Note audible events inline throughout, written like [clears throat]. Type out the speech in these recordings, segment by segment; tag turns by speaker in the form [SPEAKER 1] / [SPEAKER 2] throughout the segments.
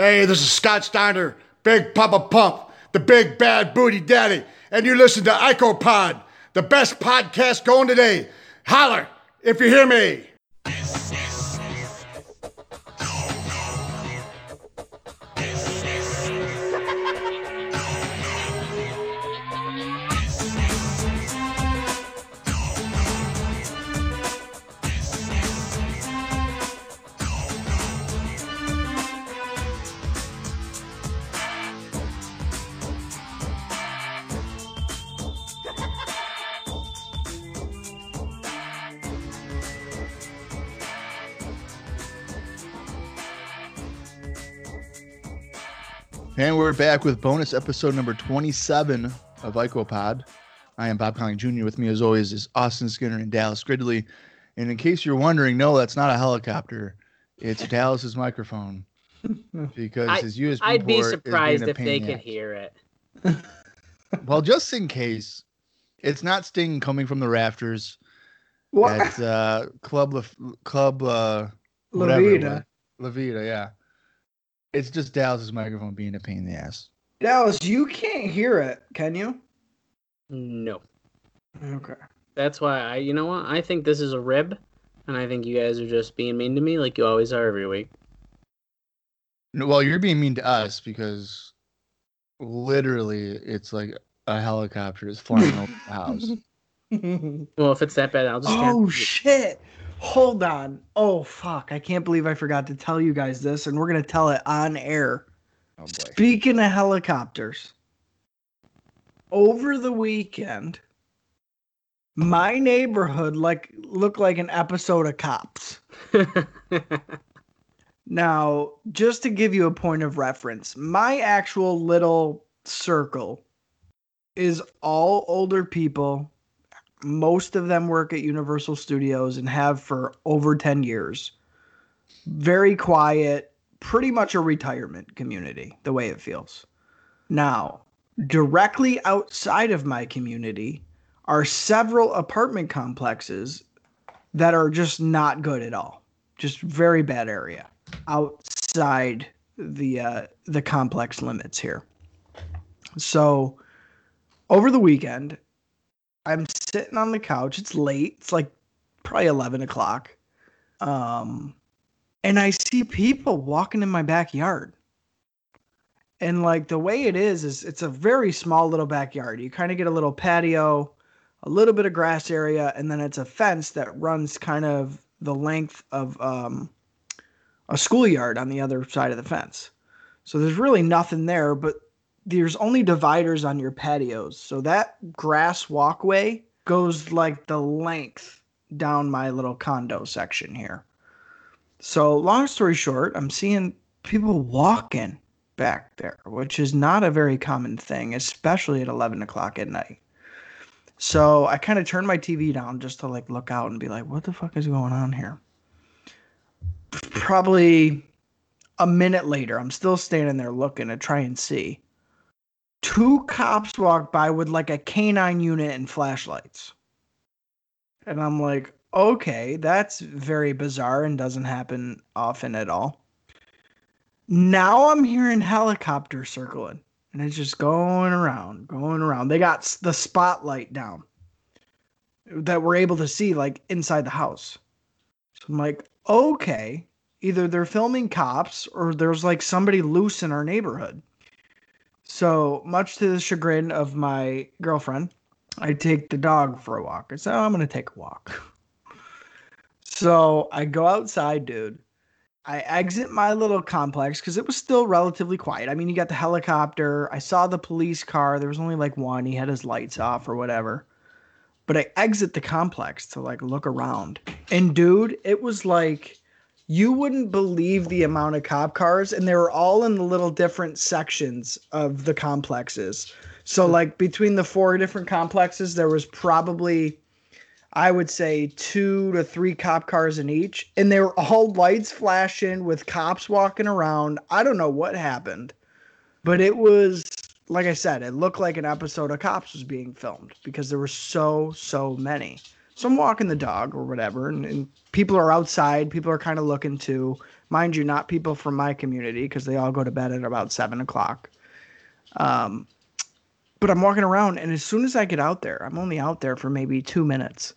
[SPEAKER 1] Hey, this is Scott Steiner, Big Papa Pump, the big bad booty daddy, and you listen to IcoPod, the best podcast going today. Holler if you hear me.
[SPEAKER 2] And we're back with bonus episode number 27 of IcoPod. I am Bob Conley Jr. With me, as always, is Austin Skinner and Dallas Gridley. And in case you're wondering, no, that's not a helicopter.
[SPEAKER 3] [laughs]
[SPEAKER 2] It's Dallas's microphone because
[SPEAKER 3] I-
[SPEAKER 2] his USB
[SPEAKER 3] I'd be
[SPEAKER 2] port is being
[SPEAKER 3] surprised
[SPEAKER 2] a
[SPEAKER 3] if they
[SPEAKER 2] pain in
[SPEAKER 3] could
[SPEAKER 2] the
[SPEAKER 3] hear it.
[SPEAKER 2] ass. Well, just in case, it's not Sting coming from the rafters
[SPEAKER 4] What?
[SPEAKER 2] at uh, Club La, Club uh,
[SPEAKER 4] [laughs] La
[SPEAKER 2] whatever it
[SPEAKER 4] Vida.
[SPEAKER 2] was. La Vida, yeah. It's just Dallas's microphone being a pain in the ass.
[SPEAKER 4] Dallas, you can't hear it, can you?
[SPEAKER 3] No,
[SPEAKER 2] [laughs]
[SPEAKER 4] Okay.
[SPEAKER 3] that's why I. You know what? I think this is a rib, and I think you guys are just being mean to me, like you always are every week.
[SPEAKER 2] No, well, you're being mean to us because literally it's like a helicopter is flying [laughs] over the house.
[SPEAKER 3] Well, if it's that bad, I'll just. turn-
[SPEAKER 4] oh shit. Hold on. Oh fuck. I can't believe I forgot to tell you guys this and we're going to tell it on air.
[SPEAKER 2] Oh boy.
[SPEAKER 4] Speaking of helicopters, over the weekend, my neighborhood like looked like an episode of Cops. Now, just to give you a point of reference, my actual little circle is all older people. Most of them work at Universal Studios and have for over 10 years. Very quiet, pretty much a retirement community, the way it feels. Now, directly outside of my community are several apartment complexes that are just not good at all. Just very bad area outside the uh, the complex limits here. So over the weekend, I'm sitting on the couch. It's late. It's like probably eleven o'clock, um, and I see people walking in my backyard. And like the way it is, is it's a very small little backyard. You kind of get a little patio, a little bit of grass area, and then it's a fence that runs kind of the length of um, a schoolyard on the other side of the fence. So there's really nothing there, but there's only dividers on your patios. So that grass walkway goes like the length down my little condo section here. So, long story short, I'm seeing people walking back there, which is not a very common thing, especially at 11 o'clock at night. So, I kind of turned my TV down just to like look out and be like, what the fuck is going on here? probably a minute later, I'm still standing there looking to try and see. Two cops walk by with like a canine unit and flashlights. And I'm like, okay, that's very bizarre and doesn't happen often at all. Now I'm hearing helicopter circling and it's just going around, going around. They got s- the spotlight down that we're able to see like inside the house. So I'm like, okay, either they're filming cops or there's like somebody loose in our neighborhood. So much to the chagrin of my girlfriend, I take the dog for a walk. I said, oh, I'm going to take a walk. [laughs] So I go outside, dude. I exit my little complex because it was still relatively quiet. I mean, you got the helicopter. I saw the police car. There was only like one. He had his lights off or whatever. But I exit the complex to like look around. And dude, it was like you wouldn't believe the amount of cop cars, and they were all in the little different sections of the complexes. So like between the four different complexes, there was probably I would say two to three cop cars in each, and they were all lights flashing with cops walking around. I don't know what happened, but it was like I said, it looked like an episode of Cops was being filmed because there were so, so many. So I'm walking the dog or whatever, and, and people are outside. People are kind of looking too. mind you, not people from my community because they all go to bed at about seven o'clock. Um, but I'm walking around, and as soon as I get out there, I'm only out there for maybe two minutes.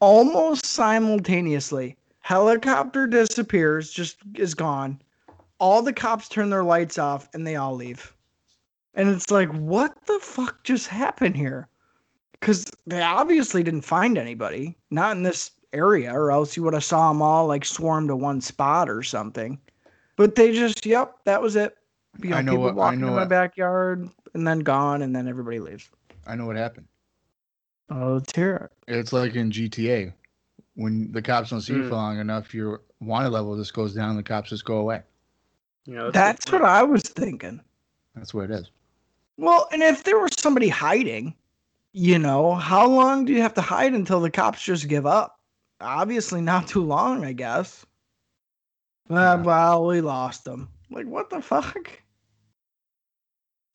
[SPEAKER 4] Almost simultaneously, helicopter disappears, just is gone. All the cops turn their lights off, and they all leave. And it's like, what the fuck just happened here? Because they obviously didn't find anybody, not in this area, or else you would have saw them all like swarm to one spot or something. But they just, yep, that was it. You know,
[SPEAKER 2] I know
[SPEAKER 4] people
[SPEAKER 2] what- I
[SPEAKER 4] walking
[SPEAKER 2] know
[SPEAKER 4] in my
[SPEAKER 2] what-
[SPEAKER 4] backyard and then gone, and then everybody leaves.
[SPEAKER 2] I know what happened.
[SPEAKER 4] Oh, it's here.
[SPEAKER 2] It's like in GTA. When the cops don't see you
[SPEAKER 3] Mm.
[SPEAKER 2] for long enough, your wanted level just goes down. The cops just go away.
[SPEAKER 3] [laughs] You know,
[SPEAKER 4] That's what I was thinking.
[SPEAKER 2] That's what it is.
[SPEAKER 4] Well, and if there was somebody hiding, you know, how long do you have to hide until the cops just give up? Obviously, not too long, I guess. Ah,
[SPEAKER 2] Yeah.
[SPEAKER 4] well, we lost him. Like, what the fuck?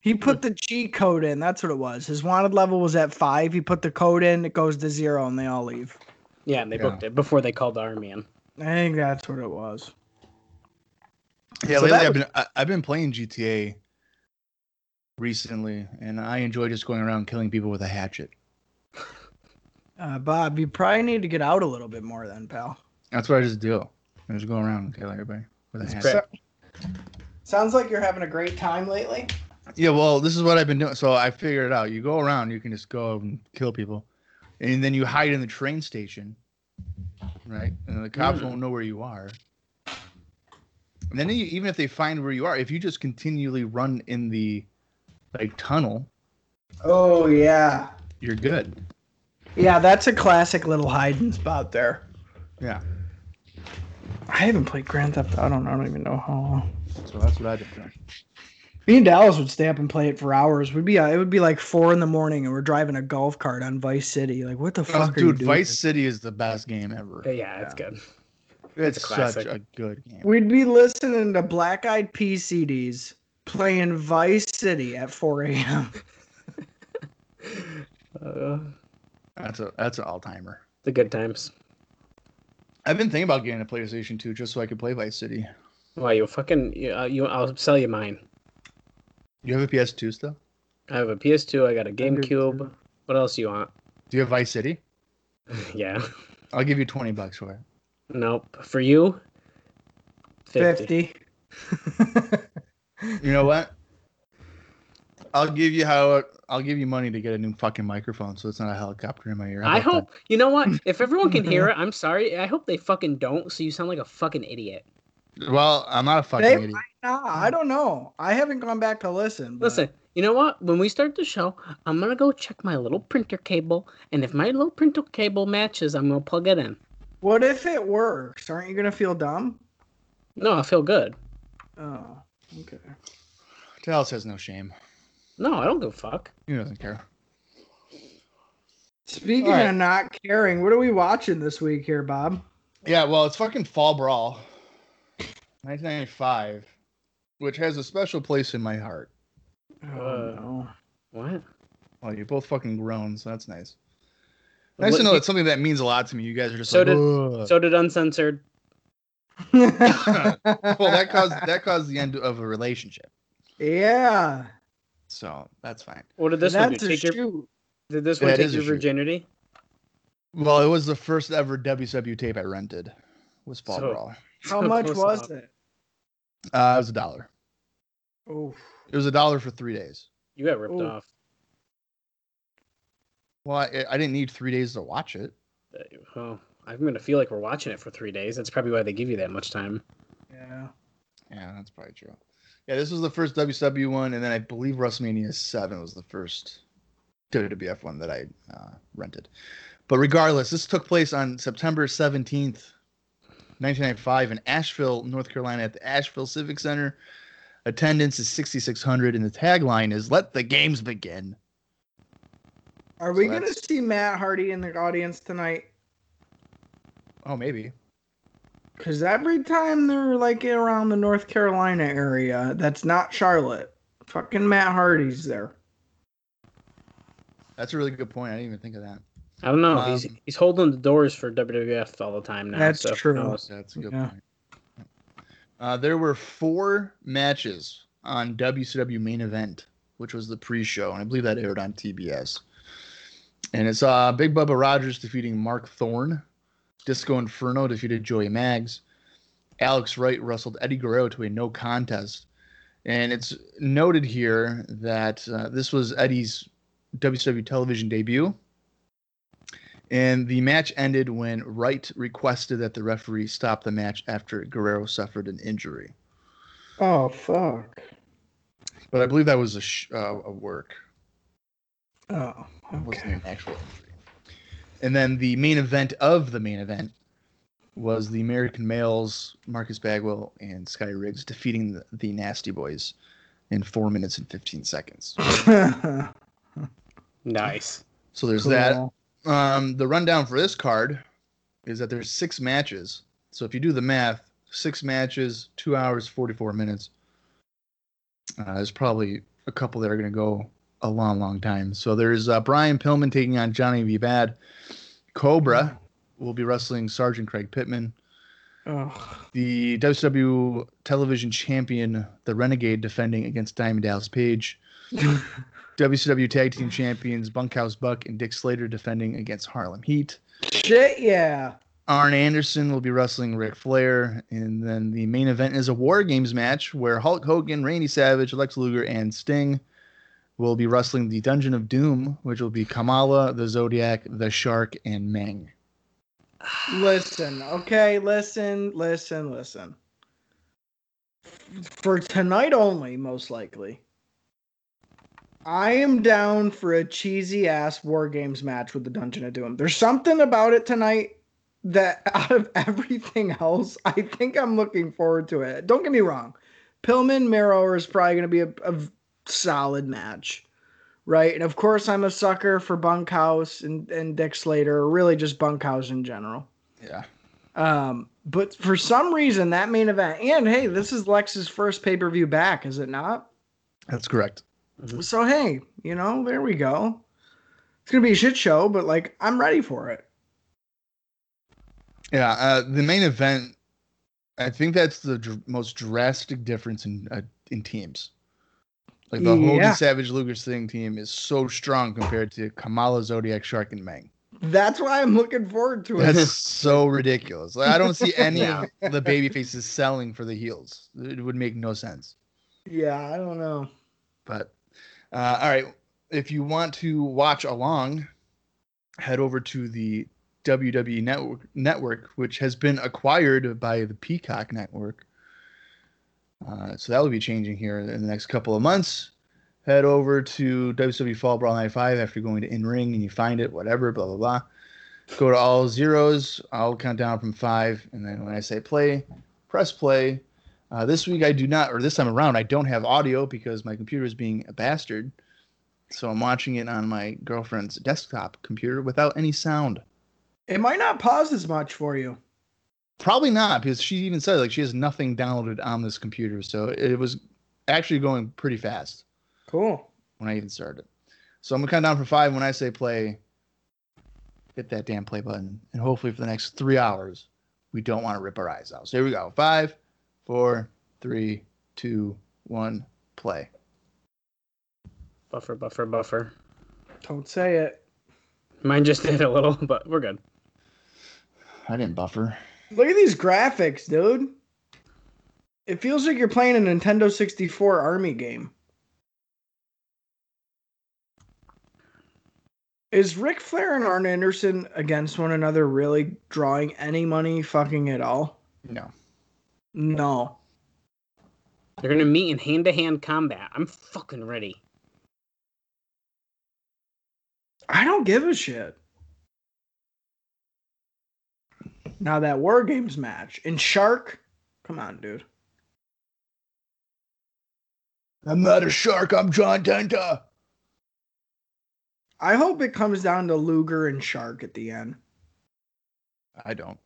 [SPEAKER 4] He put the cheat code in. That's what it was. His wanted level was at five. He put the code in, it goes to zero, and they all leave.
[SPEAKER 3] Yeah, and they
[SPEAKER 2] Yeah.
[SPEAKER 3] booked it before they called the army in.
[SPEAKER 4] I think that's what it was.
[SPEAKER 2] Yeah,
[SPEAKER 4] So
[SPEAKER 2] lately
[SPEAKER 4] that
[SPEAKER 2] I've been I, I've been playing GTA recently, and I enjoy just going around killing people with a hatchet.
[SPEAKER 4] Uh, Bob, you probably need to get out a little bit more then, pal.
[SPEAKER 2] That's what I just do. I just go around and kill everybody with a
[SPEAKER 3] That's
[SPEAKER 2] hatchet.
[SPEAKER 3] correct.
[SPEAKER 4] Sounds like you're having a great time lately.
[SPEAKER 2] Yeah, well, this is what I've been doing. So I figured it out. You go around, you can just go and kill people, and then you hide in the train station, right? And the cops
[SPEAKER 3] Mm.
[SPEAKER 2] won't know where you are. And then you, even if they find where you are, if you just continually run in the like tunnel,
[SPEAKER 4] Oh, yeah.
[SPEAKER 2] you're good.
[SPEAKER 4] Yeah, that's a classic little hide and spot there.
[SPEAKER 2] Yeah.
[SPEAKER 4] I haven't played Grand Theft Auto. and I don't even know how long.
[SPEAKER 2] So that's what I've been doing.
[SPEAKER 4] Me and Dallas would stay up and play it for hours. We'd be uh, it would be like four in the morning, and we're driving a golf cart on Vice City. Like, what the
[SPEAKER 2] Oh,
[SPEAKER 4] fuck, are you
[SPEAKER 2] dude,
[SPEAKER 4] doing?
[SPEAKER 2] Vice City is the best game ever.
[SPEAKER 3] But yeah, it's good.
[SPEAKER 2] It's,
[SPEAKER 3] a
[SPEAKER 2] such
[SPEAKER 3] classic.
[SPEAKER 2] a good game.
[SPEAKER 4] We'd be listening to Black Eyed Peas CDs playing Vice City at 4 a.m.
[SPEAKER 3] Uh,
[SPEAKER 2] That's a that's an all timer.
[SPEAKER 3] the good times.
[SPEAKER 2] I've been thinking about getting a PlayStation 2 just so I could play Vice City.
[SPEAKER 3] Why you fucking you, uh, you? I'll sell you mine.
[SPEAKER 2] You have a PS2 still?
[SPEAKER 3] I have a PS2. I got a
[SPEAKER 4] do too.
[SPEAKER 3] [laughs] GameCube. What else you want? [laughs]
[SPEAKER 2] Do you have Vice City?
[SPEAKER 3] yeah.
[SPEAKER 2] I'll give you 20 bucks for it.
[SPEAKER 3] Nope. For you. 50.
[SPEAKER 4] 50.
[SPEAKER 2] You know what? I'll give you how I'll give you money to get a new fucking microphone so it's not a helicopter in my ear. How
[SPEAKER 3] I
[SPEAKER 2] about
[SPEAKER 3] hope you know what. If everyone can
[SPEAKER 2] [laughs]
[SPEAKER 3] hear it, I'm sorry. I hope they fucking don't. So you sound like a fucking idiot.
[SPEAKER 2] that? Well, I'm not a fucking
[SPEAKER 4] They
[SPEAKER 2] idiot.
[SPEAKER 4] Nah, I don't know. I haven't gone back to listen. but-
[SPEAKER 3] Listen, you know what? When we start the show, I'm gonna go check my little printer cable, and if my little printer cable matches, I'm gonna plug it in.
[SPEAKER 4] What if it works? Aren't you gonna feel dumb?
[SPEAKER 3] No, I feel good.
[SPEAKER 4] Oh, okay.
[SPEAKER 2] Dallas has no shame.
[SPEAKER 3] No, I don't give a fuck.
[SPEAKER 2] He doesn't care.
[SPEAKER 4] Speaking
[SPEAKER 2] All right.
[SPEAKER 4] of not caring, what are we watching this week here, Bob?
[SPEAKER 2] Yeah, well, it's fucking Fall Brawl, 1995, which has a special place in my heart.
[SPEAKER 4] Oh,
[SPEAKER 3] Uh, [laughs]
[SPEAKER 4] no.
[SPEAKER 3] What?
[SPEAKER 2] Well, you're both fucking grown, so that's nice. Nice
[SPEAKER 3] What-
[SPEAKER 2] to know that's something that means a lot to me. You guys are just
[SPEAKER 3] So
[SPEAKER 2] like,
[SPEAKER 3] did-
[SPEAKER 2] "Ugh."
[SPEAKER 3] So did uncensored.
[SPEAKER 2] well,
[SPEAKER 4] [laughs]
[SPEAKER 2] that caused that caused the end of a relationship,
[SPEAKER 4] yeah,
[SPEAKER 2] so that's fine.
[SPEAKER 3] What did this one do?
[SPEAKER 4] that's a
[SPEAKER 3] Take your, [laughs]
[SPEAKER 4] shoot.
[SPEAKER 3] did this one
[SPEAKER 2] That
[SPEAKER 3] take
[SPEAKER 2] is a
[SPEAKER 3] your
[SPEAKER 2] shoot.
[SPEAKER 3] virginity?
[SPEAKER 2] Well, it was the first ever WW tape I rented. Was Fall
[SPEAKER 3] So-
[SPEAKER 2] Brawl.
[SPEAKER 4] How much
[SPEAKER 3] Close
[SPEAKER 4] was
[SPEAKER 3] enough.
[SPEAKER 4] it?
[SPEAKER 2] Uh, it was a dollar.
[SPEAKER 4] Oh,
[SPEAKER 2] It was a dollar for three days.
[SPEAKER 3] You got ripped
[SPEAKER 4] Ooh.
[SPEAKER 3] off.
[SPEAKER 2] Well, I, I didn't need three days to watch it.
[SPEAKER 3] Oh, I'm gonna feel like we're watching it for three days. That's probably why they give you that much time.
[SPEAKER 4] yeah.
[SPEAKER 2] Yeah, that's probably true. Yeah, this was the first WW one, and then I believe WrestleMania Seven was the first WWF one that I uh, rented. But regardless, this took place on September seventeenth, nineteen ninety five, in Asheville, North Carolina, at the Asheville Civic Center. Attendance is sixty six hundred, and the tagline is "Let the games begin."
[SPEAKER 4] Are we
[SPEAKER 2] So
[SPEAKER 4] gonna
[SPEAKER 2] that's-
[SPEAKER 4] see Matt Hardy in the audience tonight?
[SPEAKER 2] Oh, maybe.
[SPEAKER 4] Because every time they're like around the North Carolina area, that's not Charlotte. Fucking Matt Hardy's there.
[SPEAKER 2] That's a really good point. I didn't even think of that.
[SPEAKER 3] I don't know. he's
[SPEAKER 2] Um,
[SPEAKER 3] he's holding the doors for WWF all the time now.
[SPEAKER 4] That's
[SPEAKER 3] so who
[SPEAKER 4] true.
[SPEAKER 3] knows?
[SPEAKER 2] That's a good
[SPEAKER 4] Yeah.
[SPEAKER 2] point. Uh, there were four matches on WCW main event, which was the pre-show, and I believe that aired on TBS. And it's uh, Big Bubba Rogers defeating Mark Thorne, Disco Inferno defeated Joey Maggs, Alex Wright wrestled Eddie Guerrero to a no contest, and it's noted here that uh, this was Eddie's WCW television debut. And the match ended when Wright requested that the referee stop the match after Guerrero suffered an injury.
[SPEAKER 4] Oh fuck.
[SPEAKER 2] But I believe that was a, sh- uh, a work.
[SPEAKER 4] Oh. [laughs]
[SPEAKER 2] wasn't an actual injury. And then the main event of the main event was the American Males, Marcus Bagwell and Sky Riggs defeating the, the Nasty Boys in four minutes and 15 seconds.
[SPEAKER 3] Nice.
[SPEAKER 2] So there's that. Um, the rundown for this card is that there's six matches. So if you do the math, six matches, two hours, 44 minutes. Uh, there's probably a couple that are going to go a long, long time. So there's uh, Brian Pillman taking on Johnny V. Bad. Cobra will be wrestling Sergeant Craig Pittman.
[SPEAKER 4] Oh.
[SPEAKER 2] The WCW television champion, the Renegade, defending against Diamond Dallas Page. WCW Tag Team Champions Bunkhouse Buck and Dick Slater defending against Harlem Heat.
[SPEAKER 4] Shit, yeah.
[SPEAKER 2] Arn Anderson will be wrestling Ric Flair. And then the main event is a War Games match where Hulk Hogan, Randy Savage, Lex Luger, and Sting will be wrestling the Dungeon of Doom, which will be Kamala, the Zodiac, the Shark, and Meng.
[SPEAKER 4] Listen, okay, listen, listen, listen. For tonight only, most likely. I am down for a cheesy ass war games match with the Dungeon of Doom. There's something about it tonight that [laughs] out of everything else, I think I'm looking forward to it. Don't get me wrong. Pillman Marrow is probably gonna be a, a solid match right? And of course, I'm a sucker for Bunkhouse and, and Dick Slater, or really just Bunkhouse in general.
[SPEAKER 2] Yeah.
[SPEAKER 4] Um, but for some reason, that main event, and hey, this is Lex's first pay per view back, is it not?
[SPEAKER 2] That's correct.
[SPEAKER 4] So, hey, you know, there we go. It's going to be a shit show, but like, I'm ready for it.
[SPEAKER 2] Yeah. Uh, the main event, I think that's the dr- most drastic difference in, uh, in teams. Like the
[SPEAKER 4] Yeah.
[SPEAKER 2] Hogan Savage Luger Sting team is so strong compared to Kamala Zodiac Shark and Mang.
[SPEAKER 4] That's why I'm looking forward to it. [laughs]
[SPEAKER 2] That's so ridiculous. Like, I don't see any
[SPEAKER 3] Yeah.
[SPEAKER 2] of the baby faces selling for the heels. It would make no sense.
[SPEAKER 4] yeah, I don't know.
[SPEAKER 2] But uh, all right, if you want to watch along, head over to the WWE network, network which has been acquired by the Peacock Network. Uh, so that will be changing here in the next couple of months. Head over to WWE Fall Brawl 95 after going to In Ring and you find it, whatever, blah, blah, blah. Go to all zeros. I'll count down from five. And then when I say play, press play. Uh, this week I do not, or this time around, I don't have audio because my computer is being a bastard. So I'm watching it on my girlfriend's desktop computer without any sound.
[SPEAKER 4] It might not pause as much for you.
[SPEAKER 2] Probably not because she even said like she has nothing downloaded on this computer. So it was actually going pretty fast
[SPEAKER 4] Cool.
[SPEAKER 2] when I even started. So I'm gonna count down from five when I say play. Hit that damn play button, and hopefully for the next three hours, we don't want to rip our eyes out. So here we go: five, four, three, two, one, play.
[SPEAKER 3] Buffer, buffer, buffer.
[SPEAKER 4] Don't say it.
[SPEAKER 3] Mine just [laughs] did a little, but we're good.
[SPEAKER 2] I didn't buffer.
[SPEAKER 4] Look at these graphics, dude. It feels like you're playing a Nintendo 64 Army game. Is Ric Flair and Arn Anderson against one another really drawing any money fucking at all?
[SPEAKER 2] No.
[SPEAKER 4] No.
[SPEAKER 3] They're gonna meet in hand-to-hand combat. I'm fucking ready.
[SPEAKER 4] I don't give a shit. Now that War Games match and Shark, come on, dude.
[SPEAKER 2] I'm not a shark. I'm John Tenta.
[SPEAKER 4] I hope it comes down to Luger and Shark at the end.
[SPEAKER 2] I [coughs] don't.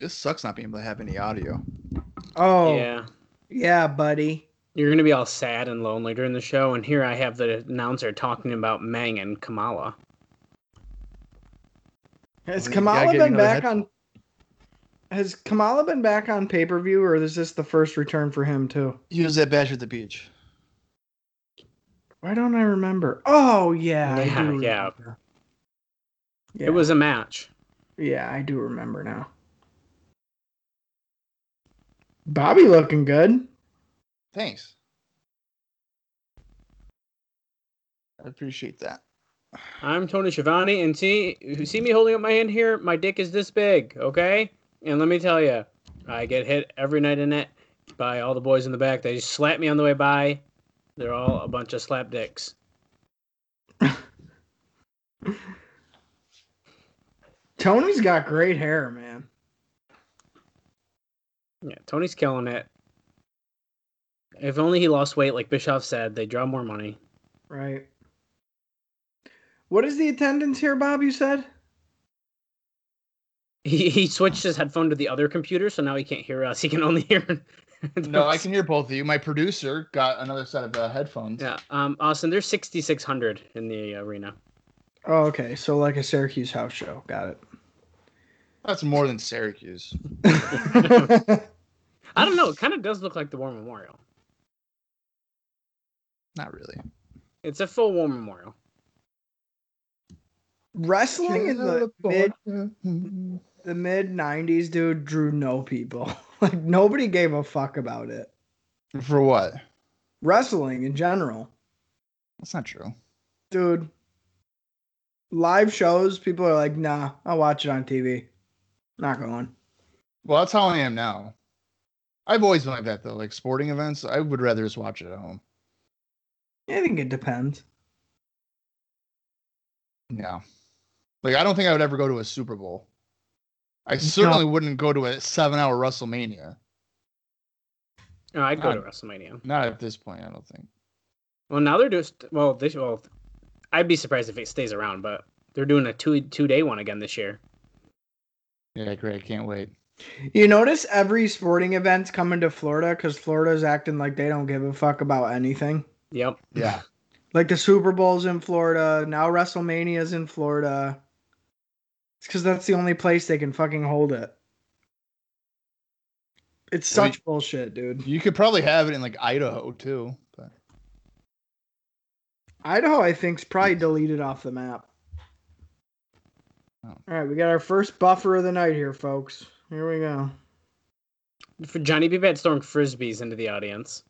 [SPEAKER 2] this sucks not being able to have any audio.
[SPEAKER 4] Oh,
[SPEAKER 3] Yeah.
[SPEAKER 4] yeah buddy.
[SPEAKER 3] You're gonna be all sad and lonely during the show, and here I have the announcer talking about Mang and Kamala.
[SPEAKER 4] Has
[SPEAKER 2] Or you gotta
[SPEAKER 4] Kamala
[SPEAKER 2] get
[SPEAKER 4] been
[SPEAKER 2] another
[SPEAKER 4] back
[SPEAKER 2] head-
[SPEAKER 4] on? Has Kamala been back on pay per view, or is this the first return for him too?
[SPEAKER 2] Use that bash at the beach.
[SPEAKER 4] Why don't I remember? Oh yeah, I
[SPEAKER 3] Yeah,
[SPEAKER 4] do
[SPEAKER 3] yeah.
[SPEAKER 4] remember. yeah.
[SPEAKER 3] It was a match.
[SPEAKER 4] Yeah, I do remember now. Bobby looking good.
[SPEAKER 2] Thanks. I appreciate that.
[SPEAKER 3] I'm Tony Schiavone, and see, you see me holding up my hand here? My dick is this big, okay? And let me tell you, I get hit every night in it by all the boys in the back. They slap me on the way by. They're all a bunch of slap dicks.
[SPEAKER 4] Tony's got great hair, man.
[SPEAKER 3] Yeah, Tony's killing it. If only he lost weight, like Bischoff said, they draw more money.
[SPEAKER 4] Right. What is the attendance here, Bob? You said.
[SPEAKER 3] He, he switched his headphone to the other computer, so now he can't hear us. He can only hear. [laughs]
[SPEAKER 2] No, I can hear both of you. My producer got another set of uh, headphones.
[SPEAKER 3] Yeah, um, Austin, there's 6,600 in the arena.
[SPEAKER 4] Oh, okay. So like a Syracuse house show. Got it.
[SPEAKER 2] That's more than Syracuse.
[SPEAKER 3] I don't know. It kind of does look like the War Memorial.
[SPEAKER 2] Not really.
[SPEAKER 3] It's a full War Memorial.
[SPEAKER 4] [laughs] Wrestling in the mid the mid '90s, dude, drew no people. [laughs] like nobody gave a fuck about it.
[SPEAKER 2] For what?
[SPEAKER 4] Wrestling in general,
[SPEAKER 2] That's not true.
[SPEAKER 4] dude. Live shows, people are like, nah, I'll watch it on TV. Not going.
[SPEAKER 2] Well, that's how I am now. I've always been like that though. Like sporting events, I would rather just watch it at home.
[SPEAKER 4] I think it depends.
[SPEAKER 2] Yeah. Like I don't think I would ever go to a Super Bowl. I certainly wouldn't go to a seven-hour WrestleMania.
[SPEAKER 3] No, Oh, I'd go to
[SPEAKER 2] God.
[SPEAKER 3] WrestleMania.
[SPEAKER 2] Not at this point, I don't think.
[SPEAKER 3] Well, now they're just well. This well, I'd be surprised if it stays around, but they're doing a two two day one again this year.
[SPEAKER 2] Yeah, great. I can't wait.
[SPEAKER 4] You notice every sporting event's coming to Florida because Florida's acting like they don't give a fuck about anything.
[SPEAKER 3] Yep.
[SPEAKER 2] Yeah.
[SPEAKER 4] Like the Super Bowl's in Florida. Now WrestleMania's in Florida. It's because that's the only place they can fucking hold it. It's
[SPEAKER 2] Well,
[SPEAKER 4] such bullshit, dude.
[SPEAKER 2] You could probably have it in like Idaho too. But
[SPEAKER 4] Idaho, I think, is probably deleted off the map.
[SPEAKER 2] Oh.
[SPEAKER 4] All right, we got our first buffer of the night here, folks. Here we go.
[SPEAKER 3] For Johnny B. Bad throwing frisbees into the audience.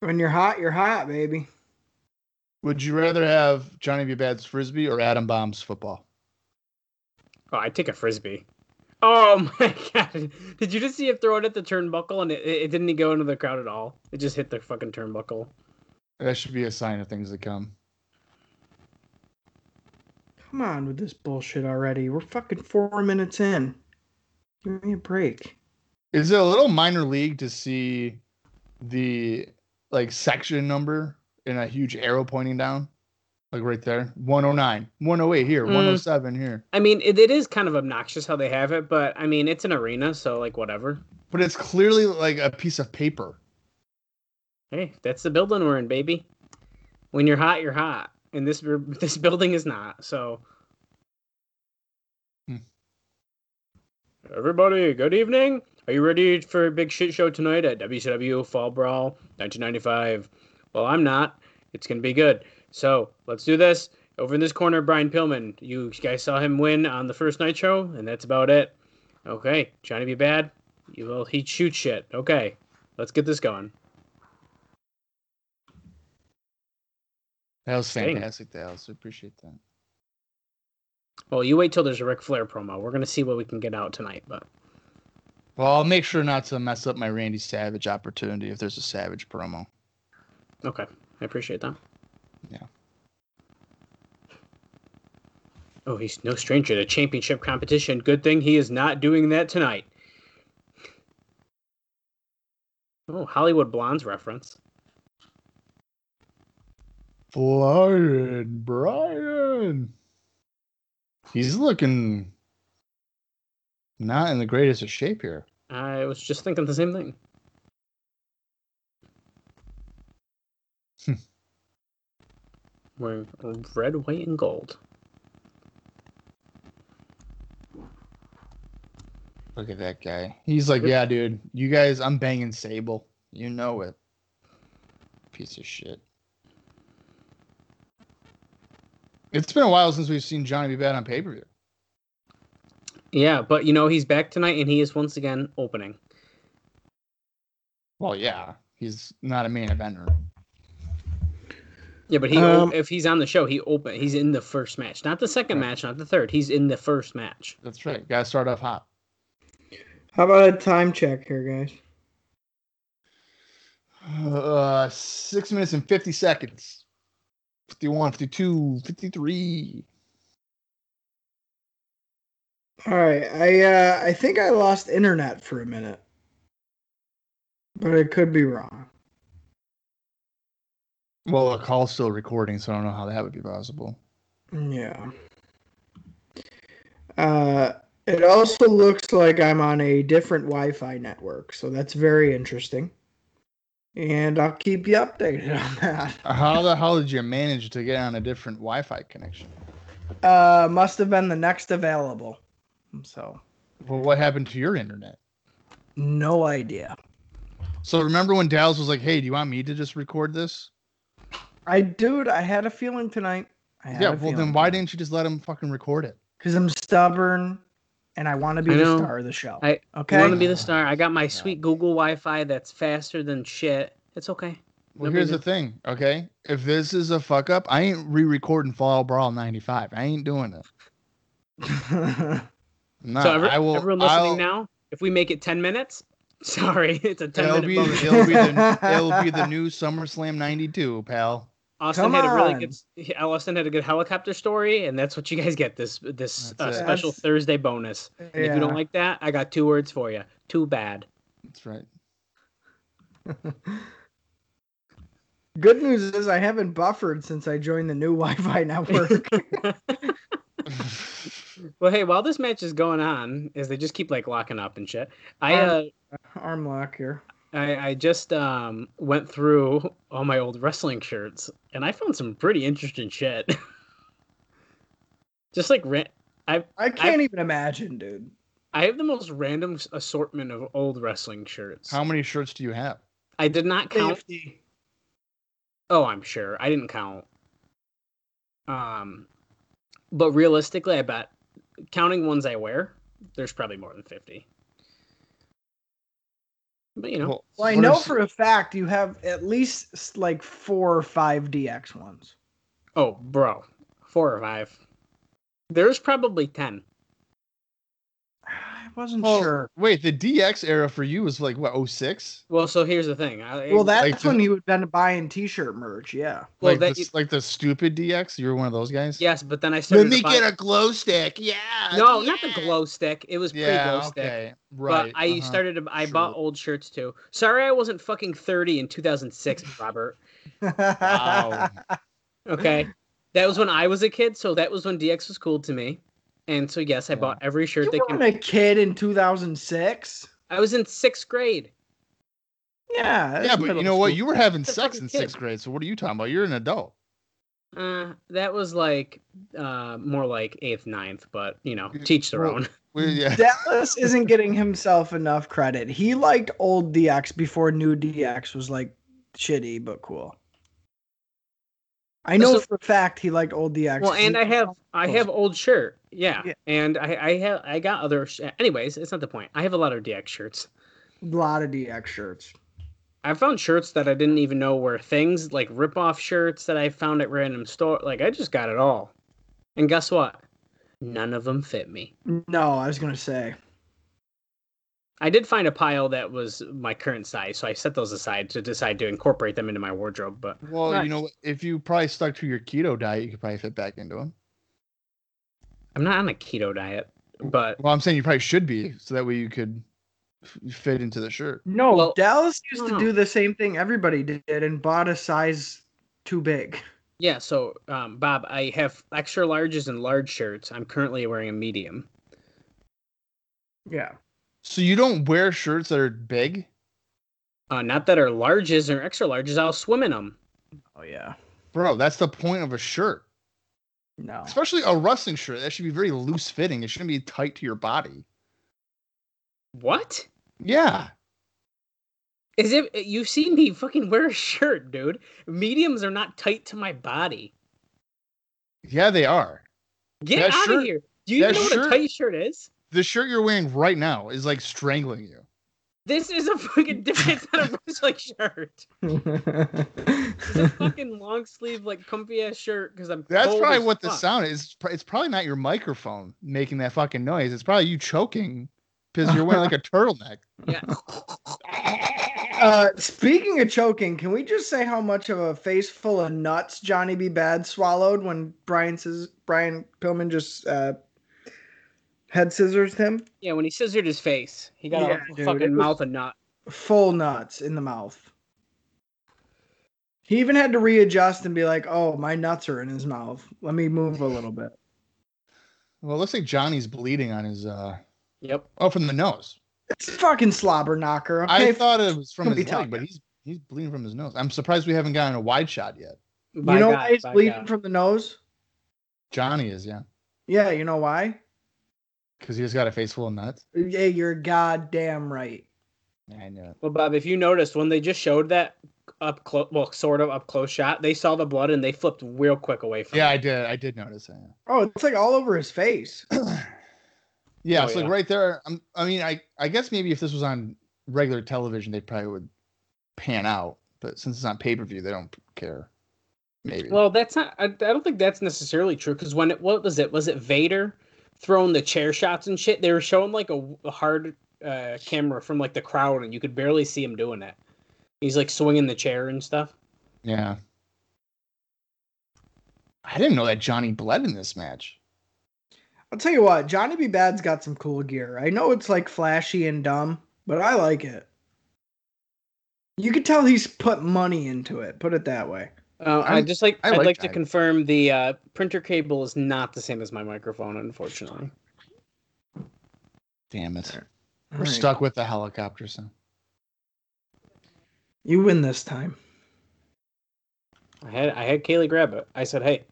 [SPEAKER 4] When you're hot, you're hot, baby.
[SPEAKER 2] would you rather have Johnny B. Bad's frisbee or Adam Bomb's football?
[SPEAKER 3] Oh, I'd take a frisbee. Oh [laughs] my god! Did you just see it throw it at the turnbuckle and it, it it didn't go into the crowd at all? It just hit the fucking turnbuckle.
[SPEAKER 2] That should be a sign of things to come.
[SPEAKER 4] Come on with this bullshit already. We're fucking four minutes in. Give me a break.
[SPEAKER 2] Is it a little minor league to see the like section number and a huge arrow pointing down? Like right there. 109. 108 here.
[SPEAKER 3] Mm.
[SPEAKER 2] 107 here.
[SPEAKER 3] I mean, it, it is kind of obnoxious how they have it, but I mean, it's an arena, so like whatever.
[SPEAKER 2] But it's clearly like a piece of paper.
[SPEAKER 3] Hey, that's the building we're in, baby. When you're hot, you're hot, and this [laughs] this building is not. So,
[SPEAKER 2] Hmm.
[SPEAKER 3] everybody, good evening. Are you ready for a big shit show tonight at WCW Fall Brawl 1995? Well, I'm not. It's gonna be good. So let's do this. Over in this corner, Brian Pillman. You guys saw him win on the first night show, and that's about it. Okay, trying to be bad. You will. He shoots shit. Okay, let's get this going.
[SPEAKER 2] That was
[SPEAKER 3] Dang.
[SPEAKER 2] fantastic, Dallas. I appreciate that.
[SPEAKER 3] Well, you wait till there's a Ric Flair promo. We're gonna see what we can get out tonight, but
[SPEAKER 2] Well, I'll make sure not to mess up my Randy Savage opportunity if there's a Savage promo.
[SPEAKER 3] okay, I appreciate that.
[SPEAKER 2] Yeah.
[SPEAKER 3] Oh, he's no stranger to championship competition. Good thing he is not doing that tonight. Oh, Hollywood Blondes reference.
[SPEAKER 2] Brian, Brian. He's looking not in the greatest of shape here.
[SPEAKER 3] I was just thinking the same thing. Wearing red, white, and gold.
[SPEAKER 2] Look at that guy. He's like, yeah, dude. You guys, I'm banging Sable. You know it. Piece of shit. It's been a while since we've seen Johnny be bad on pay per view.
[SPEAKER 3] Yeah, but you know he's back tonight, and he is once again opening.
[SPEAKER 2] Well, yeah, he's not a main eventer.
[SPEAKER 3] Yeah, but he
[SPEAKER 4] Um,
[SPEAKER 3] if he's on the show, he open. He's in the first match, not the second
[SPEAKER 2] Right.
[SPEAKER 3] match, not the third. He's in the first match.
[SPEAKER 2] That's right. Gotta start off hot.
[SPEAKER 4] How about a time check here, guys?
[SPEAKER 2] Uh, six minutes and 50 seconds. 51, 52, 53.
[SPEAKER 4] All right, I uh, I think I lost internet for a minute, but it could be wrong.
[SPEAKER 2] Well, the call's still recording, so I don't know how that would be possible.
[SPEAKER 4] Yeah. Uh, it also looks like I'm on a different Wi-Fi network, so that's very interesting. And I'll keep you updated [laughs] on that.
[SPEAKER 2] How the hell did you manage to get on a different Wi Fi connection?
[SPEAKER 4] Uh, must have been the next available. So,
[SPEAKER 2] Well, what happened to your internet?
[SPEAKER 4] no idea.
[SPEAKER 2] So remember when Dallas was like, "Hey, do you want me to just record this?"
[SPEAKER 4] I, dude, I had a feeling tonight. I had
[SPEAKER 2] yeah.
[SPEAKER 4] a
[SPEAKER 2] Well,
[SPEAKER 4] feeling.
[SPEAKER 2] then why didn't you just let him fucking record it?
[SPEAKER 4] Because I'm stubborn, and I want to be
[SPEAKER 3] I
[SPEAKER 4] the
[SPEAKER 3] know.
[SPEAKER 4] star of the show.
[SPEAKER 3] I-
[SPEAKER 4] okay.
[SPEAKER 3] You want to be the star? I got my sweet Google Wi-Fi that's faster than shit. It's okay.
[SPEAKER 2] Well,
[SPEAKER 3] Nobody
[SPEAKER 2] here's the
[SPEAKER 3] did.
[SPEAKER 2] thing, okay? If this is a fuck up, I ain't re-recording Fallout Brawl '95. I ain't doing it.
[SPEAKER 4] [laughs]
[SPEAKER 2] No,
[SPEAKER 3] so every,
[SPEAKER 2] I will.
[SPEAKER 3] everyone listening
[SPEAKER 2] I'll-
[SPEAKER 3] now, if we make it ten minutes, [laughs] sorry, it's a ten
[SPEAKER 2] It'll
[SPEAKER 3] minute
[SPEAKER 2] be,
[SPEAKER 3] bonus.
[SPEAKER 2] it'll, be the, it'll be the new SummerSlam '92, pal.
[SPEAKER 3] [laughs] Austin
[SPEAKER 4] Come
[SPEAKER 3] had a really
[SPEAKER 4] on.
[SPEAKER 3] good. yeah, Austin had a good helicopter story, and that's what you guys get this this
[SPEAKER 2] That's
[SPEAKER 3] uh,
[SPEAKER 2] it.
[SPEAKER 3] special
[SPEAKER 4] That's-
[SPEAKER 3] Thursday bonus. And If you don't
[SPEAKER 4] Yeah.
[SPEAKER 3] like that, I got two words for you. Too bad.
[SPEAKER 2] That's right.
[SPEAKER 4] Good news is I haven't buffered since I joined the new [laughs] Wi-Fi
[SPEAKER 3] [laughs]
[SPEAKER 4] network.
[SPEAKER 3] Well, hey, while this match is going on, as they just keep like locking up and shit, I
[SPEAKER 4] Um,
[SPEAKER 3] uh,
[SPEAKER 4] Arm lock here.
[SPEAKER 3] I, I just um, went through all my old wrestling shirts, and I found some pretty interesting shit. [laughs] just like ran-
[SPEAKER 4] I can't even imagine, dude.
[SPEAKER 3] I have the most random s- assortment of old wrestling shirts.
[SPEAKER 2] How many shirts do you have?
[SPEAKER 3] I did not count.
[SPEAKER 4] Safety.
[SPEAKER 3] Oh, I'm sure I didn't count. Um, but realistically, I bet counting ones I wear, there's probably more than fifty. But you know,
[SPEAKER 2] Well,
[SPEAKER 4] Well, I
[SPEAKER 2] what
[SPEAKER 4] know
[SPEAKER 2] if-
[SPEAKER 4] for a fact you have at least s- like four or five DX ones. [sighs]
[SPEAKER 3] Oh, bro. Four or five. There's probably ten.
[SPEAKER 4] I wasn't
[SPEAKER 2] Well,
[SPEAKER 4] sure.
[SPEAKER 2] Wait, the DX era for you was like what 06?
[SPEAKER 3] Well, so here's the thing. I,
[SPEAKER 4] Well, that's
[SPEAKER 2] like the-
[SPEAKER 4] when you would been buying T-shirt merch. Yeah.
[SPEAKER 3] well,
[SPEAKER 2] like,
[SPEAKER 3] that- e
[SPEAKER 2] the, like the stupid DX. You were one of those guys.
[SPEAKER 3] yes, but then I started. to buy-
[SPEAKER 2] a glow stick. Yeah.
[SPEAKER 3] no, not the glow stick. It was pre-glow
[SPEAKER 2] Yeah.
[SPEAKER 3] stick.
[SPEAKER 2] Okay.
[SPEAKER 3] But
[SPEAKER 2] Right.
[SPEAKER 3] I
[SPEAKER 2] uh-huh. [laughs]
[SPEAKER 3] started. To, I
[SPEAKER 2] Sure.
[SPEAKER 3] bought old shirts too. Sorry, I wasn't fucking thirty
[SPEAKER 2] [laughs]
[SPEAKER 3] in 2006, Robert.
[SPEAKER 2] Wow.
[SPEAKER 3] Okay, that was when I was a kid. So that was when DX was cool to me. And so yes, I
[SPEAKER 2] Yeah.
[SPEAKER 3] bought every shirt
[SPEAKER 4] [laughs] you
[SPEAKER 3] that
[SPEAKER 4] were
[SPEAKER 3] came.
[SPEAKER 4] a kid in 2006.
[SPEAKER 3] I was in sixth grade.
[SPEAKER 4] Yeah. that's
[SPEAKER 2] yeah, but
[SPEAKER 4] middle
[SPEAKER 2] you know what?
[SPEAKER 4] school.
[SPEAKER 2] You were having
[SPEAKER 3] That's a
[SPEAKER 2] sex
[SPEAKER 3] fucking
[SPEAKER 2] in
[SPEAKER 3] kid.
[SPEAKER 2] sixth grade, so what are you talking about? You're an adult.
[SPEAKER 3] Uh, that was like uh, more like eighth, ninth. But you know,
[SPEAKER 2] Yeah,
[SPEAKER 3] teach their
[SPEAKER 2] well,
[SPEAKER 3] own.
[SPEAKER 2] We-
[SPEAKER 3] [laughs]
[SPEAKER 2] yeah. [laughs]
[SPEAKER 4] Dallas isn't getting himself enough credit. He liked old DX before new DX was like shitty but cool. I know
[SPEAKER 3] So-
[SPEAKER 4] for a fact he liked old DX.
[SPEAKER 3] Well, and I have I
[SPEAKER 4] close.
[SPEAKER 3] have old shirt, yeah,
[SPEAKER 4] Yeah.
[SPEAKER 3] and I I have I got other. Sh- anyways, it's not the point. I have a lot of DX shirts.
[SPEAKER 4] a lot of DX shirts.
[SPEAKER 3] I found shirts that I didn't even know were things, like rip off shirts that I found at random store. Like I just got it all, and guess what? None of them fit me.
[SPEAKER 4] No, I was gonna say.
[SPEAKER 3] I did find a pile that was my current size, so I set those aside to decide to incorporate them into my wardrobe. But
[SPEAKER 2] Well,
[SPEAKER 3] Nice.
[SPEAKER 2] you know, what? if you probably stuck to your keto diet, you could probably fit back into them.
[SPEAKER 3] I'm not on a keto diet. But
[SPEAKER 2] Well, I'm saying you probably should be, so that way you could f- fit into the shirt.
[SPEAKER 4] No,
[SPEAKER 3] Well-
[SPEAKER 4] Dallas used to
[SPEAKER 3] No.
[SPEAKER 4] do the same thing everybody did and bought a size too big.
[SPEAKER 3] yeah, so um, Bob, I have extra larges and large shirts. I'm currently wearing a medium.
[SPEAKER 4] Yeah.
[SPEAKER 2] So you don't wear shirts that are big.
[SPEAKER 3] Uh, not that are larges or extra larges. I'll swim in them.
[SPEAKER 4] Oh yeah.
[SPEAKER 2] Bro, that's the point of a shirt.
[SPEAKER 4] No.
[SPEAKER 2] Especially a wrestling shirt. That should be very loose fitting. It shouldn't be tight to your body.
[SPEAKER 3] What?
[SPEAKER 2] Yeah.
[SPEAKER 3] Is it? You've seen me fucking wear a shirt, dude. Mediums are not tight to my body.
[SPEAKER 2] Yeah, they are.
[SPEAKER 3] Get
[SPEAKER 2] That
[SPEAKER 3] out of
[SPEAKER 2] shirt-
[SPEAKER 3] here. Do you
[SPEAKER 2] that
[SPEAKER 3] even know what a
[SPEAKER 2] shirt-
[SPEAKER 3] tight shirt is?
[SPEAKER 2] The shirt you're wearing right now is like strangling you.
[SPEAKER 3] This is a fucking different kind
[SPEAKER 2] [laughs]
[SPEAKER 3] of Bruce Lee shirt.
[SPEAKER 4] [laughs]
[SPEAKER 3] It's a fucking long sleeve, like comfy ass shirt because I'm.
[SPEAKER 2] That's
[SPEAKER 3] cold
[SPEAKER 2] probably
[SPEAKER 3] as
[SPEAKER 2] what the
[SPEAKER 3] fuck.
[SPEAKER 2] sound is. It's pr- It's probably not your microphone making that fucking noise. It's probably you choking because you're
[SPEAKER 3] [laughs]
[SPEAKER 2] wearing like a turtleneck.
[SPEAKER 3] Yeah.
[SPEAKER 4] Uh, speaking of choking, can we just say how much of a face full of nuts Johnny B. Bad swallowed when Brian says Brian Pillman just uh, head scissors him?
[SPEAKER 3] yeah, when he scissored his face, he got
[SPEAKER 4] Yeah,
[SPEAKER 3] a
[SPEAKER 4] dude,
[SPEAKER 3] fucking
[SPEAKER 4] it was-
[SPEAKER 3] mouth and nut.
[SPEAKER 4] Full nuts in the mouth. He even had to readjust and be like, "Oh, my nuts are in his mouth. Let me move a little bit."
[SPEAKER 2] Well, it looks like Johnny's bleeding on his uh
[SPEAKER 3] Yep.
[SPEAKER 2] oh from the nose.
[SPEAKER 4] It's a fucking slobber knocker. Okay,
[SPEAKER 2] I thought it was from
[SPEAKER 4] What are
[SPEAKER 2] his
[SPEAKER 4] you
[SPEAKER 2] leg, but he's he's bleeding from his nose. I'm surprised we haven't gotten a wide shot yet.
[SPEAKER 4] you
[SPEAKER 3] By
[SPEAKER 4] know
[SPEAKER 3] God,
[SPEAKER 4] why he's
[SPEAKER 3] by
[SPEAKER 4] bleeding
[SPEAKER 3] God.
[SPEAKER 4] from the nose?
[SPEAKER 2] Johnny is, yeah.
[SPEAKER 4] Yeah, you know why?
[SPEAKER 2] Because he just got a face full of nuts.
[SPEAKER 4] Yeah, you're goddamn right.
[SPEAKER 2] I knew it.
[SPEAKER 3] Well, Bob, if you noticed, when they just showed that up close, well, sort of up close shot, they saw the blood and they flipped real quick away from
[SPEAKER 2] Yeah, I
[SPEAKER 3] it.
[SPEAKER 2] did. I did notice that.
[SPEAKER 4] Oh, it's like all over his face.
[SPEAKER 2] Yeah,
[SPEAKER 3] Oh,
[SPEAKER 2] so like
[SPEAKER 3] yeah.
[SPEAKER 2] right there. I'm, I mean, I I guess maybe if this was on regular television, they probably would pan out. But since it's on pay per view, they don't care. Maybe.
[SPEAKER 3] Well, that's not. I, I don't think that's necessarily true because when it, what was it? Was it Vader throwing the chair shots and shit? They were showing like a, a hard uh, camera from like the crowd and you could barely see him doing it. He's like swinging the chair and stuff.
[SPEAKER 2] yeah. I didn't know that Johnny bled in this match.
[SPEAKER 4] I'll tell you what, Johnny B. Bad's got some cool gear. I know it's like flashy and dumb, but I like it. You could tell he's put money into it. Put it that way.
[SPEAKER 3] Uh, I
[SPEAKER 2] I'm-
[SPEAKER 3] just like
[SPEAKER 2] I
[SPEAKER 3] I'd
[SPEAKER 2] like
[SPEAKER 3] like to
[SPEAKER 2] that.
[SPEAKER 3] confirm the uh, printer cable is not the same as my microphone, unfortunately.
[SPEAKER 2] Damn it. We're
[SPEAKER 4] All right.
[SPEAKER 2] stuck with the helicopter sound.
[SPEAKER 4] You win this time.
[SPEAKER 3] I had I had Kaylee grab it. I said, "Hey,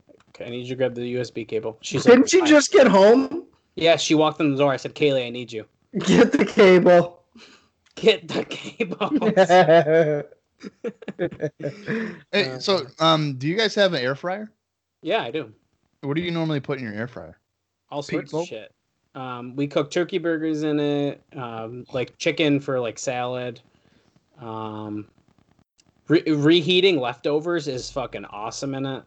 [SPEAKER 3] I need you to grab the USB cable." She's like,
[SPEAKER 4] Didn't she
[SPEAKER 3] "Fine."
[SPEAKER 4] just get home?
[SPEAKER 3] Yeah, she walked in the door. I said, "Kaylee, I need you.
[SPEAKER 4] Get the cable.
[SPEAKER 3] Get the cable."
[SPEAKER 4] [laughs]
[SPEAKER 2] Hey,
[SPEAKER 3] Uh,
[SPEAKER 2] so, um, do you guys have an air fryer?
[SPEAKER 3] yeah, I do
[SPEAKER 2] What do you normally put in your air fryer?
[SPEAKER 3] all sorts
[SPEAKER 2] People?
[SPEAKER 3] of shit. Um, we cook turkey burgers in it, um, like chicken for like salad. Um, re- reheating leftovers is fucking awesome in it.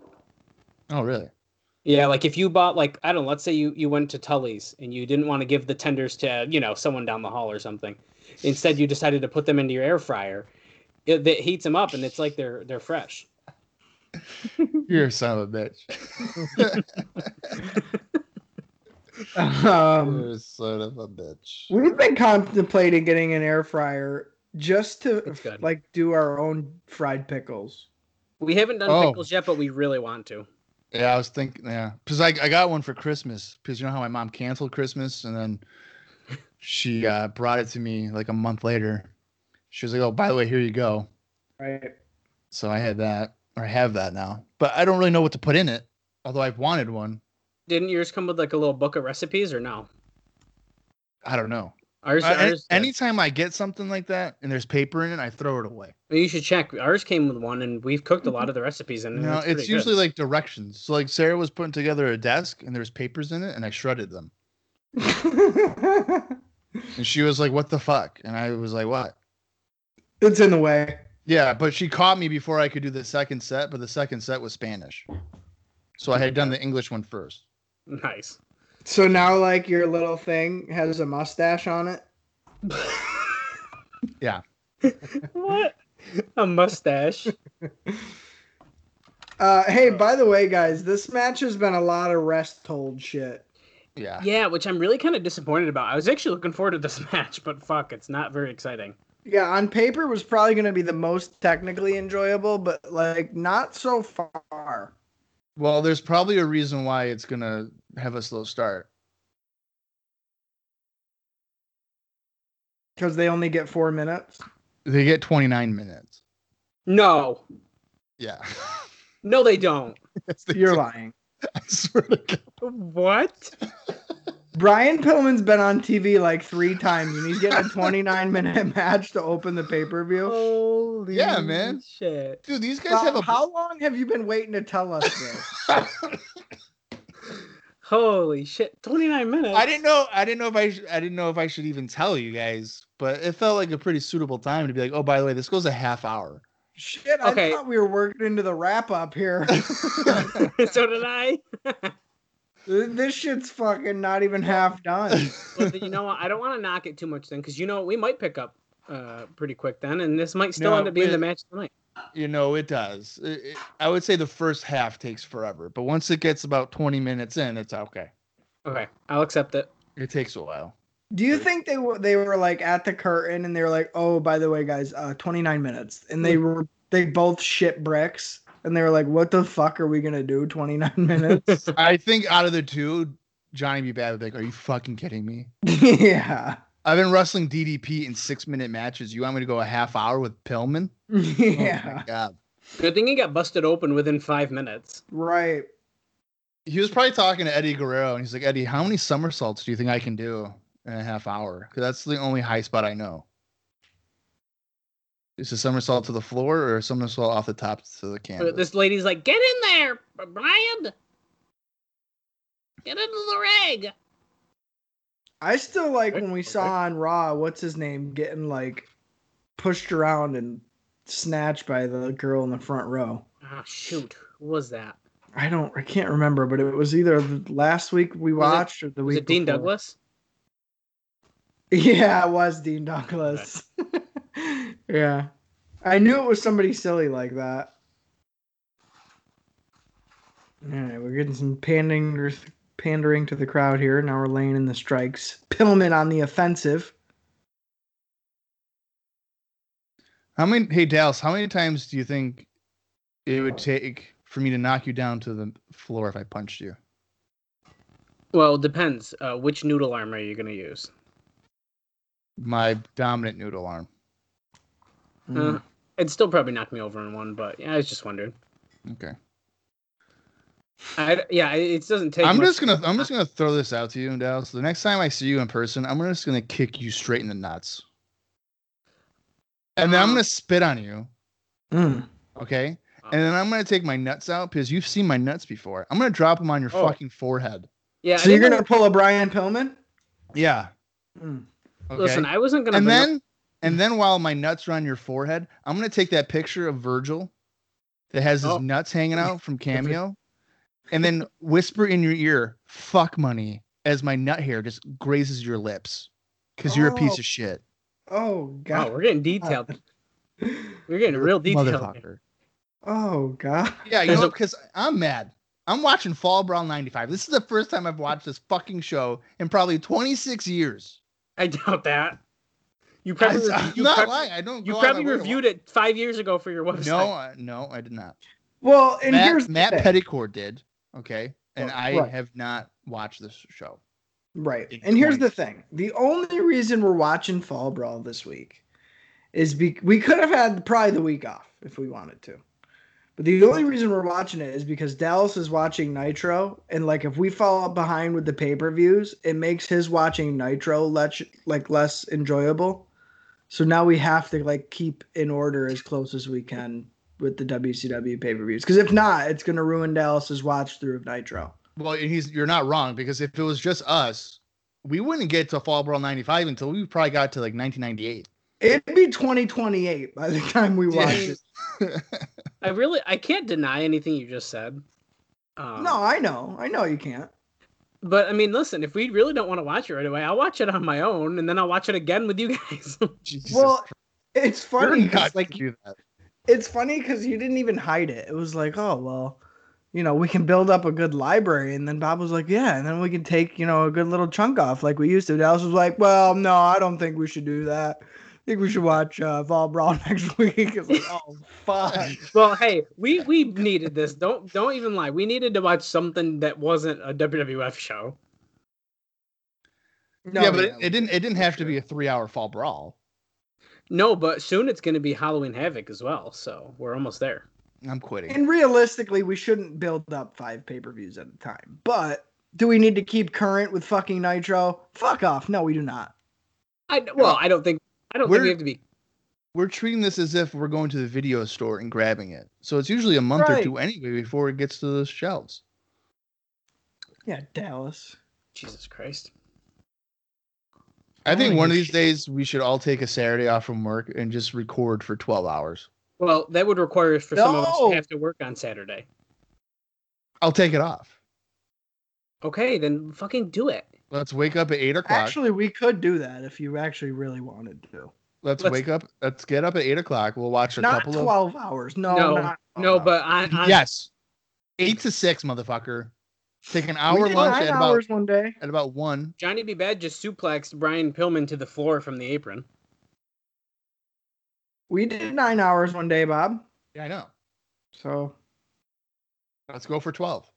[SPEAKER 2] Oh,
[SPEAKER 3] [laughs]
[SPEAKER 2] really?
[SPEAKER 3] Yeah, like if you bought like I don't know, let's say you you went to Tully's and you didn't want to give the tenders to you know someone down the hall or something. Instead, you decided to put them into your air fryer. It, it heats them up and it's like they're they're fresh.
[SPEAKER 2] You're a son of a bitch.
[SPEAKER 4] um,
[SPEAKER 3] Um,
[SPEAKER 2] You're a son of a bitch.
[SPEAKER 4] we've been contemplating getting an air fryer just to
[SPEAKER 3] It's good.
[SPEAKER 4] like do our own fried pickles.
[SPEAKER 3] We haven't done
[SPEAKER 2] Oh.
[SPEAKER 3] pickles yet, but we really want to.
[SPEAKER 2] Yeah, I was thinking. Yeah, because I, I got one for Christmas. Because you know how my mom canceled Christmas, and then she uh, brought it to me like a month later. She was like, "Oh, by the way, here you go."
[SPEAKER 4] Right. [laughs]
[SPEAKER 2] So I had that, or I have that now. But I don't really know what to put in it. Although I've wanted one.
[SPEAKER 3] Didn't yours come with like a little book of recipes or no?
[SPEAKER 2] I don't know.
[SPEAKER 3] Ours,
[SPEAKER 2] Uh, any,
[SPEAKER 3] ours does.
[SPEAKER 2] anytime I get something like that and there's paper in it, I throw it away.
[SPEAKER 3] you should check. Ours came with one, and we've cooked a lot of the recipes in.
[SPEAKER 2] You
[SPEAKER 3] it.
[SPEAKER 2] know, Mm-hmm. it's usually
[SPEAKER 3] like.
[SPEAKER 2] like directions. So like Sarah was putting together a desk and there's papers in it, and I shredded them. And she was like, "What the fuck?" And I was like, "What?"
[SPEAKER 4] it's in the way.
[SPEAKER 2] Yeah, but she caught me before I could do the second set, but the second set was Spanish. So I had done the English one first.
[SPEAKER 3] [laughs] Nice.
[SPEAKER 4] So now, like, your little thing has a mustache on it.
[SPEAKER 2] Yeah.
[SPEAKER 3] what? [laughs]
[SPEAKER 2] [laughs]
[SPEAKER 3] A mustache.
[SPEAKER 4] Uh, hey, by the way, guys, this match has been a lot of rest hold shit.
[SPEAKER 2] Yeah.
[SPEAKER 3] Yeah, which I'm really kind of disappointed about. I was actually looking forward to this [laughs] match, but fuck, it's not very exciting.
[SPEAKER 4] Yeah, on paper it was probably going to be the most technically enjoyable, but like not so far.
[SPEAKER 2] Well, there's probably a reason why it's going to have a slow start.
[SPEAKER 4] Because they only get
[SPEAKER 2] [laughs]
[SPEAKER 4] four minutes.
[SPEAKER 2] They get 29 minutes.
[SPEAKER 3] No,
[SPEAKER 2] Yeah. [laughs]
[SPEAKER 3] no, they don't.
[SPEAKER 2] That's the
[SPEAKER 4] You're lying.
[SPEAKER 2] I swear to God.
[SPEAKER 3] What?
[SPEAKER 4] Brian Pillman's been on TV like three times, and he's getting a 29 [laughs] minute match to open the pay per view.
[SPEAKER 3] Holy
[SPEAKER 2] Yeah, man.
[SPEAKER 3] shit.
[SPEAKER 2] Dude, these guys have
[SPEAKER 4] Bob,
[SPEAKER 2] a
[SPEAKER 4] How long have you been waiting to tell
[SPEAKER 2] [laughs]
[SPEAKER 4] us this?
[SPEAKER 3] Holy shit. 29 minutes.
[SPEAKER 2] I didn't know. I didn't know if I. Sh- I didn't know if I should even tell you guys, but it felt like a pretty suitable time to be like, oh, by the way, this goes a half hour.
[SPEAKER 4] Shit, I
[SPEAKER 3] Okay.
[SPEAKER 4] thought we were working into the wrap
[SPEAKER 2] [laughs]
[SPEAKER 4] up here.
[SPEAKER 3] [laughs] so did I.
[SPEAKER 4] this shit's fucking not even half
[SPEAKER 3] [laughs]
[SPEAKER 4] done.
[SPEAKER 3] Well, you know what? I don't want to knock it too much then, because you know we might pick up uh, pretty quick then, and this might still
[SPEAKER 2] No,
[SPEAKER 3] end up being the
[SPEAKER 2] but-
[SPEAKER 3] match tonight.
[SPEAKER 2] you know, it does. It- it- I would say the first half takes forever, but once it gets about twenty minutes in, it's okay.
[SPEAKER 3] Okay, I'll accept it.
[SPEAKER 2] It takes a while.
[SPEAKER 4] Do you think they were they were like at the curtain and they were like, oh, by the way, guys, uh, 29 minutes, and they were they both shit bricks, and they were like, what the fuck are we gonna do 29 [laughs]
[SPEAKER 3] [laughs]
[SPEAKER 4] minutes?
[SPEAKER 2] I think out of the two, Johnny B. Bad would be like, "Are you fucking kidding me?
[SPEAKER 4] yeah,
[SPEAKER 2] I've been wrestling DDP in six minute matches. You want me to go a half hour with Pillman? Oh my
[SPEAKER 4] yeah,
[SPEAKER 2] God.
[SPEAKER 3] Good thing he got busted open within five minutes.
[SPEAKER 4] right.
[SPEAKER 2] He was probably talking to Eddie Guerrero, and he's like, Eddie, how many somersaults do you think I can do in a half hour? Because that's the only high spot I know. Is a somersault to the floor or a somersault off the top to the canvas?
[SPEAKER 3] But this lady's like, "Get in there, Brian! Get into the rig!"
[SPEAKER 4] I still like
[SPEAKER 3] Right,
[SPEAKER 4] when we
[SPEAKER 3] okay.
[SPEAKER 4] saw on Raw, what's his name, getting like pushed around and snatched by the girl in the front row.
[SPEAKER 3] Ah, shoot, who was that?
[SPEAKER 4] I don't, I can't remember, but it was either the last week we
[SPEAKER 3] Was it-
[SPEAKER 4] watched or the
[SPEAKER 3] Was
[SPEAKER 4] week
[SPEAKER 3] it Dean
[SPEAKER 4] before.
[SPEAKER 3] Douglas?
[SPEAKER 4] Yeah, it was Dean Douglas. [laughs] yeah, I knew it was somebody silly like that. All right, we're getting some pandering, pandering to the crowd here. Now we're laying in the strikes. Pillman on the offensive.
[SPEAKER 2] How many? Hey Dallas, how many times do you think it would take for me to knock you down to the floor if I punched you?
[SPEAKER 3] Well, it depends. Uh, which noodle arm are you gonna use?
[SPEAKER 2] My dominant noodle arm. Mm.
[SPEAKER 3] Uh, it'd still probably knock me over in one, but yeah, I was just wondering.
[SPEAKER 2] Okay.
[SPEAKER 3] I, yeah, it it doesn't take.
[SPEAKER 2] I'm
[SPEAKER 3] much-
[SPEAKER 2] just gonna I'm just gonna throw this out to you, Dallas. The next time I see you in person, I'm just gonna kick you straight in the nuts, and then I'm gonna spit on you.
[SPEAKER 4] Mm.
[SPEAKER 2] Okay. And then I'm gonna take my nuts out because you've seen my nuts before. I'm gonna drop them on your
[SPEAKER 3] Oh.
[SPEAKER 2] fucking forehead.
[SPEAKER 3] Yeah, I
[SPEAKER 4] So you're
[SPEAKER 3] didn't Hmm.
[SPEAKER 4] gonna pull a Brian Pillman?
[SPEAKER 2] Yeah.
[SPEAKER 4] Mm.
[SPEAKER 2] Okay.
[SPEAKER 3] Listen, I wasn't gonna.
[SPEAKER 2] and
[SPEAKER 3] bring up- Mm-hmm.
[SPEAKER 2] then and then while my nuts are on your forehead, I'm gonna take that picture of Virgil that has his
[SPEAKER 3] Oh.
[SPEAKER 2] nuts hanging out
[SPEAKER 3] [laughs]
[SPEAKER 2] from Cameo, and then whisper in your ear, "Fuck money," as my nut hair just grazes your lips, because you're a piece
[SPEAKER 4] Oh.
[SPEAKER 2] of shit,
[SPEAKER 4] Oh
[SPEAKER 3] Wow,
[SPEAKER 4] god.
[SPEAKER 3] we're getting detailed. We're getting real detailed. here.
[SPEAKER 2] [laughs] motherfucker.
[SPEAKER 4] [laughs] Oh god.
[SPEAKER 2] Yeah, you know
[SPEAKER 3] There's a-
[SPEAKER 2] because I'm mad. I'm watching Fall Brawl '95. This is the first time I've watched this fucking show in probably 26 years.
[SPEAKER 3] I doubt that.
[SPEAKER 2] [laughs]
[SPEAKER 3] You
[SPEAKER 2] I,
[SPEAKER 3] probably,
[SPEAKER 2] am
[SPEAKER 3] you
[SPEAKER 2] not
[SPEAKER 3] prob-
[SPEAKER 2] lying. I don't.
[SPEAKER 3] you
[SPEAKER 2] go out of
[SPEAKER 3] probably
[SPEAKER 2] my way to
[SPEAKER 3] reviewed it five years ago for your
[SPEAKER 2] watch-
[SPEAKER 3] website.
[SPEAKER 2] No, I, no, I did not.
[SPEAKER 4] Well, and
[SPEAKER 2] Matt,
[SPEAKER 4] here's the
[SPEAKER 2] Matt
[SPEAKER 4] thing.
[SPEAKER 2] Petticord did. Okay. And
[SPEAKER 4] Well,
[SPEAKER 2] I
[SPEAKER 4] right.
[SPEAKER 2] have not watched this show.
[SPEAKER 4] Right.
[SPEAKER 2] in
[SPEAKER 4] And here's
[SPEAKER 2] 20.
[SPEAKER 4] the thing. The only reason we're watching Fall Brawl this week is be- we could have had probably the week off if we wanted to. But the only reason we're watching it is because Dallas is watching Nitro and like if we fall behind with the pay-per-views, it makes his watching Nitro less like less enjoyable. So now we have to like keep in order as close as we can with the WCW pay-per-views cuz if not, it's going to ruin Dallas's watch through of Nitro.
[SPEAKER 2] Well, and he's you're not wrong because if it was just us, we wouldn't get to Fall Brawl 95 until we probably got to like 1998.
[SPEAKER 4] It'd be 2028 by the [laughs] time we watch it.
[SPEAKER 3] I really, I can't deny anything you just said. Um,
[SPEAKER 4] No, I know. I know you can't.
[SPEAKER 3] but I mean, listen, if we really don't want to watch it right away, I'll watch it on my own, and then I'll watch it again with you [laughs] guys.
[SPEAKER 2] Jesus
[SPEAKER 4] Well,
[SPEAKER 2] Christ.
[SPEAKER 4] it's
[SPEAKER 2] You're
[SPEAKER 4] funny
[SPEAKER 2] not
[SPEAKER 4] because like
[SPEAKER 2] do that.
[SPEAKER 4] it's funny because you didn't even hide it. It was like, oh well, you know, we can build up a good library, and then Bob was like, yeah, and then we can take you know a good little chunk off like we used to. Dallas was like, well, no, I don't think we should do that. I think we should watch uh, Fall Brawl [laughs] next week. It's like, oh
[SPEAKER 2] [laughs]
[SPEAKER 4] fuck.
[SPEAKER 3] well, hey, we we needed this. Don't don't even lie. We needed to watch something that wasn't a WWF show.
[SPEAKER 4] No,
[SPEAKER 2] yeah, but it, it didn't it didn't have to be a three hour fall brawl.
[SPEAKER 3] No, but soon it's going to be Halloween Havoc as well. So we're almost there.
[SPEAKER 2] I'm quitting.
[SPEAKER 4] And realistically, we shouldn't build up five pay per views at a time. But do we need to keep current with fucking Nitro? Fuck off. No, we do not.
[SPEAKER 3] I well, I don't think I don't think
[SPEAKER 2] We're-
[SPEAKER 3] we have to be.
[SPEAKER 2] We're treating this as if we're going to the video store and grabbing it. So it's usually a month or
[SPEAKER 4] Right.
[SPEAKER 2] two anyway before it gets to the shelves.
[SPEAKER 4] Yeah, Dallas.
[SPEAKER 3] Jesus Christ.
[SPEAKER 2] I think
[SPEAKER 4] Oh,
[SPEAKER 2] one of
[SPEAKER 4] you
[SPEAKER 2] these
[SPEAKER 4] sh-
[SPEAKER 2] days we should all take a Saturday off from work and just record for 12 hours.
[SPEAKER 3] Well, that would require us for some of us
[SPEAKER 4] No.
[SPEAKER 3] to have to work on Saturday.
[SPEAKER 2] I'll take it off.
[SPEAKER 3] Okay, then fucking do it.
[SPEAKER 2] Let's wake up at eight o'clock.
[SPEAKER 4] Actually, we could do that if you actually really wanted to.
[SPEAKER 2] let's,
[SPEAKER 3] let's-
[SPEAKER 2] wake up. Let's get up at eight o'clock. We'll watch a
[SPEAKER 4] Not
[SPEAKER 2] couple
[SPEAKER 4] 12 hours. No,
[SPEAKER 3] No.
[SPEAKER 4] not-
[SPEAKER 3] No, but on,
[SPEAKER 2] of
[SPEAKER 3] on
[SPEAKER 2] yes, eight to six, motherfucker. Take an hour
[SPEAKER 4] we did
[SPEAKER 2] lunch
[SPEAKER 4] nine
[SPEAKER 2] at about
[SPEAKER 4] hours one day.
[SPEAKER 2] at about one.
[SPEAKER 3] Johnny B. Bad just suplexed Brian Pillman to the floor from the apron.
[SPEAKER 4] We did nine hours one day, Bob.
[SPEAKER 2] Yeah, I know.
[SPEAKER 4] So
[SPEAKER 2] Let's go for twelve.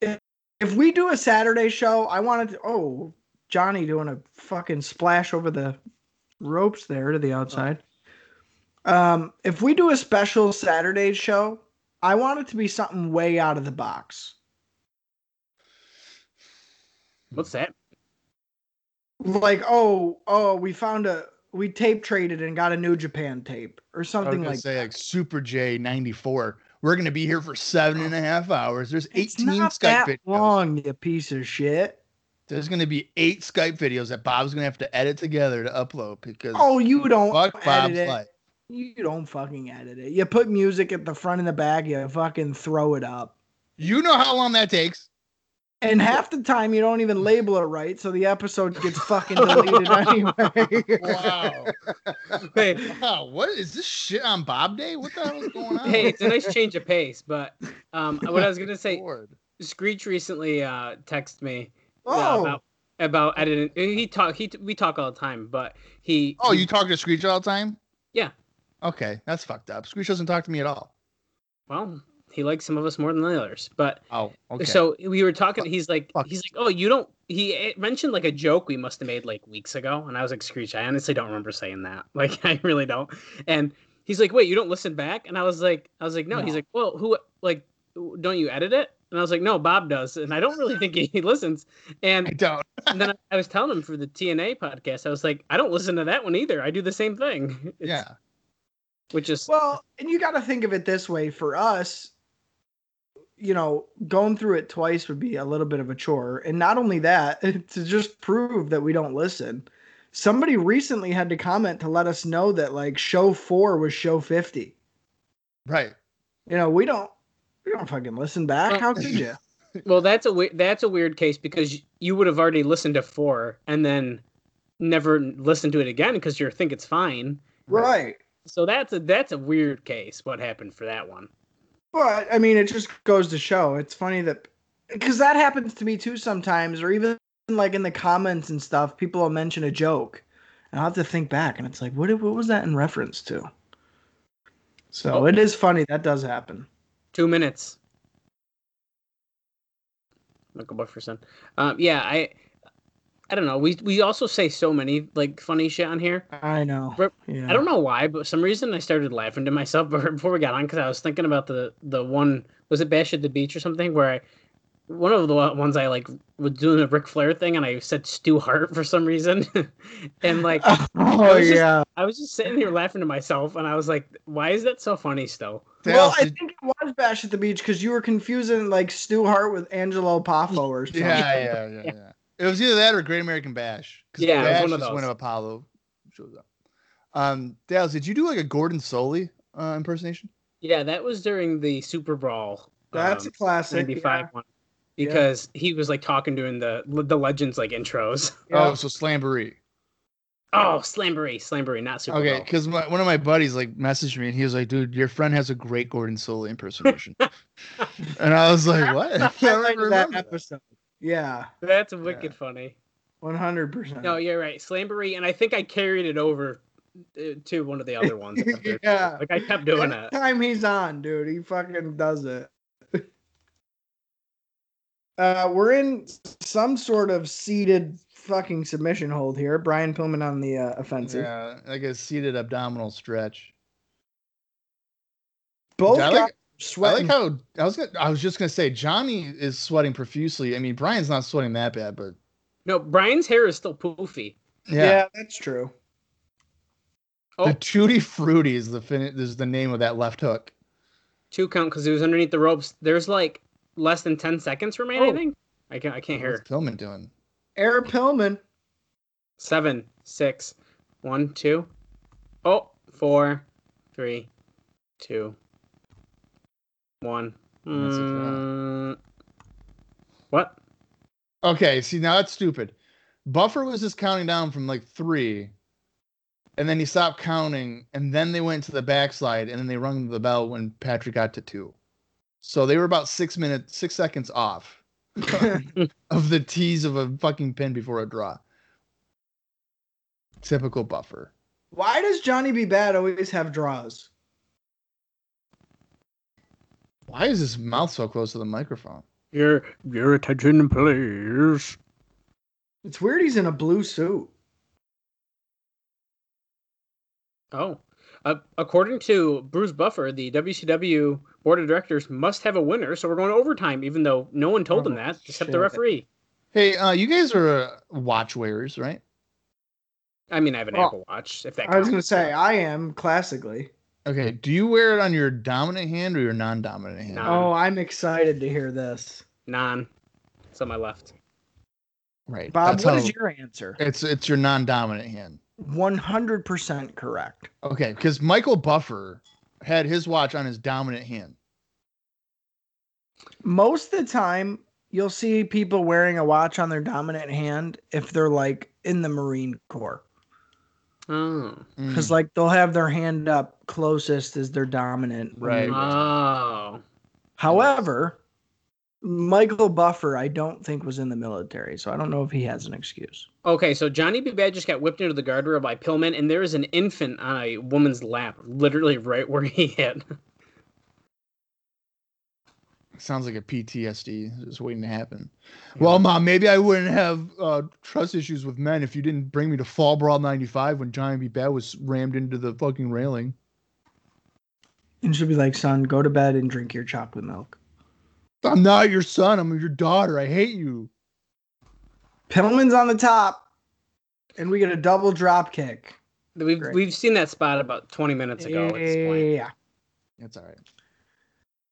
[SPEAKER 4] if we do a Saturday show, I wanted to. Oh, Johnny doing a fucking splash over the ropes there to the outside. Um, if we do a special Saturday show, I want it to be something way out of the box.
[SPEAKER 3] What's that? [laughs]
[SPEAKER 4] Like, oh, oh, we found a we tape traded and got a new Japan tape
[SPEAKER 2] I
[SPEAKER 4] or
[SPEAKER 2] was
[SPEAKER 4] something
[SPEAKER 2] gonna
[SPEAKER 4] like
[SPEAKER 2] say like Super J ninety four. We're gonna be here for seven and a half hours. There's
[SPEAKER 4] It's
[SPEAKER 2] eighteen
[SPEAKER 4] not
[SPEAKER 2] Skype
[SPEAKER 4] that
[SPEAKER 2] videos.
[SPEAKER 4] long, you piece of shit.
[SPEAKER 2] There's gonna be eight Skype videos that Bob's gonna have to edit together to upload because
[SPEAKER 4] Oh, you don't
[SPEAKER 2] fuck Bob's
[SPEAKER 4] edit it.
[SPEAKER 2] life.
[SPEAKER 4] You don't fucking edit it. You put music at the front and the back. You fucking throw it up.
[SPEAKER 2] You know how long that
[SPEAKER 4] [laughs]
[SPEAKER 2] takes.
[SPEAKER 4] And half the time you don't even label it right, so the episode gets fucking deleted [laughs] anyway.
[SPEAKER 2] Wow.
[SPEAKER 3] Hey,
[SPEAKER 2] wow. What is this shit on Bob Day? What the hell is going on?
[SPEAKER 3] hey, it's a nice change of pace, but um, what I was
[SPEAKER 2] [laughs]
[SPEAKER 3] gonna say,
[SPEAKER 2] Lord.
[SPEAKER 3] Screech recently uh, texted me uh,
[SPEAKER 4] oh,
[SPEAKER 3] about about editing. He talk he we talk all the time, but he
[SPEAKER 2] Oh, you talk to Screech all the time?
[SPEAKER 3] Yeah.
[SPEAKER 2] Okay, that's fucked up. Screech doesn't talk to me at all.
[SPEAKER 3] well he likes some of us more than the others, but
[SPEAKER 2] Oh, okay.
[SPEAKER 3] So we were talking.
[SPEAKER 2] Fuck.
[SPEAKER 3] He's like,
[SPEAKER 2] Fuck.
[SPEAKER 3] he's like, oh, you don't. He eh, mentioned like a joke we must have made like weeks ago, and I was like, Screech, I honestly don't remember saying that. [laughs] Like, I really don't. And he's like, wait, you don't listen back? And I was like, I was like, no. He's
[SPEAKER 4] No.
[SPEAKER 3] like, well, who like don't you edit it? And I was like, no, Bob does, and I don't really think he, [laughs] he listens.
[SPEAKER 2] [laughs] I
[SPEAKER 3] And,
[SPEAKER 2] don't.
[SPEAKER 3] and then I, I was telling him for the TNA podcast, I was like, I don't listen to that one either. I do the same thing. It's-
[SPEAKER 2] Yeah.
[SPEAKER 3] which is
[SPEAKER 4] well, and you got to think of it this way for us, you know, going through it twice would be a little bit of a chore. And not only that, [laughs] to just prove that we don't listen, somebody recently had to comment to let us know that like show four was show 50.
[SPEAKER 3] [laughs]
[SPEAKER 2] Right.
[SPEAKER 4] You know, we don't. We don't fucking listen back. How could you?
[SPEAKER 3] Well, that's a we- that's a weird case because you would have already listened to four and then never listened to it again because you think it's fine.
[SPEAKER 4] right.
[SPEAKER 3] So that's a that's a weird case. What happened for that one?
[SPEAKER 4] But I mean, it just goes to show. It's funny that because that happens to me too sometimes, or even like in the comments and stuff, people will mention a joke, and I'll have to think back, and it's like, what what was that in reference to? So
[SPEAKER 3] Oh.
[SPEAKER 4] it is funny that does happen.
[SPEAKER 3] Two minutes. Michael Bufferson. Um, yeah, I I don't know. We we also say so many like funny shit on here.
[SPEAKER 4] I know.
[SPEAKER 3] Rep-
[SPEAKER 4] Yeah.
[SPEAKER 3] I don't know why, but some reason I started laughing to myself [laughs] before we got on because I was thinking about the the one was it Bash at the Beach or something where I one of the ones I like was doing a Ric Flair thing and I said Stu Hart for some reason, [laughs]
[SPEAKER 4] [laughs]
[SPEAKER 3] and like
[SPEAKER 4] [laughs] Oh
[SPEAKER 3] was just-
[SPEAKER 4] yeah.
[SPEAKER 3] I was just sitting here laughing to myself and I was like, why is that so funny still?
[SPEAKER 2] Dallas,
[SPEAKER 4] well, I
[SPEAKER 3] [laughs]
[SPEAKER 2] did-
[SPEAKER 4] think it was Bash at the Beach because you were confusing like Stu Hart with Angelo Poffo or something.
[SPEAKER 2] yeah, yeah, yeah, yeah, It was either that or Great American Bash. 'cause
[SPEAKER 3] Yeah, it was
[SPEAKER 2] Bash
[SPEAKER 3] one of
[SPEAKER 2] is when
[SPEAKER 3] those.
[SPEAKER 2] Apollo shows up. Um, Dallas, did you do like a Gordon Soley uh, impersonation?
[SPEAKER 3] Yeah, that was during the Super Brawl.
[SPEAKER 4] That's a
[SPEAKER 3] um,
[SPEAKER 4] classic.
[SPEAKER 3] ninety
[SPEAKER 4] yeah.
[SPEAKER 3] five one because he was like talking during the the legends like intros. [laughs]
[SPEAKER 4] Yeah.
[SPEAKER 2] Oh, so Slamboree.
[SPEAKER 3] Oh, Slambery, Slambery, not Super
[SPEAKER 2] Okay,
[SPEAKER 3] Brawl.
[SPEAKER 2] because one of my buddies like messaged me and he was like, "Dude, your friend has a great Gordon Soley impersonation," and I was like, "What?" [laughs] I
[SPEAKER 4] I
[SPEAKER 2] don't
[SPEAKER 4] remember
[SPEAKER 2] remember
[SPEAKER 4] that
[SPEAKER 2] that.
[SPEAKER 4] episode. Yeah,
[SPEAKER 3] That's wicked funny.
[SPEAKER 4] one hundred percent.
[SPEAKER 3] No, you're right. Slamboree, and I think I carried it over uh, to one of the other ones. after.
[SPEAKER 4] [laughs] Yeah.
[SPEAKER 3] Like I kept doing
[SPEAKER 4] Every
[SPEAKER 3] it.
[SPEAKER 4] time he's on, dude, he fucking does it. [laughs] Uh, we're in some sort of seated fucking submission hold here. Brian Pillman on the uh, offensive.
[SPEAKER 2] Yeah, like a seated abdominal stretch.
[SPEAKER 4] Both
[SPEAKER 2] I
[SPEAKER 4] guys
[SPEAKER 2] like- I
[SPEAKER 4] sweating.
[SPEAKER 2] like how I was. Gonna, I was just gonna say Johnny is sweating profusely. I mean, Brian's not sweating that bad, but
[SPEAKER 3] No, Brian's hair is still poofy.
[SPEAKER 4] yeah.
[SPEAKER 2] yeah,
[SPEAKER 4] that's true.
[SPEAKER 3] Oh.
[SPEAKER 2] the tutti frutti is the fin- is the name of that left hook.
[SPEAKER 3] Two count because he was underneath the ropes. There's like less than ten seconds remaining.
[SPEAKER 4] Oh.
[SPEAKER 3] I think. I can't. I can't hear.
[SPEAKER 2] What's Pillman doing?
[SPEAKER 4] Eric Pillman.
[SPEAKER 3] Seven, six, one, two, oh, four, three, two, one.
[SPEAKER 2] And that's a draw.
[SPEAKER 3] Mm, what?
[SPEAKER 2] Okay, see now that's stupid. Buffer was just counting down from like three, and then he stopped counting, and then they went to the backslide, and then they rung the bell when Patrick got to two. So they were about six minutes, six seconds
[SPEAKER 4] [laughs]
[SPEAKER 2] off of the tease of a fucking pin before a draw. Typical buffer.
[SPEAKER 4] Why does Johnny B. Bad always have draws?
[SPEAKER 2] Why is his mouth so close to the microphone?
[SPEAKER 3] Your your attention, please.
[SPEAKER 4] It's weird he's in a blue suit.
[SPEAKER 3] Oh, uh, according to Bruce Buffer, the WCW board of directors must have a winner, so we're going to overtime, even though no one told them
[SPEAKER 4] Oh,
[SPEAKER 3] that except
[SPEAKER 4] shit.
[SPEAKER 3] the referee.
[SPEAKER 2] Hey, uh, you guys are uh, watch wearers, right?
[SPEAKER 3] I mean, I have an
[SPEAKER 4] Oh.
[SPEAKER 3] Apple Watch. If that
[SPEAKER 4] I was gonna
[SPEAKER 3] counts.
[SPEAKER 4] say I am classically.
[SPEAKER 2] Okay, do you wear it on your dominant hand or your non-dominant hand?
[SPEAKER 3] No.
[SPEAKER 4] Oh, I'm excited to hear this.
[SPEAKER 3] non. It's on my left.
[SPEAKER 2] Right.
[SPEAKER 4] Bob,
[SPEAKER 2] that's
[SPEAKER 4] what
[SPEAKER 2] how-
[SPEAKER 4] is your answer?
[SPEAKER 2] It's it's your non-dominant hand.
[SPEAKER 4] One hundred percent correct.
[SPEAKER 2] Okay, because Michael Buffer had his watch on his dominant hand.
[SPEAKER 4] Most of the time, you'll see people wearing a watch on their dominant hand if they're like in the Marine Corps,
[SPEAKER 3] Oh.
[SPEAKER 2] Mm.
[SPEAKER 4] because like they'll have their hand up closest as their dominant. when
[SPEAKER 2] Right.
[SPEAKER 4] you're-
[SPEAKER 3] Oh.
[SPEAKER 4] However, Michael Buffer, I don't think was in the military, so I don't know if he has an excuse.
[SPEAKER 3] Okay, so Johnny B. Bad just got whipped into the guardrail by Pillman, and there is an infant on a woman's lap, literally right where he hit.
[SPEAKER 2] sounds like a PTSD just waiting to happen. Well, mom, maybe I wouldn't have uh, trust issues with men if you didn't bring me to Fall Brawl '95 when Johnny B. Bad was rammed into the fucking railing.
[SPEAKER 4] And she'll be like, "Son, go to bed and drink your chocolate milk."
[SPEAKER 2] I'm not your son. I'm your daughter. I hate you.
[SPEAKER 4] Pillman's on the top, and we get a double drop kick.
[SPEAKER 3] We've
[SPEAKER 4] Great.
[SPEAKER 3] we've seen that spot about twenty minutes ago at this point.
[SPEAKER 4] Yeah.
[SPEAKER 2] That's all right.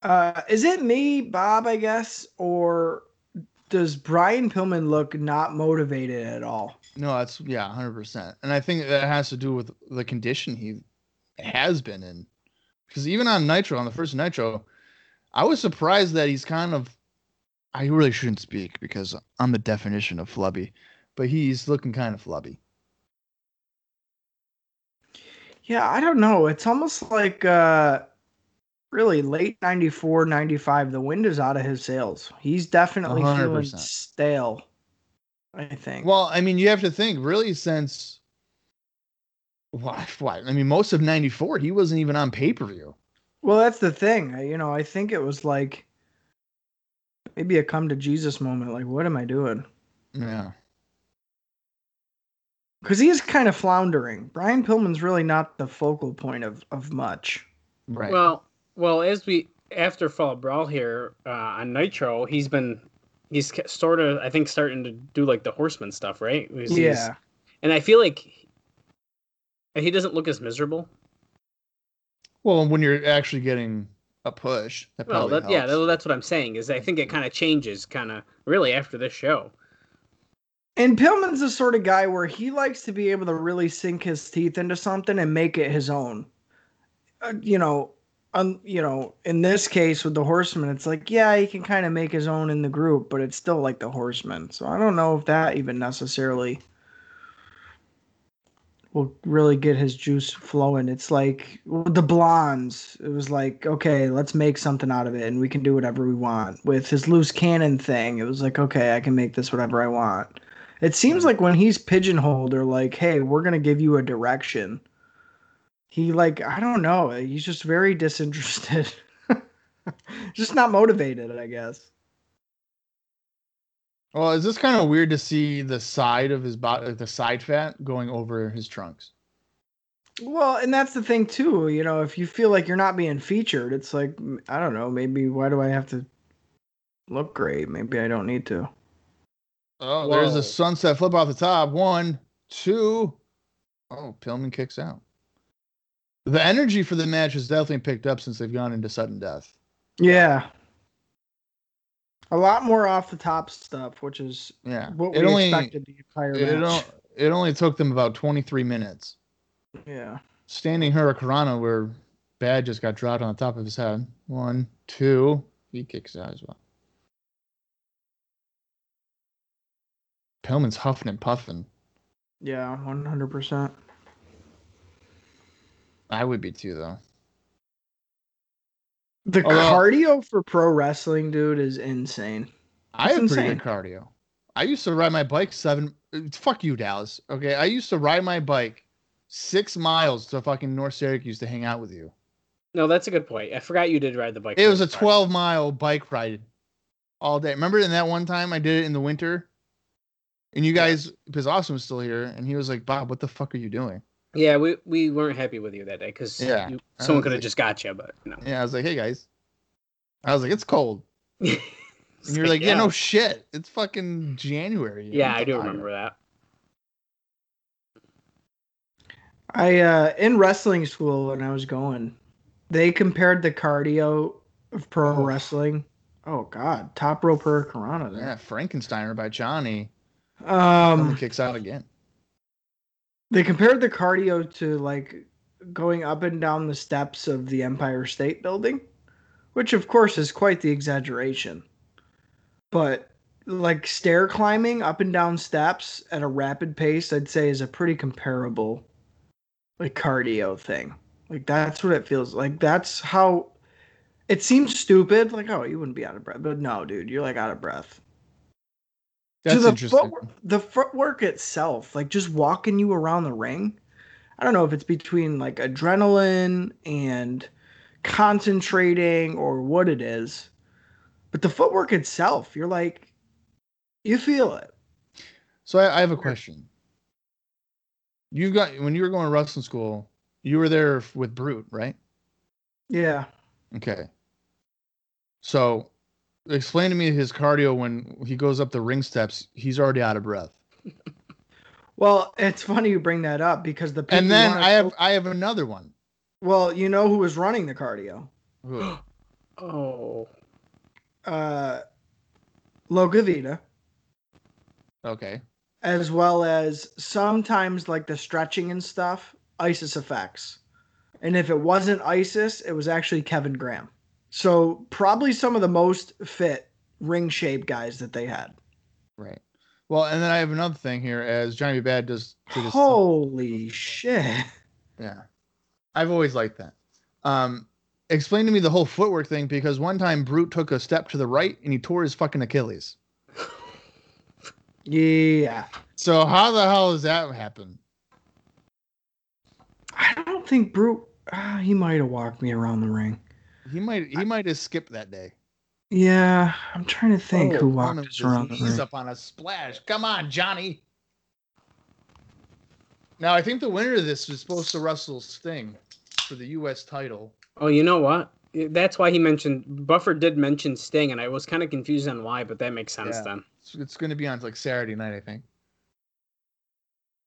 [SPEAKER 4] Uh, is it me, Bob? I guess, or does Brian Pillman look not motivated at all?
[SPEAKER 2] No, that's yeah, 100. percent And I think that has to do with the condition he has been in. Because even on Nitro, on the first Nitro, I was surprised that he's kind of. I really shouldn't speak because I'm the definition of flubby, but he's looking kind of flubby.
[SPEAKER 4] Yeah, I don't know. It's almost like uh, really late 94, 95, the wind is out of his sails. He's definitely feeling
[SPEAKER 2] 100%.
[SPEAKER 4] stale, I think.
[SPEAKER 2] Well, I mean, you have to think really since. Why? Why? I mean, most of '94, he wasn't even on pay per view.
[SPEAKER 4] Well, that's the thing. I- You know, I think it was like maybe a come to Jesus moment. Like, what am I doing?
[SPEAKER 2] Yeah.
[SPEAKER 4] Because he is kind of floundering. Brian Pillman's really not the focal point of, of much.
[SPEAKER 2] Right.
[SPEAKER 3] Well, well, as we after Fall Brawl here uh, on Nitro, he's been he's sort of I think starting to do like the Horseman stuff, right? He's- he's-
[SPEAKER 4] Yeah.
[SPEAKER 3] and I feel like he doesn't look as miserable.
[SPEAKER 2] well, when you're actually getting a push, that
[SPEAKER 3] Well,
[SPEAKER 2] probably
[SPEAKER 3] that, yeah,
[SPEAKER 2] helps.
[SPEAKER 3] that, that's what I'm saying. Is I think it kind of changes, kind of really after this show.
[SPEAKER 4] And Pillman's the sort of guy where he likes to be able to really sink his teeth into something and make it his own. Uh, you know, um, you know, in this case with the Horseman, it's like, yeah, he can kind of make his own in the group, but it's still like the Horseman. So I don't know if that even necessarily will really get his juice flowing. It's like with the Blondes. It was like, okay, let's make something out of it, and we can do whatever we want. With his loose cannon thing, it was like, okay, I can make this whatever I want. It
[SPEAKER 2] Mm.
[SPEAKER 4] seems like when he's pigeonholed or like, hey, we're gonna give you a direction. He like, I don't know. He's just very disinterested. [laughs] just not motivated, I guess.
[SPEAKER 2] Well, is this kind of weird to see the side of his body, like the side fat, going over his trunks?
[SPEAKER 4] Well, and that's the thing too. You know, if you feel like you're not being featured, it's like m- I don't know. Maybe why do I have to look great? Maybe I don't need to.
[SPEAKER 2] Oh, there's
[SPEAKER 3] Whoa.
[SPEAKER 2] a sunset flip off the top. One, two. Oh, Pillman kicks out. The energy for the match has definitely picked up since they've gone into sudden death.
[SPEAKER 4] Yeah. A lot more off the top stuff, which is
[SPEAKER 2] Yeah.
[SPEAKER 4] what
[SPEAKER 2] it
[SPEAKER 4] we
[SPEAKER 2] only
[SPEAKER 4] expected the entire
[SPEAKER 2] it,
[SPEAKER 4] match.
[SPEAKER 2] o- it only took them about 23 minutes.
[SPEAKER 4] Yeah.
[SPEAKER 2] Standing Hurricanrana where Bad just got dropped on the top of his head. One, two. He kicks out as well. Pillman's huffing and puffing.
[SPEAKER 4] Yeah, 100%.
[SPEAKER 2] I would be too though.
[SPEAKER 4] The
[SPEAKER 2] Although-
[SPEAKER 4] cardio for pro wrestling, dude, is insane.
[SPEAKER 2] I
[SPEAKER 4] That's
[SPEAKER 2] have pretty good
[SPEAKER 4] insane.
[SPEAKER 2] cardio. I used to ride my bike seven. uh, Fuck you, Dallas. Okay, I used to ride my bike six miles to fucking North Syracuse to hang out with you.
[SPEAKER 3] No, that's a good point. I forgot you did ride the bike.
[SPEAKER 2] It was a
[SPEAKER 3] first time.
[SPEAKER 2] twelve mile bike ride all day. Remember in that one time I did it in the winter, and you guys because Austin was still here, and he was like, "Bob, what the fuck are you doing?"
[SPEAKER 3] Yeah, we, we weren't happy with you that day because
[SPEAKER 2] Yeah. I
[SPEAKER 3] someone
[SPEAKER 2] was
[SPEAKER 3] could have
[SPEAKER 2] like-
[SPEAKER 3] just got you, but no.
[SPEAKER 2] Yeah, I was like, "Hey guys," I was like, "It's cold,"
[SPEAKER 3] It's
[SPEAKER 2] and you're like, "Yeah, no shit, it's fucking January."
[SPEAKER 3] Yeah,
[SPEAKER 2] What
[SPEAKER 3] I
[SPEAKER 2] the
[SPEAKER 3] do
[SPEAKER 2] fuck?"
[SPEAKER 3] remember that.
[SPEAKER 4] I uh in wrestling school when I was going, they compared the cardio of pro
[SPEAKER 2] Oh.
[SPEAKER 4] wrestling. Oh god, top rope per Karana
[SPEAKER 2] Yeah,
[SPEAKER 4] there.
[SPEAKER 2] Frankensteiner by Johnny. Someone
[SPEAKER 4] Um
[SPEAKER 2] kicks out again.
[SPEAKER 4] they compared the cardio to like going up and down the steps of the Empire State Building, which of course is quite the exaggeration. But like stair climbing up and down steps at a rapid pace, I'd say is a pretty comparable like cardio thing. Like that's what it feels like. That's how it seems stupid. Like, oh, you wouldn't be out of breath. But no, dude, you're like out of breath
[SPEAKER 2] That's
[SPEAKER 4] to the
[SPEAKER 2] interesting.
[SPEAKER 4] Footwork, the footwork itself, like just walking you around the ring. I don't know if it's between like adrenaline and concentrating or what it is, but the footwork itself, you're like, you feel it.
[SPEAKER 2] So I, I have a question. You got when you were going to wrestling school, you were there f- with Brute, right?
[SPEAKER 4] Yeah.
[SPEAKER 2] Okay. So explain to me his cardio when he goes up the ring steps, he's already out of breath.
[SPEAKER 4] Well, it's funny you bring that up because the people
[SPEAKER 2] And then
[SPEAKER 4] wanna-
[SPEAKER 2] I have I have another one.
[SPEAKER 4] well, you know who was running the cardio?
[SPEAKER 2] Who?
[SPEAKER 3] Oh,
[SPEAKER 4] Uh, Logavita.
[SPEAKER 2] Okay.
[SPEAKER 4] as well as sometimes like the stretching and stuff, ISIS effects. And if it wasn't ISIS, it was actually Kevin Graham. So probably some of the most fit ring shape guys that they had.
[SPEAKER 2] Right. Well, and then I have another thing here as Johnny B. Bad does did his-
[SPEAKER 4] Oh. Holy shit.
[SPEAKER 2] Yeah. I've always liked that. Um explain to me the whole footwork thing because one time Brute took a step to the right and he tore his fucking Achilles.
[SPEAKER 4] Yeah.
[SPEAKER 2] So how the hell does that happen?
[SPEAKER 4] I don't think Brute ah, he might have walked me around the ring.
[SPEAKER 2] He might he might have skipped that day.
[SPEAKER 4] Yeah, I'm trying to think
[SPEAKER 2] Oh,
[SPEAKER 4] who
[SPEAKER 2] Roman
[SPEAKER 4] walked us
[SPEAKER 2] just
[SPEAKER 4] around the
[SPEAKER 2] knees
[SPEAKER 4] ring.
[SPEAKER 2] up on a splash. Come on, Johnny. Now I think the winner of this is supposed to wrestle Sting for the U.S. title.
[SPEAKER 3] oh, you know what? That's why he mentioned Buffer did mention Sting, and I was kind of confused on why, but that makes sense
[SPEAKER 2] Yeah.
[SPEAKER 3] then.
[SPEAKER 2] It's, it's going to be on like Saturday night, I think. [clears throat]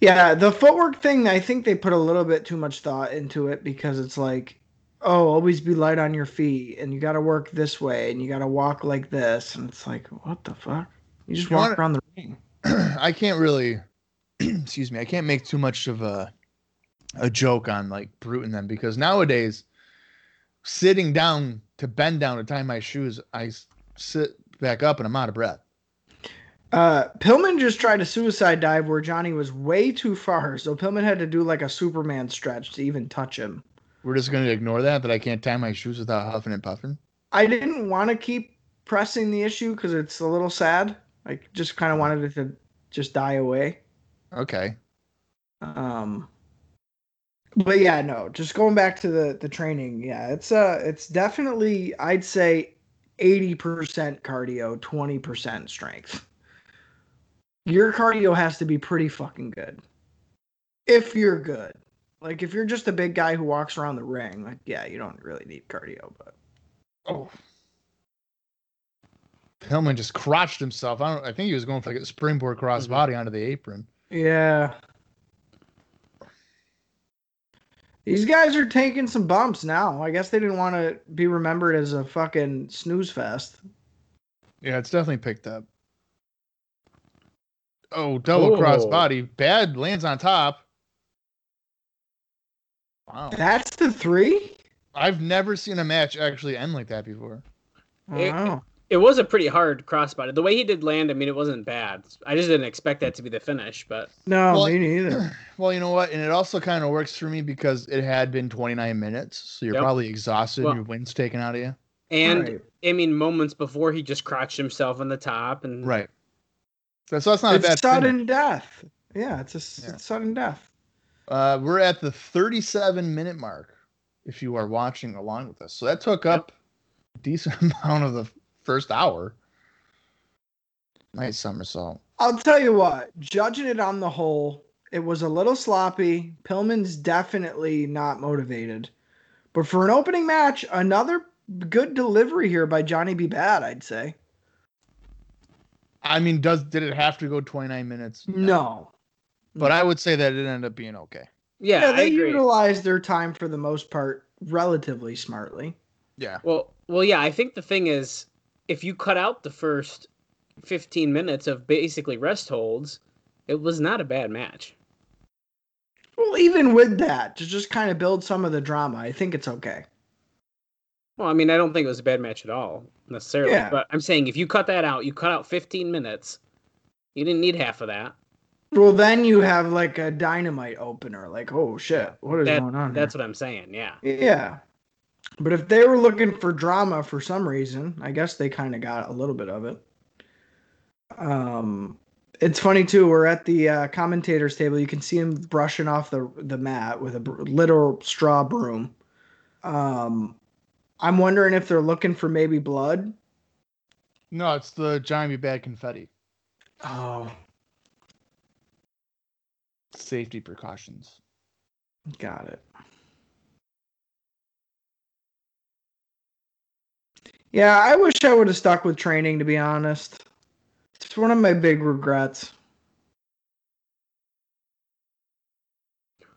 [SPEAKER 4] Yeah, the footwork thing, I think they put a little bit too much thought into it because it's like, oh, always be light on your feet and you got to work this way and you got to walk like this. And it's like, what the fuck? You just
[SPEAKER 2] You
[SPEAKER 4] walk
[SPEAKER 2] wanna-
[SPEAKER 4] around the ring.
[SPEAKER 2] I can't really, [clears throat] excuse me, I can't make too much of a a joke on like Brute and them because nowadays, sitting down to bend down to tie my shoes, I s- sit back up and I'm out of breath.
[SPEAKER 4] Uh, Pillman just tried a suicide dive where Johnny was way too far. So Pillman had to do like a Superman stretch to even touch him.
[SPEAKER 2] We're just going to ignore that that I can't tie my shoes without huffing and puffing.
[SPEAKER 4] I didn't want to keep pressing the issue because it's a little sad. I just kind of wanted it to just die away.
[SPEAKER 2] Okay.
[SPEAKER 4] Um, but yeah, no. Just going back to the the training, yeah, it's uh it's definitely I'd say eighty percent cardio, twenty percent strength. Your cardio has to be pretty fucking good, if you're good. Like if you're just a big guy who walks around the ring, like yeah, you don't really need cardio, but
[SPEAKER 2] Oh. Pillman just crotched himself. I don't. I think he was going for like a springboard crossbody
[SPEAKER 3] Mm-hmm.
[SPEAKER 2] onto the apron.
[SPEAKER 4] yeah. These guys are taking some bumps now. I guess they didn't want to be remembered as a fucking snooze fest.
[SPEAKER 2] Yeah, it's definitely picked up. Oh, double
[SPEAKER 3] Oh.
[SPEAKER 2] crossbody. Bad lands on top. Wow.
[SPEAKER 4] That's the three.
[SPEAKER 2] I've never seen a match actually end like that before.
[SPEAKER 3] It-
[SPEAKER 4] Wow.
[SPEAKER 3] It was a pretty hard crossbody. The way he did land, I mean, it wasn't bad. I just didn't expect that to be the finish, but
[SPEAKER 4] No,
[SPEAKER 2] Well,
[SPEAKER 4] me neither.
[SPEAKER 2] Well, you know what? And it also kind of works for me because it had been 29 minutes. So you're
[SPEAKER 3] Yep.
[SPEAKER 2] probably exhausted.
[SPEAKER 3] Well-
[SPEAKER 2] your wind's taken out of you.
[SPEAKER 3] and
[SPEAKER 4] Right.
[SPEAKER 3] I mean, moments before he just crotched himself on the top and
[SPEAKER 2] Right. So, so that's not a
[SPEAKER 4] it's
[SPEAKER 2] bad
[SPEAKER 4] sudden
[SPEAKER 2] finish.
[SPEAKER 4] death. Yeah, it's a s-
[SPEAKER 2] Yeah.
[SPEAKER 4] it's sudden death.
[SPEAKER 2] Uh, we're at the 37 minute mark if you are watching along with us. So that took
[SPEAKER 3] Yep.
[SPEAKER 2] up a decent [laughs] amount of the first hour. Nice somersault.
[SPEAKER 4] I'll tell you what, judging it on the whole, it was a little sloppy. Pillman's definitely not motivated. But for an opening match, another good delivery here by Johnny B. Bad, I'd say.
[SPEAKER 2] I mean, does did it have to go 29 minutes?
[SPEAKER 4] No.
[SPEAKER 2] But I would say that it ended up being okay.
[SPEAKER 3] yeah,
[SPEAKER 4] Yeah,
[SPEAKER 3] I
[SPEAKER 4] they
[SPEAKER 3] agree.
[SPEAKER 4] utilized their time for the most part relatively smartly.
[SPEAKER 2] Yeah.
[SPEAKER 3] Well, well, yeah. I think the thing is, if you cut out the first fifteen minutes of basically rest holds, it was not a bad match.
[SPEAKER 4] Well, even with that, to just kind of build some of the drama, I think it's okay.
[SPEAKER 3] Well, I mean, I don't think it was a bad match at all necessarily.
[SPEAKER 4] Yeah.
[SPEAKER 3] But I'm saying if you cut that out, you cut out fifteen minutes. You didn't need half of that.
[SPEAKER 4] Well, then you have like a dynamite opener, like, oh shit, what is
[SPEAKER 3] That-
[SPEAKER 4] going on? here?
[SPEAKER 3] That's what I'm saying. Yeah.
[SPEAKER 4] Yeah. But if they were looking for drama for some reason, I guess they kind of got a little bit of it. Um, it's funny too. We're at the uh, commentators table. You can see him brushing off the the mat with a br- literal straw broom. Um, I'm wondering if they're looking for maybe blood.
[SPEAKER 2] No, it's the Johnny B. Bad confetti.
[SPEAKER 4] Oh,
[SPEAKER 2] Safety precautions.
[SPEAKER 4] got it. Yeah, I wish I would have stuck with training. To be honest, it's one of my big regrets.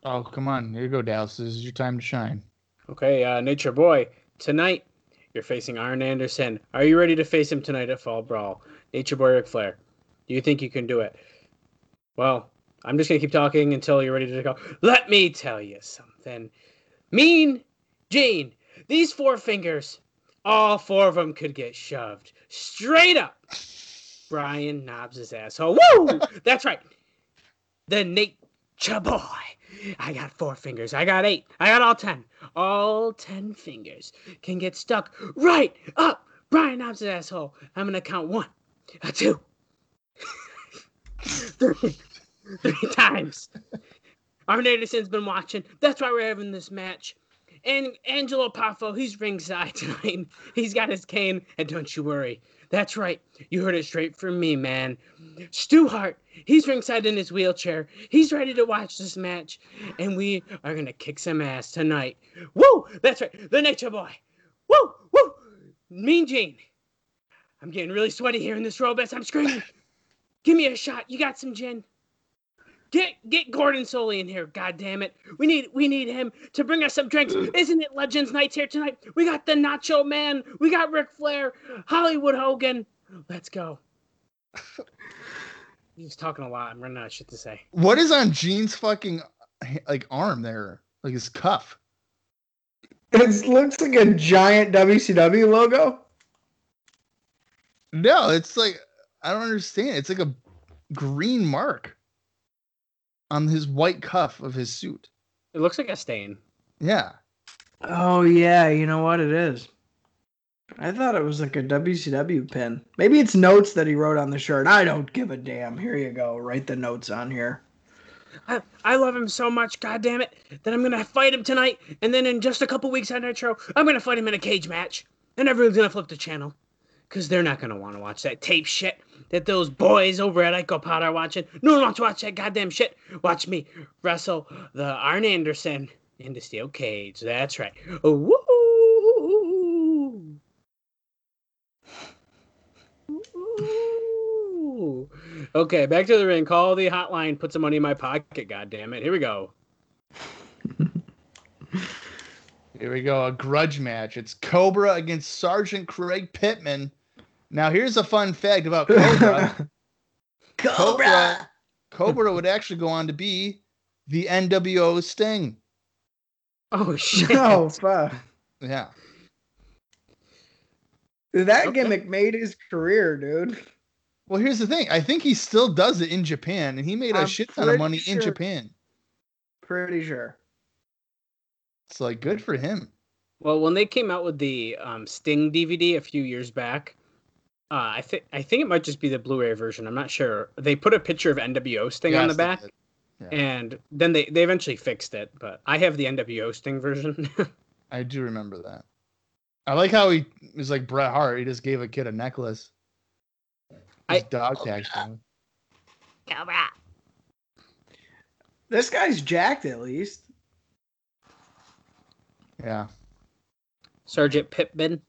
[SPEAKER 2] Oh, come on. Here you go, Dallas. This is your time to shine.
[SPEAKER 3] Okay, uh, Nature Boy. Tonight, you're facing Arn Anderson. Are you ready to face him tonight at Fall Brawl? Nature Boy Ric Flair. Do you think you can do it? Well, I'm just gonna keep talking until you're ready to go. Let me tell you something. Mean Gene. These four fingers. All four of them could get shoved straight up. Brian Knobs' asshole. Woo! That's right. The Nature Boy. I got four fingers. I got eight. I got all ten. All ten fingers can get stuck right up Brian Knobs' asshole. I'm gonna count one, a two, [laughs] three, three times. Arn Anderson's been watching. That's why we're having this match. And Angelo Poffo, he's ringside [laughs] tonight. He's got his cane, and don't you worry. That's right. You heard it straight from me, man. Stu Hart, he's ringside in his wheelchair. He's ready to watch this match, and we are gonna kick some ass tonight. Woo! That's right, the Nature Boy. Woo! Woo! Mean Gene. I'm getting really sweaty here in this robe as I'm screaming. Give me a shot. You got some gin. Get get Gordon Soley in here, god damn it. We need we need him to bring us some drinks. Isn't it Legends Nights here tonight? We got the Nacho Man, we got Ric Flair, Hollywood Hogan. Let's go. He's talking a lot. I'm running out of shit to say.
[SPEAKER 2] What is on Gene's fucking like arm there? Like his cuff.
[SPEAKER 4] It looks like a giant WCW logo.
[SPEAKER 2] No, it's like I don't understand. It's like a green mark on his white cuff of his suit.
[SPEAKER 3] It looks like a stain.
[SPEAKER 2] Yeah.
[SPEAKER 4] Oh yeah, you know what it is. I thought it was like a WCW pin. Maybe it's notes that he wrote on the shirt. I don't give a damn. Here you go. Write the notes on [laughs] here.
[SPEAKER 3] I, I love him so much, god damn it, that I'm gonna fight him tonight, and then in just a couple weeks on Nitro, I'm gonna fight him in a cage match, and everyone's gonna flip the channel. because they're not going to want to watch that tape shit that those boys over at Icopod are watching. No one wants to watch that goddamn shit. Watch me wrestle the Arn Anderson in the steel cage. That's right. Woo! Woo! Okay, back to the ring. Call the hotline. Put some money in my pocket. God damn it. Here we go.
[SPEAKER 2] Here we go. A grudge match. It's Cobra against Sergeant Craig Pittman. Now, here's a fun fact about [laughs] Cobra. Cobra. Cobra would actually go on to be the NWO Sting.
[SPEAKER 3] Oh [laughs]
[SPEAKER 4] [laughs]
[SPEAKER 3] shit.
[SPEAKER 4] Oh fuck.
[SPEAKER 2] Yeah.
[SPEAKER 4] That
[SPEAKER 3] Okay.
[SPEAKER 4] gimmick made his career, dude.
[SPEAKER 2] Well, here's the thing. I think he still does it in Japan, and he made a
[SPEAKER 4] I'm
[SPEAKER 2] shit ton of
[SPEAKER 4] pretty
[SPEAKER 2] money in
[SPEAKER 4] sure.
[SPEAKER 2] Japan.
[SPEAKER 4] Pretty sure.
[SPEAKER 2] It's like good for him.
[SPEAKER 3] Well, when they came out with the um, Sting DVD a few years back, uh, I think I think it might just be the Blu-ray version. I'm not sure. They put a picture of NWO Sting on the
[SPEAKER 2] Yes, they
[SPEAKER 3] back,
[SPEAKER 2] did. Yeah.
[SPEAKER 3] and then they they eventually fixed it. But I have the NWO Sting version. [laughs]
[SPEAKER 2] I do remember that. I like how he was like Bret Hart. He just gave a kid a necklace. His
[SPEAKER 3] I-
[SPEAKER 2] dog tags him.
[SPEAKER 4] This guy's jacked at least.
[SPEAKER 2] Yeah.
[SPEAKER 3] Sergeant Pittman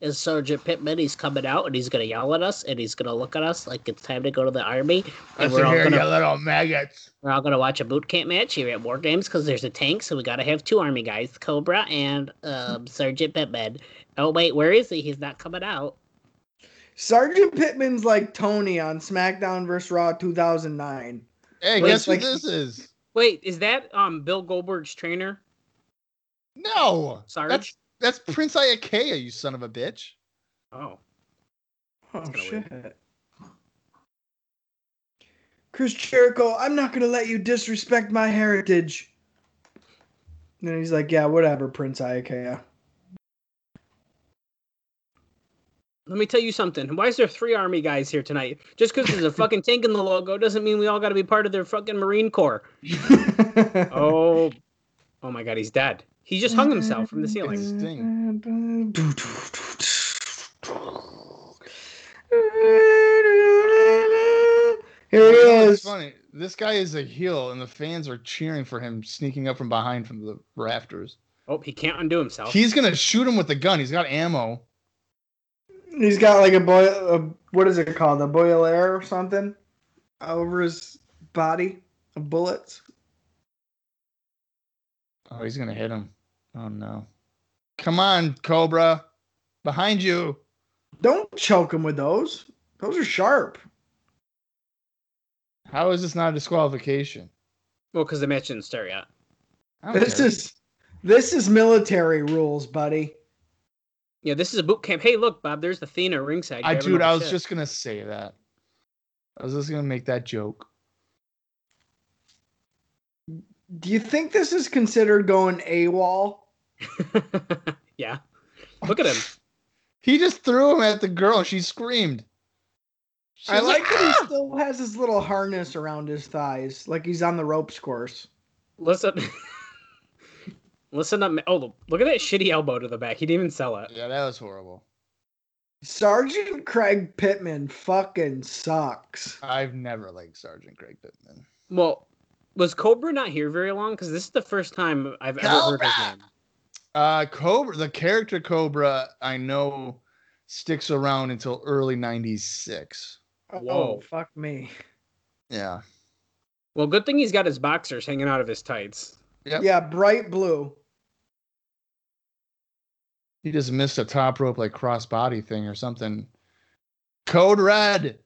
[SPEAKER 3] is Sergeant Pittman. He's coming out and he's gonna yell at us and he's gonna look at us like it's time to go to the army.
[SPEAKER 2] Listen here, you little maggots.
[SPEAKER 3] We're all gonna watch a boot camp match here at War Games because there's a tank, so we gotta have two army guys, Cobra and [laughs] um, Sergeant Pittman. Oh wait, where is he? He's not coming out.
[SPEAKER 4] Sergeant Pittman's like Tony on SmackDown vs. Raw 2009.
[SPEAKER 2] Hey,
[SPEAKER 4] Well,
[SPEAKER 2] guess
[SPEAKER 4] it's
[SPEAKER 2] who
[SPEAKER 4] like-
[SPEAKER 2] this is?
[SPEAKER 3] Wait, is that um Bill Goldberg's trainer,
[SPEAKER 2] No.
[SPEAKER 3] Sarge?
[SPEAKER 2] That's that's Prince Iakea, you son of a bitch.
[SPEAKER 3] Oh,
[SPEAKER 4] Oh
[SPEAKER 3] kinda weird.
[SPEAKER 4] shit. Chris Jericho, I'm not gonna let you disrespect my heritage. And then he's like, "Yeah, whatever, Prince Iakea."
[SPEAKER 3] let me tell you something. Why is there three army guys here tonight? Just because there's a [laughs] fucking tank in the logo doesn't mean we all gotta be part of their fucking Marine Corps.
[SPEAKER 4] [laughs]
[SPEAKER 3] Oh, oh my God, he's dead. He just hung himself from the ceiling.
[SPEAKER 2] It's
[SPEAKER 4] Here he
[SPEAKER 2] You know what's
[SPEAKER 4] is.
[SPEAKER 2] funny. This guy is a heel, and the fans are cheering for him sneaking up from behind from the rafters.
[SPEAKER 3] Oh, he can't undo himself.
[SPEAKER 2] He's gonna shoot him with the gun. He's got ammo.
[SPEAKER 4] He's got like a boy, a, what is it called? A boiler or something over his body of bullets.
[SPEAKER 2] Oh, he's gonna hit him. Oh no! Come on, Cobra, behind you.
[SPEAKER 4] Don't choke him with those. Those are sharp.
[SPEAKER 2] How is this not a disqualification?
[SPEAKER 3] Well, because the match didn't start yet.
[SPEAKER 2] I don't
[SPEAKER 4] This
[SPEAKER 2] care.
[SPEAKER 4] is this is military rules, buddy.
[SPEAKER 3] Yeah, this is a boot camp. Hey, look, Bob, there's Athena ringside.
[SPEAKER 2] I
[SPEAKER 3] grabbing
[SPEAKER 2] dude,
[SPEAKER 3] all
[SPEAKER 2] I
[SPEAKER 3] the
[SPEAKER 2] was
[SPEAKER 3] shit.
[SPEAKER 2] just gonna say that. I was just gonna make that joke.
[SPEAKER 4] Do you think this is considered going AWOL?
[SPEAKER 3] yeah. Look at him.
[SPEAKER 2] He just threw him at the girl. She screamed. She
[SPEAKER 4] I
[SPEAKER 2] was
[SPEAKER 4] like that
[SPEAKER 2] "Ah!"
[SPEAKER 4] he still has his little harness around his thighs, like he's on the ropes course.
[SPEAKER 3] Listen. [laughs] Listen up. ma- Oh, look at that shitty elbow to the back. He didn't even sell it.
[SPEAKER 2] "Ah." Yeah, that was horrible.
[SPEAKER 4] Sergeant Craig Pittman fucking sucks.
[SPEAKER 2] I've never liked Sergeant Craig Pittman.
[SPEAKER 3] Well, was Cobra not here very long? Because this is the first time I've ever heard his name.
[SPEAKER 2] Uh, Cobra, the character Cobra, I know sticks around until early '96.
[SPEAKER 3] Whoa.
[SPEAKER 4] Oh, fuck me.
[SPEAKER 2] Yeah,
[SPEAKER 3] Well, good thing he's got his boxers hanging out of his tights.
[SPEAKER 2] Yep.
[SPEAKER 4] Yeah, bright blue.
[SPEAKER 2] he just missed a top rope like crossbody thing or something. Code Red.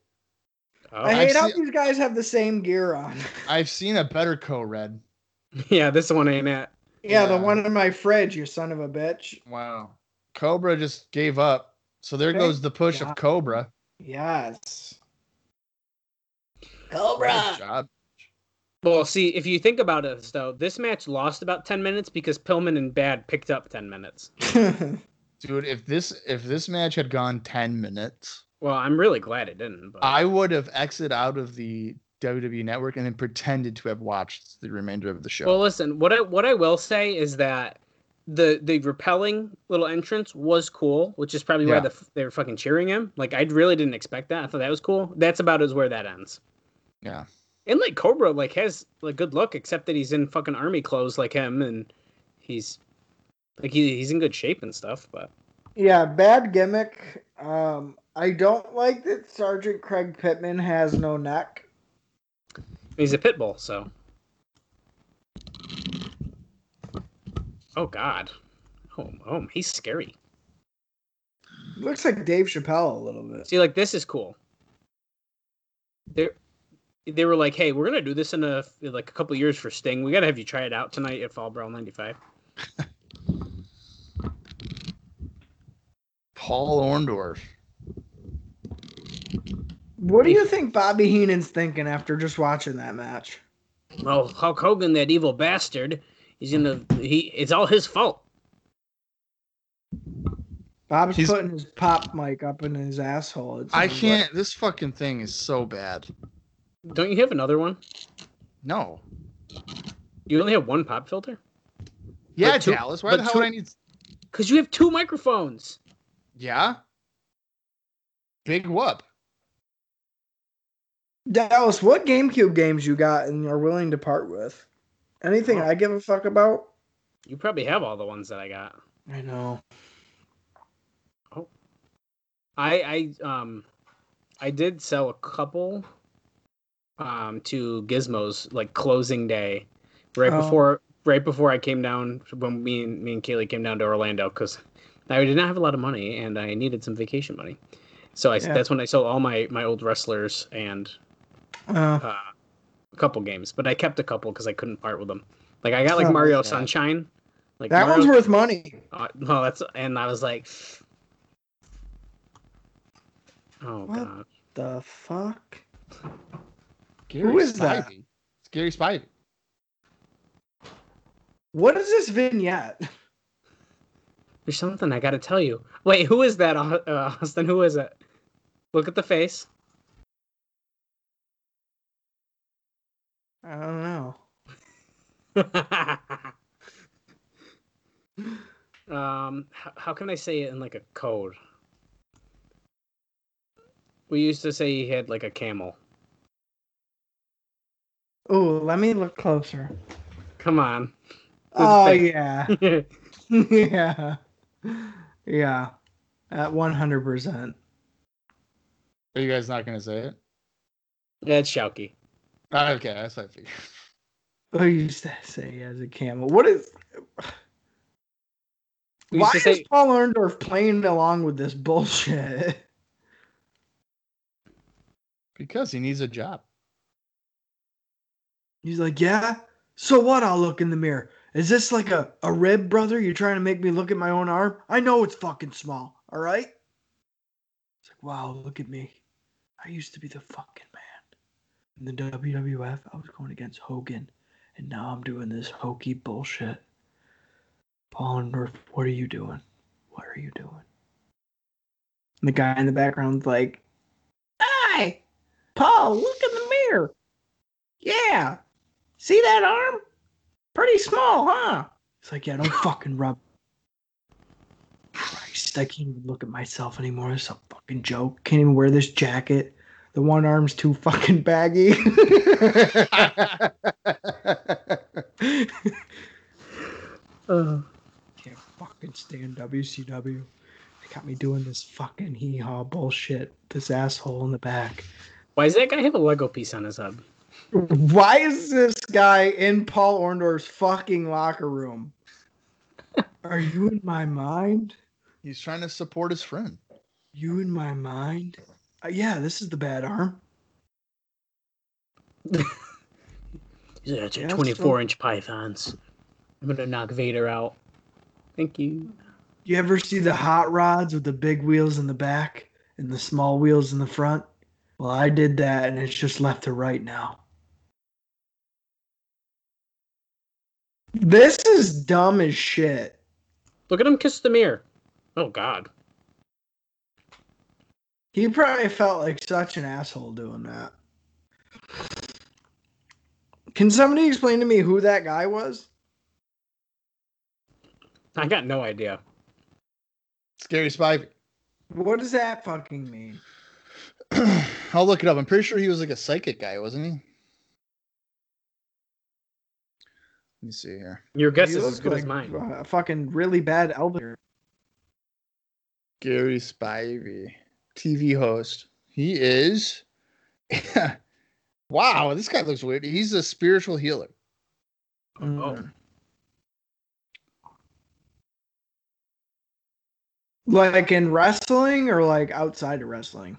[SPEAKER 3] Oh,
[SPEAKER 4] I hate
[SPEAKER 2] I've
[SPEAKER 4] how
[SPEAKER 2] seen-
[SPEAKER 4] these guys have the same gear on. [laughs]
[SPEAKER 2] I've seen a better Code Red.
[SPEAKER 3] [laughs] yeah, this one ain't it.
[SPEAKER 4] Yeah, the
[SPEAKER 2] Yeah.
[SPEAKER 4] one in my fridge, you son of a bitch.
[SPEAKER 2] Wow. Cobra just gave up. So there
[SPEAKER 4] Thank
[SPEAKER 2] goes the push of
[SPEAKER 4] God.
[SPEAKER 2] Cobra.
[SPEAKER 4] Yes.
[SPEAKER 2] Great job.
[SPEAKER 3] Well, see, if you think about it, though, this match lost about 10 minutes because Pillman and Bad picked up 10 minutes.
[SPEAKER 2] Dude, if this if this match had gone 10 minutes,
[SPEAKER 3] Well, I'm really glad it didn't. But...
[SPEAKER 2] I would have exited out of the WWE network and then pretended to have watched the remainder of the show.
[SPEAKER 3] Well, listen, what I what I will say is that the the repelling little entrance was cool, which is probably why
[SPEAKER 2] Yeah.
[SPEAKER 3] the, f- they were fucking cheering him. Like I really didn't expect that. I thought that was cool. That's about as where that ends.
[SPEAKER 2] Yeah.
[SPEAKER 3] And like Cobra like has like good look, except that he's in fucking army clothes like him, and he's like he, he's in good shape and stuff. But
[SPEAKER 4] [laughs] Yeah, bad gimmick. Um, I don't like that Sergeant Craig Pittman has no neck.
[SPEAKER 3] he's a pit bull, so. Oh God, oh, oh he's scary.
[SPEAKER 4] Looks like Dave Chappelle a little bit.
[SPEAKER 3] See, like this is cool. They they were like, "Hey, we're gonna do this in a in, like a couple years for Sting. We gotta have you try it out tonight at Fall Brawl '95."
[SPEAKER 2] Paul Orndorff.
[SPEAKER 4] What do you think Bobby Heenan's thinking after just watching that match?
[SPEAKER 3] Well, Hulk Hogan, that evil bastard, he's gonna he. It's all his fault.
[SPEAKER 4] Bob's
[SPEAKER 2] He's-
[SPEAKER 4] putting his pop mic up in his asshole. it
[SPEAKER 2] I
[SPEAKER 4] sounds
[SPEAKER 2] can't. This fucking thing is so bad.
[SPEAKER 3] Don't you have another one?
[SPEAKER 2] No.
[SPEAKER 3] You only have one pop filter
[SPEAKER 2] Yeah,
[SPEAKER 3] But two-
[SPEAKER 2] Dallas. Why the
[SPEAKER 3] but
[SPEAKER 2] hell
[SPEAKER 3] two-
[SPEAKER 2] would I need?
[SPEAKER 3] because you have two microphones.
[SPEAKER 2] Yeah. Big whoop.
[SPEAKER 4] like. Dallas, what GameCube games you got and are willing to part with? Anything
[SPEAKER 3] Oh.
[SPEAKER 4] I give a fuck about?
[SPEAKER 3] You probably have all the ones that I got.
[SPEAKER 4] I know.
[SPEAKER 3] I I um I did sell a couple um to Gizmos like closing day right
[SPEAKER 4] Oh.
[SPEAKER 3] before right before I came down when me and me and Kaylee came down to Orlando because I did not have a lot of money and I needed some vacation money. So I
[SPEAKER 4] Yeah.
[SPEAKER 3] that's when I sold all my my old wrestlers and
[SPEAKER 4] Uh,
[SPEAKER 3] uh, a couple games, but I kept a couple because I couldn't part with them. Like I got like
[SPEAKER 4] Oh,
[SPEAKER 3] Mario
[SPEAKER 2] yeah.
[SPEAKER 3] Sunshine. Like
[SPEAKER 4] that
[SPEAKER 3] Mario,
[SPEAKER 4] one's worth money.
[SPEAKER 3] uh, no, that's and I was like, oh
[SPEAKER 4] What?
[SPEAKER 3] god.
[SPEAKER 4] The fuck?
[SPEAKER 2] Gary
[SPEAKER 4] is that?
[SPEAKER 2] Spivey. It's Gary Spivey.
[SPEAKER 4] What is this vignette?
[SPEAKER 3] There's something I gotta tell you. Wait, who is that, Au- uh, Austin? Who is it? Look at the face. [laughs]
[SPEAKER 4] I don't know.
[SPEAKER 3] um, how, how can I say it in like a code? We used to say he had like a camel.
[SPEAKER 4] Oh, let me look closer.
[SPEAKER 3] Come on. [laughs] Good
[SPEAKER 4] Oh
[SPEAKER 3] thing.
[SPEAKER 4] yeah,
[SPEAKER 3] yeah,
[SPEAKER 4] yeah, [laughs] yeah. At one hundred percent.
[SPEAKER 2] Are you guys not gonna say it?
[SPEAKER 3] it's Shouky.
[SPEAKER 2] Ah, Okay, that's what I figured.
[SPEAKER 4] What Oh, used to say as a camel? What is?
[SPEAKER 3] We
[SPEAKER 4] Why
[SPEAKER 3] used to
[SPEAKER 4] is
[SPEAKER 3] say-
[SPEAKER 4] Paul Orndorff playing along with this bullshit?
[SPEAKER 2] Because he needs a job.
[SPEAKER 4] He's like, yeah. So what? I'll look in the mirror. Is this like a a rib, brother? You're trying to make me look at my own arm? I know it's fucking small. All right. It's like, wow, look at me. I used to be the fucking man. In the WWF, I was going against Hogan, and now I'm doing this hokey bullshit. Paul Orndorff, what are you doing? What are you doing? And the guy in the background's like, "Hi, Paul. Look in the mirror. Yeah, see that arm? Pretty small, huh?" It's like, "Yeah, don't [laughs] fucking rub." Christ, I can't even look at myself anymore. It's a fucking joke. Can't even wear this jacket. The one arm's too fucking baggy. [laughs] Can't fucking stand WCW. They got me doing this fucking hee haw bullshit. This asshole in the back.
[SPEAKER 3] Why does that guy have a Lego piece on his head?
[SPEAKER 4] Why is this guy in Paul Orndorff's fucking locker room? Are you in my mind?
[SPEAKER 2] [laughs] He's trying to support his friend.
[SPEAKER 4] You in my mind? Uh, yeah, this is the bad arm.
[SPEAKER 3] He's like, "That's your
[SPEAKER 4] Yeah, so-
[SPEAKER 3] 24 inch pythons. I'm gonna knock Vader out. Thank you.
[SPEAKER 4] You ever see the hot rods with the big wheels in the back and the small wheels in the front? Well, I did that and it's just left to right now. This is dumb as shit.
[SPEAKER 3] Look at him kiss the mirror. Oh god.
[SPEAKER 4] He probably felt like such an asshole doing that. Can somebody explain to me who that guy was?
[SPEAKER 3] I got no idea.
[SPEAKER 2] Scary Spivey.
[SPEAKER 4] What does that fucking mean?
[SPEAKER 2] [clears throat] I'll look it up. I'm pretty sure he was like a psychic guy, wasn't he? Let me see here.
[SPEAKER 3] Your guess
[SPEAKER 4] You
[SPEAKER 3] is
[SPEAKER 4] look
[SPEAKER 3] as good as
[SPEAKER 4] like,
[SPEAKER 3] mine.
[SPEAKER 4] uh, A fucking really bad elder.
[SPEAKER 2] Gary Spivey, TV host. He is. [laughs] wow, this guy looks weird. He's a spiritual healer.
[SPEAKER 3] Oh,
[SPEAKER 4] Mm. Like in wrestling or like outside of wrestling?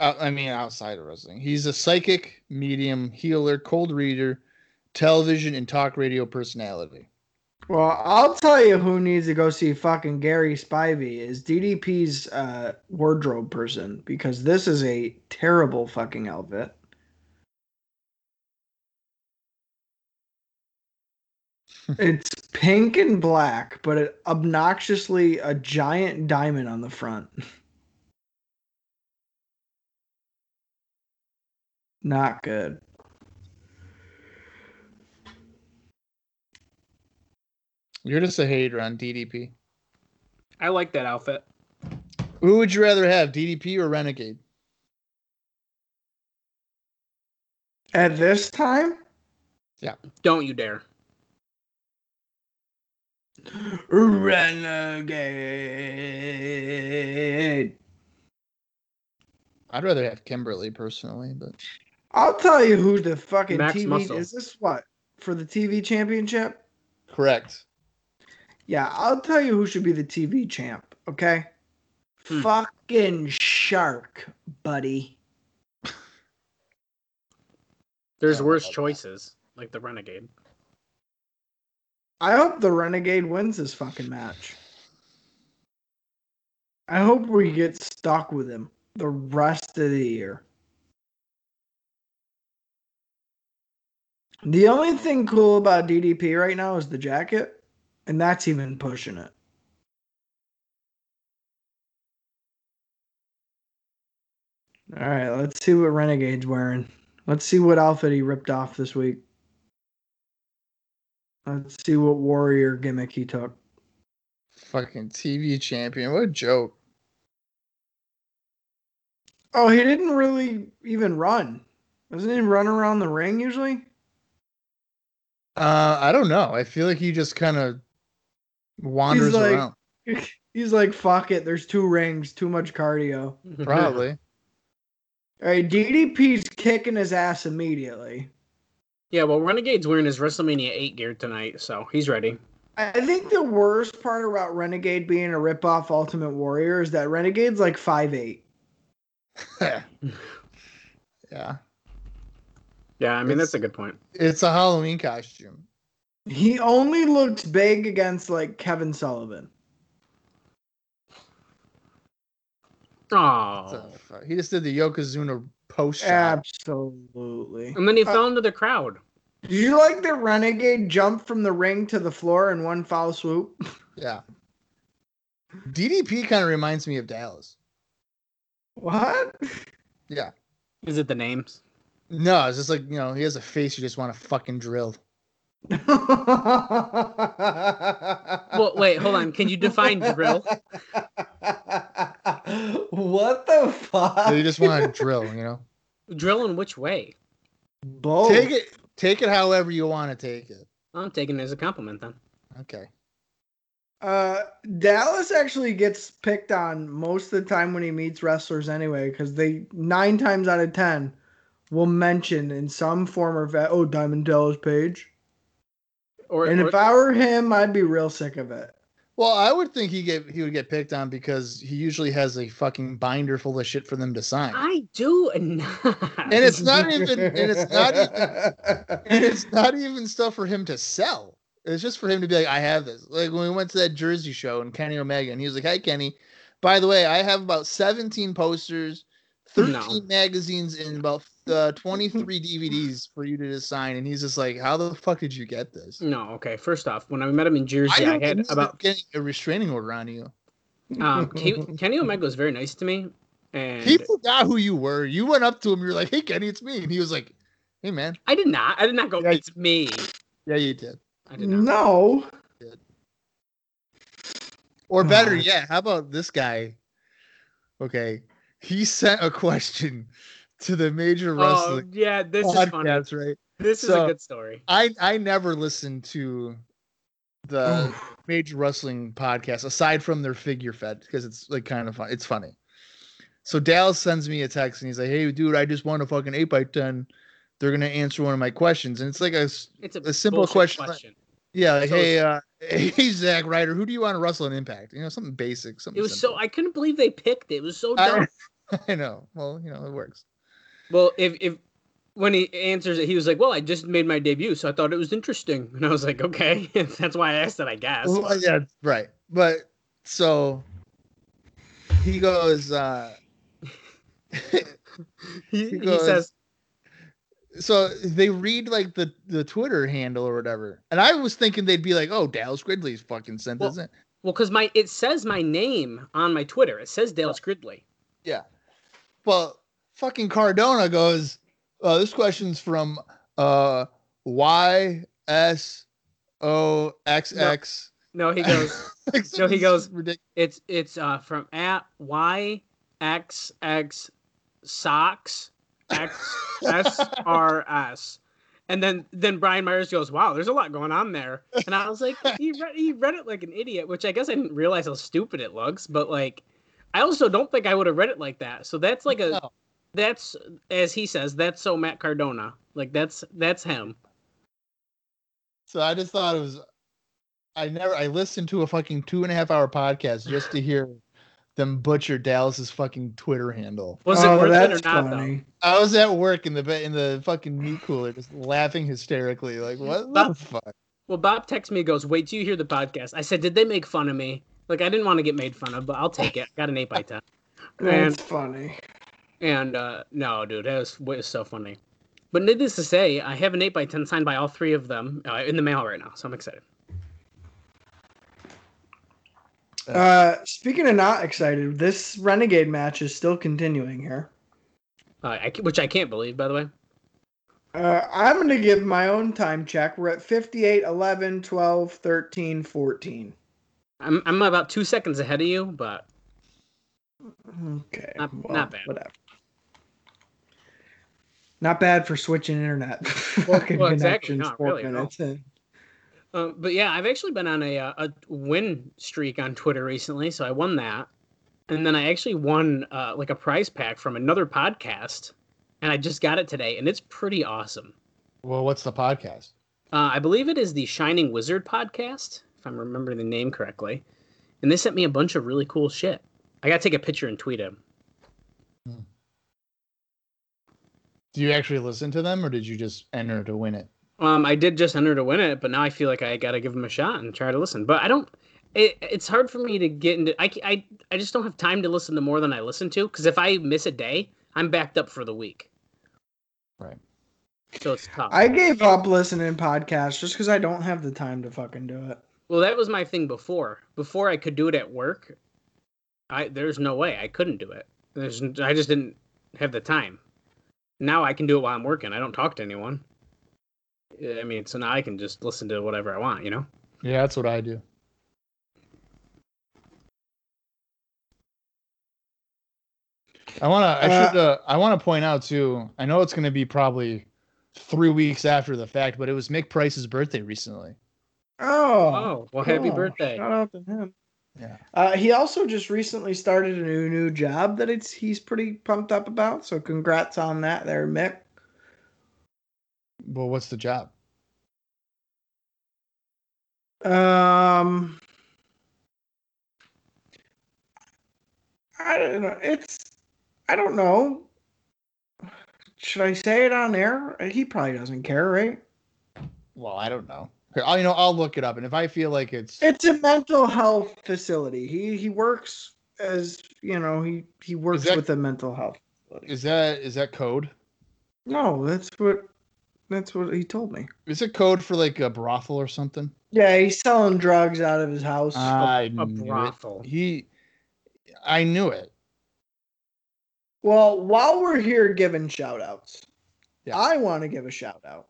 [SPEAKER 2] Uh, I mean, outside of wrestling, he's a psychic, medium, healer, cold reader, television and talk radio personality.
[SPEAKER 4] Well, I'll tell you who needs to go see fucking Gary Spivey is DDP's uh, wardrobe person because this is a terrible fucking outfit. it's pink and black, but it obnoxiously a giant diamond on the front. [laughs] Not good.
[SPEAKER 2] You're just a hater on DDP.
[SPEAKER 3] I like that outfit.
[SPEAKER 2] Who would you rather have, DDP or Renegade?
[SPEAKER 4] At this time,
[SPEAKER 3] Don't you dare.
[SPEAKER 4] Renegade.
[SPEAKER 2] I'd rather have Kimberly personally, but
[SPEAKER 4] I'll tell you who the fucking
[SPEAKER 3] Max
[SPEAKER 4] TV
[SPEAKER 3] Muscle.
[SPEAKER 4] is. This what for the TV championship?
[SPEAKER 2] correct.
[SPEAKER 4] Yeah, I'll tell you who should be the TV champ. Okay,
[SPEAKER 3] Hmm.
[SPEAKER 4] fucking shark, buddy.
[SPEAKER 3] There's
[SPEAKER 2] Yeah, I
[SPEAKER 3] worse
[SPEAKER 2] like that.
[SPEAKER 3] choices, like the Renegade.
[SPEAKER 4] I hope the Renegade wins this fucking match. I hope we get stuck with him the rest of the year. The only thing cool about DDP right now is the jacket, and that's even pushing it. All right, let's see what Renegade's wearing. Let's see what outfit he ripped off this week. Let's see what warrior gimmick he took.
[SPEAKER 2] Fucking TV champion. What a joke.
[SPEAKER 4] Oh, he didn't really even run. Doesn't he run around the ring usually?
[SPEAKER 2] Uh, I don't know. I feel like he just kind of wanders
[SPEAKER 4] like-
[SPEAKER 2] around.
[SPEAKER 4] He's like, fuck it, there's two rings, too much cardio.
[SPEAKER 2] [laughs] Probably.
[SPEAKER 4] All right, DDP's kicking his ass immediately.
[SPEAKER 3] [laughs] yeah, well, Renegade's wearing his WrestleMania 8 gear tonight, so he's ready.
[SPEAKER 4] I I think the worst part about Renegade being a ripoff Ultimate Warrior is that Renegade's like 5'8.
[SPEAKER 2] yeah.
[SPEAKER 3] Yeah, I mean,
[SPEAKER 2] It's-
[SPEAKER 3] that's a good point.
[SPEAKER 2] It's a Halloween costume.
[SPEAKER 4] He only looks big against like Kevin Sullivan.
[SPEAKER 2] It's
[SPEAKER 3] Oh.
[SPEAKER 2] a fu- he just did the Yokozuna post shot.
[SPEAKER 4] Absolutely.
[SPEAKER 3] And then
[SPEAKER 2] Uh,
[SPEAKER 3] he fell into the crowd.
[SPEAKER 4] Did you like the Renegade jump from the ring to the floor in one foul swoop? [laughs]
[SPEAKER 2] Yeah. DDP kind of reminds me of Dallas.
[SPEAKER 4] What?
[SPEAKER 2] Yeah.
[SPEAKER 3] Is it
[SPEAKER 2] [laughs]
[SPEAKER 3] the names?
[SPEAKER 2] No, it's just like, you know, he has a face you just want to fucking drill.
[SPEAKER 3] Well,
[SPEAKER 4] well,
[SPEAKER 3] wait, hold on. Can you define drill?
[SPEAKER 4] what the fuck?
[SPEAKER 2] you just want to drill, you know?
[SPEAKER 3] Drill in which way?
[SPEAKER 4] Both.
[SPEAKER 2] Take it take it however you want to take it.
[SPEAKER 3] I'm taking it as a compliment then.
[SPEAKER 2] Okay.
[SPEAKER 4] Uh, Dallas actually gets picked on most of the time when he meets wrestlers anyway, because they nine times out of ten will mention in some form or va- oh Diamond Dallas Page.
[SPEAKER 3] Or,
[SPEAKER 4] And
[SPEAKER 3] or-
[SPEAKER 4] if I were him, I'd be real sick of it.
[SPEAKER 2] Well, I would think he get he would get picked on because he usually has a fucking binder full of shit for them to sign.
[SPEAKER 3] I do not.
[SPEAKER 2] and
[SPEAKER 3] [laughs]
[SPEAKER 2] it's not even and it's not even and
[SPEAKER 4] [laughs]
[SPEAKER 2] it's not even stuff for him to sell. It's just for him to be like, I have this. Like when we went to that Jersey show and Kenny Omega, and he was like, Hi Kenny, by the way, I have about 17 posters, 13
[SPEAKER 3] No.
[SPEAKER 2] magazines, and about uh, 23 DVDs for you to just sign. And he's just like, How the fuck did you get this?
[SPEAKER 3] no, okay. First off, when I met him in Jersey, I,
[SPEAKER 2] don't
[SPEAKER 3] had
[SPEAKER 2] believe
[SPEAKER 3] about.
[SPEAKER 2] I'm getting a restraining order on you.
[SPEAKER 3] Um,
[SPEAKER 2] [laughs]
[SPEAKER 3] Ke- Kenny Omega was very nice to me. And
[SPEAKER 2] He forgot who you were. You went up to him, you were like, Hey Kenny, it's me. And he was like, Hey man,
[SPEAKER 3] I did not. I did not go,
[SPEAKER 2] Yeah.
[SPEAKER 3] it's me.
[SPEAKER 2] yeah, you did.
[SPEAKER 3] I did not.
[SPEAKER 4] no.
[SPEAKER 2] Or better
[SPEAKER 4] Oh.
[SPEAKER 2] yet, how about this guy? Okay, he sent a question to the major [laughs]
[SPEAKER 3] Oh,
[SPEAKER 2] wrestling
[SPEAKER 3] yeah, this is funny.
[SPEAKER 2] podcast, right?
[SPEAKER 3] This is
[SPEAKER 2] So-
[SPEAKER 3] a good story.
[SPEAKER 2] I I never listened to the major wrestling podcast aside from their figure fed because it's like kind of fun. It's funny. So Dallas sends me a text and he's like, "Hey, dude, I just won a fucking eight by ten. They're gonna answer one of my questions, and it's like a s-
[SPEAKER 3] It's a,
[SPEAKER 2] a simple
[SPEAKER 3] bullshit
[SPEAKER 2] question. yeah, like,
[SPEAKER 3] So-
[SPEAKER 2] hey, uh, [laughs] hey, Zach Ryder, who do you want to wrestle in Impact? You know, something basic. Something
[SPEAKER 3] It was so
[SPEAKER 2] simple.
[SPEAKER 3] I couldn't believe they picked it. It was so
[SPEAKER 2] I- [laughs]
[SPEAKER 3] dumb.
[SPEAKER 2] I know. Well, you know, it works.
[SPEAKER 3] Well, if if when he answers it, he was like, "Well, I just made my debut, so I thought it was interesting," and I was like, "Okay, [laughs] that's why I asked it, I guess."
[SPEAKER 2] Well, yeah, right. But so he goes. uh
[SPEAKER 3] he, he
[SPEAKER 2] Because-
[SPEAKER 3] says,
[SPEAKER 2] so they read like the the Twitter handle or whatever, and I was thinking they'd be like, "Oh, Dallas Gridley's fucking sent this in."
[SPEAKER 3] "Well, because my it says my name on my Twitter. It says Dale Scridley."
[SPEAKER 2] Well, fucking Cardona goes, uh, "This question's from uh Y S O X X."
[SPEAKER 3] No, he goes,
[SPEAKER 2] [laughs]
[SPEAKER 3] No, he goes- "It's it's uh from at y x x socks x s r s." And then, then Brian Myers goes, "Wow, there's a lot going on there." And I was like, "He read, he read it like an idiot," which I guess I didn't realize how stupid it looks. But like, I also don't think I would have read it like that. So that's like a,
[SPEAKER 2] No.
[SPEAKER 3] that's as he says, that's so Matt Cardona. Like that's that's him.
[SPEAKER 2] So I just thought it was. I never. I listened to a fucking two and a half hour podcast just to hear them butcher Dallas's fucking Twitter handle.
[SPEAKER 3] Was
[SPEAKER 4] Oh,
[SPEAKER 3] it worth it or not though?
[SPEAKER 2] I was at work in the ba- in the fucking meat cooler, just laughing hysterically, like what the
[SPEAKER 3] That-
[SPEAKER 2] fuck?
[SPEAKER 3] Well, Bob texts me, goes, "Wait till you hear the podcast." I said, "Did they make fun of me?" Like I didn't want to get made fun of, but I'll take it. Got an eight by ten,
[SPEAKER 4] That's
[SPEAKER 3] and
[SPEAKER 4] funny.
[SPEAKER 3] and uh, no, dude, that was, was so funny. But needless to say, I have an eight by ten signed by all three of them uh, in the mail right now, so I'm excited.
[SPEAKER 4] Uh, speaking of not excited, this renegade match is still continuing here.
[SPEAKER 3] Uh, I, ca- which I can't believe, by the way.
[SPEAKER 4] Uh, I'm going to give my own time check. We're at 58, 11, 12, 13, 14.
[SPEAKER 3] I'm I'm about two seconds ahead of you, but
[SPEAKER 4] Okay.
[SPEAKER 3] Not- not bad.
[SPEAKER 4] Whatever. Not bad for switching internet. [laughs] Fucking
[SPEAKER 3] well, exactly.
[SPEAKER 4] connections
[SPEAKER 3] Not
[SPEAKER 4] four
[SPEAKER 3] really, no.
[SPEAKER 4] minutes in.
[SPEAKER 3] uh, but yeah, I've actually been on a uh, a win streak on Twitter recently, so I won that, and then I actually won uh, like a prize pack from another podcast, and I just got it today, and it's pretty awesome.
[SPEAKER 2] Well, what's the podcast?
[SPEAKER 3] Uh, I believe it is the Shining Wizard podcast, if I'm remembering the name correctly. And they sent me a bunch of really cool shit. I gotta take a picture and tweet him.
[SPEAKER 2] Do you actually listen to them, or did you just enter to win it?
[SPEAKER 3] Um, I did just enter to win it, but now I feel like I gotta give him a shot and try to listen. But I don't. It, it's hard for me to get into. I, ca- I I just don't have time to listen to more than I listen to because if I miss a day, I'm backed up for the week.
[SPEAKER 2] Right.
[SPEAKER 3] So it's tough.
[SPEAKER 4] I gave up listening podcasts just because I don't have the time to fucking do it.
[SPEAKER 3] Well, that was my thing before. Before I could do it at work, I there's no way I couldn't do it. There's n- I just didn't have the time. Now I can do it while I'm working. I don't talk to anyone. I mean, so now I can just listen to whatever I want, you know.
[SPEAKER 2] Yeah, that's what I do. I wanna. I
[SPEAKER 4] Uh,
[SPEAKER 2] should. Uh, I want to point out too. I know it's gonna be probably three weeks after the fact, but it was Mick Price's birthday recently.
[SPEAKER 4] Oh,
[SPEAKER 3] Oh, well, happy
[SPEAKER 4] oh,
[SPEAKER 3] birthday!
[SPEAKER 4] Shout out to him.
[SPEAKER 2] Yeah.
[SPEAKER 4] Uh, he also just recently started a new new job that it's he's pretty pumped up about. So congrats on that, there, Mick.
[SPEAKER 2] Well, what's the job?
[SPEAKER 4] Um, I don't know. It's I don't know. Should I say it on air? He probably doesn't care, right?
[SPEAKER 2] Well, I don't know. Here, I'll, you know, I'll look it up, and if I feel like it's
[SPEAKER 4] It's a mental health facility. He he works as you know he he works
[SPEAKER 2] that-
[SPEAKER 4] with a mental health. Facility.
[SPEAKER 2] is that is that code?
[SPEAKER 4] No, that's what that's what he told me.
[SPEAKER 2] Is it code for like a brothel or something?
[SPEAKER 4] Yeah, he's selling drugs out of his house.
[SPEAKER 2] Uh, Mm,
[SPEAKER 3] A brothel.
[SPEAKER 2] He, I knew it.
[SPEAKER 4] well, while we're here giving shout outs,
[SPEAKER 2] Yeah.
[SPEAKER 4] I want to give a shout out.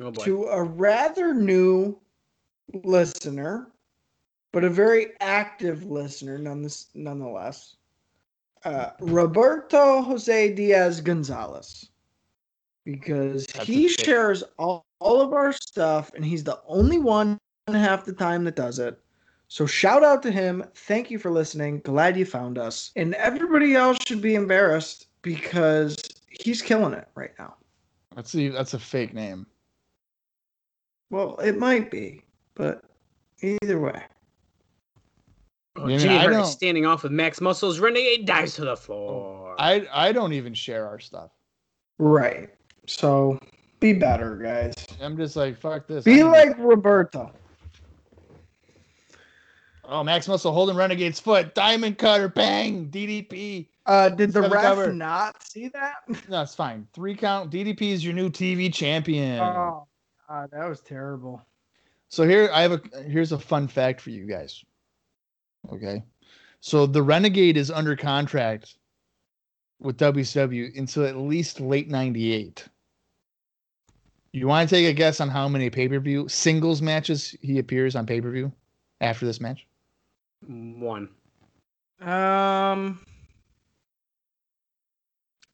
[SPEAKER 3] Oh boy.
[SPEAKER 4] to a rather new listener but a very active listener nonetheless. nonetheless. Uh, Roberto Jose Diaz Gonzalez, because
[SPEAKER 3] That's
[SPEAKER 4] he
[SPEAKER 3] a shame.
[SPEAKER 4] shares all, all of our stuff, and he's the only one half the time that does it. So shout out to him. Thank you for listening. Glad you found us. And everybody else should be embarrassed because he's killing it right now.
[SPEAKER 2] Let's see. That's a fake name.
[SPEAKER 4] Well, it might be, but either way.
[SPEAKER 3] Oh,
[SPEAKER 2] You know,
[SPEAKER 3] Jimmy
[SPEAKER 2] I
[SPEAKER 3] Hart
[SPEAKER 2] don't-
[SPEAKER 3] is standing off with Max Muscles. Renegade dives to the floor.
[SPEAKER 2] Oh, I I don't even share our stuff.
[SPEAKER 4] Right. So be better, guys.
[SPEAKER 2] I'm just like fuck this. I
[SPEAKER 4] Be
[SPEAKER 2] need-
[SPEAKER 4] like Roberto.
[SPEAKER 2] oh Max Muscle holding Renegade's foot, diamond cutter, bang, DDP.
[SPEAKER 4] Uh, did the
[SPEAKER 2] Seven
[SPEAKER 4] ref
[SPEAKER 2] cover.
[SPEAKER 4] not see that?
[SPEAKER 2] No, it's fine. Three count. DDP is your new TV champion.
[SPEAKER 4] Oh, God, that was terrible.
[SPEAKER 2] So here I have a here's a fun fact for you guys. Okay. So the Renegade is under contract with WCW until at least late 98. You want to take a guess on how many pay-per-view singles matches he appears on pay-per-view after this match?
[SPEAKER 3] One.
[SPEAKER 4] Um,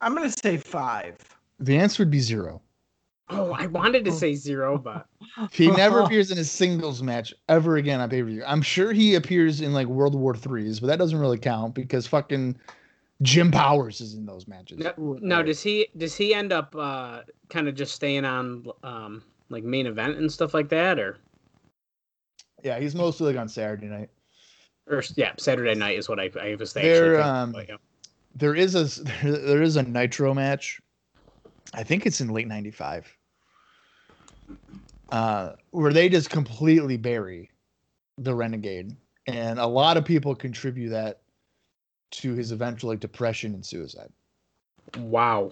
[SPEAKER 4] I'm gonna say five.
[SPEAKER 2] The answer would be zero.
[SPEAKER 3] Oh, I wanted to say zero, but
[SPEAKER 2] He never appears in a singles match ever again on pay-per-view. I'm sure he appears in like World War Threes, but that doesn't really count because fucking Jim Powers is in those matches.
[SPEAKER 3] No, now does he does he end up uh, kind of just staying on um, like main event and stuff like that, or
[SPEAKER 2] Yeah, he's mostly like on Saturday night.
[SPEAKER 3] or yeah, Saturday night is what I, I was actually
[SPEAKER 2] They're,
[SPEAKER 3] thinking.
[SPEAKER 2] um,
[SPEAKER 3] but, yeah.
[SPEAKER 2] There is a [laughs] there is a Nitro match. I think it's in late '95, uh, where they just completely bury the Renegade, and a lot of people contribute that to his eventual like depression and suicide.
[SPEAKER 3] Wow.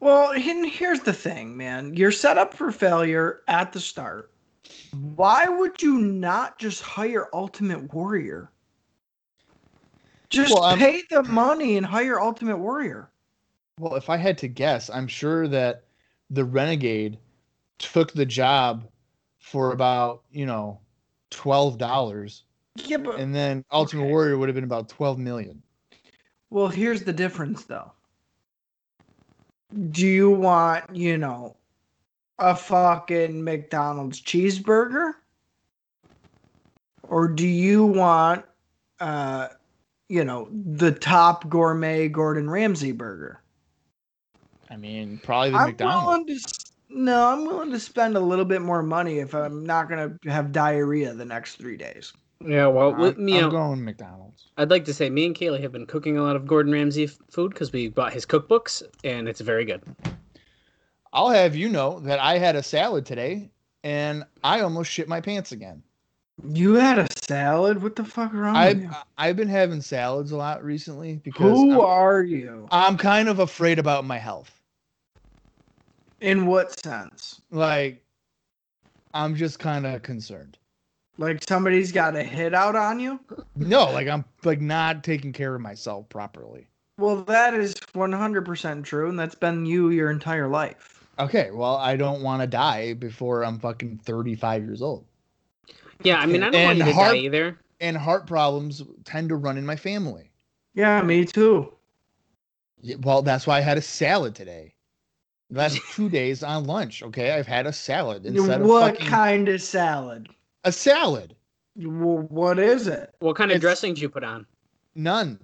[SPEAKER 4] Well, and here's the thing, man. You're set up for failure at the start. Why would you not just hire Ultimate Warrior? Just
[SPEAKER 2] Well, I'm-
[SPEAKER 4] pay the money and hire Ultimate Warrior.
[SPEAKER 2] Well, if I had to guess, I'm sure that the Renegade took the job for about you know twelve dollars,
[SPEAKER 4] Yeah, but
[SPEAKER 2] and then Ultimate
[SPEAKER 4] Okay.
[SPEAKER 2] Warrior would have been about twelve million.
[SPEAKER 4] Well, here's the difference though. Do you want, you know, a fucking McDonald's cheeseburger? Or do you want uh you know, the top gourmet Gordon Ramsay burger?
[SPEAKER 2] I mean, probably the
[SPEAKER 4] I'm
[SPEAKER 2] McDonald's.
[SPEAKER 4] willing to s- no, I'm willing to spend a little bit more money if I'm not gonna have diarrhea the next three days.
[SPEAKER 3] Yeah. Well,
[SPEAKER 2] I'm,
[SPEAKER 3] let me
[SPEAKER 2] I'm
[SPEAKER 3] out.
[SPEAKER 2] going McDonald's.
[SPEAKER 3] I'd like to say me and Kayla have been cooking a lot of Gordon Ramsay f- food because we bought his cookbooks and it's very good.
[SPEAKER 2] I'll have you know that I had a salad today and I almost shit my pants again.
[SPEAKER 4] You had a salad? What the fuck wrong with
[SPEAKER 2] I've
[SPEAKER 4] you?
[SPEAKER 2] I've been having salads a lot recently because
[SPEAKER 4] Who
[SPEAKER 2] I'm,
[SPEAKER 4] are you?
[SPEAKER 2] I'm kind of afraid about my health.
[SPEAKER 4] In what sense?
[SPEAKER 2] Like I'm just kind of concerned.
[SPEAKER 4] Like somebody's got a hit out on you?
[SPEAKER 2] No, like I'm like not taking care of myself properly.
[SPEAKER 4] Well, that is 100% true, and that's been you your entire life.
[SPEAKER 2] Okay, well I don't want to die before I'm fucking 35 years old.
[SPEAKER 3] Yeah. I mean, I don't
[SPEAKER 2] And
[SPEAKER 3] want you to
[SPEAKER 2] Har-
[SPEAKER 3] die either.
[SPEAKER 2] And heart problems tend to run in my family.
[SPEAKER 4] Yeah, me too.
[SPEAKER 2] Yeah, Well, that's why I had a salad today. The [laughs] last two days on lunch, okay, I've had a salad instead of
[SPEAKER 4] What
[SPEAKER 2] fucking
[SPEAKER 4] kind of salad?
[SPEAKER 2] a salad.
[SPEAKER 4] Well, what is it?
[SPEAKER 3] What kind of
[SPEAKER 2] It's-
[SPEAKER 3] dressing do you put on?
[SPEAKER 2] None.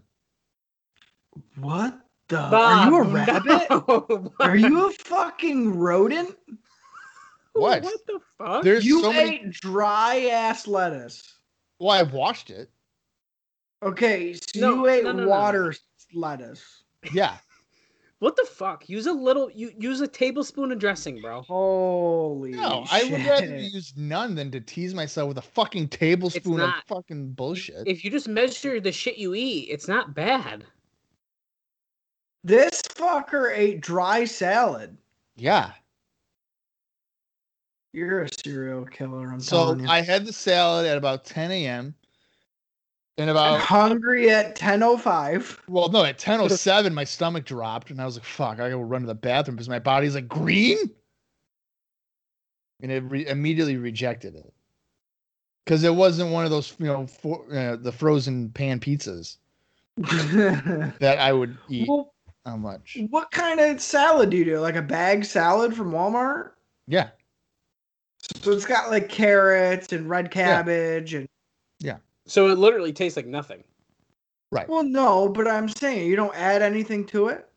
[SPEAKER 4] What the?
[SPEAKER 2] Uh,
[SPEAKER 4] are you a rabbit?
[SPEAKER 3] no. [laughs]
[SPEAKER 4] Are you a fucking rodent?
[SPEAKER 2] What?
[SPEAKER 3] What the fuck?
[SPEAKER 2] There's
[SPEAKER 4] you
[SPEAKER 2] so
[SPEAKER 4] ate
[SPEAKER 2] many.
[SPEAKER 4] dry ass lettuce.
[SPEAKER 2] Well, I've washed it.
[SPEAKER 4] Okay, so
[SPEAKER 3] No,
[SPEAKER 4] you ate
[SPEAKER 3] no, no, no.
[SPEAKER 4] water lettuce.
[SPEAKER 2] Yeah.
[SPEAKER 3] What the fuck? Use a little. You use a tablespoon of dressing, bro.
[SPEAKER 4] Holy
[SPEAKER 2] No, I
[SPEAKER 4] shit.
[SPEAKER 2] would rather use none than to tease myself with a fucking tablespoon of
[SPEAKER 3] not.
[SPEAKER 2] fucking bullshit.
[SPEAKER 3] If you just measure the shit you eat, it's not bad.
[SPEAKER 4] This fucker ate dry salad.
[SPEAKER 2] yeah.
[SPEAKER 4] You're a serial killer. I'm
[SPEAKER 2] So
[SPEAKER 4] telling you.
[SPEAKER 2] I had the salad at about 10 a.m. And
[SPEAKER 3] Uh,
[SPEAKER 4] I'm [laughs]
[SPEAKER 2] about
[SPEAKER 4] hungry at 10:05.
[SPEAKER 2] well, no, at 10:07, my stomach dropped, and I was like, "Fuck, I gotta run to the bathroom because my body's like green," and it re- immediately rejected it. because it wasn't one of those you know for, uh, the frozen pan pizzas that I would eat
[SPEAKER 4] well,
[SPEAKER 2] how much.
[SPEAKER 4] [laughs] what kind of salad do you do? Like a bag salad from Walmart?
[SPEAKER 2] Yeah,
[SPEAKER 4] So it's got like carrots and red cabbage and
[SPEAKER 3] So it literally tastes like nothing.
[SPEAKER 4] well, no, but I'm saying you don't add anything to it.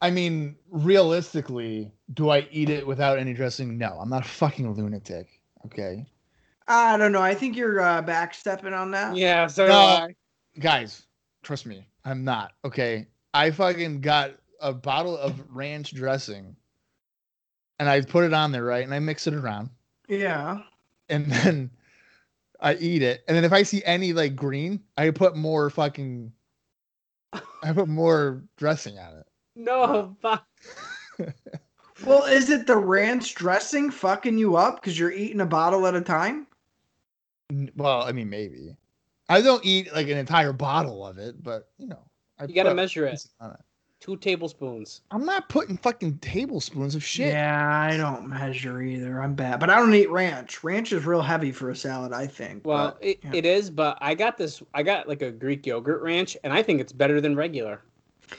[SPEAKER 2] I mean realistically, do I eat it without any dressing? No, I'm not a fucking lunatic. Okay,
[SPEAKER 4] I don't know. I think you're uh, backstepping on that.
[SPEAKER 3] Yeah, so
[SPEAKER 2] No. guys, trust me, I'm not. Okay, I fucking got a bottle of ranch dressing, and I put it on there right, and I mix it around.
[SPEAKER 4] Yeah.
[SPEAKER 2] and [laughs] then I eat it. And then if I see any like green, I put more fucking I put more dressing on it.
[SPEAKER 3] no, fuck.
[SPEAKER 4] Well, is it the ranch dressing fucking you up because you're eating a bottle at a time?
[SPEAKER 2] N- Well, I mean maybe. I don't eat like an entire bottle of it, but you know, I
[SPEAKER 3] You gotta
[SPEAKER 2] put
[SPEAKER 3] measure it.
[SPEAKER 2] dressing on it.
[SPEAKER 3] Two tablespoons.
[SPEAKER 2] I'm not putting fucking tablespoons of shit.
[SPEAKER 4] Yeah, I don't measure either. I'm bad, but I don't eat ranch. Ranch is real heavy for a salad, I think.
[SPEAKER 3] Well,
[SPEAKER 4] but-
[SPEAKER 3] it,
[SPEAKER 4] yeah.
[SPEAKER 3] it is, but I got this. I got like a Greek yogurt ranch, and I think it's better than regular.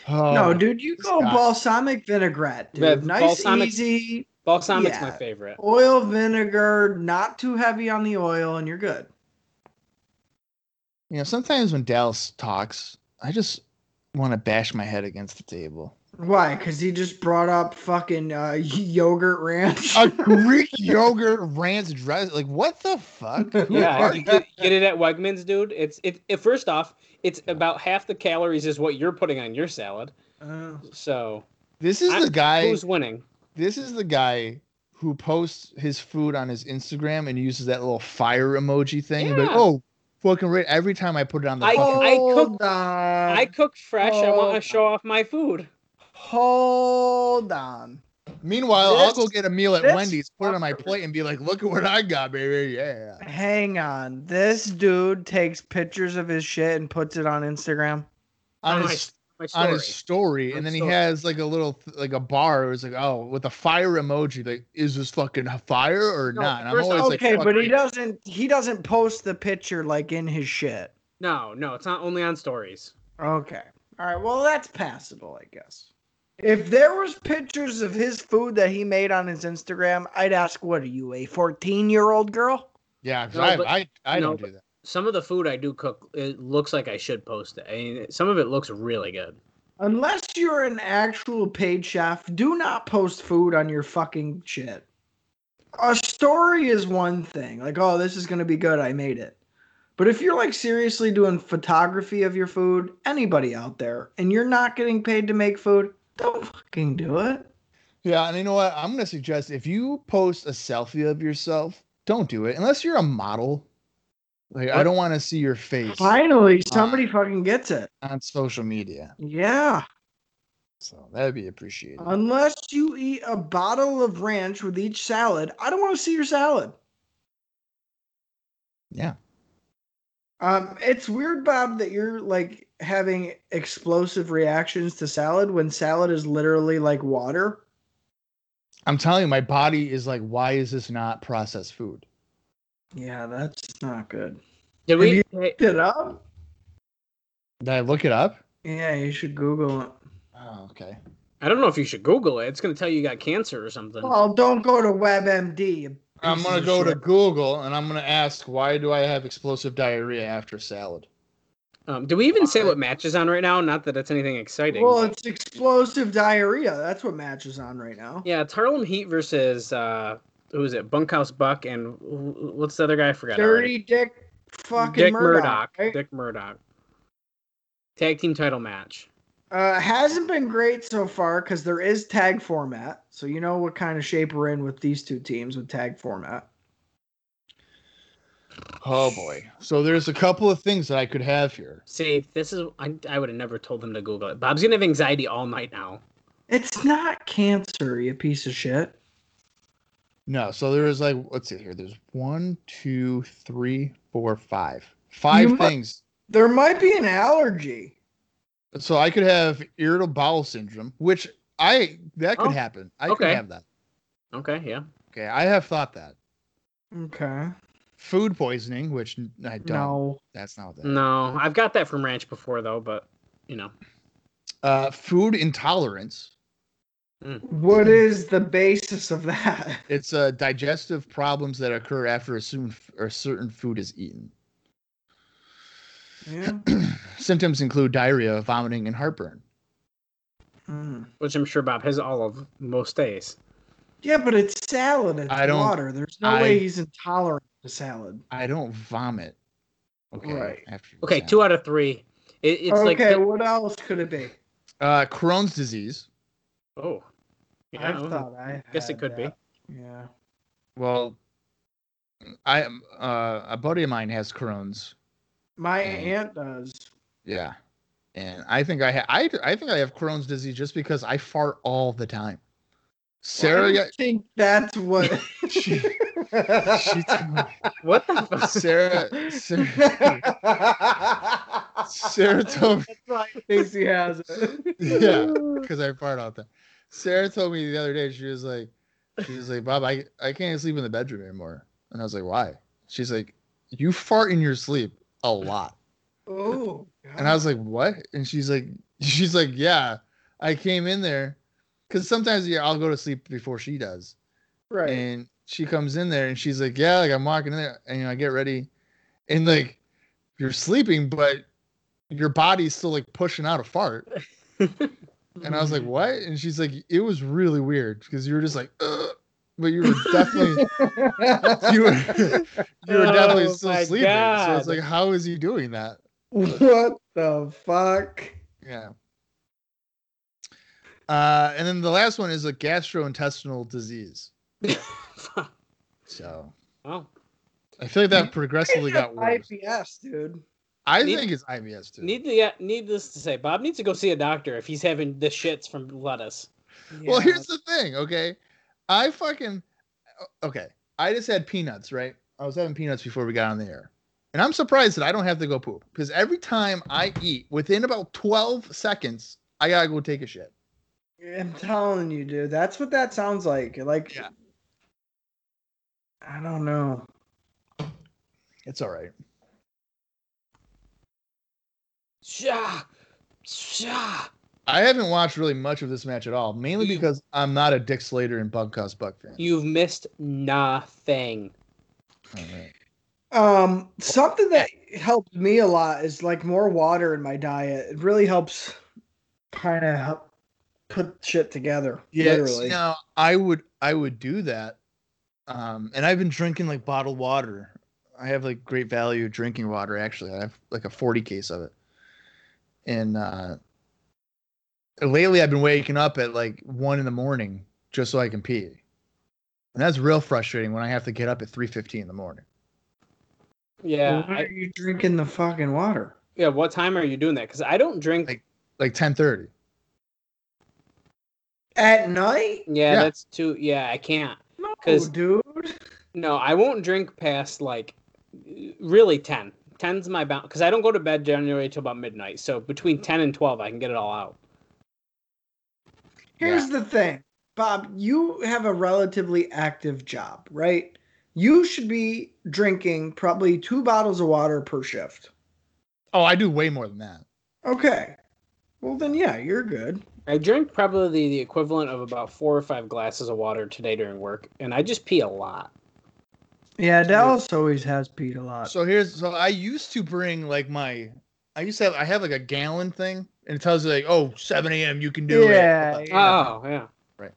[SPEAKER 2] Oh,
[SPEAKER 4] no, dude, you go
[SPEAKER 2] Scott.
[SPEAKER 4] balsamic vinaigrette, dude.
[SPEAKER 3] But
[SPEAKER 4] nice,
[SPEAKER 3] balsamic-
[SPEAKER 4] easy
[SPEAKER 3] Balsamic's my
[SPEAKER 4] Yeah.
[SPEAKER 3] favorite.
[SPEAKER 4] oil vinegar, not too heavy on the oil, and you're good.
[SPEAKER 2] You know, sometimes when Dallas talks, I just want to bash my head against the table.
[SPEAKER 4] Why? Because he just brought up fucking uh, [laughs] yogurt ranch.
[SPEAKER 3] [laughs]
[SPEAKER 2] A Greek yogurt ranch dress, like what the fuck? Who
[SPEAKER 3] [laughs] Yeah,
[SPEAKER 2] are
[SPEAKER 3] you get, get it at Wegmans, dude. It's it, it. First off, it's about half the calories is what you're putting on your salad.
[SPEAKER 4] [laughs] Uh,
[SPEAKER 3] So
[SPEAKER 2] This is
[SPEAKER 3] I'm-
[SPEAKER 2] the guy.
[SPEAKER 3] who's winning?
[SPEAKER 2] This is the guy who posts his food on his Instagram and uses that little fire emoji thing. And be like,
[SPEAKER 3] Yeah.
[SPEAKER 2] oh, fucking right! Every time I put it on the
[SPEAKER 3] I-
[SPEAKER 2] fucking,
[SPEAKER 3] I cooked-
[SPEAKER 4] hold
[SPEAKER 2] uh,
[SPEAKER 4] on.
[SPEAKER 3] I cooked fresh. I want
[SPEAKER 4] oh.
[SPEAKER 3] to show off my food.
[SPEAKER 4] hold on.
[SPEAKER 2] meanwhile, I'll go
[SPEAKER 4] this-
[SPEAKER 2] get a meal at
[SPEAKER 4] this
[SPEAKER 2] Wendy's, put it on my
[SPEAKER 4] fucker.
[SPEAKER 2] plate, and be like, look at what I got, baby! Yeah.
[SPEAKER 4] Hang on. This dude takes pictures of his shit and puts it on Instagram.
[SPEAKER 2] On
[SPEAKER 3] Oh,
[SPEAKER 2] his
[SPEAKER 3] My
[SPEAKER 2] on
[SPEAKER 3] story.
[SPEAKER 2] his story,
[SPEAKER 3] On
[SPEAKER 2] and then he
[SPEAKER 3] story.
[SPEAKER 2] has like a little th- like a bar. It was like, oh, with a fire emoji. Like, is this fucking fire or
[SPEAKER 3] No,
[SPEAKER 2] not? And I'm
[SPEAKER 3] first-
[SPEAKER 2] always like,
[SPEAKER 4] Okay,
[SPEAKER 2] fuck
[SPEAKER 4] but he
[SPEAKER 2] me.
[SPEAKER 4] doesn't he doesn't post the picture like in his shit.
[SPEAKER 3] No, no, it's not only on stories.
[SPEAKER 4] Okay. All right. Well, that's passable, I guess. If there was pictures of his food that he made on his Instagram, I'd ask, "What are you, a 14-year-old girl?"
[SPEAKER 2] yeah, 'cause
[SPEAKER 3] No,
[SPEAKER 2] I,
[SPEAKER 3] but-
[SPEAKER 2] I I
[SPEAKER 3] no,
[SPEAKER 2] don't
[SPEAKER 3] but-
[SPEAKER 2] do that.
[SPEAKER 3] Some of the food I do cook, it looks like I should post it. I mean, some of it looks really good.
[SPEAKER 4] Unless you're an actual paid chef, do not post food on your fucking shit. A story is one thing, like, "Oh, this is going to be good. I made it." But if you're like seriously doing photography of your food, anybody out there, and you're not getting paid to make food, don't fucking do it.
[SPEAKER 2] Yeah, and you know what? I'm gonna suggest if you post a selfie of yourself, don't do it unless you're a model. Like I
[SPEAKER 3] What?
[SPEAKER 2] don't want to see your face
[SPEAKER 4] Finally, somebody fucking gets it.
[SPEAKER 2] on social media,
[SPEAKER 4] Yeah.
[SPEAKER 2] so that would be appreciated.
[SPEAKER 4] Unless you eat a bottle of ranch with each salad, I don't want to see your salad.
[SPEAKER 2] Yeah.
[SPEAKER 4] Um, it's weird, Bob, that you're like having explosive reactions to salad when salad is literally like water.
[SPEAKER 2] I'm telling you, my body is like, why is this not processed food?
[SPEAKER 4] Yeah, that's not good.
[SPEAKER 3] Did
[SPEAKER 4] Have
[SPEAKER 3] we? hey,
[SPEAKER 4] Look it up.
[SPEAKER 2] Did I look it up?
[SPEAKER 4] Yeah, you should Google it.
[SPEAKER 2] Oh, okay.
[SPEAKER 3] I don't know if you should Google it. It's going to tell you you got cancer or something.
[SPEAKER 4] Well, don't go to WebMD. you
[SPEAKER 2] I'm
[SPEAKER 4] pieces
[SPEAKER 2] gonna
[SPEAKER 4] of
[SPEAKER 2] go to
[SPEAKER 4] shit.
[SPEAKER 2] Google and I'm gonna ask, why do I have explosive diarrhea after salad?
[SPEAKER 3] Um, do we even say what match is on right now? Not that it's anything exciting.
[SPEAKER 4] Well,
[SPEAKER 3] but-
[SPEAKER 4] it's explosive diarrhea. That's what matches on right now.
[SPEAKER 3] yeah, it's Harlem Heat versus uh, who is it? Bunkhouse Buck and wh- wh- what's the other guy? I forgot. already.
[SPEAKER 4] Dirty Dick fucking
[SPEAKER 3] Dick
[SPEAKER 4] Murdoch.
[SPEAKER 3] Murdoch.
[SPEAKER 4] right?
[SPEAKER 3] Dick Murdoch. Tag team title match.
[SPEAKER 4] Uh, hasn't been great so far because there is tag format. So you know what kind of shape we're in with these two teams with tag format.
[SPEAKER 2] Oh boy. So there's a couple of things that I could have here.
[SPEAKER 3] See, this is I, I would have never told him to Google it. Bob's gonna have anxiety all night now.
[SPEAKER 4] It's not cancer, you piece of shit.
[SPEAKER 2] No, so there was like let's see here. There's one, two, three, four, five. Five
[SPEAKER 4] mu-
[SPEAKER 2] things.
[SPEAKER 4] There might be an allergy.
[SPEAKER 2] So I could have irritable bowel syndrome, which I that could
[SPEAKER 3] Oh,
[SPEAKER 2] happen. I
[SPEAKER 3] okay.
[SPEAKER 2] could have that.
[SPEAKER 3] Okay, yeah.
[SPEAKER 2] Okay, I have thought that.
[SPEAKER 4] Okay.
[SPEAKER 2] food poisoning, which n- I don't.
[SPEAKER 4] No.
[SPEAKER 2] That's not what that.
[SPEAKER 3] No, I've got that from ranch before though, but you know,
[SPEAKER 2] Uh, food intolerance.
[SPEAKER 4] What is the basis of that? [laughs]
[SPEAKER 2] It's uh, digestive problems that occur after a certain, a certain food is eaten.
[SPEAKER 4] Yeah.
[SPEAKER 2] Symptoms include diarrhea, vomiting, and heartburn.
[SPEAKER 4] Mm.
[SPEAKER 3] which I'm sure Bob has all of most days.
[SPEAKER 4] Yeah, but it's salad. It's
[SPEAKER 2] I don't-
[SPEAKER 4] water. There's no
[SPEAKER 2] I-
[SPEAKER 4] way he's intolerant to salad.
[SPEAKER 2] I don't vomit. Okay.
[SPEAKER 4] Right.
[SPEAKER 2] After
[SPEAKER 3] Okay,
[SPEAKER 2] salad.
[SPEAKER 3] two out of three. It, it's like
[SPEAKER 4] okay, what else could it be?
[SPEAKER 2] Uh, Crohn's disease.
[SPEAKER 3] oh, yeah, oh,
[SPEAKER 4] I thought I
[SPEAKER 3] guess it
[SPEAKER 4] had
[SPEAKER 3] could be.
[SPEAKER 4] that. Yeah.
[SPEAKER 2] Well, I am uh, a buddy of mine has Crohn's.
[SPEAKER 4] My
[SPEAKER 2] Mm.
[SPEAKER 4] aunt does.
[SPEAKER 2] Yeah. And I think I ha- I I think I have Crohn's disease just because I fart all the time. Sarah,
[SPEAKER 4] I
[SPEAKER 2] got,
[SPEAKER 4] think that's what.
[SPEAKER 2] [laughs] she, [laughs] she told me-
[SPEAKER 3] [laughs] What the
[SPEAKER 4] [laughs]
[SPEAKER 3] fuck?
[SPEAKER 2] Sarah, Sarah, Sarah told me,
[SPEAKER 4] Casey has it.
[SPEAKER 2] [laughs] yeah, because I fart all the time. Sarah told me the other day she was like, she was like, Bob, I I can't sleep in the bedroom anymore, and I was like, why? She's like, you fart in your sleep a lot.
[SPEAKER 4] Oh.
[SPEAKER 2] And I was like, "What?" And she's like, [laughs] "She's like, yeah, I came in there, because sometimes yeah, I'll go to sleep before she does."
[SPEAKER 4] right.
[SPEAKER 2] And she comes in there and she's like, "Yeah, like I'm walking in there, and you know, I get ready, and like you're sleeping, but your body's still like pushing out a fart." And I was
[SPEAKER 4] [laughs]
[SPEAKER 3] Mm-hmm.
[SPEAKER 2] like, "What?" And she's like, "It was really weird because you were just like, Ugh, but you were definitely
[SPEAKER 3] [laughs]
[SPEAKER 2] you were you were definitely
[SPEAKER 3] Oh
[SPEAKER 2] still
[SPEAKER 3] my
[SPEAKER 2] sleeping." So
[SPEAKER 3] God.
[SPEAKER 2] it's like, "How is he doing that?"
[SPEAKER 4] what the fuck?
[SPEAKER 2] Yeah. Uh, and then the last one is a gastrointestinal disease.
[SPEAKER 3] Fuck.
[SPEAKER 2] So
[SPEAKER 3] [laughs] well,
[SPEAKER 2] I feel like that progressively got worse.
[SPEAKER 4] IBS, dude.
[SPEAKER 2] I
[SPEAKER 3] Need-
[SPEAKER 2] think it's IBS too.
[SPEAKER 3] need yeah, needless to say, Bob needs to go see a doctor if he's having the shits from lettuce.
[SPEAKER 2] Well,
[SPEAKER 4] Yeah.
[SPEAKER 2] here's the thing, okay? I fucking okay. I just had peanuts, right? I was having peanuts before we got on the air. And I'm surprised that I don't have to go poop because every time I eat, within about 12 seconds, I gotta go take a shit.
[SPEAKER 4] I'm telling you, dude. That's what that sounds like. Like,
[SPEAKER 2] Yeah.
[SPEAKER 4] I don't know.
[SPEAKER 2] It's all right.
[SPEAKER 3] Sha, sha.
[SPEAKER 2] I haven't watched really much of this match at all, mainly
[SPEAKER 3] You-
[SPEAKER 2] because I'm not a Dick Slater and Bunkhouse Buck fan.
[SPEAKER 3] You've missed nothing.
[SPEAKER 2] All right.
[SPEAKER 4] Um, something that helped me a lot is like more water in my diet. It really helps, kind of help put shit together.
[SPEAKER 2] Yeah,
[SPEAKER 4] literally.
[SPEAKER 2] no, I would I would do that. Um, and I've been drinking like bottled water. I have like great value drinking water actually. I have like a 40 case of it. And uh lately I've been waking up at like one in the morning just so I can pee. And that's real frustrating when I have to get up at 3:15 in the morning.
[SPEAKER 3] Yeah,
[SPEAKER 4] Why
[SPEAKER 3] I-
[SPEAKER 4] are you drinking the fucking water?
[SPEAKER 3] yeah. What time are you doing that? Because I don't drink.
[SPEAKER 2] Like- Like 10:30.
[SPEAKER 4] At night?
[SPEAKER 3] yeah,
[SPEAKER 2] yeah.
[SPEAKER 3] that's too. Yeah, I can't.
[SPEAKER 4] No,
[SPEAKER 3] 'Cause-
[SPEAKER 4] dude.
[SPEAKER 3] No, I won't drink past like really 10. 10's my bound because I don't go to bed generally till about midnight. So between 10 and 12, I can get it all out.
[SPEAKER 4] Here's the thing, Bob. You have a relatively active job, right? You should be drinking probably two bottles of water per shift.
[SPEAKER 2] Oh, I do way more than that.
[SPEAKER 4] Okay. Well, then, yeah, you're good.
[SPEAKER 3] I drink probably the equivalent of about four or five glasses of water today during work, and I just pee a lot.
[SPEAKER 4] Yeah, Dallas always has peed a lot.
[SPEAKER 2] So here's so I used to bring like my I used to have I have like a gallon thing and it tells you like oh 7 a.m. you can do
[SPEAKER 4] Yeah,
[SPEAKER 2] it. Uh,
[SPEAKER 4] yeah.
[SPEAKER 3] Oh, yeah.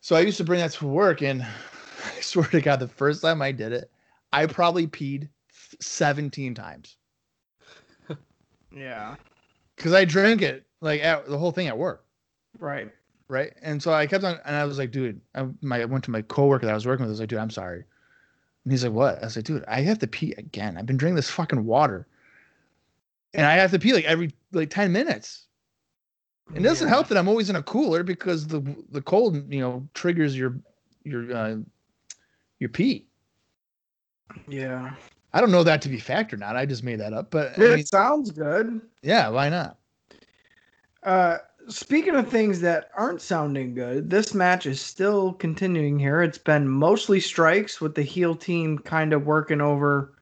[SPEAKER 2] So I used to bring that to work and [laughs] I swear to God the first time I did it I probably peed 17 times
[SPEAKER 4] yeah,
[SPEAKER 2] because I drank it like at, the whole thing at work.
[SPEAKER 4] right.
[SPEAKER 2] right? And so I kept on, and I was like, dude, I, my, I went to my coworker that I was working with. I was like, dude, I'm sorry. And he's like, what? I was like, dude, I have to pee again. I've been drinking this fucking water, and I have to pee like every like ten minutes. It doesn't
[SPEAKER 4] Yeah.
[SPEAKER 2] help that I'm always in a cooler because the the cold, you know, triggers your your uh, your pee.
[SPEAKER 4] Yeah,
[SPEAKER 2] I don't know that to be fact or not. I just made that up, but I
[SPEAKER 4] it
[SPEAKER 2] mean,
[SPEAKER 4] sounds good.
[SPEAKER 2] yeah, why not?
[SPEAKER 4] Uh, speaking of things that aren't sounding good, this match is still continuing here. It's been mostly strikes with the heel team kind of working over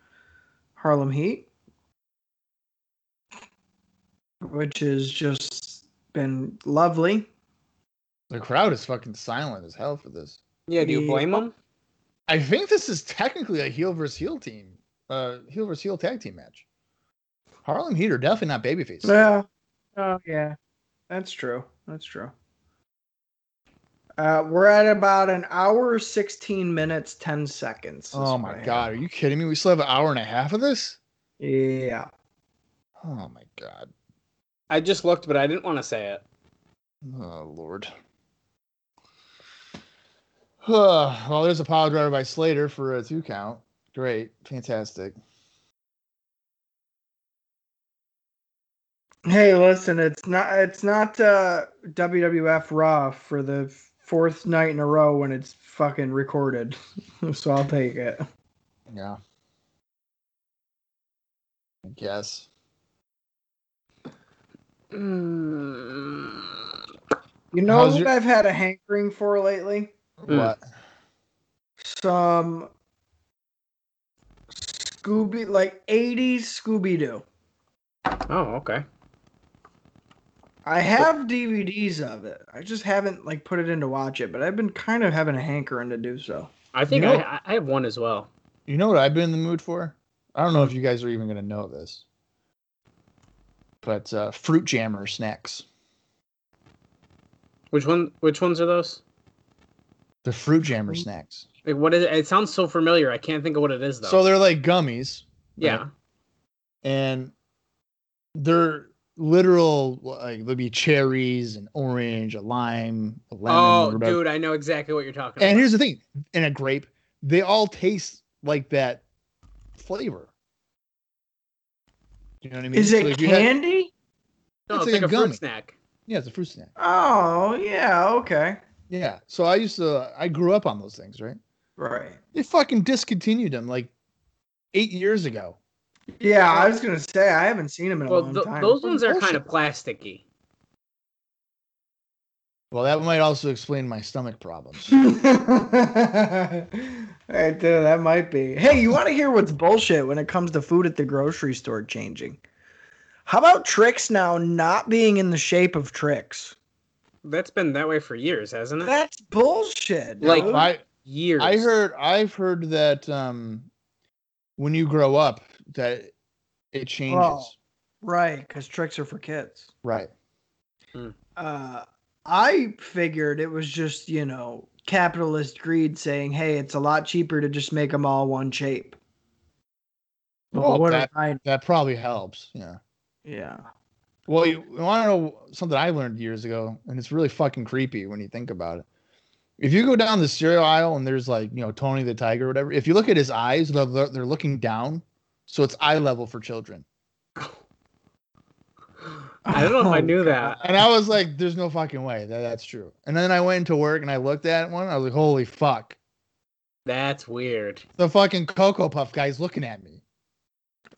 [SPEAKER 4] Harlem Heat, which has just been lovely.
[SPEAKER 2] The crowd is fucking silent as hell for this.
[SPEAKER 3] Yeah, do you
[SPEAKER 4] The-
[SPEAKER 3] blame them?
[SPEAKER 2] I think this is technically a heel versus heel team, uh, heel versus heel tag team match. Harlem Heat are definitely not babyface.
[SPEAKER 4] Yeah. Oh yeah, that's true. That's true. Uh, we're at about an hour, sixteen minutes, ten seconds. is
[SPEAKER 2] oh
[SPEAKER 4] what I
[SPEAKER 2] my
[SPEAKER 4] have.
[SPEAKER 2] god, are you kidding me? We still have an hour and a half of this.
[SPEAKER 4] Yeah.
[SPEAKER 2] Oh my god,
[SPEAKER 3] I just looked, but I didn't want to say it.
[SPEAKER 2] oh lord. well, there's a power driver by Slater for a two count. Great, fantastic.
[SPEAKER 4] Hey, listen, it's not it's not uh, WWF Raw for the fourth night in a row when it's fucking recorded, [laughs] so I'll take it.
[SPEAKER 2] Yeah. I guess.
[SPEAKER 3] Mm.
[SPEAKER 4] You know
[SPEAKER 2] How's
[SPEAKER 4] what
[SPEAKER 2] your-
[SPEAKER 4] I've had a hankering for lately?
[SPEAKER 3] Hmm.
[SPEAKER 2] What?
[SPEAKER 4] Some Scooby, like '80s Scooby Doo.
[SPEAKER 3] Oh, okay.
[SPEAKER 4] I have DVDs of it. I just haven't like put it in to watch it, but I've been kind of having a hankering to do so.
[SPEAKER 3] I think
[SPEAKER 2] You know-
[SPEAKER 3] I, I have one as well.
[SPEAKER 2] You know what I've been in the mood for? I don't know if you guys are even going to know this, but uh, fruit jammer snacks.
[SPEAKER 3] Which one? Which ones are those?
[SPEAKER 2] The fruit jammer snacks.
[SPEAKER 3] Like, what is it? It sounds so familiar. I can't think of what it is though.
[SPEAKER 2] So they're like gummies,
[SPEAKER 3] yeah.
[SPEAKER 2] and they're literal like there'll be cherries and orange, a lime, a lemon. or
[SPEAKER 3] Oh,
[SPEAKER 2] whatever.
[SPEAKER 3] dude, I know exactly what you're talking
[SPEAKER 2] And
[SPEAKER 3] about.
[SPEAKER 2] here's the thing: in a grape, they all taste like that flavor. You know what I mean?
[SPEAKER 4] Is
[SPEAKER 2] So
[SPEAKER 4] it
[SPEAKER 2] if you had-
[SPEAKER 4] candy?
[SPEAKER 3] no,
[SPEAKER 2] it's
[SPEAKER 3] Oh, it's
[SPEAKER 2] like
[SPEAKER 3] like
[SPEAKER 2] a
[SPEAKER 3] a fruit
[SPEAKER 2] gummy.
[SPEAKER 3] snack.
[SPEAKER 2] yeah, it's a fruit snack.
[SPEAKER 4] Oh yeah, okay,
[SPEAKER 2] Yeah. So I used to, I grew up on those things, right?
[SPEAKER 4] right.
[SPEAKER 2] They fucking discontinued them like eight years ago.
[SPEAKER 4] Yeah, I was gonna say I haven't seen them in a
[SPEAKER 3] Well,
[SPEAKER 4] long
[SPEAKER 3] th-
[SPEAKER 4] time. [laughs]
[SPEAKER 3] those ones are kind
[SPEAKER 2] Bullshit.
[SPEAKER 3] of plasticky.
[SPEAKER 2] Well, that might also explain my stomach
[SPEAKER 4] [laughs]
[SPEAKER 2] problems.
[SPEAKER 4] right there, that might be. Hey, you want to hear what's bullshit when it comes to food at the grocery store changing? How about tricks now not being in the shape of tricks?
[SPEAKER 3] That's been that way for years, hasn't it?
[SPEAKER 4] That's bullshit.
[SPEAKER 3] Like,
[SPEAKER 4] dude.
[SPEAKER 2] I
[SPEAKER 3] years.
[SPEAKER 2] I heard I've heard that um when you grow up that it changes.
[SPEAKER 4] Oh. right? Because tricks are for kids.
[SPEAKER 2] Right.
[SPEAKER 4] uh, I figured it was just, you know, capitalist greed saying, hey, it's a lot cheaper to just make them all one shape. But
[SPEAKER 2] Well,
[SPEAKER 4] what
[SPEAKER 2] that,
[SPEAKER 4] am I?
[SPEAKER 2] that probably helps. Yeah.
[SPEAKER 4] Yeah.
[SPEAKER 2] Well, you, you want to know something I learned years ago, and it's really fucking creepy when you think about it. If you go down the cereal aisle and there's like, you know, Tony the Tiger or whatever, if you look at his eyes, they're, they're they're looking down. So it's eye level for children.
[SPEAKER 3] I don't know if I
[SPEAKER 4] Oh,
[SPEAKER 3] knew that.
[SPEAKER 2] And I was like, there's no fucking way that that's true. And then I went into work and I looked at one. I was like, holy fuck.
[SPEAKER 3] That's weird.
[SPEAKER 2] The fucking Cocoa Puff guy's looking at me.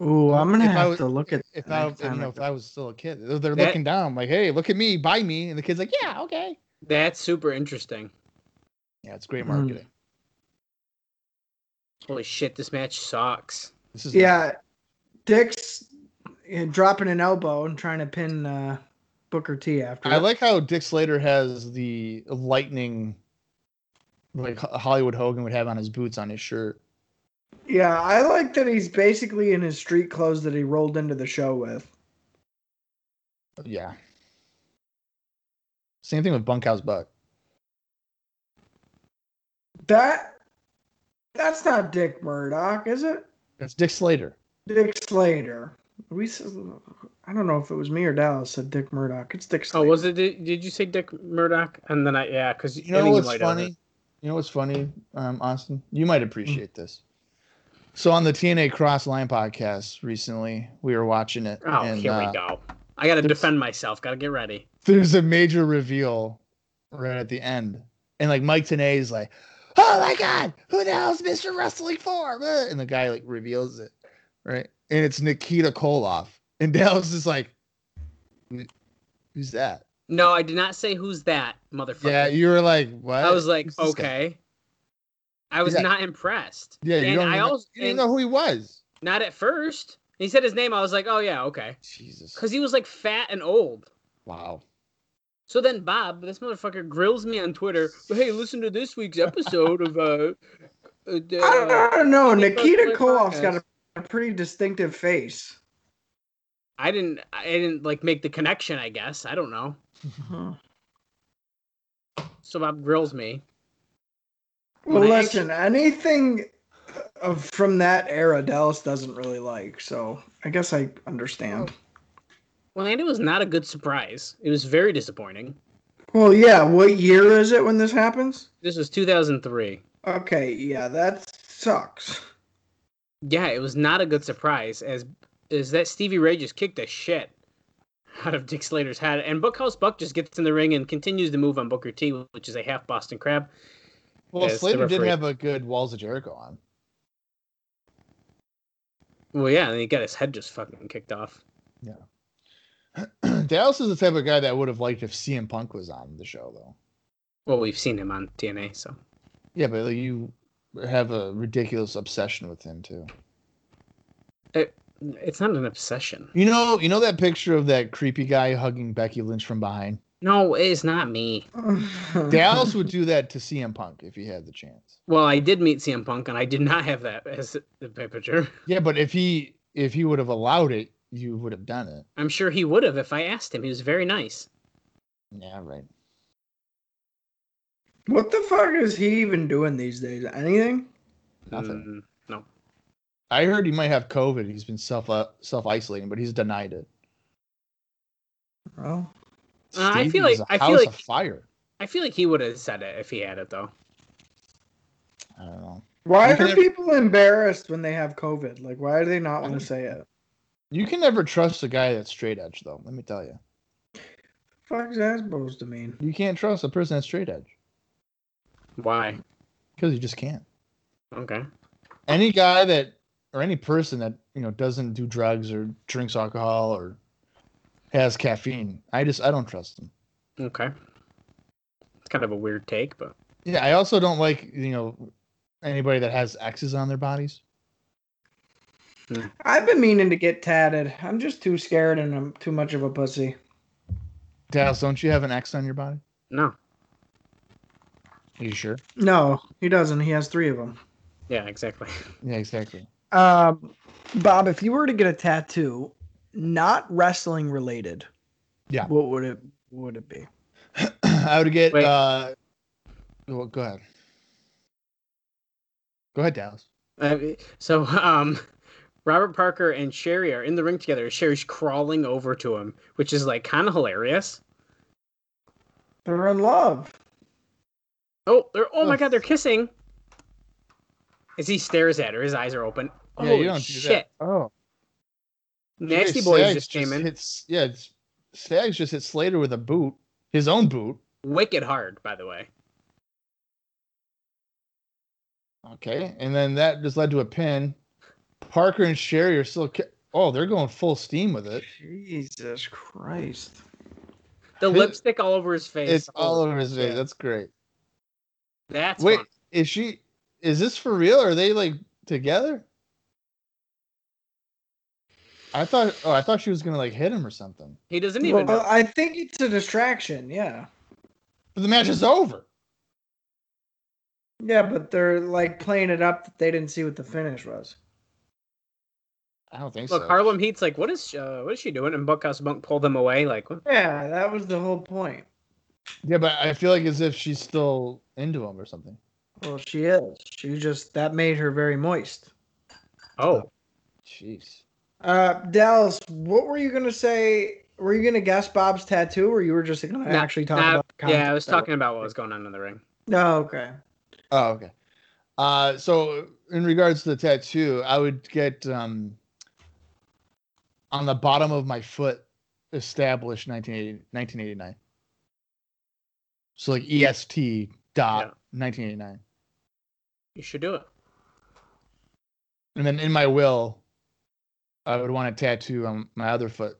[SPEAKER 4] Ooh, I'm going to
[SPEAKER 2] If I
[SPEAKER 4] have
[SPEAKER 2] was-
[SPEAKER 4] to look at
[SPEAKER 2] If
[SPEAKER 4] the
[SPEAKER 2] I,
[SPEAKER 4] next
[SPEAKER 2] you
[SPEAKER 4] time
[SPEAKER 2] know,
[SPEAKER 4] I
[SPEAKER 2] if
[SPEAKER 4] go.
[SPEAKER 2] I was still a kid, they're, they're
[SPEAKER 3] That-
[SPEAKER 2] looking down like, hey, look at me, buy me. And the kid's like, yeah, okay.
[SPEAKER 3] That's super interesting.
[SPEAKER 2] Yeah, it's great
[SPEAKER 4] Mm.
[SPEAKER 2] marketing.
[SPEAKER 3] Holy shit, this match sucks.
[SPEAKER 2] This is
[SPEAKER 4] Yeah. Dick's uh, dropping an elbow and trying to pin uh, Booker T after.
[SPEAKER 2] I
[SPEAKER 4] it.
[SPEAKER 2] like how Dick Slater has the lightning, like Ho- Hollywood Hogan would have on his boots on his shirt.
[SPEAKER 4] yeah, I like that he's basically in his street clothes that he rolled into the show with.
[SPEAKER 2] Yeah. Same thing with Bunkhouse Buck.
[SPEAKER 4] That. That's not Dick Murdoch, is it?
[SPEAKER 2] That's Dick Slater.
[SPEAKER 4] Dick Slater. We, s- I don't know if it was me or Dallas said Dick Murdoch. It's Dick
[SPEAKER 3] Oh,
[SPEAKER 4] Slater.
[SPEAKER 3] was it? Did, did you say Dick Murdoch? And then I yeah, because
[SPEAKER 2] You know what's funny? You know what's funny, um, Austin? You might
[SPEAKER 4] Mm.
[SPEAKER 2] appreciate this. So on the TNA Cross Line podcast recently, we were watching it.
[SPEAKER 3] Oh, here
[SPEAKER 2] uh,
[SPEAKER 3] we go. I gotta
[SPEAKER 2] there's-
[SPEAKER 3] defend myself. Gotta get ready.
[SPEAKER 2] There's a major reveal right at the end, and like Mike Tanay is like, "Oh my God, who the hell's Mr. Wrestling for?" Blah, And the guy like reveals it, right? And it's Nikita Koloff, and Dallas is like, "Who- "Who's that?"
[SPEAKER 3] No, I did not say who's that motherfucker.
[SPEAKER 2] Yeah, you were like, what?
[SPEAKER 3] I was like,
[SPEAKER 2] Who's this guy?
[SPEAKER 3] okay. I was
[SPEAKER 2] Yeah.
[SPEAKER 3] not impressed.
[SPEAKER 2] Yeah, you
[SPEAKER 3] and
[SPEAKER 2] don't.
[SPEAKER 3] I
[SPEAKER 2] even, know-
[SPEAKER 3] also
[SPEAKER 2] you didn't know
[SPEAKER 3] and
[SPEAKER 2] who he was.
[SPEAKER 3] not at first. He said his name. I was like, oh yeah, okay,
[SPEAKER 2] Jesus.
[SPEAKER 3] because he was like fat and old.
[SPEAKER 2] Wow.
[SPEAKER 3] So then Bob, this motherfucker, grills me on Twitter. Hey, listen to this week's episode of uh, uh, d-
[SPEAKER 4] I don't know.
[SPEAKER 3] uh,
[SPEAKER 4] I don't know.
[SPEAKER 3] Big Brother
[SPEAKER 4] Nikita
[SPEAKER 3] Play
[SPEAKER 4] Koloff's
[SPEAKER 3] Podcast.
[SPEAKER 4] got a, a pretty distinctive face.
[SPEAKER 3] I didn't, I didn't like make the connection. I guess I don't know. Uh-huh. So Bob grills me.
[SPEAKER 4] Well,
[SPEAKER 3] When I
[SPEAKER 4] listen, anything uh, of, from that era, Dallas doesn't really like. So I guess I understand.
[SPEAKER 3] Well, and it was not a good surprise. It was very disappointing.
[SPEAKER 4] Well, yeah. What year is it when this happens?
[SPEAKER 3] This was 2003.
[SPEAKER 4] Okay, yeah, that sucks. [laughs]
[SPEAKER 3] Yeah, it was not a good surprise as is that Stevie Ray just kicked the shit out of Dick Slater's head, and Bookhouse Buck just gets in the ring and continues to move on Booker T, which is a half Boston crab.
[SPEAKER 2] Well,
[SPEAKER 3] Yes, the
[SPEAKER 2] Slater did
[SPEAKER 3] referee.
[SPEAKER 2] have a good Walls of Jericho on. [clears throat]
[SPEAKER 3] Well, yeah, and he got his head just fucking kicked off.
[SPEAKER 2] Dallas is the type of guy that I would have liked if CM Punk was on the show, though.
[SPEAKER 3] Well, we've seen him on TNA, so
[SPEAKER 2] Yeah, but like, you have a ridiculous obsession with him too.
[SPEAKER 3] it's not an obsession.
[SPEAKER 2] You know, you know that picture of that creepy guy hugging Becky Lynch from behind.
[SPEAKER 3] No, it's not me.
[SPEAKER 2] Dallas would do that to CM Punk if he had the chance.
[SPEAKER 3] Well, I did meet CM Punk, and I did not have that as the picture.
[SPEAKER 2] Yeah, but if he if he would have allowed it, you would have done it.
[SPEAKER 3] I'm sure he would have if I asked him. He was very nice.
[SPEAKER 2] Yeah, right.
[SPEAKER 4] what the fuck is he even doing these days? Anything?
[SPEAKER 2] Nothing.
[SPEAKER 3] Mm,
[SPEAKER 2] I heard he might have COVID. He's been self uh, self isolating, but he's denied it.
[SPEAKER 4] Well,
[SPEAKER 3] Uh, I feel
[SPEAKER 2] Stevie's
[SPEAKER 3] like-
[SPEAKER 2] a
[SPEAKER 3] I feel
[SPEAKER 2] house
[SPEAKER 3] like-
[SPEAKER 2] of fire.
[SPEAKER 3] I feel like he would have said it if he had it, though.
[SPEAKER 2] I don't know.
[SPEAKER 4] why
[SPEAKER 2] You can
[SPEAKER 4] are
[SPEAKER 2] have-
[SPEAKER 4] people embarrassed when they have COVID? Like, why do they not want to say it?
[SPEAKER 2] You can never trust a guy that's straight edge, though. Let me tell you,
[SPEAKER 4] Fuck's that supposed to mean?
[SPEAKER 2] you can't trust a person that's straight edge
[SPEAKER 3] Why?
[SPEAKER 2] because you just can't.
[SPEAKER 3] Okay.
[SPEAKER 2] Any guy that or any person that you know doesn't do drugs or drinks alcohol or has caffeine, I just I don't trust them.
[SPEAKER 3] Okay. It's kind of a weird take, but
[SPEAKER 2] Yeah, I also don't like you know anybody that has X's on their bodies.
[SPEAKER 4] I've been meaning to get tatted. I'm just too scared and I'm too much of a pussy.
[SPEAKER 2] Dallas, don't you have an X on your body?
[SPEAKER 3] no.
[SPEAKER 2] Are you sure?
[SPEAKER 4] No, he doesn't. He has three of them.
[SPEAKER 3] Yeah, exactly. [laughs]
[SPEAKER 2] Yeah, exactly. [clears throat]
[SPEAKER 4] Um, Bob, if you were to get a tattoo, not wrestling related,
[SPEAKER 2] Yeah.
[SPEAKER 4] what would it would it be?
[SPEAKER 2] I would get.
[SPEAKER 3] Wait.
[SPEAKER 2] uh well, Go ahead. Go ahead, Dallas.
[SPEAKER 3] Uh, so, um, Robert Parker and Sherry are in the ring together. Sherry's crawling over to him, which is like kind of hilarious.
[SPEAKER 4] They're in love.
[SPEAKER 3] Oh, they're oh my
[SPEAKER 2] Ugh.
[SPEAKER 3] god, they're kissing. As he stares at her, his eyes are open.
[SPEAKER 2] Yeah,
[SPEAKER 3] Holy
[SPEAKER 2] you don't do
[SPEAKER 3] shit!
[SPEAKER 2] that. Oh,
[SPEAKER 3] Nasty
[SPEAKER 2] Jay
[SPEAKER 3] boys
[SPEAKER 2] Skaggs
[SPEAKER 3] just came in,
[SPEAKER 2] Hits, yeah, it's, Skaggs just hit Slater with a boot, his own boot.
[SPEAKER 3] wicked hard, by the way.
[SPEAKER 2] Okay, and then that just led to a pin. Parker and Sherry are still. Ki- oh, they're going full steam with it.
[SPEAKER 4] Jesus Christ.
[SPEAKER 3] The
[SPEAKER 2] His-
[SPEAKER 3] lipstick all over his face.
[SPEAKER 2] It's all over his
[SPEAKER 3] yeah.
[SPEAKER 2] face. That's great.
[SPEAKER 3] That's
[SPEAKER 2] Wait,
[SPEAKER 3] fun.
[SPEAKER 2] is she? Is this for real? Are they like together? I thought. Oh, I thought she was gonna like hit him or something.
[SPEAKER 3] He doesn't even.
[SPEAKER 4] Well,
[SPEAKER 3] know.
[SPEAKER 4] I think it's a distraction. Yeah.
[SPEAKER 2] But the match is over.
[SPEAKER 4] Yeah, but they're like playing it up that they didn't see what the finish was.
[SPEAKER 2] I don't think
[SPEAKER 3] Look,
[SPEAKER 2] so.
[SPEAKER 3] Harlem Heat's like, what is uh, what is she doing? And Buckhouse Bunk pulled them away. Like, what?
[SPEAKER 4] Yeah, that was the whole point.
[SPEAKER 2] Yeah, but I feel like as if she's still into him or something.
[SPEAKER 4] Well, she is. She just that made her very moist.
[SPEAKER 3] oh,
[SPEAKER 2] Jeez.
[SPEAKER 4] Uh, Dallas, what were you gonna say? Were you gonna guess Bob's tattoo, or you were just gonna
[SPEAKER 3] No,
[SPEAKER 4] actually talk
[SPEAKER 3] no,
[SPEAKER 4] about? The content
[SPEAKER 3] yeah, I was
[SPEAKER 4] that
[SPEAKER 3] talking about what was going on in the ring.
[SPEAKER 4] No, okay.
[SPEAKER 2] Oh, okay. Uh, so in regards to the tattoo, I would get um, on the bottom of my foot, established 1980, 1989. So like EST dot 1989,
[SPEAKER 3] You should do it.
[SPEAKER 2] and then in my will, I would want a tattoo on my other foot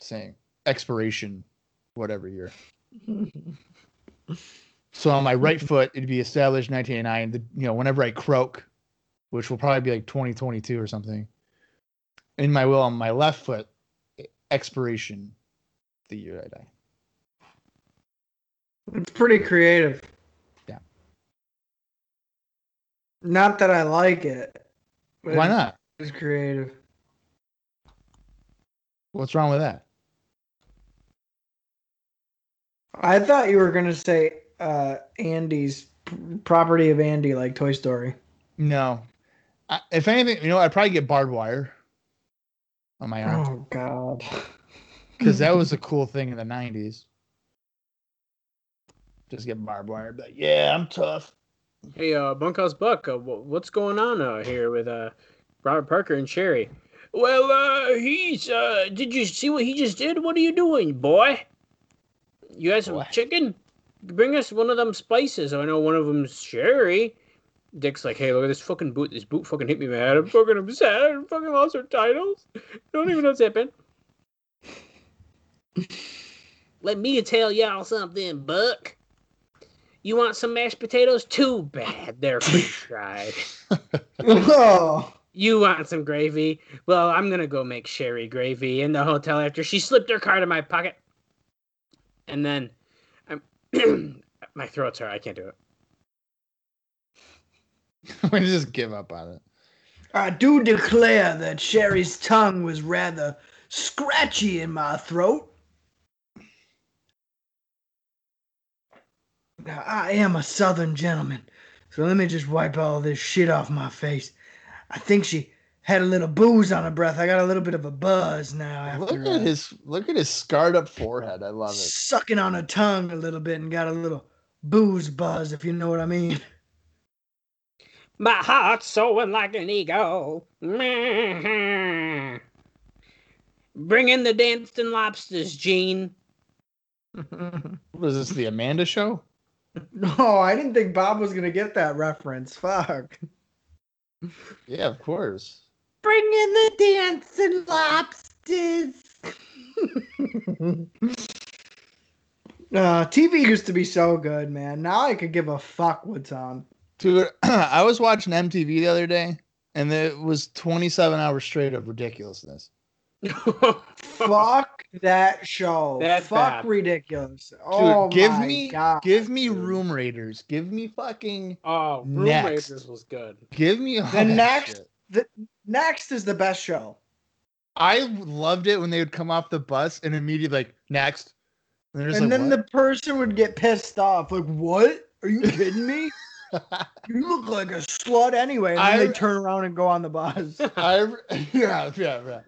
[SPEAKER 2] saying expiration whatever year. So on my right foot, it'd be established 1989. The, you know, whenever I croak, which will probably be like 2022 or something, in my will on my left foot, expiration, the year I die.
[SPEAKER 4] It's pretty creative.
[SPEAKER 2] Yeah.
[SPEAKER 4] Not that I like it. but
[SPEAKER 2] Why
[SPEAKER 4] it-
[SPEAKER 2] not?
[SPEAKER 4] It's creative.
[SPEAKER 2] What's wrong with that?
[SPEAKER 4] I thought you were gonna say uh, Andy's p- property of Andy, like Toy Story.
[SPEAKER 2] No, I, if anything, you know, I'd probably get barbed wire on my arm
[SPEAKER 4] Oh
[SPEAKER 2] [laughs]
[SPEAKER 4] God.
[SPEAKER 2] because
[SPEAKER 4] [laughs]
[SPEAKER 2] that was a cool thing in the 90s. Just get barbed wire, but yeah, I'm tough. [laughs]
[SPEAKER 3] Hey, uh, Bunkhouse Buck, uh, wh- what's going on uh, here with uh, Robert Parker and Sherry? Well, uh, he's. Uh, did you see what he just did? What are you doing, boy? You had some
[SPEAKER 2] Boy.
[SPEAKER 3] chicken? Bring us one of them spices. I know one of them's sherry. Dick's like, hey, look at this fucking boot. This boot fucking hit me, man. I'm fucking upset. I fucking lost her titles. Don't even know what's happened. [laughs] Let me tell y'all something, Buck. You want some mashed potatoes? Too bad. They're french fried.
[SPEAKER 4] oh.
[SPEAKER 3] You want some gravy? Well, I'm gonna go make sherry gravy in the hotel after she slipped her card in my pocket. And then, I'm [clears throat] my throat's hurt. I can't do it.
[SPEAKER 2] we just give up on it.
[SPEAKER 4] I do declare that Sherry's tongue was rather scratchy in my throat. Now, I am a southern gentleman, so let me just wipe all this shit off my face. I think she had a little booze on her breath. I got a little bit of a buzz now after
[SPEAKER 2] Look
[SPEAKER 4] uh,
[SPEAKER 2] at his look at his scarred up forehead. I love it.
[SPEAKER 4] sucking on her tongue a little bit and got a little booze buzz, if you know what I mean. [laughs]
[SPEAKER 3] My heart's soaring like an eagle. [laughs] Bring in the dancing lobsters, Gene. [laughs]
[SPEAKER 2] Was this the Amanda show?
[SPEAKER 4] No, I didn't think Bob was gonna get that reference. Fuck.
[SPEAKER 2] Yeah, of course.
[SPEAKER 4] Bring in the dancing lobsters. [laughs] uh, TV used to be so good, man. Now I could give a fuck what's on.
[SPEAKER 2] Dude, [clears throat] I was watching MTV the other day, and it was 27 hours straight of ridiculousness.
[SPEAKER 4] fuck that show.
[SPEAKER 3] That's
[SPEAKER 4] fuck
[SPEAKER 3] bad.
[SPEAKER 4] ridiculous.
[SPEAKER 2] Dude,
[SPEAKER 4] oh
[SPEAKER 2] give
[SPEAKER 4] my
[SPEAKER 2] me,
[SPEAKER 4] god.
[SPEAKER 2] give me
[SPEAKER 4] dude.
[SPEAKER 2] Room Raiders, give me fucking,
[SPEAKER 3] oh, Room
[SPEAKER 2] Next.
[SPEAKER 3] Raiders was good.
[SPEAKER 2] give me all
[SPEAKER 4] The
[SPEAKER 2] that
[SPEAKER 4] next-
[SPEAKER 2] shit.
[SPEAKER 4] Next is the best show.
[SPEAKER 2] I loved it when they would come off the bus and immediately like next, and, they're just
[SPEAKER 4] and
[SPEAKER 2] like,
[SPEAKER 4] then
[SPEAKER 2] "What?"
[SPEAKER 4] the person would get pissed off. Like, what? Are you kidding me? you look like a slut anyway. And then
[SPEAKER 2] I-
[SPEAKER 4] they turn around and go on the bus.
[SPEAKER 2] [laughs] I re- [laughs] yeah, yeah, yeah.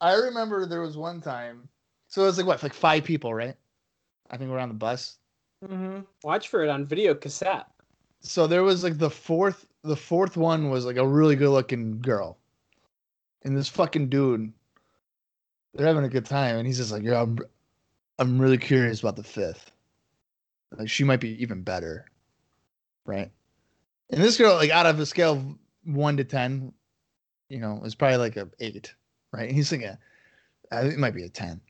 [SPEAKER 2] I remember there was one time. So it was like what, like five people, right? I think we're on the bus.
[SPEAKER 3] Watch for it on video cassette.
[SPEAKER 2] So there was like the fourth, the fourth one was like a really good looking girl, and this fucking dude. They're having a good time, and he's just like, "Yeah, I'm, I'm really curious about the fifth. Like she might be even better, right?" And this girl, like out of a scale of one to ten, you know, is probably like a eight, right? And he's like, a, I think it might be a ten.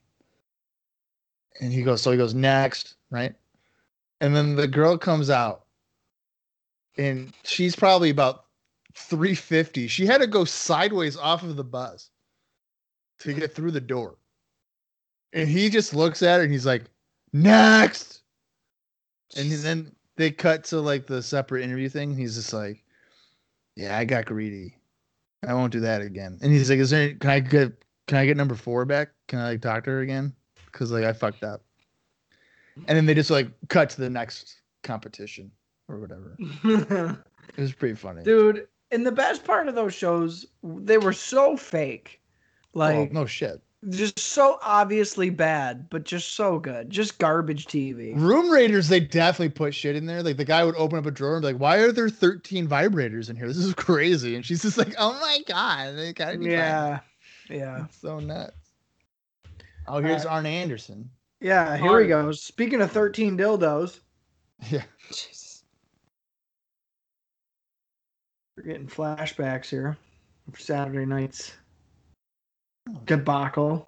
[SPEAKER 2] And he goes, so he goes next, right? And then the girl comes out, and she's probably about three fifty. She had to go sideways off of the bus to get through the door. And he just looks at her and he's like, next. And then they cut to like the separate interview thing. He's just like, yeah, I got greedy. I won't do that again. And he's like, is there, can I get, can I get number four back? Can I like talk to her again? Cause like I fucked up. And then they just like cut to the next competition or whatever.
[SPEAKER 4] [laughs]
[SPEAKER 2] It was pretty funny.
[SPEAKER 4] Dude, and the best part of those shows, they were so fake.
[SPEAKER 2] Well, Oh,
[SPEAKER 4] Like,
[SPEAKER 2] no shit.
[SPEAKER 4] just so obviously bad, but just so good. Just garbage TV.
[SPEAKER 2] Room Raiders, they definitely put shit in there. Like the guy would open up a drawer and be like, "Why are there 13 vibrators in here? This is crazy." And she's just like, "Oh my god, they gotta be yeah,
[SPEAKER 4] Yeah. Yeah.
[SPEAKER 2] so nuts." Oh, here's Arn Anderson.
[SPEAKER 4] Yeah. Here we go. Speaking of 13 dildos,
[SPEAKER 2] [laughs] Yeah,
[SPEAKER 3] Jesus.
[SPEAKER 4] we're getting flashbacks here of Saturday night's debacle.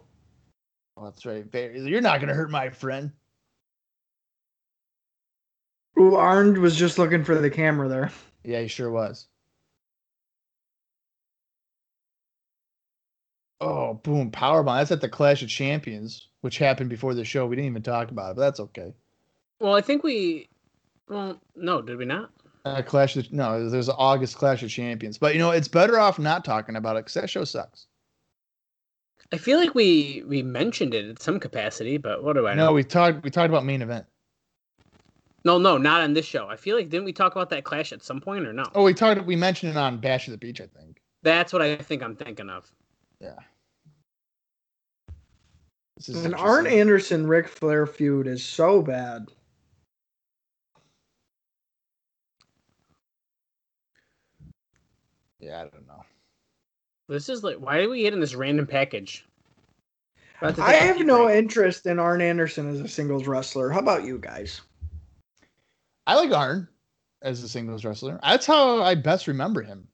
[SPEAKER 2] oh, that's right. Barry, You're not gonna hurt my friend.
[SPEAKER 4] Ooh, Arndt was just looking for the camera there.
[SPEAKER 2] Yeah, he sure was. Oh, boom, powerbomb. That's at the Clash of Champions, which happened before the show. We didn't even talk about it, but that's okay.
[SPEAKER 3] Well, I think we. Well, no, did we not?
[SPEAKER 2] Uh, Clash of no, there's an August Clash of Champions, but you know it's better off not talking about it because that show sucks.
[SPEAKER 3] I feel like we we mentioned it in some capacity, but what do I know?
[SPEAKER 2] No, we talked we talked about main event.
[SPEAKER 3] No, no, not on this show. I feel like didn't we talk about that clash at some point or no?
[SPEAKER 2] Oh, we talked we mentioned it on Bash of the Beach, I think.
[SPEAKER 3] That's what I think I'm thinking of.
[SPEAKER 2] Yeah. This is
[SPEAKER 4] And Arn
[SPEAKER 2] interesting.
[SPEAKER 4] Anderson Ric Flair feud is so bad.
[SPEAKER 2] Yeah, I don't know.
[SPEAKER 3] This is like why are we getting this random package? About to
[SPEAKER 4] I
[SPEAKER 3] take a
[SPEAKER 4] have
[SPEAKER 3] pee
[SPEAKER 4] no
[SPEAKER 3] break.
[SPEAKER 4] interest in Arn Anderson as a singles wrestler. How about you guys?
[SPEAKER 2] I like Arn as a singles wrestler. That's how I best remember him.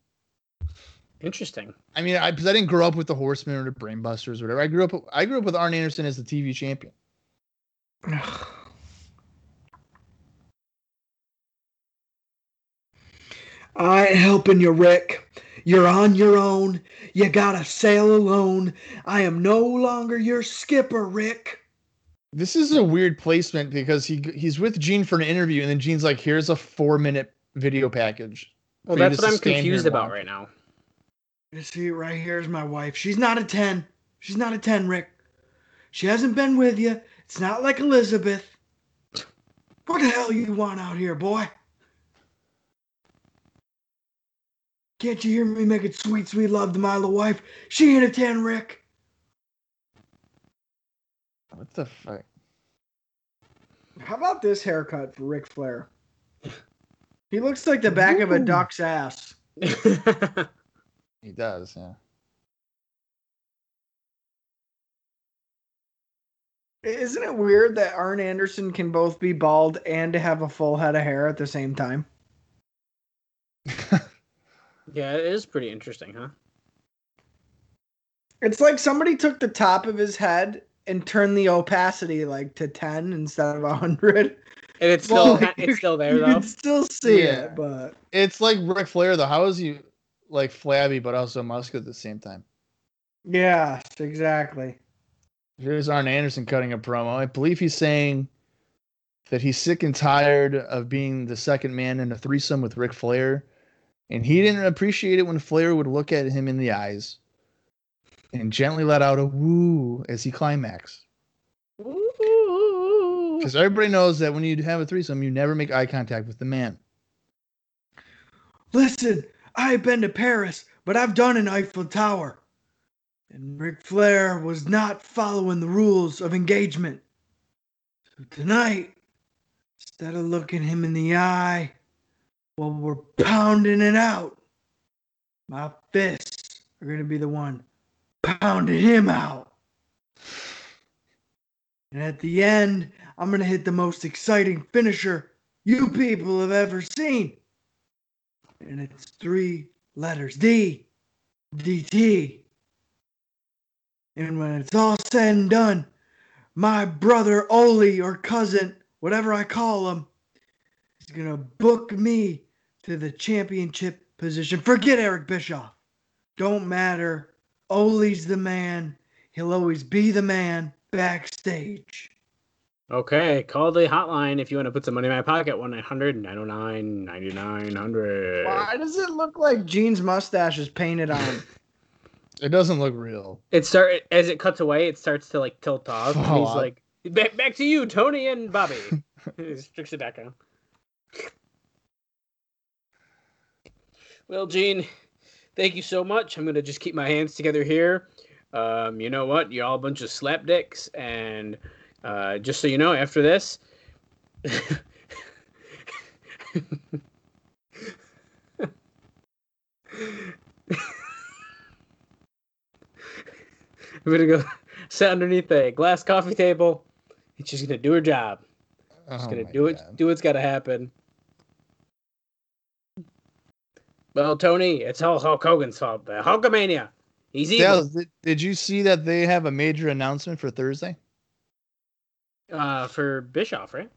[SPEAKER 3] Interesting.
[SPEAKER 2] I mean, I because I didn't grow up with the Horsemen or the Brainbusters or whatever. I grew up I grew up with Arn Anderson as the TV champion.
[SPEAKER 4] I ain't helping you, Rick. You're on your own. You gotta sail alone. I am no longer your skipper, Rick.
[SPEAKER 2] This is a weird placement because he he's with Gene for an interview, and then Gene's like, "Here's a four minute video package."
[SPEAKER 3] Well,
[SPEAKER 2] for you
[SPEAKER 3] that's
[SPEAKER 2] to
[SPEAKER 3] what I'm
[SPEAKER 2] sustain here
[SPEAKER 3] confused
[SPEAKER 2] and
[SPEAKER 3] about
[SPEAKER 2] watch."
[SPEAKER 3] right now. [laughs]
[SPEAKER 4] You see, right here is my wife. She's not a 10. She's not a 10, Rick. She hasn't been with you. It's not like Elizabeth. What the hell you want out here, boy? Can't you hear me making sweet, sweet love to my little wife? She ain't a 10, Rick.
[SPEAKER 2] What the fuck?
[SPEAKER 4] How about this haircut for Ric Flair? He looks like the back of a
[SPEAKER 2] Ooh.
[SPEAKER 4] duck's ass.
[SPEAKER 2] He does, yeah.
[SPEAKER 4] Isn't it weird that Arn Anderson can both be bald and have a full head of hair at the same time?
[SPEAKER 3] yeah, it is pretty interesting, huh?
[SPEAKER 4] It's like somebody took the top of his head and turned the opacity like to 10 instead of 100.
[SPEAKER 3] And it's
[SPEAKER 4] Well,
[SPEAKER 3] still ki- it's
[SPEAKER 4] [laughs]
[SPEAKER 3] still there
[SPEAKER 4] you
[SPEAKER 3] though.
[SPEAKER 4] can still see
[SPEAKER 2] Yeah.
[SPEAKER 4] it, but
[SPEAKER 2] It's like Ric Flair though. How is he like flabby but also muscular at the same time?
[SPEAKER 4] yes, exactly.
[SPEAKER 2] Here's Arn Anderson cutting a promo. I believe he's saying that he's sick and tired of being the second man in a threesome with Ric Flair. And he didn't appreciate it when Flair would look at him in the eyes and gently let out a woo as he climaxed.
[SPEAKER 3] Ooh.
[SPEAKER 2] Because everybody knows that when you have a threesome, you never make eye contact with the man.
[SPEAKER 4] Listen, I've been to Paris, but I've done an Eiffel Tower. And Ric Flair was not following the rules of engagement. So tonight, instead of looking him in the eye, while we're pounding it out, my fists are going to be the one pounding him out. And at the end, I'm going to hit the most exciting finisher you people have ever seen and it's three letters D, DT. And when it's all said and done, my brother Oli or cousin, whatever I call him, is going to book me to the championship position. Forget Eric Bischoff. Don't matter. Oli's the man. He'll always be the man backstage.
[SPEAKER 3] Okay, call the hotline if you want to put some money in my pocket. 1 900 909 9900.
[SPEAKER 4] does it look like Gene's mustache is painted on?
[SPEAKER 2] It doesn't look real.
[SPEAKER 3] It start as it cuts away, it starts to like tilt off. and
[SPEAKER 2] Fall
[SPEAKER 3] he's
[SPEAKER 2] off.
[SPEAKER 3] like, back, back to you, Tony and Bobby. [laughs] It's Trixie back on. Well, Gene, thank you so much. I'm gonna just keep my hands together here. Um, you know what? You're all a bunch of slapdicks, and uh, just so you know, after this, I'm gonna go [laughs] sit underneath a glass coffee table. and she's gonna do her job.
[SPEAKER 2] It's
[SPEAKER 3] Just gonna do it. Do what's gotta happen. Well, Tony, it's all Hulk Hogan's fault. The Hulkamania. He's evil.
[SPEAKER 2] Dallas, did, did you see that they have a major announcement for Thursday?
[SPEAKER 3] Uh, for Bischoff, right?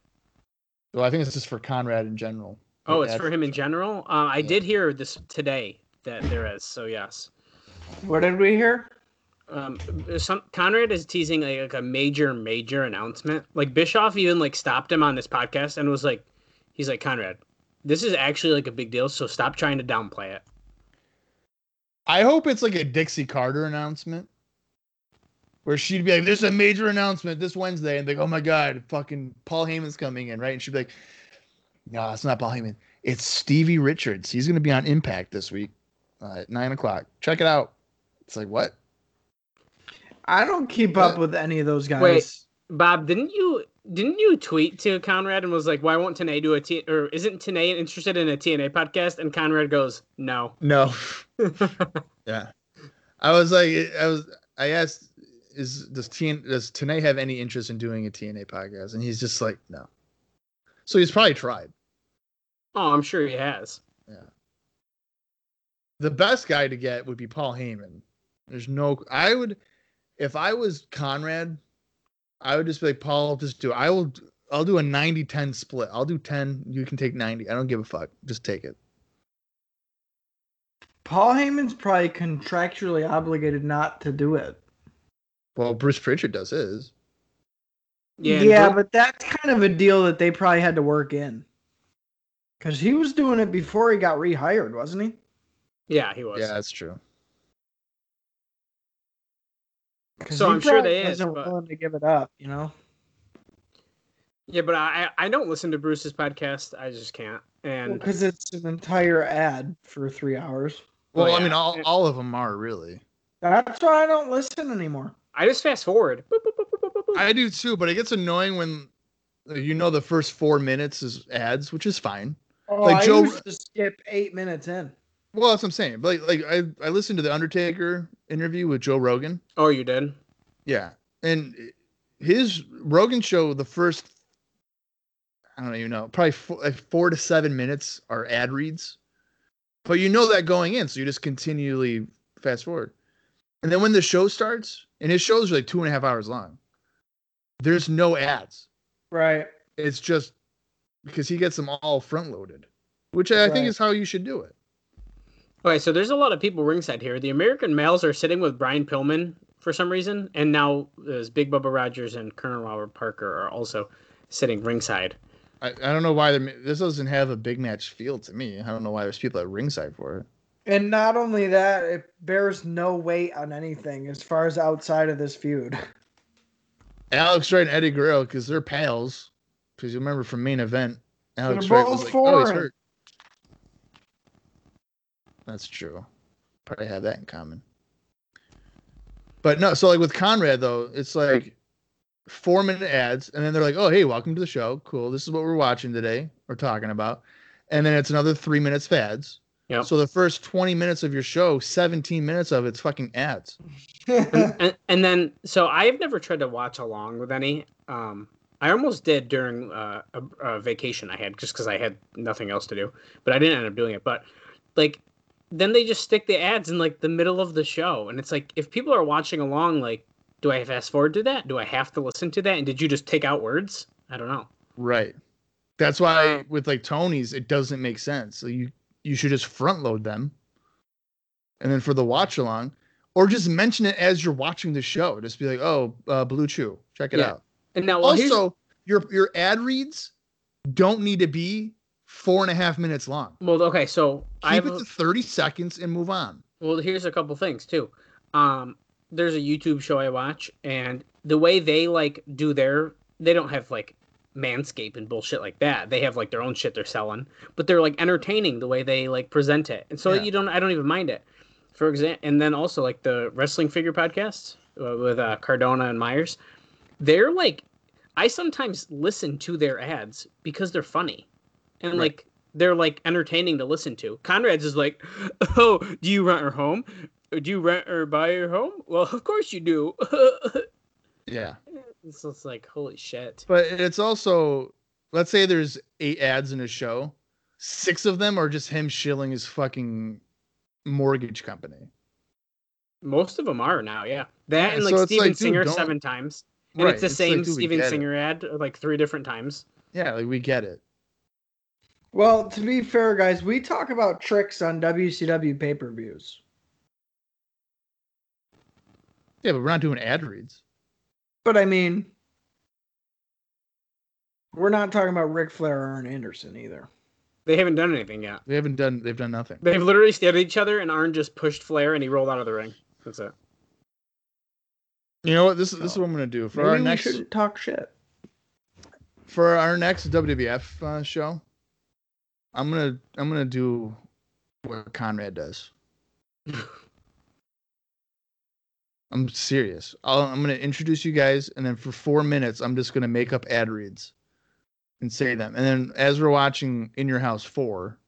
[SPEAKER 2] So I think this is for Conrad in general.
[SPEAKER 3] Oh, it's for him in general. Uh, I did hear this today that there is. So yes,
[SPEAKER 4] What did we hear?
[SPEAKER 3] um, some Conrad is teasing like, like a major, major announcement. Like Bischoff even like stopped him on this podcast and was like, he's like Conrad, this is actually like a big deal. So stop trying to downplay it.
[SPEAKER 2] I hope it's like a Dixie Carter announcement where she'd be like, There's a major announcement this Wednesday. And like, oh my God, fucking Paul Heyman's coming in, right? And she'd be like, No, it's not Paul Heyman. It's Stevie Richards. He's going to be on Impact this week uh, at nine o'clock. Check it out. It's like, what?
[SPEAKER 4] I don't keep up with any of those guys.
[SPEAKER 3] Wait. Bob, didn't you didn't you tweet to Conrad and was like, why won't Tanae do a T or isn't Tanae interested in a TNA podcast? And Conrad goes, no.
[SPEAKER 2] No. yeah. I was like, I was, I asked, is does TN, does Tanae have any interest in doing a TNA podcast? And he's just like, no. So he's probably tried.
[SPEAKER 3] Oh, I'm sure he has.
[SPEAKER 2] The best guy to get would be Paul Heyman. There's no, I would, if I was Conrad, I would just be like, Paul, just do, it. I will, I'll do a 90 10 split. I'll do 10. You can take 90. I don't give a fuck. Just take it.
[SPEAKER 4] Paul Heyman's probably contractually obligated not to do it.
[SPEAKER 2] Well, Bruce Pritchard does his.
[SPEAKER 3] Yeah,
[SPEAKER 4] Yeah,
[SPEAKER 3] and Bro-
[SPEAKER 4] but that's kind of a deal that they probably had to work in. Because he was doing it before he got rehired, wasn't he?
[SPEAKER 3] yeah, he was.
[SPEAKER 2] Yeah, that's true.
[SPEAKER 4] 'Cause
[SPEAKER 3] So
[SPEAKER 4] he
[SPEAKER 3] I'm sure
[SPEAKER 4] probably
[SPEAKER 3] they is,
[SPEAKER 4] wasn't
[SPEAKER 3] but-
[SPEAKER 4] willing to give it up, you know.
[SPEAKER 3] Yeah, but I I don't listen to Bruce's podcast. I just can't. And
[SPEAKER 4] Because it's an entire ad for three hours.
[SPEAKER 2] Well,
[SPEAKER 3] Oh,
[SPEAKER 2] I mean,
[SPEAKER 3] yeah.
[SPEAKER 2] all, all of them are really.
[SPEAKER 4] That's why I don't listen anymore.
[SPEAKER 3] I just fast forward. Boop, boop, boop, boop, boop, boop.
[SPEAKER 2] I do too, but it gets annoying when uh, you know the first four minutes is ads, which is fine.
[SPEAKER 4] Oh,
[SPEAKER 2] Like
[SPEAKER 4] I
[SPEAKER 2] Joe-
[SPEAKER 4] used to skip eight minutes in.
[SPEAKER 2] Well, that's what I'm saying. But like, like I, I listened to the Undertaker interview with Joe Rogan.
[SPEAKER 3] oh, you did.
[SPEAKER 2] Yeah. And his Rogan show, the first, I don't even know, probably four, like four to seven minutes are ad reads. But you know that going in. So you just continually fast forward. And then when the show starts, and his shows are like two and a half hours long, there's no ads.
[SPEAKER 4] Right.
[SPEAKER 2] It's just because he gets them all front loaded, which I
[SPEAKER 4] Right.
[SPEAKER 2] think is how you should do it.
[SPEAKER 3] Okay, so there's a lot of people ringside here. The American males are sitting with Brian Pillman for some reason, and now there's Big Bubba Rogers and Colonel Robert Parker are also sitting ringside.
[SPEAKER 2] I, I don't know why they're, ma- this doesn't have a big match feel to me. I don't know why there's people at ringside for it.
[SPEAKER 4] And not only that, it bears no weight on anything as far as outside of this [laughs] feud.
[SPEAKER 2] Alex Wright and Eddie Guerrero because they're pals. Because you remember from main event, Alex
[SPEAKER 4] They're
[SPEAKER 2] Wright was like,
[SPEAKER 4] both
[SPEAKER 2] "Oh, he's
[SPEAKER 4] foreign."
[SPEAKER 2] hurt." That's true. Probably have that in common. But no, so like with Conrad though, it's like four minute ads, and then they're like, "Oh, hey, welcome to the show. Cool. This is what we're watching today. We're talking about." And then it's another three minutes of ads.
[SPEAKER 3] Yep.
[SPEAKER 2] So the first twenty minutes of your show, seventeen minutes of it's fucking ads. [laughs]
[SPEAKER 3] and, and then so I've never tried to watch along with any. Um, I almost did during uh, a, a vacation I had just because I had nothing else to do, but I didn't end up doing it. But like, then they just stick the ads in like the middle of the show, and it's like if people are watching along, like, do I fast forward to that? Do I have to listen to that? And did you just take out words? I don't know.
[SPEAKER 2] Right. That's why with like Tony's, it doesn't make sense. So you you should just front load them, and then for the watch along, or just mention it as you're watching the show. Just be like, "Oh, uh, Blue Chew, check it
[SPEAKER 3] Yeah.
[SPEAKER 2] out."
[SPEAKER 3] And now well, here's-
[SPEAKER 2] also, your your ad reads don't need to be four and a half minutes long.
[SPEAKER 3] well, okay, so
[SPEAKER 2] Keep
[SPEAKER 3] I have
[SPEAKER 2] it to thirty seconds and move on.
[SPEAKER 3] Well, here's a couple things too. Um, there's a YouTube show I watch, and the way they like do their, they don't have like Manscaped and bullshit like that. They have like their own shit they're selling, but they're like entertaining the way they like present it, and so
[SPEAKER 2] Yeah.
[SPEAKER 3] you don't, I don't even mind it. For example, and then also like the wrestling figure podcasts uh, with uh, Cardona and Myers, they're like, I sometimes listen to their ads because they're funny, and
[SPEAKER 2] Right.
[SPEAKER 3] like they're like entertaining to listen to. Conrad's is like, [laughs] oh, do you rent your home? Or do you rent or buy your home? Well, of course you do. [laughs]
[SPEAKER 2] Yeah.
[SPEAKER 3] it's just like holy shit.
[SPEAKER 2] But it's also, let's say there's eight ads in a show, six of them are just him shilling his fucking mortgage company.
[SPEAKER 3] Most of them are now, yeah. That and
[SPEAKER 2] Yeah,
[SPEAKER 3] like
[SPEAKER 2] so it's
[SPEAKER 3] Steven
[SPEAKER 2] like, dude,
[SPEAKER 3] Singer
[SPEAKER 2] don't-
[SPEAKER 3] seven times, and it's the
[SPEAKER 2] Right,
[SPEAKER 3] same
[SPEAKER 2] like, dude, we
[SPEAKER 3] Steven
[SPEAKER 2] get it.
[SPEAKER 3] Singer ad like three different times.
[SPEAKER 2] Yeah, like we get it.
[SPEAKER 4] Well, to be fair, guys, we talk about tricks on WCW pay per views,
[SPEAKER 2] Yeah, but we're not doing ad reads.
[SPEAKER 4] but I mean, we're not talking about Ric Flair or Arn Anderson either.
[SPEAKER 3] They haven't done anything yet.
[SPEAKER 2] They haven't done. They've done nothing.
[SPEAKER 3] They've literally stared at each other, and Arn just pushed Flair, and he rolled out of the ring. That's it.
[SPEAKER 2] You know what? This is this is
[SPEAKER 3] Oh.
[SPEAKER 2] what I'm gonna do for
[SPEAKER 4] Maybe
[SPEAKER 2] our
[SPEAKER 4] we
[SPEAKER 2] next
[SPEAKER 4] shouldn't talk shit.
[SPEAKER 2] for our next WWF uh, show. I'm gonna I'm gonna do what Conrad does. I'm serious. I'll, I'm gonna introduce you guys, and then for four minutes, I'm just gonna make up ad reads and say them. And then as we're watching In Your House Four,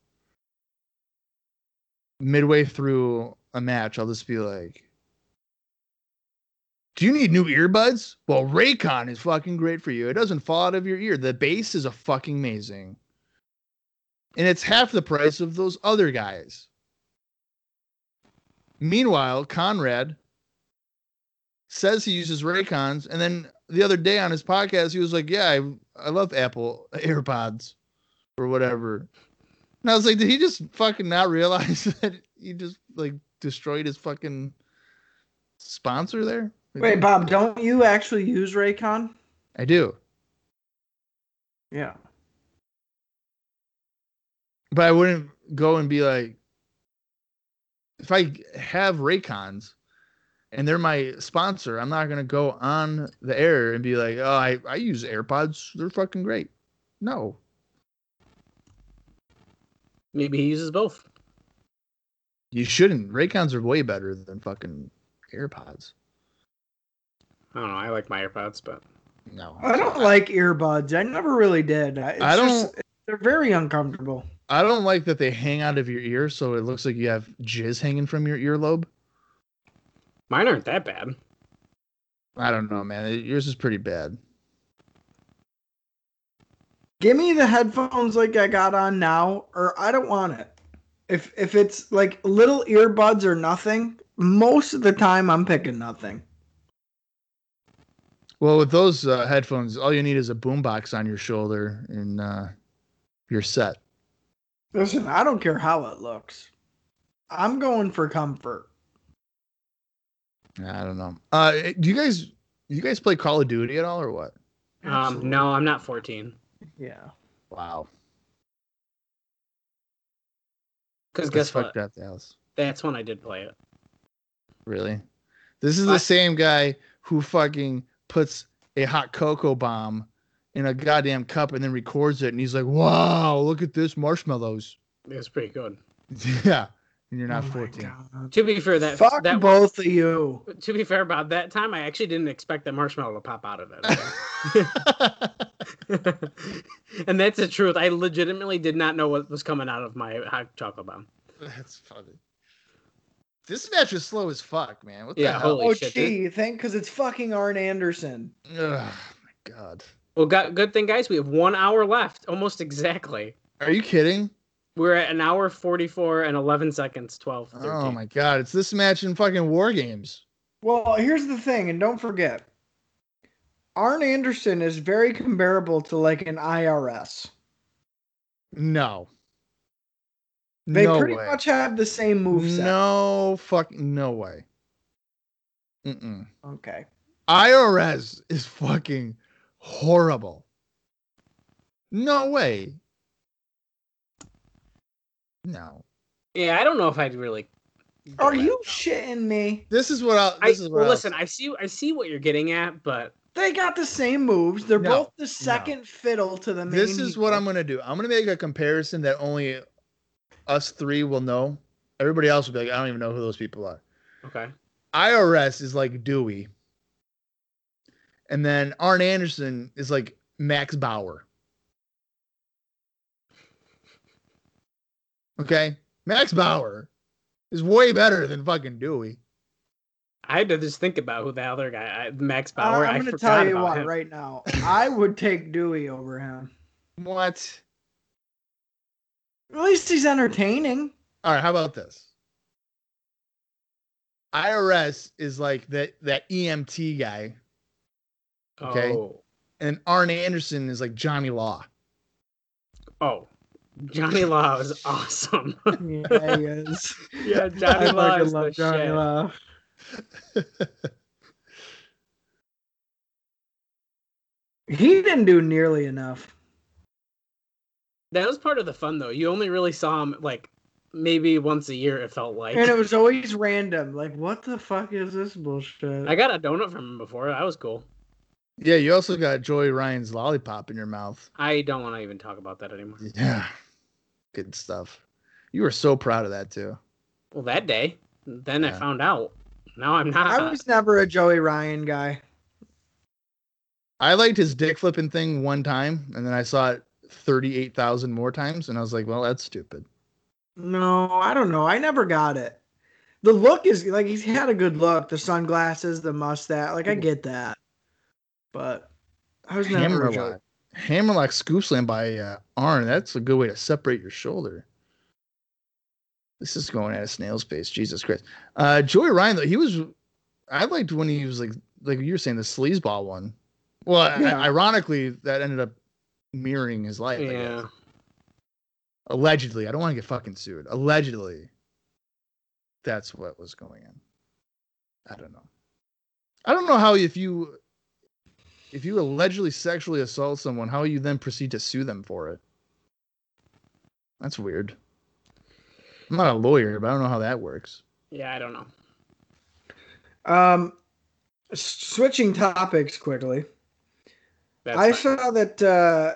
[SPEAKER 2] midway through a match, I'll just be like, do you need new earbuds? Well, Raycon is fucking great for you. It doesn't fall out of your ear. The bass is a fucking amazing. And it's half the price of those other guys. Meanwhile, Conrad says he uses Raycons. And then the other day on his podcast, he was like, Yeah, I, I love Apple AirPods or whatever. And I was like, Did he just fucking not realize [laughs] that he just like destroyed his fucking sponsor there?
[SPEAKER 4] Wait, Bob, don't you actually use Raycon?
[SPEAKER 2] I do,
[SPEAKER 4] Yeah.
[SPEAKER 2] but I wouldn't go and be like, if I have Raycons and they're my sponsor, I'm not gonna go on the air and be like, oh, I, I use AirPods, they're fucking great. No,
[SPEAKER 3] Maybe he uses both.
[SPEAKER 2] you shouldn't. Raycons are way better than fucking AirPods.
[SPEAKER 3] I don't know. I like my AirPods, but
[SPEAKER 2] No,
[SPEAKER 4] I don't like earbuds. I never really did. I, it's
[SPEAKER 2] I
[SPEAKER 4] Just, they're very uncomfortable.
[SPEAKER 2] I don't like that they hang out of your ear, so it looks like you have jizz hanging from your earlobe.
[SPEAKER 3] mine aren't that bad.
[SPEAKER 2] I don't know, man. Yours is pretty bad.
[SPEAKER 4] Give me the headphones like I got on now, or I don't want it. If if it's like little earbuds or nothing, most of the time I'm picking nothing.
[SPEAKER 2] Well, with those uh, headphones, all you need is a boombox on your shoulder, and uh, you're set.
[SPEAKER 4] Listen, I don't care how it looks. I'm going for comfort.
[SPEAKER 2] Yeah, I don't know. Uh, do you guys you guys play Call of Duty at all or what?
[SPEAKER 3] Um, no, I'm not 14.
[SPEAKER 4] Yeah.
[SPEAKER 2] Wow,
[SPEAKER 3] Because
[SPEAKER 2] that's
[SPEAKER 3] guess what?
[SPEAKER 2] fucked up, Dallas.
[SPEAKER 3] That's when I did play it.
[SPEAKER 2] Really, this is the
[SPEAKER 3] I-
[SPEAKER 2] same guy who fucking puts a hot cocoa bomb in a goddamn cup and then records it, and he's like, "Wow, look at this marshmallows." [laughs]
[SPEAKER 3] It was pretty good.
[SPEAKER 2] yeah, and you're not
[SPEAKER 4] Oh my
[SPEAKER 2] 14.
[SPEAKER 4] God.
[SPEAKER 3] To be fair, that
[SPEAKER 4] Fuck
[SPEAKER 3] that
[SPEAKER 4] both of you.
[SPEAKER 3] to be fair about that time, I actually didn't expect that marshmallow to pop out of
[SPEAKER 2] [laughs]
[SPEAKER 3] it. [laughs] and that's the truth. I legitimately did not know what was coming out of my hot chocolate bomb.
[SPEAKER 2] That's funny. This match is slow as fuck, man. What the
[SPEAKER 3] Yeah,
[SPEAKER 2] hell?
[SPEAKER 3] holy
[SPEAKER 4] oh,
[SPEAKER 3] shit,
[SPEAKER 4] gee,
[SPEAKER 3] dude.
[SPEAKER 4] you think? Because it's fucking Arn Anderson.
[SPEAKER 2] Ugh, my god.
[SPEAKER 3] Well, got, good thing, guys, we have one hour left, almost exactly.
[SPEAKER 2] Are you kidding?
[SPEAKER 3] We're at an hour 44 and 11 seconds, 12, 13.
[SPEAKER 2] Oh my god, it's this match in fucking war games.
[SPEAKER 4] Well, here's the thing, and don't forget, Arn Anderson is very comparable to like an IRS.
[SPEAKER 2] No.
[SPEAKER 4] They
[SPEAKER 2] no
[SPEAKER 4] pretty
[SPEAKER 2] way.
[SPEAKER 4] much have the same moveset.
[SPEAKER 2] No fuck no way. Mm-mm.
[SPEAKER 4] Okay.
[SPEAKER 2] IRS is fucking horrible. No way. No.
[SPEAKER 3] Yeah, I don't know if I'd really.
[SPEAKER 4] Are you shitting me?
[SPEAKER 2] This is what I'll
[SPEAKER 3] I,
[SPEAKER 2] this is what
[SPEAKER 3] well,
[SPEAKER 2] I'll
[SPEAKER 3] listen, I see, I see what you're getting at, but
[SPEAKER 4] They got the same moves. They're
[SPEAKER 2] No,
[SPEAKER 4] both the second fiddle to the main.
[SPEAKER 2] this is what
[SPEAKER 4] evil.
[SPEAKER 2] I'm gonna do. I'm gonna make a comparison that only us three will know. Everybody else will be like, I don't even know who those people are.
[SPEAKER 3] okay.
[SPEAKER 2] IRS is like Dewey, and then Arn Anderson is like Max Bauer. Okay, Max Bauer is way better than fucking Dewey.
[SPEAKER 3] I had to just think about who the other guy, I, Max
[SPEAKER 4] I-
[SPEAKER 3] Bauer. I
[SPEAKER 4] I'm going to
[SPEAKER 3] forgot
[SPEAKER 4] tell you
[SPEAKER 3] about
[SPEAKER 4] what
[SPEAKER 3] him.
[SPEAKER 4] right now. I would take Dewey over him.
[SPEAKER 2] What?
[SPEAKER 4] At least he's
[SPEAKER 3] [laughs]
[SPEAKER 4] entertaining.
[SPEAKER 2] All right, how about this? IRS is like that that EMT guy, Okay.
[SPEAKER 3] Oh.
[SPEAKER 2] and Arn Anderson is like Johnny Law.
[SPEAKER 3] Oh, Johnny Law is [laughs] awesome.
[SPEAKER 4] Yeah, he is.
[SPEAKER 3] yeah, [laughs] Johnny
[SPEAKER 4] I
[SPEAKER 3] Law
[SPEAKER 4] fucking
[SPEAKER 3] is the
[SPEAKER 4] love Johnny
[SPEAKER 3] shit.
[SPEAKER 4] Law.
[SPEAKER 3] [laughs]
[SPEAKER 4] He didn't do nearly enough.
[SPEAKER 3] That was part of the fun, though. You only really saw him like maybe once a year. It felt like.
[SPEAKER 4] And it was always random. Like, what the fuck is this bullshit?
[SPEAKER 3] I got a donut from him before. That was cool.
[SPEAKER 2] yeah, you also got Joey Ryan's lollipop in your mouth.
[SPEAKER 3] I don't want to even talk about that anymore.
[SPEAKER 2] Yeah, good stuff. You were so proud of that too.
[SPEAKER 3] Well, that day, then I
[SPEAKER 2] Yeah.
[SPEAKER 3] found out. Now I'm not.
[SPEAKER 4] I was never a Joey Ryan guy.
[SPEAKER 2] I liked his dick flipping thing one time, and then I saw it thirty-eight thousand more times, and I was like, "Well, that's stupid."
[SPEAKER 4] No, I don't know. I never got it. The look is like he's had a good look. The sunglasses, the mustache.
[SPEAKER 2] Mm-hmm.
[SPEAKER 4] Like I get that, but I was never. a Joey-
[SPEAKER 2] Hammerlock, hammerlock scoop slam by uh, Arn. That's a good way to separate your shoulder. This is going at a snail's pace. Jesus Christ. Uh, Joey Ryan though, he was. I liked when he was like, like you were saying, the sleazeball one. Well, I-
[SPEAKER 4] Yeah.
[SPEAKER 2] ironically, that ended up mirroring his life. I guess.
[SPEAKER 3] yeah.
[SPEAKER 2] Allegedly, I don't want to get fucking sued. Allegedly, that's what was going on. I don't know. I don't know how if you if you allegedly sexually assault someone, how you then proceed to sue them for it. That's weird. I'm not a lawyer, but I don't know how that works.
[SPEAKER 3] Yeah, I don't know.
[SPEAKER 4] Um, s- switching topics quickly.
[SPEAKER 3] That's
[SPEAKER 4] I
[SPEAKER 3] fine.
[SPEAKER 4] saw that uh,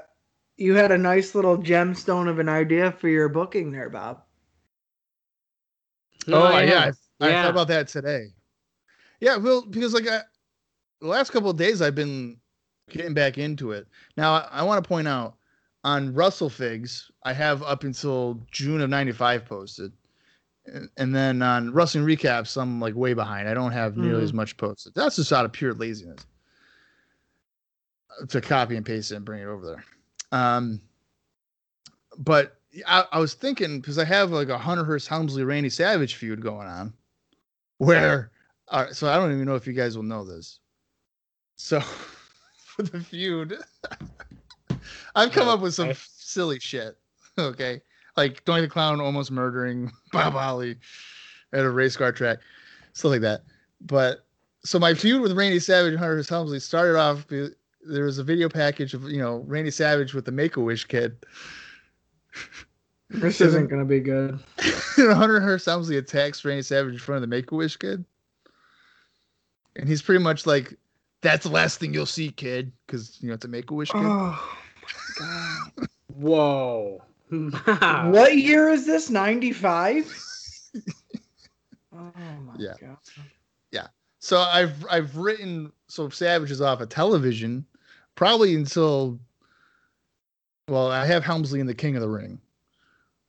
[SPEAKER 4] you had a nice little gemstone of an idea for your booking there, Bob.
[SPEAKER 3] No,
[SPEAKER 2] oh
[SPEAKER 3] I
[SPEAKER 2] yeah,
[SPEAKER 3] am.
[SPEAKER 2] I, I
[SPEAKER 3] Yeah.
[SPEAKER 2] thought about that today. Yeah, well, because like I, the last couple of days I've been getting back into it. Now I, I want to point out on Russell Figs I have up until June of '95 posted, and, and then on Wrestling Recaps I'm like way behind. I don't have nearly
[SPEAKER 4] Mhm.
[SPEAKER 2] as much posted. That's just out of pure laziness uh, to copy and paste it and bring it over there. Um, but I, I was thinking because I have like a Hunter Hearst Helmsley Randy Savage feud going on, where all right, so I don't even know if you guys will know this. So [laughs] for the feud, [laughs] I've come up with some
[SPEAKER 3] Okay.
[SPEAKER 2] silly shit. Okay, like Tony the Clown almost murdering [laughs] Bob Holly at a race car track, stuff like that. But so my feud with Randy Savage and Hunter Hearst Helmsley started off. be- There was a video package of you know Randy Savage with the Make a Wish kid. [laughs]
[SPEAKER 4] This isn't gonna be good.
[SPEAKER 2] And [laughs] Hunter Hearst Helmsley attacks Randy Savage in front of the Make a Wish kid. And he's pretty much like, that's the last thing you'll see, kid. Because, you know, it's a Make a Wish kid.
[SPEAKER 4] Oh, my
[SPEAKER 3] Whoa. [laughs]
[SPEAKER 4] God. what year is this?
[SPEAKER 2] [laughs]
[SPEAKER 4] Ninety five. Oh my
[SPEAKER 2] Yeah.
[SPEAKER 4] god.
[SPEAKER 2] So I've I've written so Savage is off of television probably until well, I have Helmsley in the King of the Ring.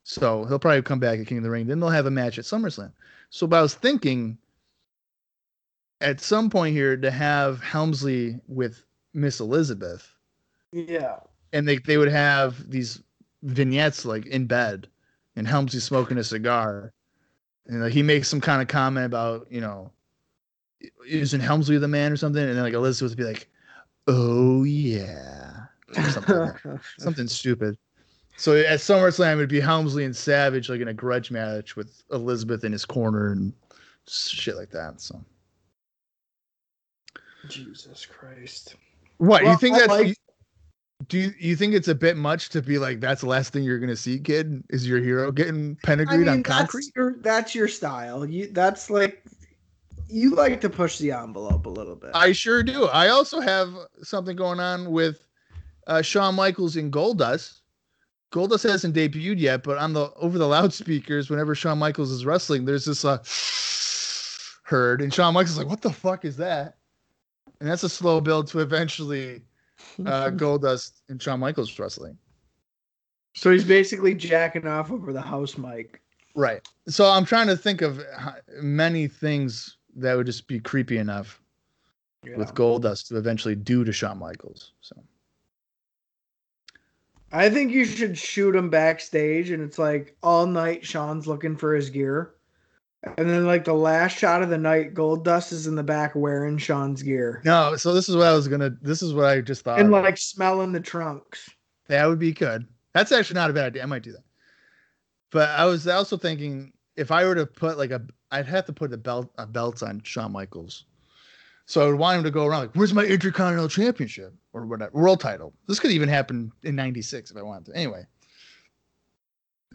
[SPEAKER 2] So he'll probably come back at King of the Ring. Then they'll have a match at SummerSlam. So but I was thinking at some point here to have Helmsley with Miss Elizabeth.
[SPEAKER 4] Yeah.
[SPEAKER 2] and they they would have these vignettes like in bed, and Helmsley smoking a cigar, and like he makes some kind of comment about you know, isn't Helmsley the man or something, and then like Elizabeth would be like, oh yeah, or something,
[SPEAKER 4] [laughs]
[SPEAKER 2] like that. something stupid. So at SummerSlam, it'd be Helmsley and Savage like in a grudge match with Elizabeth in his corner and shit like that. So
[SPEAKER 4] Jesus Christ.
[SPEAKER 2] what
[SPEAKER 4] Well,
[SPEAKER 2] you think
[SPEAKER 4] I
[SPEAKER 2] that's?
[SPEAKER 4] like-
[SPEAKER 2] you- do you, you think it's a bit much to be like that's the last thing you're gonna see, kid? Is your hero getting
[SPEAKER 4] I
[SPEAKER 2] pedigreed
[SPEAKER 4] mean,
[SPEAKER 2] on
[SPEAKER 4] that's
[SPEAKER 2] concrete?
[SPEAKER 4] your that's your style. You that's like you like to push the envelope a little bit.
[SPEAKER 2] I sure do. I also have something going on with uh, Shawn Michaels and Goldust. Goldust hasn't debuted yet, but on the over the loudspeakers, whenever Shawn Michaels is wrestling, there's this uh, heard, and Shawn Michaels is like, "What the fuck is that?" And that's a slow build to eventually
[SPEAKER 4] [laughs]
[SPEAKER 2] uh, Goldust and Shawn Michaels wrestling.
[SPEAKER 4] so he's basically jacking off over the house mic.
[SPEAKER 2] Right. So I'm trying to think of h- many things that would just be creepy enough
[SPEAKER 4] you
[SPEAKER 2] with
[SPEAKER 4] know.
[SPEAKER 2] gold dust to eventually do to Shawn Michaels. So
[SPEAKER 4] I think you should shoot him backstage, and it's like all night Sean's looking for his gear, and then like the last shot of the night, Gold Dust is in the back wearing Sean's gear
[SPEAKER 2] no, so this is what I was gonna. This is what I just thought.
[SPEAKER 4] and
[SPEAKER 2] of.
[SPEAKER 4] like smelling the trunks.
[SPEAKER 2] that would be good. That's actually not a bad idea. I might do that. But I was also thinking if I were to put like a, I'd have to put a belt a belt on Shawn Michaels. So I would want him to go around like, "Where's my Intercontinental Championship or whatever world title?" This could even happen in '96 if I wanted to. Anyway,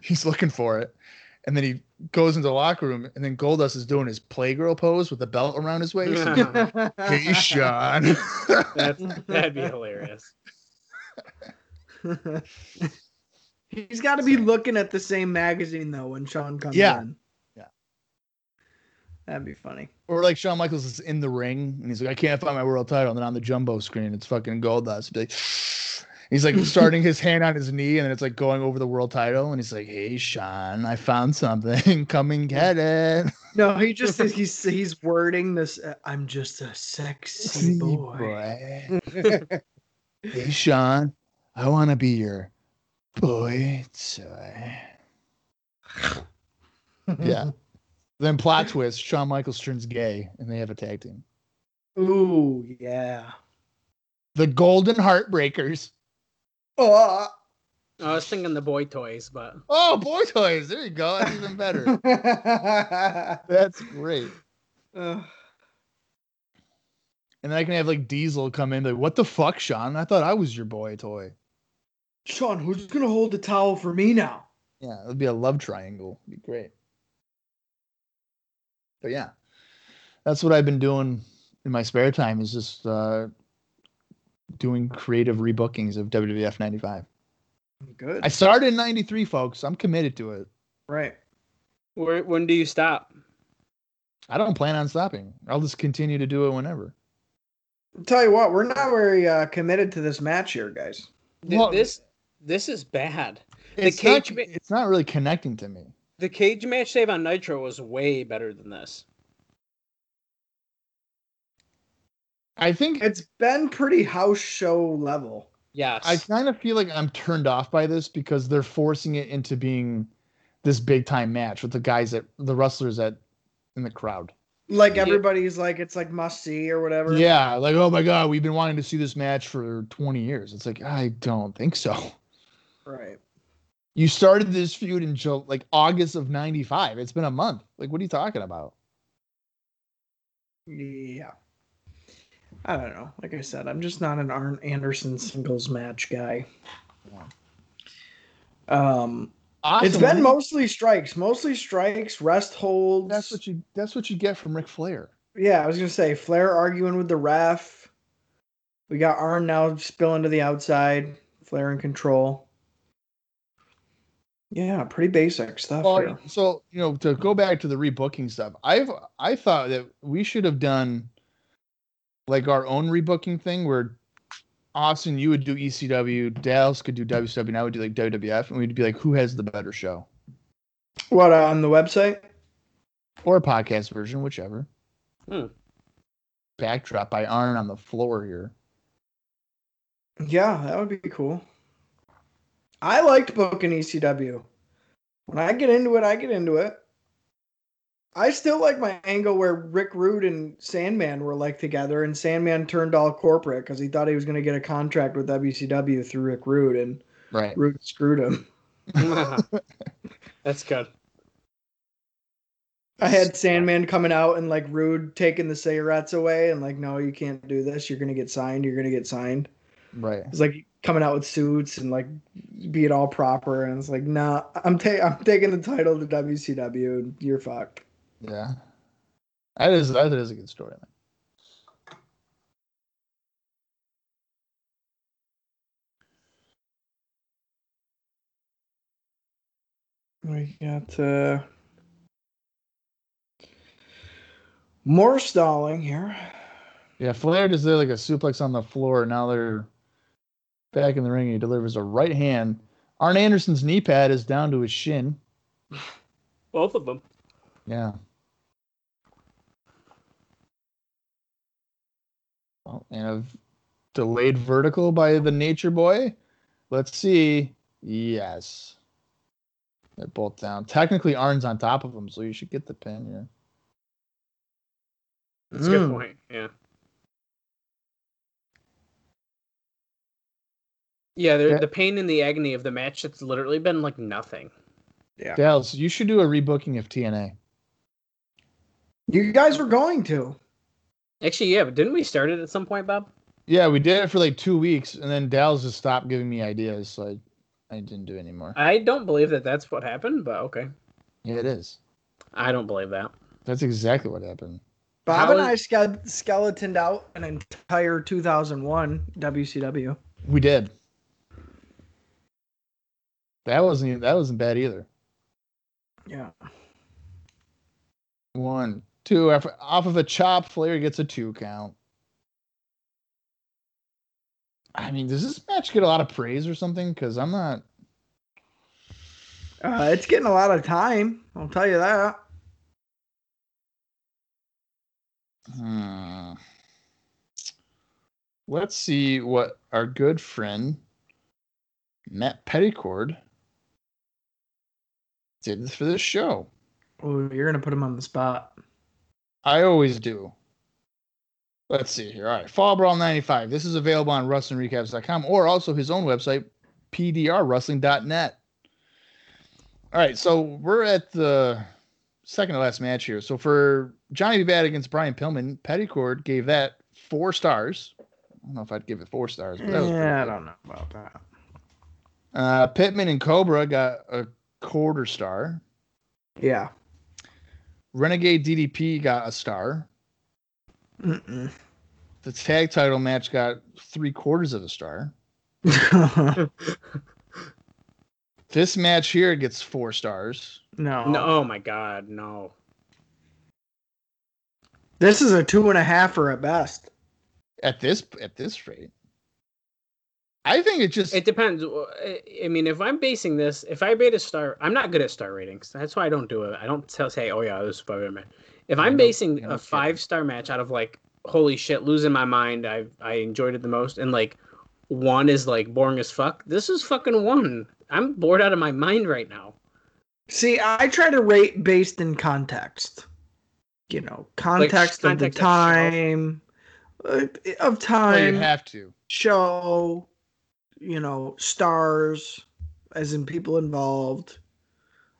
[SPEAKER 2] he's looking for it, and then he goes into the locker room, and then Goldust is doing his playgirl pose with the belt around his waist.
[SPEAKER 4] [laughs]
[SPEAKER 2] hey, Shawn.
[SPEAKER 3] [laughs] That's, that'd be hilarious.
[SPEAKER 4] He's got to be looking at the same magazine though when Sean comes
[SPEAKER 2] Yeah.
[SPEAKER 4] in.
[SPEAKER 2] Yeah.
[SPEAKER 4] That'd be funny.
[SPEAKER 2] Or like Shawn Michaels is in the ring and he's like, I can't find my world title. And then on the jumbo screen, it's fucking Goldust. Be Like, he's like [sighs] starting his hand on his knee and then it's like going over the world title. And he's like, Hey, Sean, I found something. [laughs] Come and get it.
[SPEAKER 4] No, he just [laughs] he's he's wording this. Uh, I'm just
[SPEAKER 2] [laughs]
[SPEAKER 4] a sexy boy.
[SPEAKER 2] boy. hey, Sean, I want to be your boy toy.
[SPEAKER 4] [laughs]
[SPEAKER 2] Yeah. then plot twist Shawn Michaels turns gay and they have a tag team.
[SPEAKER 4] Ooh, yeah.
[SPEAKER 2] The Golden Heartbreakers.
[SPEAKER 4] Oh.
[SPEAKER 3] I was thinking the boy toys, but
[SPEAKER 2] Oh, boy toys. There you go. That's even better. That's great.
[SPEAKER 4] [laughs] Ugh.
[SPEAKER 2] And then I can have like Diesel come in, like, what the fuck, Sean? I thought I was your boy toy.
[SPEAKER 4] Sean, who's gonna hold the towel for me now?
[SPEAKER 2] Yeah, it would be a love triangle. It'd be great. But yeah, that's what I've been doing in my spare time is just uh, doing creative rebookings of WWF 95.
[SPEAKER 4] Good.
[SPEAKER 2] I started in 93, folks. I'm committed to it.
[SPEAKER 4] right.
[SPEAKER 3] where, when do you stop?
[SPEAKER 2] I don't plan on stopping. I'll just continue to do it whenever.
[SPEAKER 4] tell you what, we're not very uh, committed to this match here, guys.
[SPEAKER 3] Th-
[SPEAKER 2] Well-
[SPEAKER 3] this this is bad. The
[SPEAKER 2] It's, not,
[SPEAKER 3] cage ma-
[SPEAKER 2] it's not really connecting to me.
[SPEAKER 3] The cage match save on Nitro was way better than this.
[SPEAKER 2] I think
[SPEAKER 4] It's been pretty house show level.
[SPEAKER 3] Yes. [laughs]
[SPEAKER 2] I kind of feel like I'm turned off by this because they're forcing it into being this big time match with the guys that the wrestlers that in the crowd.
[SPEAKER 4] Like
[SPEAKER 3] Yeah.
[SPEAKER 4] everybody's like it's like must see or whatever.
[SPEAKER 2] Yeah, like oh my god, we've been wanting to see this match for 20 years. It's like I don't think so.
[SPEAKER 4] Right.
[SPEAKER 2] You started this feud in Ju- like August of 95. It's been a month. Like what are you talking about?
[SPEAKER 4] Yeah. I don't know. Like I said, I'm just not an Arn Anderson singles match guy. Um,
[SPEAKER 2] Awesome.
[SPEAKER 4] it's been mostly strikes, mostly strikes, rest holds.
[SPEAKER 2] that's what you that's what you get from Ric Flair.
[SPEAKER 4] yeah, I was gonna say Flair arguing with the ref. We got Arn now spilling to the outside. Flair in control. Yeah, pretty basic stuff.
[SPEAKER 2] Well,
[SPEAKER 4] here.
[SPEAKER 2] so you know, to go back to the rebooking stuff, I've I thought that we should have done like our own rebooking thing where Austin, you would do ECW, Dallas could do WCW, and I would do like WWF, and we'd be like, who has the better show
[SPEAKER 4] What uh, on the website?
[SPEAKER 2] or a podcast version, whichever.
[SPEAKER 3] Hmm.
[SPEAKER 2] Backdrop by Arn on the floor here.
[SPEAKER 4] Yeah, that would be cool. I liked booking ECW. When I get into it, I get into it. I still like my angle where Rick Rude and Sandman were like together, and Sandman turned all corporate because he thought he was going to get a contract with WCW through Rick Rude, and
[SPEAKER 2] Right.
[SPEAKER 4] Rude screwed him.
[SPEAKER 3] That's good.
[SPEAKER 4] I had Sandman coming out and like Rude taking the cigarettes away, and like, no, you can't do this. You're going to get signed. You're going to get signed.
[SPEAKER 2] Right.
[SPEAKER 4] It's like coming out with suits and like be it all proper, and it's like, nah, I'm ta- I'm taking the title to WCW, and you're fucked.
[SPEAKER 2] Yeah. That is that is a good storyline.
[SPEAKER 4] We got uh, more stalling here.
[SPEAKER 2] Yeah, Flair just did like a suplex on the floor. Now they're back in the ring. and He delivers a right hand. Arn Anderson's knee pad is down to his shin.
[SPEAKER 3] Both of them.
[SPEAKER 2] Yeah. Well, and a v- delayed vertical by the Nature Boy. Let's see. Yes. They're both down. Technically, Arn's on top of him, so you should get the pin here.
[SPEAKER 3] That's
[SPEAKER 2] Mm.
[SPEAKER 3] a good
[SPEAKER 4] Mm.
[SPEAKER 3] point. Yeah. Yeah, the,
[SPEAKER 2] Yeah.
[SPEAKER 3] the pain and the agony of the match that's literally been like nothing.
[SPEAKER 4] Yeah.
[SPEAKER 2] Dallas, you should do a rebooking of TNA.
[SPEAKER 4] You guys were going to.
[SPEAKER 3] Actually, yeah, but didn't we start it at some point, Bob?
[SPEAKER 2] Yeah, we did it for like two weeks, and then Dallas just stopped giving me ideas, so I, I didn't do it anymore.
[SPEAKER 3] I don't believe that that's what happened, but okay.
[SPEAKER 2] Yeah, it is.
[SPEAKER 3] I don't believe that.
[SPEAKER 2] That's exactly what happened.
[SPEAKER 4] Bob
[SPEAKER 3] How
[SPEAKER 4] and
[SPEAKER 3] is-
[SPEAKER 4] I ske- skeletoned out an entire 2001 WCW.
[SPEAKER 2] We did. That wasn't even, that wasn't bad either.
[SPEAKER 4] Yeah.
[SPEAKER 2] One, two, off, off of a chop, Flair gets a two count. I mean, does this match get a lot of praise or something? Because I'm not.
[SPEAKER 4] Uh, it's getting a lot of time. I'll tell you that.
[SPEAKER 2] Hmm. Let's see what our good friend Matt Petticord did for this show.
[SPEAKER 4] Ooh, you're going to put him on the spot.
[SPEAKER 2] I always do. Let's see here. All right. Fall Brawl 95. This is available on wrestlingrecaps.com or also his own website, pdrwrestling.net. All right. So we're at the second to last match here. So for Johnny B. Bad against Brian Pillman, Petticord gave that four stars. I don't know if I'd give it four stars, but that was pretty
[SPEAKER 4] Yeah, I
[SPEAKER 2] good.
[SPEAKER 4] don't know about that.
[SPEAKER 2] Uh, Pittman and Cobra got a quarter star.
[SPEAKER 4] Yeah.
[SPEAKER 2] Renegade DDP got a star.
[SPEAKER 4] Mm-mm.
[SPEAKER 2] The tag title match got three quarters of a star. This match here gets four stars.
[SPEAKER 4] [laughs] no.
[SPEAKER 3] No, oh my god, no.
[SPEAKER 4] This is a two and a half or at best.
[SPEAKER 2] At this at this rate, I think it just
[SPEAKER 3] It depends. I I mean, if I'm basing this, if I rate a star, I'm not good at star ratings. That's why I don't do it. I don't tell, say, oh yeah, this is a five match. If
[SPEAKER 2] I
[SPEAKER 3] I'm
[SPEAKER 2] know- I
[SPEAKER 3] basing
[SPEAKER 2] know
[SPEAKER 3] a
[SPEAKER 2] what you
[SPEAKER 3] five star match out of like, holy shit, losing my mind, I I enjoyed it the most, and like, one is like boring as fuck. This is fucking one. I'm bored out of my mind right now.
[SPEAKER 4] See, I try to rate based in context. You know, context of the
[SPEAKER 3] context of show.
[SPEAKER 4] time, uh, of
[SPEAKER 2] well,
[SPEAKER 4] time,
[SPEAKER 2] you have to.
[SPEAKER 4] show, you know, stars, as in people involved.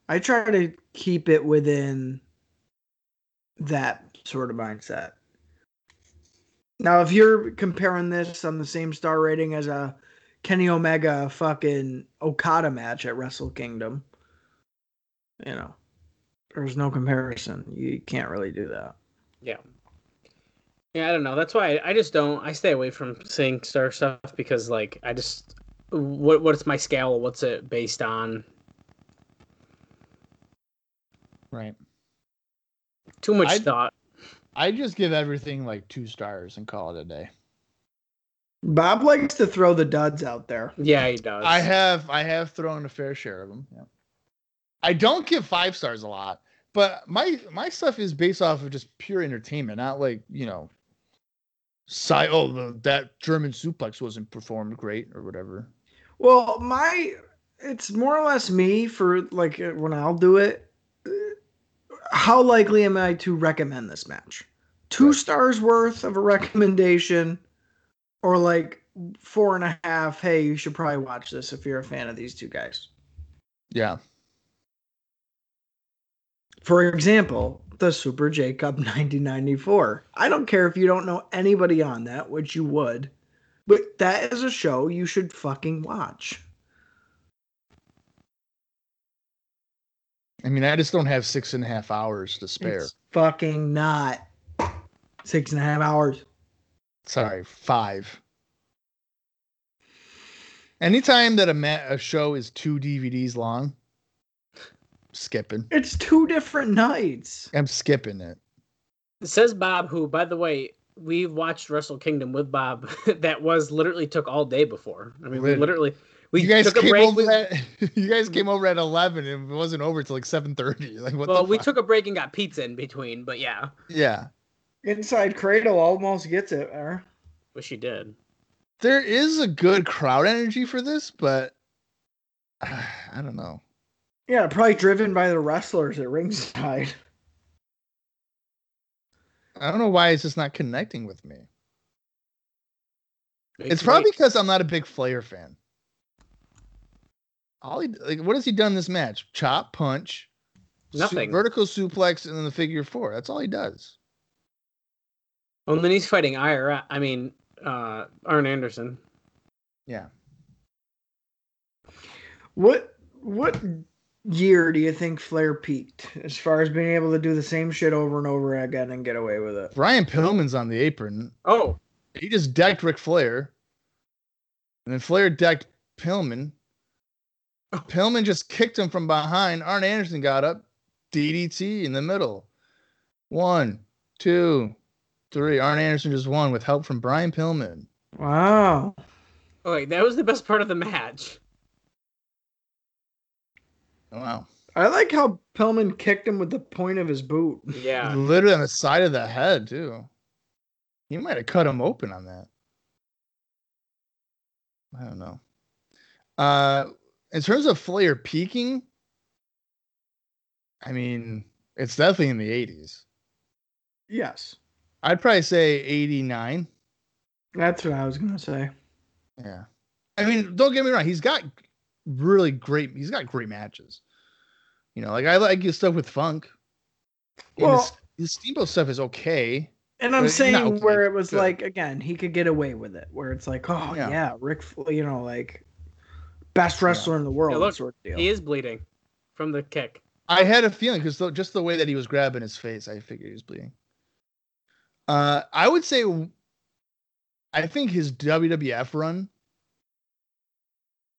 [SPEAKER 4] I try to keep it within that sort of mindset. Now, if you're comparing this on the same star rating as a Kenny Omega fucking Okada match at Wrestle Kingdom, you know, there's no comparison. You can't really do that.
[SPEAKER 3] Yeah, I don't know. That's why I, I just don't. I stay away from saying star stuff because like I just what what's my scale? What's it based on?
[SPEAKER 2] Right.
[SPEAKER 3] Too much
[SPEAKER 2] I-
[SPEAKER 3] thought.
[SPEAKER 2] I just give everything like two stars and call it a day.
[SPEAKER 4] Bob likes to throw the duds out there.
[SPEAKER 3] Yeah, he does.
[SPEAKER 2] I have I have thrown a fair share of them. Yeah. I don't give five stars a lot, but my my stuff is based off of just pure entertainment, not like you know, sci- oh the, that German suplex wasn't performed great or whatever.
[SPEAKER 4] Well, my it's more or less me for like uh, when I'll do it. uh, How likely am I to recommend this match? Two
[SPEAKER 2] Right.
[SPEAKER 4] stars worth of a recommendation, or like four and a half. Hey, you should probably watch this if you're a fan of these two guys.
[SPEAKER 2] Yeah.
[SPEAKER 4] For example, the Super Jacob 1994. I don't care if you don't know anybody on that, which you would, but that is a show you should fucking watch.
[SPEAKER 2] I mean, I just don't have six and a half hours to spare.
[SPEAKER 4] It's fucking not six and a half hours.
[SPEAKER 2] Sorry, five. Anytime that a ma- a show is two DVDs long, skipping.
[SPEAKER 4] It's two different nights.
[SPEAKER 2] I'm skipping it.
[SPEAKER 3] Says Bob, who, by the way, we watched Wrestle Kingdom with Bob. [laughs] that was literally took all day before. I mean, we
[SPEAKER 2] Literally.
[SPEAKER 3] literally we
[SPEAKER 2] you guys
[SPEAKER 3] took a
[SPEAKER 2] came
[SPEAKER 3] break.
[SPEAKER 2] over at [laughs] you guys came over at eleven and it wasn't over till like seven thirty. [laughs] Like what
[SPEAKER 3] well,
[SPEAKER 2] the
[SPEAKER 3] we
[SPEAKER 2] fuck?
[SPEAKER 3] took a break and got pizza in between, but yeah,
[SPEAKER 2] yeah.
[SPEAKER 4] Inside Cradle almost gets it er. there.
[SPEAKER 3] wish you did.
[SPEAKER 2] There is a good crowd energy for this, but [sighs] I don't know.
[SPEAKER 4] Yeah, probably driven by the wrestlers at ringside.
[SPEAKER 2] I don't know why it's just not connecting with me.
[SPEAKER 3] Big
[SPEAKER 2] It's probably
[SPEAKER 3] break.
[SPEAKER 2] because I'm not a big Flair fan. all he like what has he done this match? Chop, punch, su-
[SPEAKER 3] Nothing.
[SPEAKER 2] vertical suplex, and then the figure four. That's all he does.
[SPEAKER 3] Well, and then he's fighting Ira. I mean, uh, Arn Anderson.
[SPEAKER 2] Yeah.
[SPEAKER 4] What what year do you think Flair peaked as far as being able to do the same shit over and over again and get away with it?
[SPEAKER 2] Brian Pillman's on the apron.
[SPEAKER 3] Oh,
[SPEAKER 2] He just decked Ric Flair. And then Flair decked Pillman. Pillman just kicked him from behind. Arn Anderson got up. DDT in the middle. One, two, three. Arn Anderson just won with help from Brian Pillman.
[SPEAKER 4] Wow.
[SPEAKER 3] oh, wait, that was the best part of the match.
[SPEAKER 2] Wow.
[SPEAKER 4] I like how Pillman kicked him with the point of his boot.
[SPEAKER 2] [laughs]
[SPEAKER 3] Yeah.
[SPEAKER 2] Literally on the side of the head, too. He might have cut him open on that. I don't know. Uh, in terms of Flair peaking, I mean, it's definitely in the 80s.
[SPEAKER 4] Yes.
[SPEAKER 2] I'd probably say 89.
[SPEAKER 4] That's what I was gonna say.
[SPEAKER 2] Yeah. I mean, don't get me wrong. He's got really great. He's got great matches. You know, like I like his stuff with Funk. And
[SPEAKER 4] Well-
[SPEAKER 2] his, his Steamboat stuff is okay.
[SPEAKER 4] And I'm
[SPEAKER 2] But
[SPEAKER 4] saying
[SPEAKER 2] no,
[SPEAKER 4] where it was
[SPEAKER 2] good.
[SPEAKER 4] like again, he could get away with it. Where it's like, oh
[SPEAKER 2] Yeah.
[SPEAKER 4] yeah, Rick, you know, like best wrestler in the world,
[SPEAKER 3] Yeah, look,
[SPEAKER 4] sort of deal.
[SPEAKER 3] He is bleeding from the kick.
[SPEAKER 2] I had a feeling because just the way that he was grabbing his face, I figured he was bleeding. Uh, I would say, I think his WWF run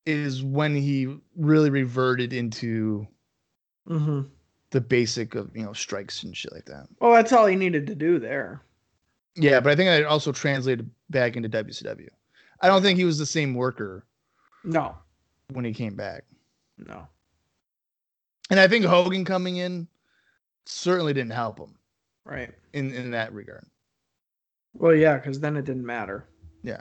[SPEAKER 2] is when he really reverted into
[SPEAKER 4] hmm
[SPEAKER 2] the basic of you know strikes and shit like that.
[SPEAKER 4] Well, that's all he needed to do there.
[SPEAKER 2] Yeah, but I think I also translated back into WCW. I don't think he was the same worker
[SPEAKER 4] No,
[SPEAKER 2] when he came back,
[SPEAKER 4] no.
[SPEAKER 2] and I think Hogan coming in certainly didn't help him
[SPEAKER 4] Right.
[SPEAKER 2] in in that regard.
[SPEAKER 4] Well, yeah, because then it didn't matter.
[SPEAKER 2] Yeah.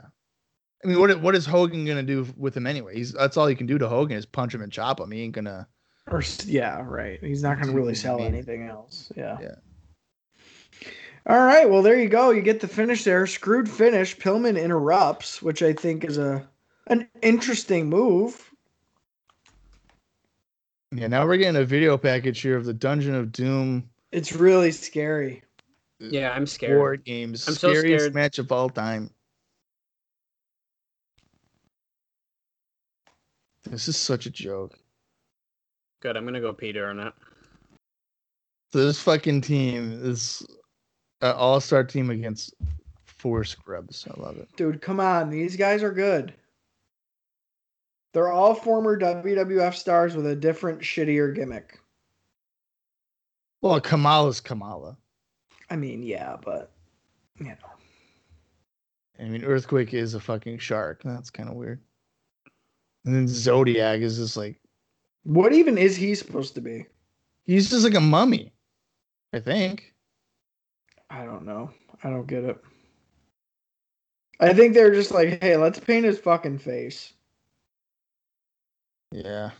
[SPEAKER 2] I mean, what what is Hogan gonna do with him anyway? He's that's all you can do to Hogan is punch him and chop him. He ain't gonna.
[SPEAKER 4] Or s- yeah, right. He's not going to really sell
[SPEAKER 2] Maybe.
[SPEAKER 4] anything else. Yeah.
[SPEAKER 2] Mm-hmm. Yeah.
[SPEAKER 4] All right. Well, there you go. You get the finish there. Screwed finish. Pillman interrupts, which I think is a an interesting move.
[SPEAKER 2] Yeah. Now we're getting a video package here of the Dungeon of Doom
[SPEAKER 4] It's really scary.
[SPEAKER 3] Yeah, I'm scared.
[SPEAKER 2] war games.
[SPEAKER 3] I'm so
[SPEAKER 2] scariest
[SPEAKER 3] scared.
[SPEAKER 2] match of all time. This is such a joke.
[SPEAKER 3] Good. I'm gonna go Peter on that.
[SPEAKER 2] So this fucking team is an all-star team against four scrubs. I love it.
[SPEAKER 4] Dude, come on. These guys are good. They're all former WWF stars with a different shittier gimmick.
[SPEAKER 2] Well, Kamala's Kamala.
[SPEAKER 4] I mean, yeah, but you know.
[SPEAKER 2] I mean, Earthquake is a fucking shark. That's kind of weird. And then Zodiac is just like
[SPEAKER 4] What even is he supposed to be?
[SPEAKER 2] he's just like a mummy, I think.
[SPEAKER 4] I don't know. I don't get it. I think they're just like, hey, let's paint his fucking face.
[SPEAKER 2] Yeah.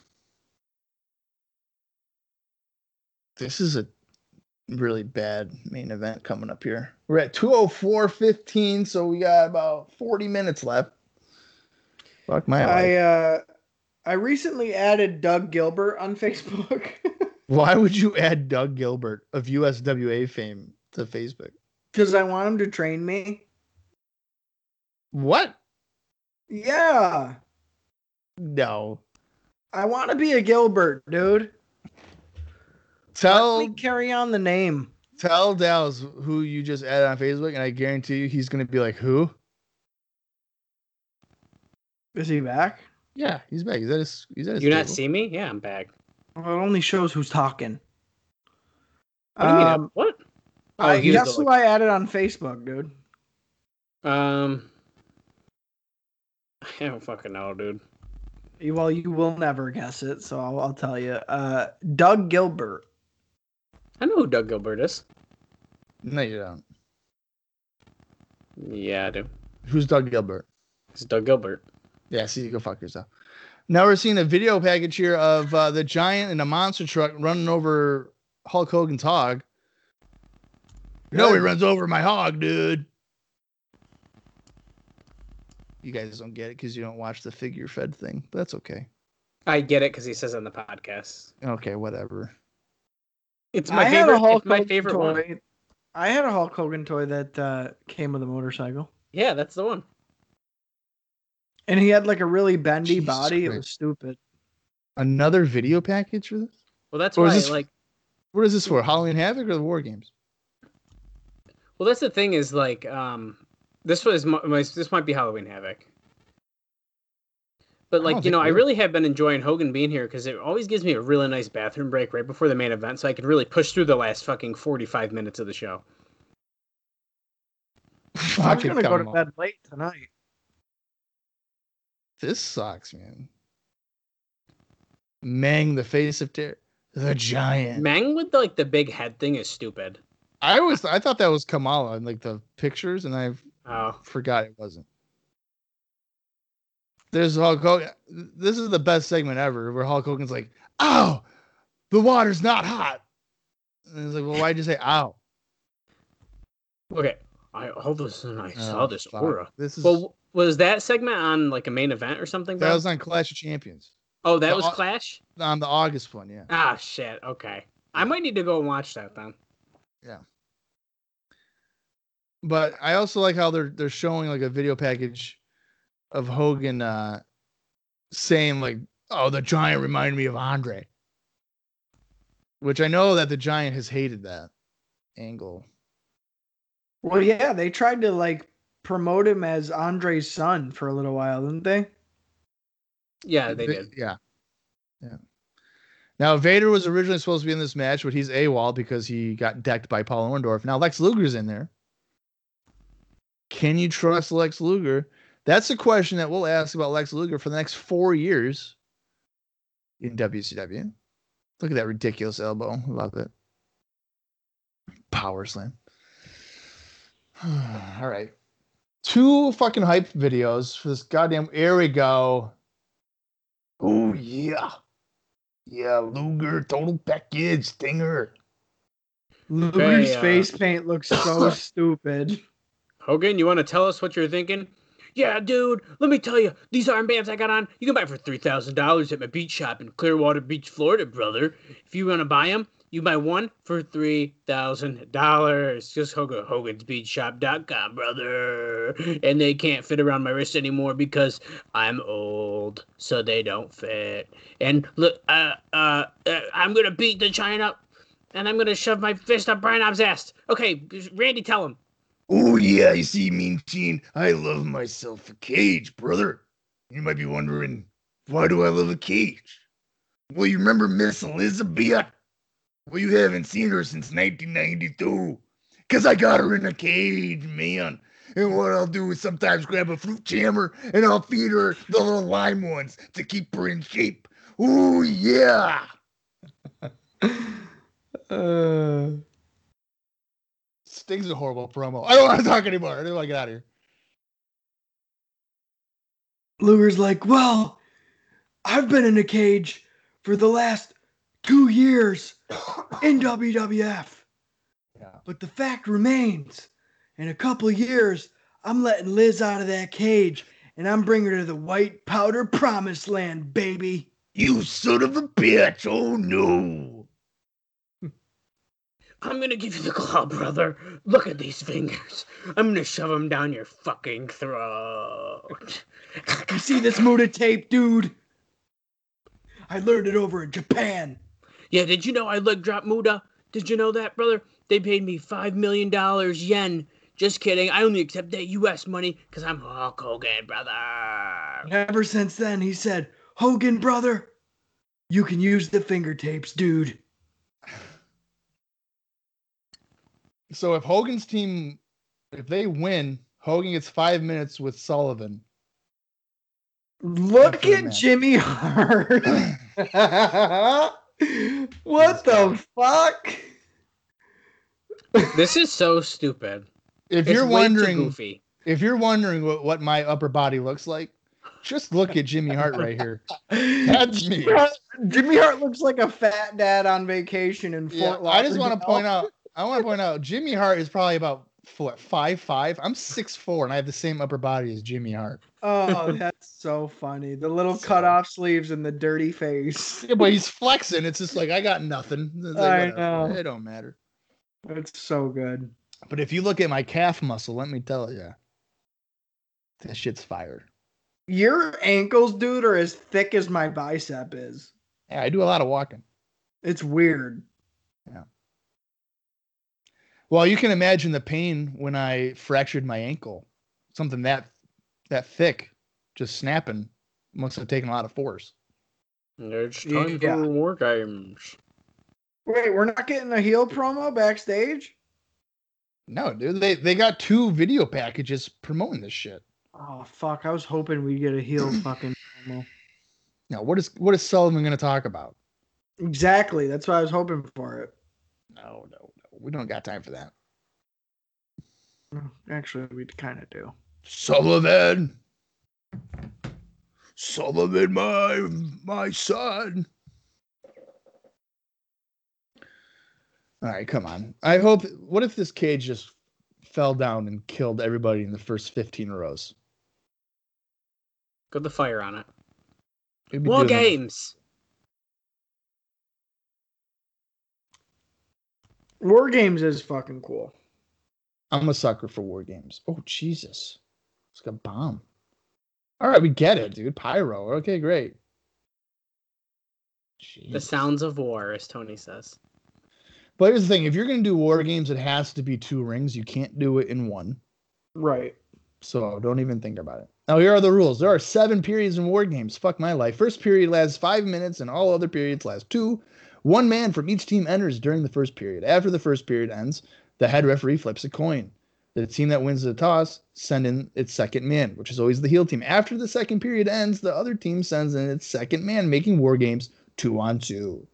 [SPEAKER 2] This is a really bad main event coming up here. We're at 204.15, so we got about 40 minutes left. Fuck my
[SPEAKER 4] I
[SPEAKER 2] life.
[SPEAKER 4] uh I recently added Doug Gilbert on [laughs] Facebook.
[SPEAKER 2] Why would you add Doug Gilbert of USWA fame to Facebook?
[SPEAKER 4] Because I want him to train me.
[SPEAKER 2] What?
[SPEAKER 4] Yeah.
[SPEAKER 2] No.
[SPEAKER 4] I want to be a Gilbert, dude.
[SPEAKER 2] Tell
[SPEAKER 4] Let me carry on the name.
[SPEAKER 2] tell Dallas who you just added on Facebook, and I guarantee you he's gonna be like, "Who?
[SPEAKER 4] Is he back?
[SPEAKER 2] Yeah, he's back. He's at his. He's at his
[SPEAKER 3] You not
[SPEAKER 2] table.
[SPEAKER 3] see me? Yeah, I'm back.
[SPEAKER 4] Well, it only shows who's talking.
[SPEAKER 3] What do you mean?
[SPEAKER 4] Um,
[SPEAKER 3] I'm- what? Oh,
[SPEAKER 4] I,
[SPEAKER 3] he was
[SPEAKER 4] guess
[SPEAKER 3] the-
[SPEAKER 4] who I added on Facebook, dude.
[SPEAKER 3] Um, I don't fucking know, dude.
[SPEAKER 4] Well, you will never guess it, so I'll, I'll tell you. Uh, Doug Gilbert.
[SPEAKER 3] I know who Doug Gilbert is.
[SPEAKER 2] No, you don't.
[SPEAKER 3] Yeah, I do.
[SPEAKER 2] Who's Doug Gilbert?
[SPEAKER 3] It's Doug Gilbert.
[SPEAKER 2] Yeah, see, you go fuck yourself. Now we're seeing a video package here of uh, the giant and a monster truck running over Hulk Hogan's hog. No, he
[SPEAKER 4] Good.
[SPEAKER 2] runs over my hog, dude. You guys don't get it because you don't watch the figure fed thing, but that's okay.
[SPEAKER 3] I get it because he says on the podcast.
[SPEAKER 2] Okay, whatever.
[SPEAKER 3] It's my
[SPEAKER 4] I had a
[SPEAKER 3] favorite.
[SPEAKER 4] Hulk
[SPEAKER 3] It's my
[SPEAKER 4] Hogan
[SPEAKER 3] favorite one.
[SPEAKER 4] toy. I had a Hulk Hogan toy that uh, came with a motorcycle,
[SPEAKER 3] Yeah, that's the one.
[SPEAKER 4] and he had like a really bendy
[SPEAKER 2] Jesus
[SPEAKER 4] body. It
[SPEAKER 2] Christ.
[SPEAKER 4] was stupid.
[SPEAKER 2] Another video package for this?
[SPEAKER 3] Well, that's
[SPEAKER 2] Or is
[SPEAKER 3] why.
[SPEAKER 2] this-
[SPEAKER 3] Like,
[SPEAKER 2] What is this for? Halloween Havoc or the War Games? [laughs]
[SPEAKER 3] well, that's the thing is like, um, this was my, my this might be Halloween Havoc. But
[SPEAKER 2] I
[SPEAKER 3] like
[SPEAKER 2] don't
[SPEAKER 3] you know,
[SPEAKER 2] think
[SPEAKER 3] I
[SPEAKER 2] it is.
[SPEAKER 3] really have been enjoying Hogan being here because it always gives me a really nice bathroom break right before the main event, so I can really push through the last fucking forty five minutes of the show.
[SPEAKER 4] I
[SPEAKER 2] Fuck
[SPEAKER 4] was
[SPEAKER 2] it,
[SPEAKER 4] gonna go to
[SPEAKER 2] Kyle.
[SPEAKER 4] bed late tonight.
[SPEAKER 2] This sucks, man. Mang, the face of terror, the giant.
[SPEAKER 3] Mang with like the big head thing is stupid.
[SPEAKER 2] I was, I thought that was Kamala in like the pictures, and I
[SPEAKER 3] Oh,
[SPEAKER 2] forgot it wasn't. There's Hulk Hogan. This is the best segment ever, where Hulk Hogan's like, "Ow, the water's not hot," and he's like, "Well, why'd you say ow?"
[SPEAKER 3] okay. I all of a sudden [laughs] I saw
[SPEAKER 2] Oh,
[SPEAKER 3] this
[SPEAKER 2] fuck.
[SPEAKER 3] aura.
[SPEAKER 2] This is
[SPEAKER 3] Well, was that segment on like a main event or something?
[SPEAKER 2] that
[SPEAKER 3] bro?
[SPEAKER 2] was on Clash of Champions
[SPEAKER 3] oh, that
[SPEAKER 2] the
[SPEAKER 3] was
[SPEAKER 2] au-
[SPEAKER 3] Clash.
[SPEAKER 2] on the August one, yeah.
[SPEAKER 3] Ah, shit. Okay, I might need to go and watch that then.
[SPEAKER 2] But I also like how they're they're showing like a video package of Hogan uh saying like, "Oh, the giant reminded me of Andre," which I know that the giant has hated that angle.
[SPEAKER 4] Well, yeah, they tried to like promote him as Andre's son for a little while, didn't they?
[SPEAKER 3] Yeah, they did.
[SPEAKER 2] Yeah. Yeah. Now Vader was originally supposed to be in this match, but he's AWOL because he got decked by Paul Orndorff. Now Lex Luger's in there. Can you trust Lex Luger? That's a question that we'll ask about Lex Luger for the next four years in WCW. Look at that ridiculous elbow. Love it. Power slam. [sighs] All right. Two fucking hype videos for this goddamn. Here we go. Oh yeah. Yeah, Luger, total package, Stinger.
[SPEAKER 4] Luger's
[SPEAKER 3] uh,
[SPEAKER 4] face paint looks
[SPEAKER 3] [coughs]
[SPEAKER 4] so stupid.
[SPEAKER 3] Hogan, you want to tell us what you're thinking? Yeah, dude. Let me tell you, these armbands I got on, you can buy for three thousand dollars at my beach shop in Clearwater Beach, Florida, brother. If you want to buy them, you buy one for three thousand dollars. Just Hogan, Hogan's Beach Shop.com, brother. And they can't fit around my wrist anymore because I'm old, so they don't fit. And look, uh, uh, uh I'm gonna beat the giant up, and I'm gonna shove my fist up Brian Knob's ass. Okay, Randy, tell him.
[SPEAKER 2] Oh yeah, you see, Mean Gene, I love myself a cage, brother. You might be wondering, why do I love a cage? Well, you remember Miss Elizabeth? Well, you haven't seen her since 1992. Cause I got her in a cage, man. And what I'll do is sometimes grab a fruit jammer and I'll feed her the little lime ones to keep her in shape. Oh yeah.
[SPEAKER 4] Uh,
[SPEAKER 2] Sting's a horrible promo. I don't want to talk anymore. I don't want to get out of here.
[SPEAKER 4] Luger's like, well, I've been in a cage for the last two years in WWF.
[SPEAKER 2] Yeah.
[SPEAKER 4] But the fact remains, in a couple of years, I'm letting Liz out of that cage and I'm bringing her to the white powder promised land, baby.
[SPEAKER 2] You son of a bitch. Oh no.
[SPEAKER 3] I'm gonna give you the claw, brother. Look at these fingers. I'm gonna shove them down your fucking throat.
[SPEAKER 4] You see this Muda tape, dude? I learned it over in Japan.
[SPEAKER 3] yeah, did you know I leg drop Muda? Did you know that, brother? They paid me five million dollars yen. Just kidding. I only accept that U.S. money because I'm Hulk Hogan, brother.
[SPEAKER 4] And Ever since then, he said, Hogan, brother, you can use the finger tapes, dude.
[SPEAKER 2] So if Hogan's team, if they win, Hogan gets five minutes with
[SPEAKER 4] [laughs]
[SPEAKER 2] Sullivan.
[SPEAKER 4] Look
[SPEAKER 2] After the
[SPEAKER 4] at
[SPEAKER 2] match.
[SPEAKER 4] Jimmy Hart. [laughs] what the fuck?
[SPEAKER 3] This is so stupid.
[SPEAKER 2] If you're wondering,
[SPEAKER 3] goofy.
[SPEAKER 2] if you're wondering what, what my upper body looks like, just look at Jimmy Hart right
[SPEAKER 4] [laughs]
[SPEAKER 2] here. That's me.
[SPEAKER 4] Yeah, Jimmy Hart looks like a fat dad on vacation in Fort
[SPEAKER 2] Yeah,
[SPEAKER 4] Lauderdale.
[SPEAKER 2] I just want to point out. I want to point out Jimmy Hart is probably about foot five five. I'm six four, and I have the same upper body as Jimmy Hart.
[SPEAKER 4] Oh, that's so funny. The little cut off sleeves and the dirty face.
[SPEAKER 2] Yeah, but he's flexing. It's just like I got nothing. It's like,
[SPEAKER 4] I
[SPEAKER 2] whatever.
[SPEAKER 4] know.
[SPEAKER 2] It don't matter.
[SPEAKER 4] It's so good.
[SPEAKER 2] But if you look at my calf muscle, let me tell you, that shit's fire.
[SPEAKER 4] Your ankles, dude, are as thick as my bicep is.
[SPEAKER 2] Yeah, I do a lot of walking.
[SPEAKER 4] It's weird.
[SPEAKER 2] Well, you can imagine the pain when I fractured my ankle. Something that that thick, just snapping, must have taken a lot of force.
[SPEAKER 3] It's time
[SPEAKER 4] Yeah.
[SPEAKER 3] for war games.
[SPEAKER 4] Wait, we're not getting a heel promo backstage?
[SPEAKER 2] No, dude, they they got two video packages promoting this shit.
[SPEAKER 4] Oh fuck, I was hoping we'd get a heel fucking promo.
[SPEAKER 2] Now, what is what is Sullivan going to talk about?
[SPEAKER 4] Exactly. That's what I was hoping for it.
[SPEAKER 2] No, no, no, we don't got time for that.
[SPEAKER 4] Mm, Actually, we kind of do.
[SPEAKER 2] Sullivan, Sullivan, my my son. All right, come on. I hope. What if this cage just fell down and killed everybody in the first fifteen rows?
[SPEAKER 3] Got the fire on it.
[SPEAKER 2] We'd be
[SPEAKER 3] War
[SPEAKER 2] doing-
[SPEAKER 3] games.
[SPEAKER 4] War Games is fucking cool.
[SPEAKER 2] I'm a sucker for war games. Oh Jesus, it's like a bomb. All right, we get it, dude. Pyro. Okay, great.
[SPEAKER 3] The
[SPEAKER 2] Jesus.
[SPEAKER 3] sounds of war, as Tony says.
[SPEAKER 2] But here's the thing: if you're gonna do war games, it has to be two rings. You can't do it in one.
[SPEAKER 4] Right.
[SPEAKER 2] So don't even think about it. Now here are the rules. There are seven periods in war games. Fuck my life. First period lasts five minutes, and all other periods last two. One man from each team enters during the first period. After the first period ends, the head referee flips a coin. The team that wins the toss send in its second man, which is always the heel team. After the second period ends, the other team sends in its second man, making war games two on two.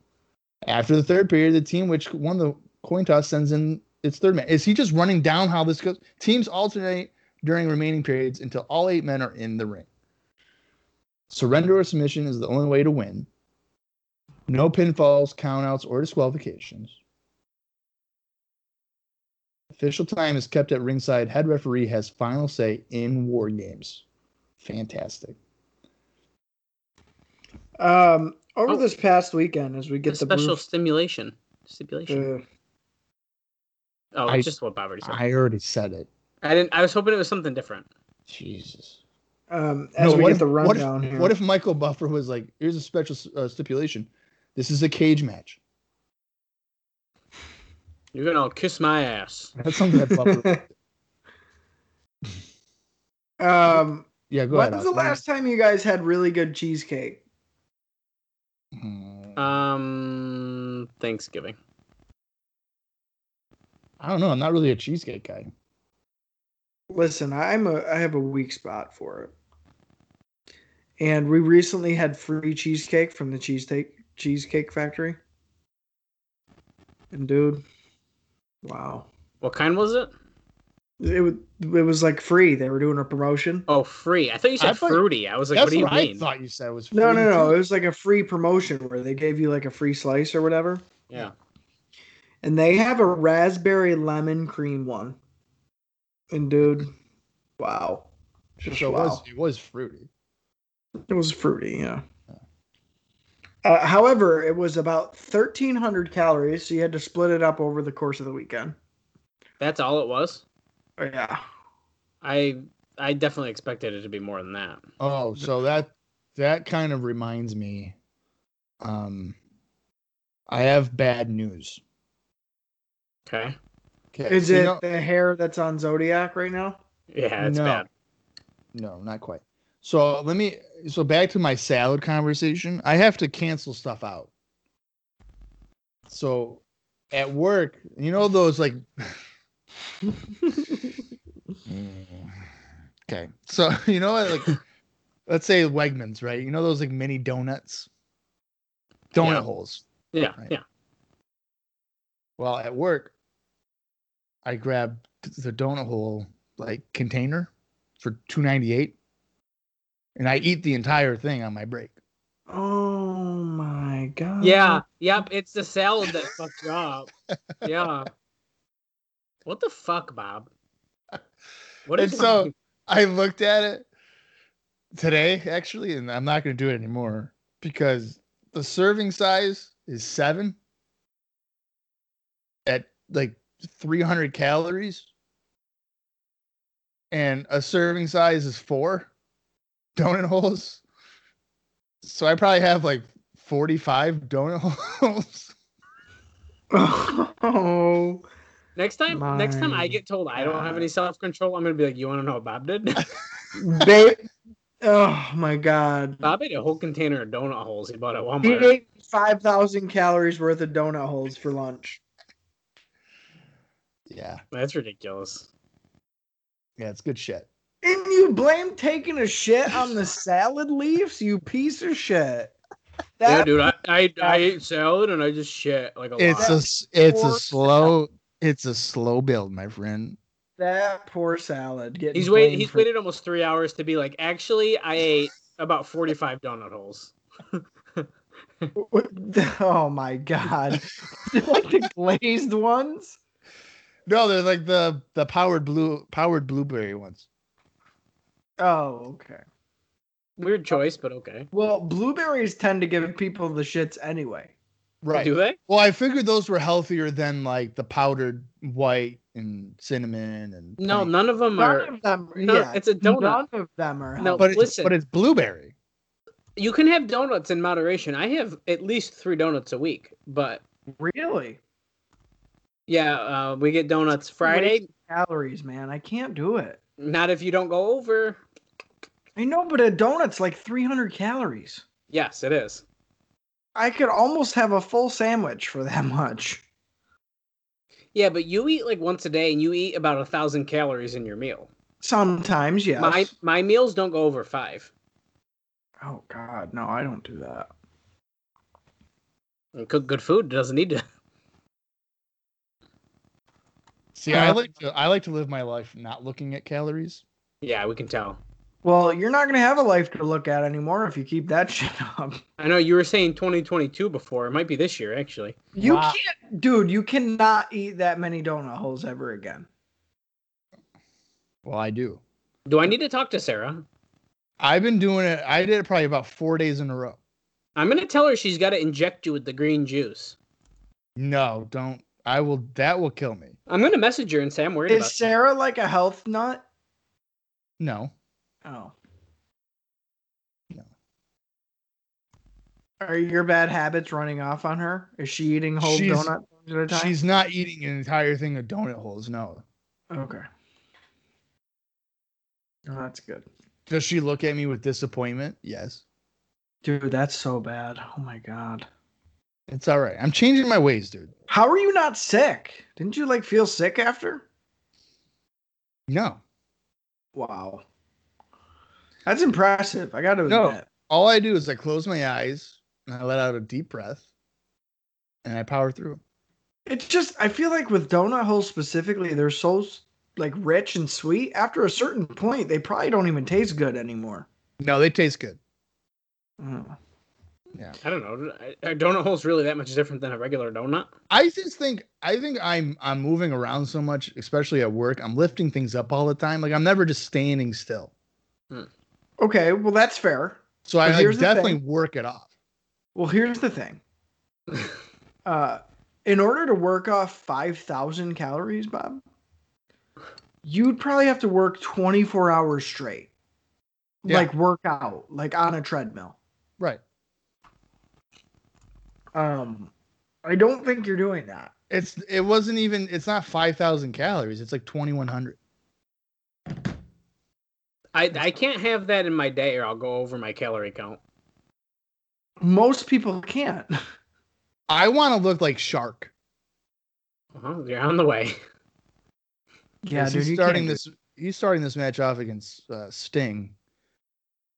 [SPEAKER 2] After the third period, the team which won the coin toss sends in its third man. Is he just running down how this goes? Teams alternate during remaining periods until all eight men are in the ring. Surrender or submission is the only way to win. No pinfalls, countouts, or disqualifications. Official time is kept at ringside. Head referee has final say in war games. Fantastic.
[SPEAKER 4] Um, over
[SPEAKER 3] Oh.
[SPEAKER 4] this past weekend, as we
[SPEAKER 3] The
[SPEAKER 4] get the
[SPEAKER 3] special
[SPEAKER 4] roof-
[SPEAKER 3] stimulation. Stipulation.
[SPEAKER 4] uh,
[SPEAKER 3] oh,
[SPEAKER 2] I-
[SPEAKER 3] just what Bob already said.
[SPEAKER 2] I already said it.
[SPEAKER 3] I didn't. I was hoping it was something different.
[SPEAKER 2] Jesus.
[SPEAKER 4] um, as
[SPEAKER 2] No,
[SPEAKER 4] we
[SPEAKER 2] what
[SPEAKER 4] get
[SPEAKER 2] if-
[SPEAKER 4] the
[SPEAKER 2] what if-
[SPEAKER 4] rundown here.
[SPEAKER 2] What if Michael Buffer was like, here's a special uh, stipulation this is a cage match?
[SPEAKER 3] You're gonna all kiss my ass.
[SPEAKER 2] That's something [laughs] that Buffer.
[SPEAKER 4] um,
[SPEAKER 2] Yeah, go
[SPEAKER 4] when
[SPEAKER 2] ahead.
[SPEAKER 4] was the
[SPEAKER 2] Alex.
[SPEAKER 4] last time you guys had really good cheesecake?
[SPEAKER 2] Mm.
[SPEAKER 3] Um, Thanksgiving.
[SPEAKER 2] I don't know. I'm not really a cheesecake guy.
[SPEAKER 4] Listen, I'm a I have a weak spot for it. And we recently had free cheesecake from the cheesecake cheesecake factory. And dude, wow.
[SPEAKER 3] What kind was it?
[SPEAKER 4] It, wa- it was like free. They were doing a promotion.
[SPEAKER 3] Oh, free. I thought you said
[SPEAKER 2] I thought-
[SPEAKER 3] fruity. I was like,
[SPEAKER 2] That's
[SPEAKER 3] what do you
[SPEAKER 2] what I
[SPEAKER 3] mean?
[SPEAKER 2] thought you said was
[SPEAKER 4] No, no,
[SPEAKER 2] fruity
[SPEAKER 4] no.
[SPEAKER 2] too.
[SPEAKER 4] It was like a free promotion where they gave you like a free slice or whatever.
[SPEAKER 3] Yeah.
[SPEAKER 4] And they have a raspberry lemon cream one. And dude, wow. Just
[SPEAKER 2] So it
[SPEAKER 4] wow.
[SPEAKER 2] was it was fruity.
[SPEAKER 4] It was fruity, yeah. Uh, however, it was about 1,300 calories, so you had to split it up over the course of the weekend.
[SPEAKER 3] That's all it was.
[SPEAKER 4] Oh, yeah.
[SPEAKER 3] I I definitely expected it to be more than that.
[SPEAKER 4] [laughs]
[SPEAKER 2] Oh, so that that kind of reminds me. Um, I have bad news.
[SPEAKER 3] Okay.
[SPEAKER 2] Okay,
[SPEAKER 4] Is
[SPEAKER 2] you
[SPEAKER 4] it
[SPEAKER 2] know-
[SPEAKER 4] the hair that's on Zodiac right now?
[SPEAKER 3] Yeah, it's
[SPEAKER 2] No.
[SPEAKER 3] bad.
[SPEAKER 2] no, not quite. So let me. So back to my salad conversation. I have to cancel stuff out. So, at work, you know those like. okay, so [laughs] you know what, like, let's say Wegmans, right? You know those like mini donuts, donut
[SPEAKER 3] Yeah.
[SPEAKER 2] holes.
[SPEAKER 3] Yeah,
[SPEAKER 2] Right.
[SPEAKER 3] yeah.
[SPEAKER 2] Well, at work, I grabbed the donut hole like container for two ninety eight, and I eat the entire thing on my break.
[SPEAKER 4] Oh, my God.
[SPEAKER 3] Yeah. Yep.
[SPEAKER 2] [laughs] [laughs]
[SPEAKER 3] It's the salad that fucked you up. Yeah. What the fuck, Bob? What
[SPEAKER 2] and
[SPEAKER 3] is it?
[SPEAKER 2] so I looked at it today, actually, and I'm not going to do it anymore because the serving size is seven at like 300 calories, and a serving size is four [laughs] donut holes. So I probably have like 45 donut [laughs] holes.
[SPEAKER 4] [laughs] Oh,
[SPEAKER 3] [laughs] next time, next time I
[SPEAKER 4] My
[SPEAKER 3] get told I don't have any self control, I'm gonna be like, "You want to know what Bob did? [laughs]
[SPEAKER 4] babe. Oh my God.
[SPEAKER 3] Bob ate a whole container of donut holes he bought at
[SPEAKER 4] He
[SPEAKER 3] Walmart."
[SPEAKER 4] ate 5,000 calories worth of donut holes for lunch.
[SPEAKER 2] yeah.
[SPEAKER 3] That's ridiculous.
[SPEAKER 2] Yeah, it's good shit.
[SPEAKER 4] And you blame taking a shit on the salad leaves, you piece of shit.
[SPEAKER 3] Yeah,
[SPEAKER 4] That
[SPEAKER 3] dude, I, I I ate salad and I just shit like a
[SPEAKER 2] It's
[SPEAKER 3] lot.
[SPEAKER 2] a s- it's a
[SPEAKER 4] Four-
[SPEAKER 2] slow it's a slow build, my friend.
[SPEAKER 4] that poor salad. Getting
[SPEAKER 3] he's waited.
[SPEAKER 4] blamed
[SPEAKER 3] He's
[SPEAKER 4] for-
[SPEAKER 3] waited almost three hours to be like, actually, I ate about forty-five donut holes.
[SPEAKER 4] [laughs] Oh my god! [laughs] like the glazed ones.
[SPEAKER 2] No, they're like the the powered blue powered blueberry ones.
[SPEAKER 4] Oh, okay.
[SPEAKER 3] Weird choice, but okay.
[SPEAKER 4] Well, blueberries tend to give people the shits anyway.
[SPEAKER 3] Do they?
[SPEAKER 2] Well, I figured those were healthier than like the powdered white and cinnamon and
[SPEAKER 3] No,
[SPEAKER 2] plain-
[SPEAKER 3] none of them
[SPEAKER 4] None
[SPEAKER 3] are.
[SPEAKER 4] of them.
[SPEAKER 3] no,
[SPEAKER 4] yeah,
[SPEAKER 3] it's a donut.
[SPEAKER 4] None of them are.
[SPEAKER 3] No,
[SPEAKER 4] No,
[SPEAKER 2] but it's,
[SPEAKER 3] listen.
[SPEAKER 2] but it's blueberry.
[SPEAKER 3] You can have donuts in moderation. I have at least three donuts a week, but
[SPEAKER 4] really
[SPEAKER 3] yeah, uh, we get donuts Friday.
[SPEAKER 4] calories, man. I can't do it.
[SPEAKER 3] Not if you don't go over.
[SPEAKER 4] I know, but a donut's like 300 calories.
[SPEAKER 3] Yes, it is.
[SPEAKER 4] I could almost have a full sandwich for that [laughs] much.
[SPEAKER 3] Yeah, but you eat like once a day, and you eat about a thousand calories in your meal.
[SPEAKER 4] Sometimes, yes.
[SPEAKER 3] My my meals don't go over five.
[SPEAKER 4] Oh God, no, I don't do that.
[SPEAKER 3] And cook good food doesn't need to. [laughs]
[SPEAKER 2] See, I
[SPEAKER 3] Uh-huh.
[SPEAKER 4] Uh,
[SPEAKER 2] like to I like to live my life not looking at calories.
[SPEAKER 3] Yeah, we can tell.
[SPEAKER 4] Well, you're not gonna have a life to look at anymore if you keep that [laughs] shit up.
[SPEAKER 3] I know you were saying 2022 before. It might be this year actually.
[SPEAKER 4] You
[SPEAKER 2] Wow.
[SPEAKER 4] can't, dude. You cannot eat that many donut holes ever again.
[SPEAKER 2] Well, I do.
[SPEAKER 3] Do I need to talk to Sarah?
[SPEAKER 2] I've been doing it. I did it probably about four days in a row.
[SPEAKER 3] I'm gonna tell her she's got to inject you with the green juice.
[SPEAKER 2] No, don't. I will. That will kill me.
[SPEAKER 3] I'm gonna message her and say I'm worried
[SPEAKER 4] Is
[SPEAKER 3] about. you.
[SPEAKER 4] Sarah like a health nut?
[SPEAKER 2] No.
[SPEAKER 4] Oh,
[SPEAKER 2] No.
[SPEAKER 4] Are your bad habits running off on her? Is she eating whole
[SPEAKER 2] She's-
[SPEAKER 4] donut things at a time?
[SPEAKER 2] She's not eating an entire thing of donut holes. No.
[SPEAKER 4] okay. Oh, that's good,
[SPEAKER 2] Does she look at me with disappointment? Yes.
[SPEAKER 4] dude. That's so bad. Oh my god.
[SPEAKER 2] It's all right. I'm changing my ways, dude.
[SPEAKER 4] How are you not sick? Didn't you like feel sick after?
[SPEAKER 2] No.
[SPEAKER 4] Wow. That's impressive. I got to
[SPEAKER 2] No.
[SPEAKER 4] admit.
[SPEAKER 2] All I do is I close my eyes and I let out a deep breath and I power through.
[SPEAKER 4] It's just I feel like with donut holes specifically, they're so like rich and sweet. After a certain point, they probably don't even taste good anymore.
[SPEAKER 2] No, they taste good.
[SPEAKER 4] Mm.
[SPEAKER 3] I don't know. Are donut holes really that much different than a regular donut?
[SPEAKER 2] I just think I think I'm I'm moving around so much, especially at work. I'm lifting things up all the time. Like I'm never just standing still.
[SPEAKER 4] Okay, well that's fair.
[SPEAKER 2] So I
[SPEAKER 4] But
[SPEAKER 2] like,
[SPEAKER 4] here's the
[SPEAKER 2] definitely work it off.
[SPEAKER 4] Well, here's
[SPEAKER 2] [laughs]
[SPEAKER 4] the thing. Uh, in order to work off five thousand calories, Bob, you'd probably have to work twenty four hours straight,
[SPEAKER 2] Yeah.
[SPEAKER 4] like work out, like on a treadmill.
[SPEAKER 2] Right.
[SPEAKER 4] Um, I don't think you're doing that.
[SPEAKER 2] It's it wasn't even it's not five thousand calories. It's like twenty one hundred.
[SPEAKER 3] I I can't have that in my day, or I'll go over my calorie count.
[SPEAKER 4] Most
[SPEAKER 2] [laughs]
[SPEAKER 4] people can't.
[SPEAKER 2] I want to look like Shark.
[SPEAKER 3] Uh-huh, you're on the way. [laughs]
[SPEAKER 4] Yeah,
[SPEAKER 2] 'cause
[SPEAKER 4] dude,
[SPEAKER 2] he's
[SPEAKER 4] you
[SPEAKER 2] starting
[SPEAKER 4] can't do
[SPEAKER 2] this. He's starting this match off against uh, Sting.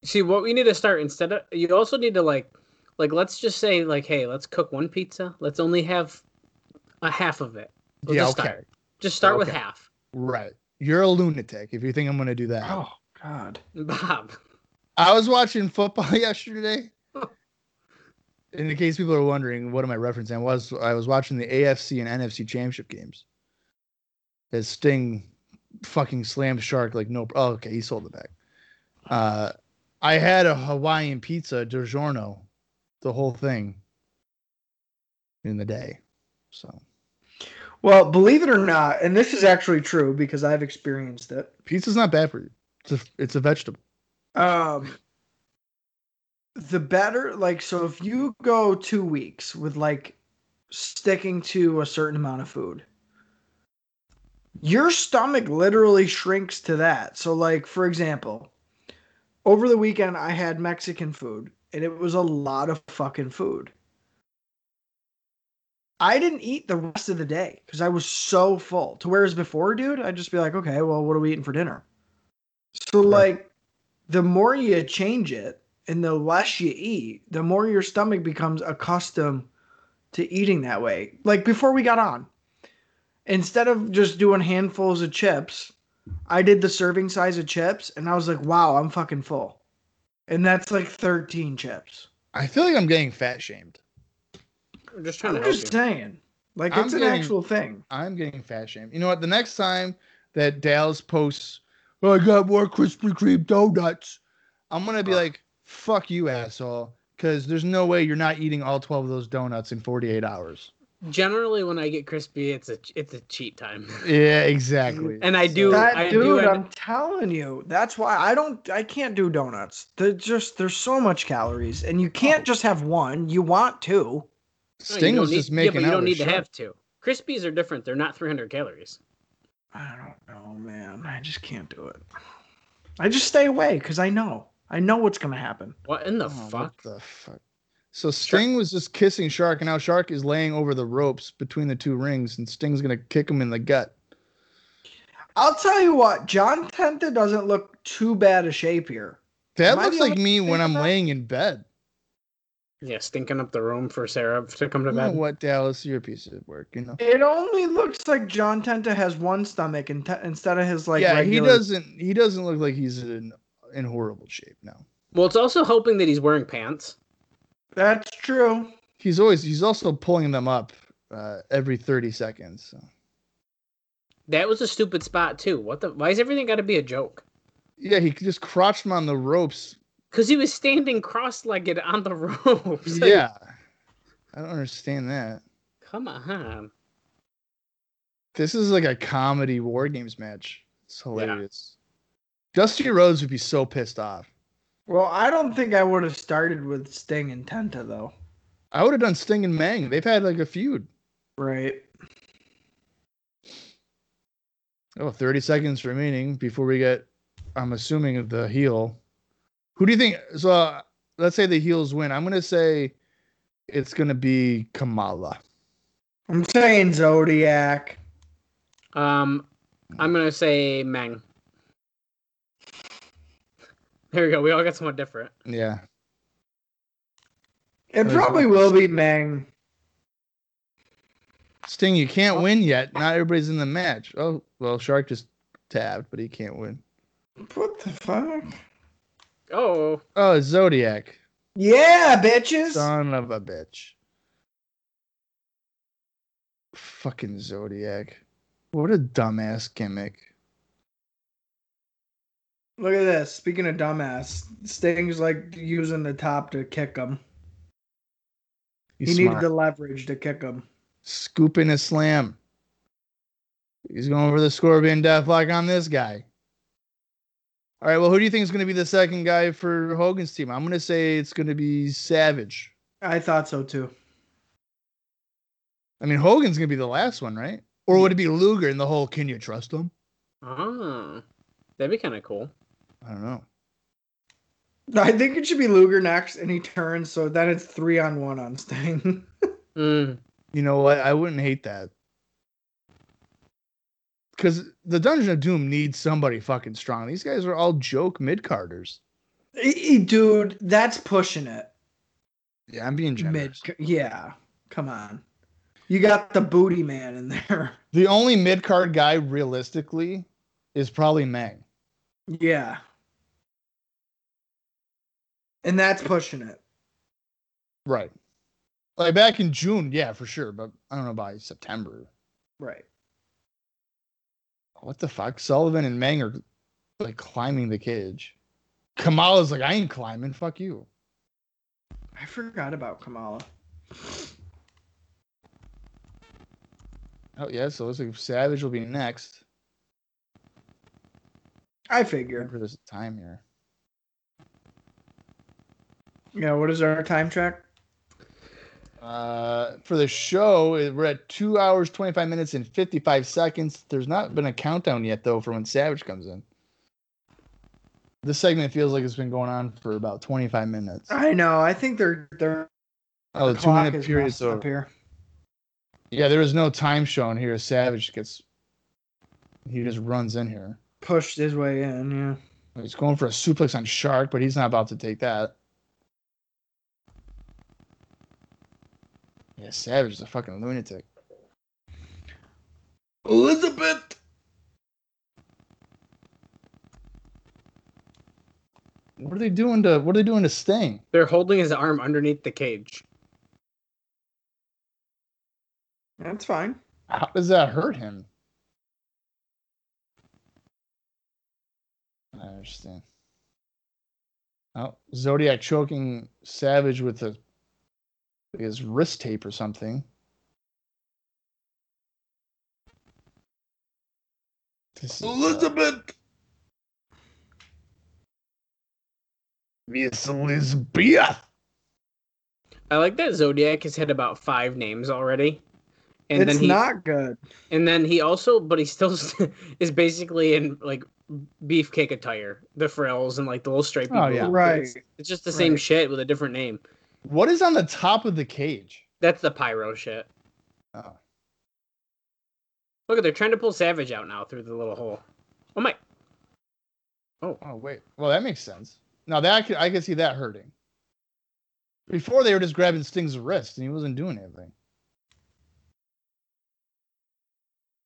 [SPEAKER 3] See what we need to start instead of you also need to like like let's just say like hey let's cook one pizza let's only have a half of it Let's
[SPEAKER 2] yeah.
[SPEAKER 3] just
[SPEAKER 2] Okay.
[SPEAKER 3] start. just start with
[SPEAKER 2] Okay.
[SPEAKER 3] half [laughs]
[SPEAKER 2] Right. You're a lunatic if you think I'm gonna do that.
[SPEAKER 4] Oh God.
[SPEAKER 3] Bob
[SPEAKER 2] I was watching football [laughs] yesterday. In the case people are wondering, what am I referencing? I was I was watching the AFC and NFC championship games. As Sting fucking slam shark like no. Oh, okay, he sold it back. Uh, I had a Hawaiian pizza DiGiorno, the whole thing in the day. So
[SPEAKER 4] Well, believe it or not, and this is actually true because I've experienced it.
[SPEAKER 2] pizza's not bad for you. It's a, it's a vegetable.
[SPEAKER 4] Um, the better, like, so if you go two weeks with like sticking to a certain amount of food, your stomach literally shrinks to that. So, like, for example, over the weekend I had Mexican food and it was a lot of fucking food. I didn't eat the rest of the day because I was so full. To whereas before, dude, I'd just be like, okay, well, what are we eating for dinner? So,
[SPEAKER 2] Right.
[SPEAKER 4] like, the more you change it and the less you eat, the more your stomach becomes accustomed to eating that way. Like before we got on, instead of just doing handfuls of chips, I did the serving size of chips and I was like, wow, I'm fucking full. And that's like 13 chips.
[SPEAKER 2] I feel like I'm getting fat shamed.
[SPEAKER 3] I'm just trying
[SPEAKER 4] I'm
[SPEAKER 3] to help
[SPEAKER 4] just
[SPEAKER 3] you.
[SPEAKER 4] saying. Like,
[SPEAKER 2] I'm
[SPEAKER 4] it's an
[SPEAKER 2] getting-
[SPEAKER 4] actual thing.
[SPEAKER 2] I'm getting fat shamed. You know what? The next time that Dallas posts, "Oh, I got more Krispy Kreme donuts, I'm gonna be
[SPEAKER 3] Ugh.
[SPEAKER 2] like, fuck you, asshole. Because there's no way you're not eating all 12 of those donuts in 48 hours.
[SPEAKER 3] Generally, when I get crispy, it's a it's a cheat time. [laughs]
[SPEAKER 2] Yeah, exactly.
[SPEAKER 3] And I do-
[SPEAKER 4] That
[SPEAKER 3] I
[SPEAKER 4] dude,
[SPEAKER 3] do end-
[SPEAKER 4] I'm telling you, that's why I don't, I can't do donuts. They're just, there's so much calories, and you can't just have one. You want two.
[SPEAKER 3] No, you
[SPEAKER 2] Sting
[SPEAKER 3] don't
[SPEAKER 2] was
[SPEAKER 3] need-
[SPEAKER 2] just making
[SPEAKER 3] Yeah, but you
[SPEAKER 2] out
[SPEAKER 3] don't
[SPEAKER 2] with
[SPEAKER 3] need to
[SPEAKER 2] Shark.
[SPEAKER 3] have two. Crispies are different. They're not 300 calories.
[SPEAKER 4] I don't know, man. I just can't do it. I just stay away because I know, I know what's gonna happen.
[SPEAKER 3] What in the
[SPEAKER 2] Oh,
[SPEAKER 3] fuck?
[SPEAKER 2] What the fuck? So Sting was just kissing Shark, and now Shark is laying over the ropes between the two rings, and Sting's gonna kick him in the gut.
[SPEAKER 4] I'll tell you what, John Tenta doesn't look too bad a shape here.
[SPEAKER 2] That
[SPEAKER 4] Am I
[SPEAKER 2] looks
[SPEAKER 4] the
[SPEAKER 2] like
[SPEAKER 4] only
[SPEAKER 2] me
[SPEAKER 4] one
[SPEAKER 2] when
[SPEAKER 4] thinking
[SPEAKER 2] I'm
[SPEAKER 4] that?
[SPEAKER 2] laying in bed.
[SPEAKER 3] Yeah, stinking up the room for Sarah to come to
[SPEAKER 2] You know
[SPEAKER 3] bed.
[SPEAKER 2] what, Dallas? You're a piece of work. You know.
[SPEAKER 4] It only looks like John Tenta has one stomach and te- instead of his like
[SPEAKER 2] yeah,
[SPEAKER 4] regular.
[SPEAKER 2] he doesn't. He doesn't look like he's in in horrible shape now.
[SPEAKER 3] Well, it's also helping that he's wearing pants.
[SPEAKER 4] That's true.
[SPEAKER 2] He's always. He's also pulling them up uh, every 30 seconds. So.
[SPEAKER 3] That was a stupid spot too. What the? Why is everything got to be a joke?
[SPEAKER 2] Yeah, he just crotched him on the ropes.
[SPEAKER 3] Because he was standing cross-legged on the [laughs] ropes. Like,
[SPEAKER 2] Yeah, I don't understand that.
[SPEAKER 3] Come on.
[SPEAKER 2] This is like a comedy war games match. It's hilarious. Dusty Rhodes would be so pissed off.
[SPEAKER 4] Well, I don't think I would have started with Sting and Tenta though.
[SPEAKER 2] I would have done Sting and Mang. They've had like a feud.
[SPEAKER 4] Right.
[SPEAKER 2] Oh, 30 seconds remaining before we get, I'm assuming, the heel. Who do you think? So uh, let's say the heels win. I'm going to say it's going to be Kamala.
[SPEAKER 4] I'm saying Zodiac.
[SPEAKER 3] Um, I'm gonna say Meng. There we go. We all got someone different.
[SPEAKER 2] Yeah.
[SPEAKER 4] It
[SPEAKER 2] There's
[SPEAKER 4] probably
[SPEAKER 2] one.
[SPEAKER 4] will be Meng.
[SPEAKER 2] Sting, you can't win yet. Not everybody's in the match. Oh, well, Shark just tabbed, but he can't win.
[SPEAKER 4] What the fuck?
[SPEAKER 3] Oh,
[SPEAKER 2] Oh, Zodiac.
[SPEAKER 4] Yeah, bitches.
[SPEAKER 2] Son of a bitch. Fucking Zodiac. What a dumbass gimmick.
[SPEAKER 4] Look at this. Speaking of dumbass, Sting's like using the top to kick him.
[SPEAKER 2] He's
[SPEAKER 4] he
[SPEAKER 2] smart.
[SPEAKER 4] needed the leverage to kick him.
[SPEAKER 2] scooping a slam. He's going for the scorpion deathlock on this guy. All right, well, who do you think is going to be the second guy for Hogan's team? I'm going to say it's going to be Savage.
[SPEAKER 4] I thought so too.
[SPEAKER 2] I mean, Hogan's going to be the last one, right? Or would it be Luger and the whole can you trust him?
[SPEAKER 3] ah, that'd be kind of cool.
[SPEAKER 2] I don't know.
[SPEAKER 4] I think it should be Luger next, and he turns, so then it's three on one on Sting. [laughs]
[SPEAKER 3] Mm.
[SPEAKER 2] You know what? I wouldn't hate that. Because the Dungeon of Doom needs somebody fucking strong. These guys are all joke mid carders.
[SPEAKER 4] E- e- Dude, that's pushing it.
[SPEAKER 2] Yeah, I'm being
[SPEAKER 4] Mid,
[SPEAKER 2] generous.
[SPEAKER 4] yeah, come on. You got the booty man in there. [laughs]
[SPEAKER 2] The only mid card guy realistically is probably Mang.
[SPEAKER 4] Yeah. And that's pushing it.
[SPEAKER 2] Right. Like back in June, yeah, for sure. But I don't know by September.
[SPEAKER 4] Right.
[SPEAKER 2] what the fuck? Sullivan and Meng are like climbing the cage. Kamala's like, I ain't climbing. Fuck you.
[SPEAKER 4] I forgot about Kamala.
[SPEAKER 2] Oh yeah, so it looks like Savage will be next.
[SPEAKER 4] I
[SPEAKER 2] Good
[SPEAKER 4] figure.
[SPEAKER 2] for this time here.
[SPEAKER 4] Yeah, what is our time track?
[SPEAKER 2] Uh, for the show, it- we're at two hours, 25 minutes, and 55 seconds. There's not been a countdown yet, though, for when Savage comes in. This segment feels like it's been going on for about 25 minutes.
[SPEAKER 4] I know. I think they're they're
[SPEAKER 2] Oh, the two
[SPEAKER 4] Uh, clock
[SPEAKER 2] minute
[SPEAKER 4] is
[SPEAKER 2] period.
[SPEAKER 4] messed
[SPEAKER 2] So,
[SPEAKER 4] up here.
[SPEAKER 2] yeah, there is no time shown here. Savage gets, he just runs in here.
[SPEAKER 4] Pushed his way in, yeah.
[SPEAKER 2] He's going for a suplex on Shark, but he's not about to take that. Yeah, Savage is a fucking lunatic.
[SPEAKER 4] Elizabeth.
[SPEAKER 2] What are they doing to what are they doing to Sting?
[SPEAKER 3] They're holding his arm underneath the cage.
[SPEAKER 4] That's fine.
[SPEAKER 2] How does that hurt him? I understand. Oh, Zodiac choking Savage with a his wrist tape or something. This is, uh, Miss Elizabeth.
[SPEAKER 3] I like that Zodiac has had about five names already. And
[SPEAKER 4] it's
[SPEAKER 3] then he
[SPEAKER 4] not good.
[SPEAKER 3] and then he also but he still [laughs] is basically in like beefcake attire. The frills and like the little stripy
[SPEAKER 2] Oh, yeah.
[SPEAKER 3] boots.
[SPEAKER 4] Right.
[SPEAKER 3] It's just the same
[SPEAKER 4] Right.
[SPEAKER 3] shit with a different name.
[SPEAKER 2] What is on the top of the cage?
[SPEAKER 3] That's the pyro shit.
[SPEAKER 2] Oh.
[SPEAKER 3] Look, they're trying to pull Savage out now through the little hole. Oh my!
[SPEAKER 2] Oh wait. Well, that makes sense. Now that I could, I could see that hurting. Before they were just grabbing Sting's wrist and he wasn't doing anything.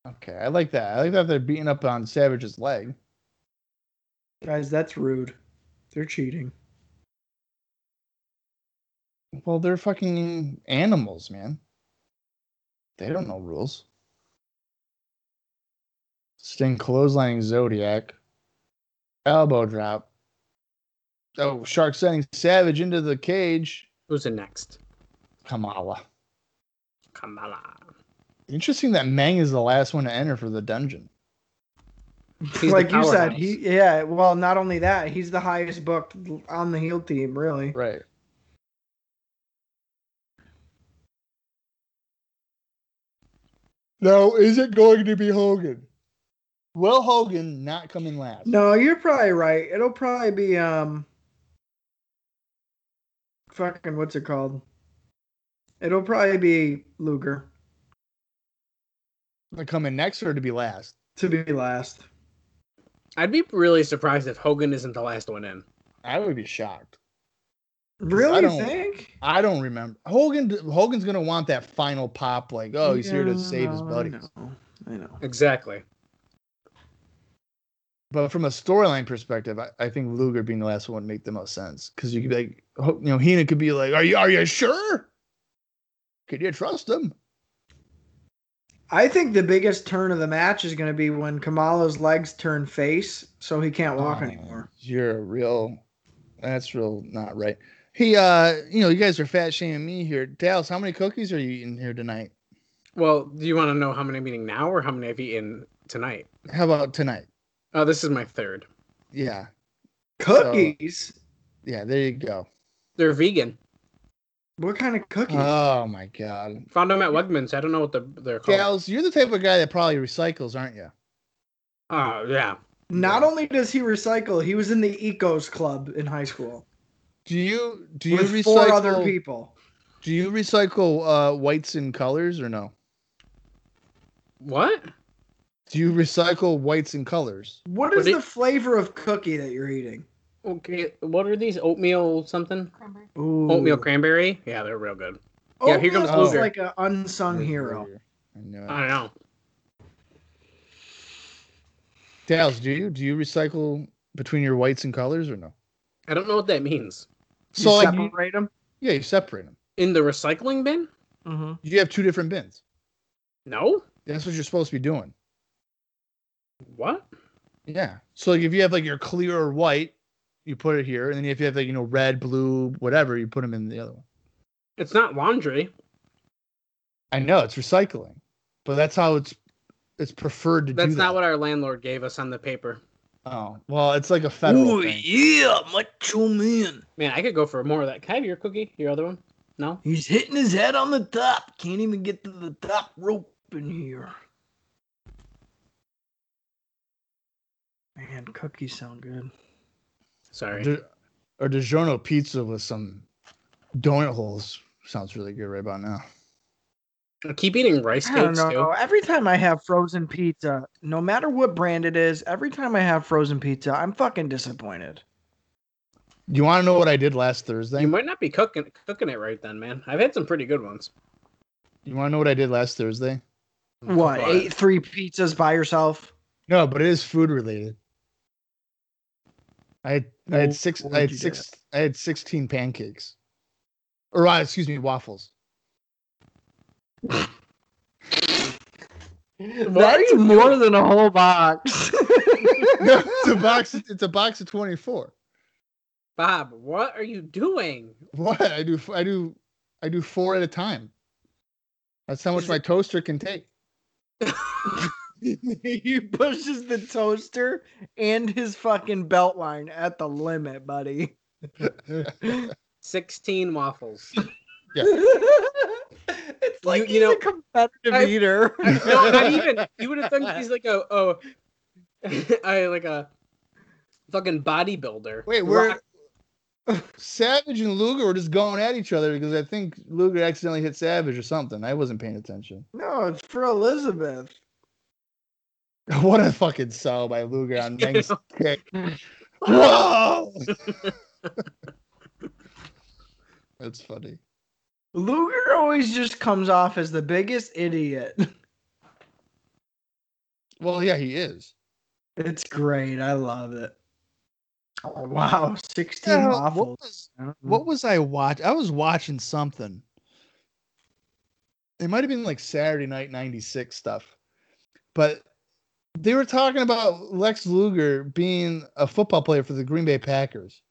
[SPEAKER 2] Okay, I like that. I like that they're beating up on Savage's leg.
[SPEAKER 4] Guys, that's rude. They're cheating.
[SPEAKER 2] Well, they're fucking animals, man. They don't know rules. Sting clotheslining Zodiac. Elbow drop. Oh, Shark sending Savage into the cage.
[SPEAKER 3] Who's the next?
[SPEAKER 2] Kamala.
[SPEAKER 3] Kamala.
[SPEAKER 2] Interesting that Meng is the last one to enter for the dungeon.
[SPEAKER 3] the
[SPEAKER 4] like you said,
[SPEAKER 3] powerhouse.
[SPEAKER 4] he yeah. Well, not only that, he's the highest booked on the heel team, really.
[SPEAKER 2] Right. Now, is it going to be Hogan? Will Hogan not come in last?
[SPEAKER 4] No, you're probably right. It'll probably be um fucking what's it called? It'll probably be Luger
[SPEAKER 2] To come in next or to be last?
[SPEAKER 4] to be last.
[SPEAKER 3] I'd be really surprised if Hogan isn't the last one in.
[SPEAKER 2] I would be shocked.
[SPEAKER 4] Really
[SPEAKER 2] don't-
[SPEAKER 4] think?
[SPEAKER 2] I don't remember. Hogan Hogan's gonna want that final pop, like, oh, he's here to
[SPEAKER 4] Yeah,
[SPEAKER 2] save his
[SPEAKER 4] I
[SPEAKER 2] buddies.
[SPEAKER 4] know. I know.
[SPEAKER 3] Exactly.
[SPEAKER 2] But from a storyline perspective, I, I think Luger being the last one would make the most sense because you could be like, Ho- you know, Heenan could be like, "Are you are you sure? Can you trust him?"
[SPEAKER 4] I think the biggest turn of the match is going to be when Kamala's legs turn face, so he can't walk
[SPEAKER 2] Oh,
[SPEAKER 4] anymore.
[SPEAKER 2] You're a real. That's real not right. Hey, uh, you know, you guys are fat shaming me here, Dallas. How many cookies are you eating here tonight?
[SPEAKER 3] Well, do you want to know how many I'm eating now or how many I've eaten tonight?
[SPEAKER 2] How about tonight?
[SPEAKER 3] Oh, this is my third.
[SPEAKER 2] Yeah,
[SPEAKER 4] Cookies?
[SPEAKER 2] yeah. There you go.
[SPEAKER 3] They're vegan.
[SPEAKER 4] What kind of cookies?
[SPEAKER 2] Oh my god,
[SPEAKER 3] Found them at Wegmans. I don't know what the, they're called.
[SPEAKER 2] Dallas, you're the type of guy that probably recycles, aren't you?
[SPEAKER 3] Oh, yeah.
[SPEAKER 4] Not only does he recycle, he was in the Ecos Club in high school
[SPEAKER 2] Do you do you
[SPEAKER 4] with
[SPEAKER 2] recycle
[SPEAKER 4] four other people.
[SPEAKER 2] Do you recycle uh, whites and colors or no?
[SPEAKER 3] What?
[SPEAKER 2] Do you recycle whites and colors?
[SPEAKER 4] What
[SPEAKER 3] What
[SPEAKER 4] is
[SPEAKER 3] do you-
[SPEAKER 4] the flavor of cookie that you're eating?
[SPEAKER 3] Okay. What are these? Oatmeal something?
[SPEAKER 4] Ooh.
[SPEAKER 3] Oatmeal cranberry? Yeah, they're real good. yeah, here comes
[SPEAKER 4] Oatmeal's
[SPEAKER 2] Luger.
[SPEAKER 4] like an unsung hero.
[SPEAKER 2] I know. it.
[SPEAKER 3] I don't know.
[SPEAKER 2] Dallas, do you do you recycle between your whites and colors or no?
[SPEAKER 3] I don't know what that means.
[SPEAKER 2] So
[SPEAKER 4] you
[SPEAKER 2] like, you-
[SPEAKER 4] separate them.
[SPEAKER 2] yeah, you separate them.
[SPEAKER 3] In the recycling bin?
[SPEAKER 4] Mm-hmm.
[SPEAKER 2] You have two different bins.
[SPEAKER 3] No.
[SPEAKER 2] That's what you're supposed to be doing.
[SPEAKER 3] What?
[SPEAKER 2] Yeah. So like if you have like your clear or white, you put it here, and then if you have like you know red, blue, whatever, you put them in the other one.
[SPEAKER 3] It's not laundry.
[SPEAKER 2] I know it's recycling, but that's how it's it's preferred to do.
[SPEAKER 3] That's
[SPEAKER 2] that.
[SPEAKER 3] not what our landlord gave us on the paper.
[SPEAKER 2] Oh well, it's like a federal thing.
[SPEAKER 4] yeah, macho man.
[SPEAKER 3] Man, I could go for more of that. Can I have your cookie? Your other one? No?
[SPEAKER 4] He's hitting his head on the top. Can't even get to the top rope in here. Man, cookies sound good.
[SPEAKER 3] Sorry.
[SPEAKER 2] Di- or DiGiorno pizza with some donut holes sounds really good right about now.
[SPEAKER 3] Keep eating rice
[SPEAKER 4] I don't
[SPEAKER 3] cakes,
[SPEAKER 4] know.
[SPEAKER 3] too.
[SPEAKER 4] Every time I have frozen pizza, no matter what brand it is, every time I have frozen pizza, I'm fucking disappointed.
[SPEAKER 2] You want to know what I did last Thursday?
[SPEAKER 3] You might not be cooking cooking it right then, man. I've had some pretty good ones.
[SPEAKER 2] you want to know what I did last Thursday?
[SPEAKER 4] What? Ate three pizzas by yourself?
[SPEAKER 2] No, but it is food related. I had, I had six.
[SPEAKER 4] What'd
[SPEAKER 2] I had
[SPEAKER 4] you do?
[SPEAKER 2] six. I had sixteen pancakes, or uh, excuse me,
[SPEAKER 3] [laughs]
[SPEAKER 2] waffles.
[SPEAKER 3] Why are you doing-
[SPEAKER 4] than a whole [laughs] box.
[SPEAKER 2] No, it's a box. It's a box of twenty four.
[SPEAKER 3] Bob, what are you doing?
[SPEAKER 2] What I do? I do. I do four at a time. That's how much
[SPEAKER 3] Is
[SPEAKER 2] my toaster can take.
[SPEAKER 4] he pushes the toaster and his fucking belt line at the limit, buddy.
[SPEAKER 3] 16
[SPEAKER 4] [laughs]
[SPEAKER 3] waffles.
[SPEAKER 4] it's like
[SPEAKER 3] You- you
[SPEAKER 4] he's
[SPEAKER 3] know,
[SPEAKER 4] a competitive
[SPEAKER 3] I-
[SPEAKER 4] eater.
[SPEAKER 3] no, not even. You would have thought he's like a, [laughs] oh, I like a fucking bodybuilder.
[SPEAKER 2] Wait, we're [laughs] Savage and Luger were just going at each other because I think Luger accidentally hit Savage or something. I wasn't paying attention. [laughs]
[SPEAKER 4] no, it's for Elizabeth.
[SPEAKER 2] What a fucking sell by Luger on
[SPEAKER 3] You
[SPEAKER 2] [laughs] Meng's kick. Whoa! [laughs] That's funny.
[SPEAKER 4] Luger always just comes off as the biggest idiot. [laughs]
[SPEAKER 2] Well, yeah, he is.
[SPEAKER 4] It's great. I love it. Oh, wow, 16
[SPEAKER 2] Yeah,
[SPEAKER 4] waffles.
[SPEAKER 2] what, was,
[SPEAKER 4] Mm.
[SPEAKER 2] what was I watch? I was watching something. It might have been like Saturday Night '96 stuff, but they were talking about Lex Luger being a football player for the Green Bay Packers.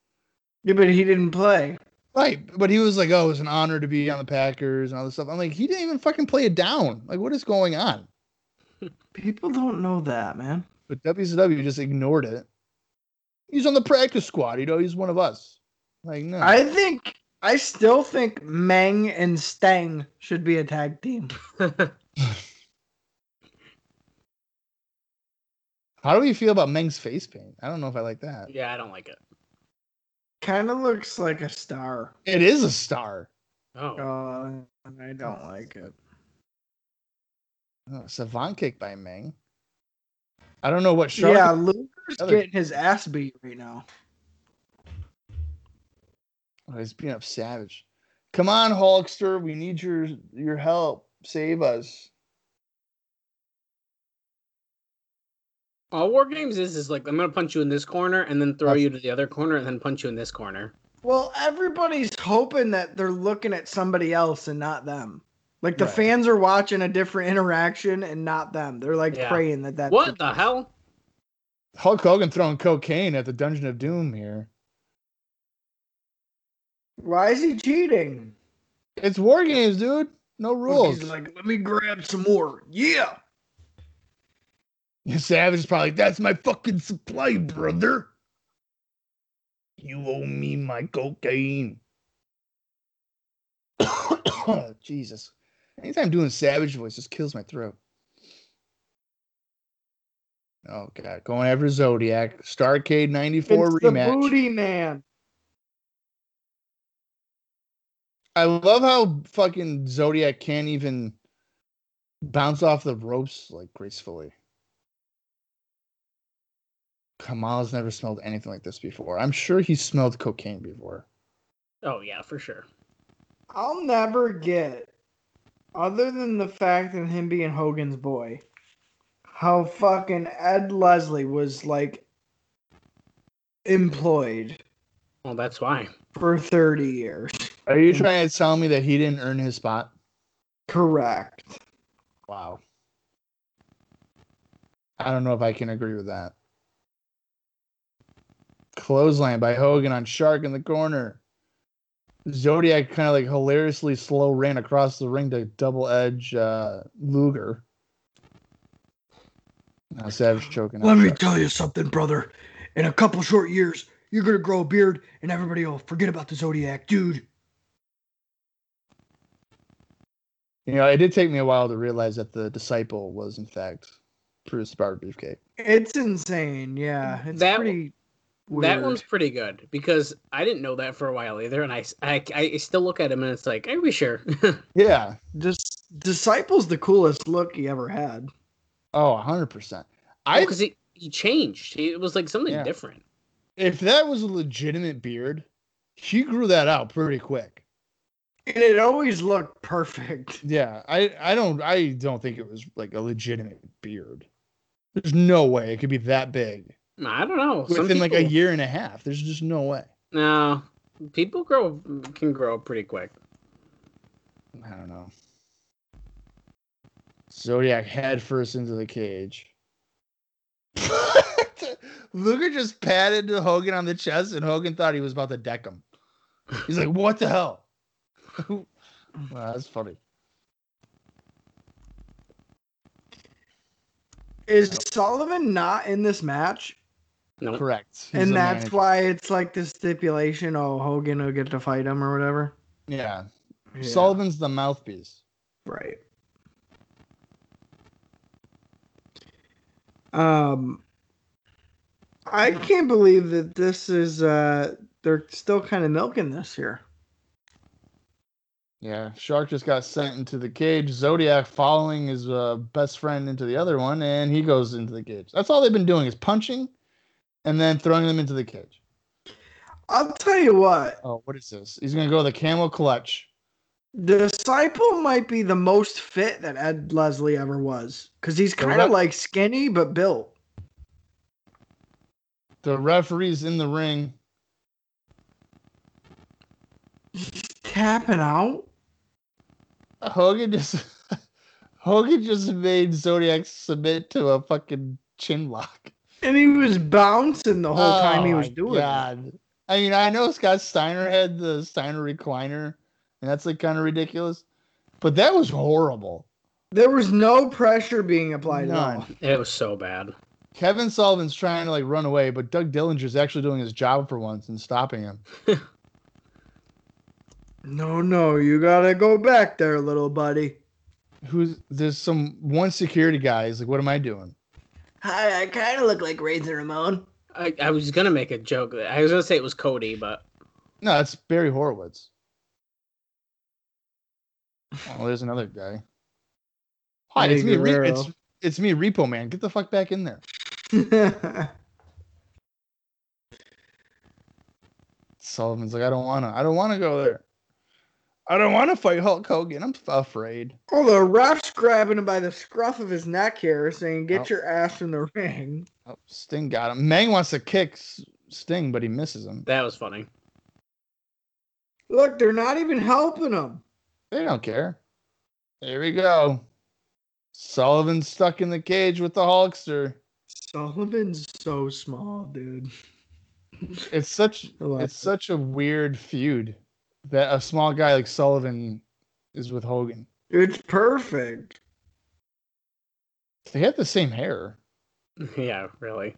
[SPEAKER 4] Yeah, but he didn't play.
[SPEAKER 2] Right, but he was like, "Oh, it was an honor to be on the Packers and all this stuff." I'm like, he didn't even fucking play it down. Like, what is going on?
[SPEAKER 4] People don't know that, man.
[SPEAKER 2] But WCW just ignored it. He's on the practice squad, you know. He's one of us. Like, no,
[SPEAKER 4] I think I still think Meng and Stang should be a tag team.
[SPEAKER 2] how do we feel about Meng's face paint? I don't know if I like that.
[SPEAKER 3] yeah, I don't like it.
[SPEAKER 4] Kind of looks like a star.
[SPEAKER 2] It is a star.
[SPEAKER 3] Oh.
[SPEAKER 4] Uh, I don't like it.
[SPEAKER 2] Oh, savant kick by Meng. I don't know what shark.
[SPEAKER 4] Yeah, Luger's
[SPEAKER 2] Other-
[SPEAKER 4] getting his ass beat right now.
[SPEAKER 2] Oh, he's beating up Savage. Come on, Hulkster. We need your your help. Save us.
[SPEAKER 3] All War Games is is like, I'm going to punch you in this corner and then throw you to the other corner and then punch you in this corner.
[SPEAKER 4] Well, everybody's hoping that they're looking at somebody else and not them. Like the
[SPEAKER 2] Right.
[SPEAKER 4] fans are watching a different interaction and not them. They're like
[SPEAKER 3] Yeah.
[SPEAKER 4] praying that that
[SPEAKER 3] What the hell?
[SPEAKER 2] Hulk Hogan throwing cocaine at the Dungeon of Doom here.
[SPEAKER 4] Why is he cheating?
[SPEAKER 2] It's war games, dude. No rules.
[SPEAKER 4] He's like, let me grab some more. Yeah.
[SPEAKER 2] Savage is probably like, that's my fucking supply, brother. You owe me my cocaine. [coughs] Jesus. Anytime I'm doing Savage voice just kills my throat. Oh god, going after Zodiac, Starcade '94
[SPEAKER 4] it's
[SPEAKER 2] rematch.
[SPEAKER 4] the booty man.
[SPEAKER 2] I love how fucking Zodiac can't even bounce off the ropes like gracefully. Kamal's never smelled anything like this before. I'm sure he smelled cocaine before.
[SPEAKER 3] Oh, yeah, for sure.
[SPEAKER 4] I'll never get, other than the fact of him being Hogan's boy, how fucking Ed Leslie was like employed
[SPEAKER 3] Well, that's why.
[SPEAKER 4] for 30 years.
[SPEAKER 2] Are you trying to tell me that he didn't earn his spot?
[SPEAKER 4] Correct.
[SPEAKER 2] Wow. I don't know if I can agree with that. Clothesline by Hogan on Shark in the corner. Zodiac kind of like hilariously slow ran across the ring to double edge uh, Luger. Now Savage choking. out
[SPEAKER 4] Let me
[SPEAKER 2] Shark.
[SPEAKER 4] tell you something, brother. In a couple short years, you're gonna grow a beard, and everybody will forget about the zodiac, dude.
[SPEAKER 2] You know, it did take me a while to realize that the disciple was in fact Bruce Barber Beefcake.
[SPEAKER 4] It's insane. Yeah, it's
[SPEAKER 3] That-
[SPEAKER 4] pretty. Weird.
[SPEAKER 3] That one's pretty good because I didn't know that for a while either, and I, I, I still look at him and it's like, are we sure? [laughs]
[SPEAKER 2] Yeah.
[SPEAKER 4] Dis- disciples the coolest look he ever had.
[SPEAKER 2] Oh, 100%. I
[SPEAKER 3] Because he, he changed. He, it was like something
[SPEAKER 2] Yeah.
[SPEAKER 3] different.
[SPEAKER 2] if that was a legitimate beard, he grew that out pretty quick.
[SPEAKER 4] And it always looked perfect.
[SPEAKER 2] Yeah, I I don't I don't think it was like a legitimate beard. There's no way it could be that big
[SPEAKER 3] I don't know. Some
[SPEAKER 2] within like a
[SPEAKER 3] people-
[SPEAKER 2] year and a half. There's just no way.
[SPEAKER 3] No, people grow can grow pretty quick.
[SPEAKER 2] I don't know. Zodiac head first into the cage. [laughs] Luger just patted Hogan on the chest, and Hogan thought he was about to deck him. He's like, "What the hell?" [laughs] wow, that's funny.
[SPEAKER 4] Is Sullivan not in this match?
[SPEAKER 3] No,
[SPEAKER 2] Correct. He's
[SPEAKER 4] and
[SPEAKER 2] the
[SPEAKER 4] that's
[SPEAKER 2] manager.
[SPEAKER 4] why it's like the stipulation oh, Hogan will get to fight him or whatever.
[SPEAKER 2] yeah.
[SPEAKER 4] Yeah,
[SPEAKER 2] Sullivan's the mouthpiece.
[SPEAKER 4] Right. Um, I can't believe that this is, uh, they're still kind of milking this here.
[SPEAKER 2] Yeah, Shark just got sent into the cage. Zodiac following his uh, best friend into the other one, and he goes into the cage. That's all they've been doing is punching, and then throwing them into the cage.
[SPEAKER 4] I'll tell you what,
[SPEAKER 2] Oh, what is this? He's gonna go with a camel clutch.
[SPEAKER 4] Disciple might be the most fit that Ed Leslie ever was because he's
[SPEAKER 2] The
[SPEAKER 4] kind of
[SPEAKER 2] re-
[SPEAKER 4] like skinny but built.
[SPEAKER 2] The referee's in the ring.
[SPEAKER 4] Tapping out.
[SPEAKER 2] Hogan just [laughs] Hogan just made Zodiac submit to a fucking chin lock
[SPEAKER 4] And he was bouncing the whole time he
[SPEAKER 2] Oh
[SPEAKER 4] was
[SPEAKER 2] my
[SPEAKER 4] doing it.
[SPEAKER 2] God. I mean, I know Scott Steiner had the Steiner recliner, and that's like kind of ridiculous, but that was horrible.
[SPEAKER 4] There was no pressure being applied at all.
[SPEAKER 2] None.
[SPEAKER 3] it was so bad.
[SPEAKER 2] Kevin Sullivan's trying to like run away, but Doug Dillinger's actually doing his job for once and stopping him.
[SPEAKER 4] No, no, you gotta go back there, little buddy.
[SPEAKER 2] Who's there's some one security guy. He's like, "What am I doing?"
[SPEAKER 4] Hi, I kind of look like Razor [laughs] Ramon.
[SPEAKER 3] I, I was gonna make a joke. I was gonna say it was Cody, but
[SPEAKER 2] No, that's Barry Horowitz. Oh, there's another guy. Hi, it's me.
[SPEAKER 4] Eddie
[SPEAKER 2] Re-
[SPEAKER 4] Guerrero.
[SPEAKER 2] it's it's me, Repo Man. Get the fuck back in there. Sullivan's like, I don't wanna. I don't wanna go there. I don't wanna fight Hulk Hogan. I'm f- afraid.
[SPEAKER 4] oh, the ref's grabbing him by the scruff of his neck here, saying, Get
[SPEAKER 2] Oh.
[SPEAKER 4] your ass in the ring.
[SPEAKER 2] Oh, Sting got him. Mang wants to kick S- Sting, but he misses him.
[SPEAKER 3] that was funny. [laughs]
[SPEAKER 4] Look, they're not even helping him.
[SPEAKER 2] They don't care. Here we go. Sullivan stuck in the cage with the Hulkster.
[SPEAKER 4] Sullivan's so small, dude.
[SPEAKER 2] It's such
[SPEAKER 4] I love
[SPEAKER 2] it's
[SPEAKER 4] it.
[SPEAKER 2] such a weird feud that a small guy like Sullivan is with Hogan.
[SPEAKER 4] It's perfect.
[SPEAKER 2] They had the same hair.
[SPEAKER 3] yeah, really.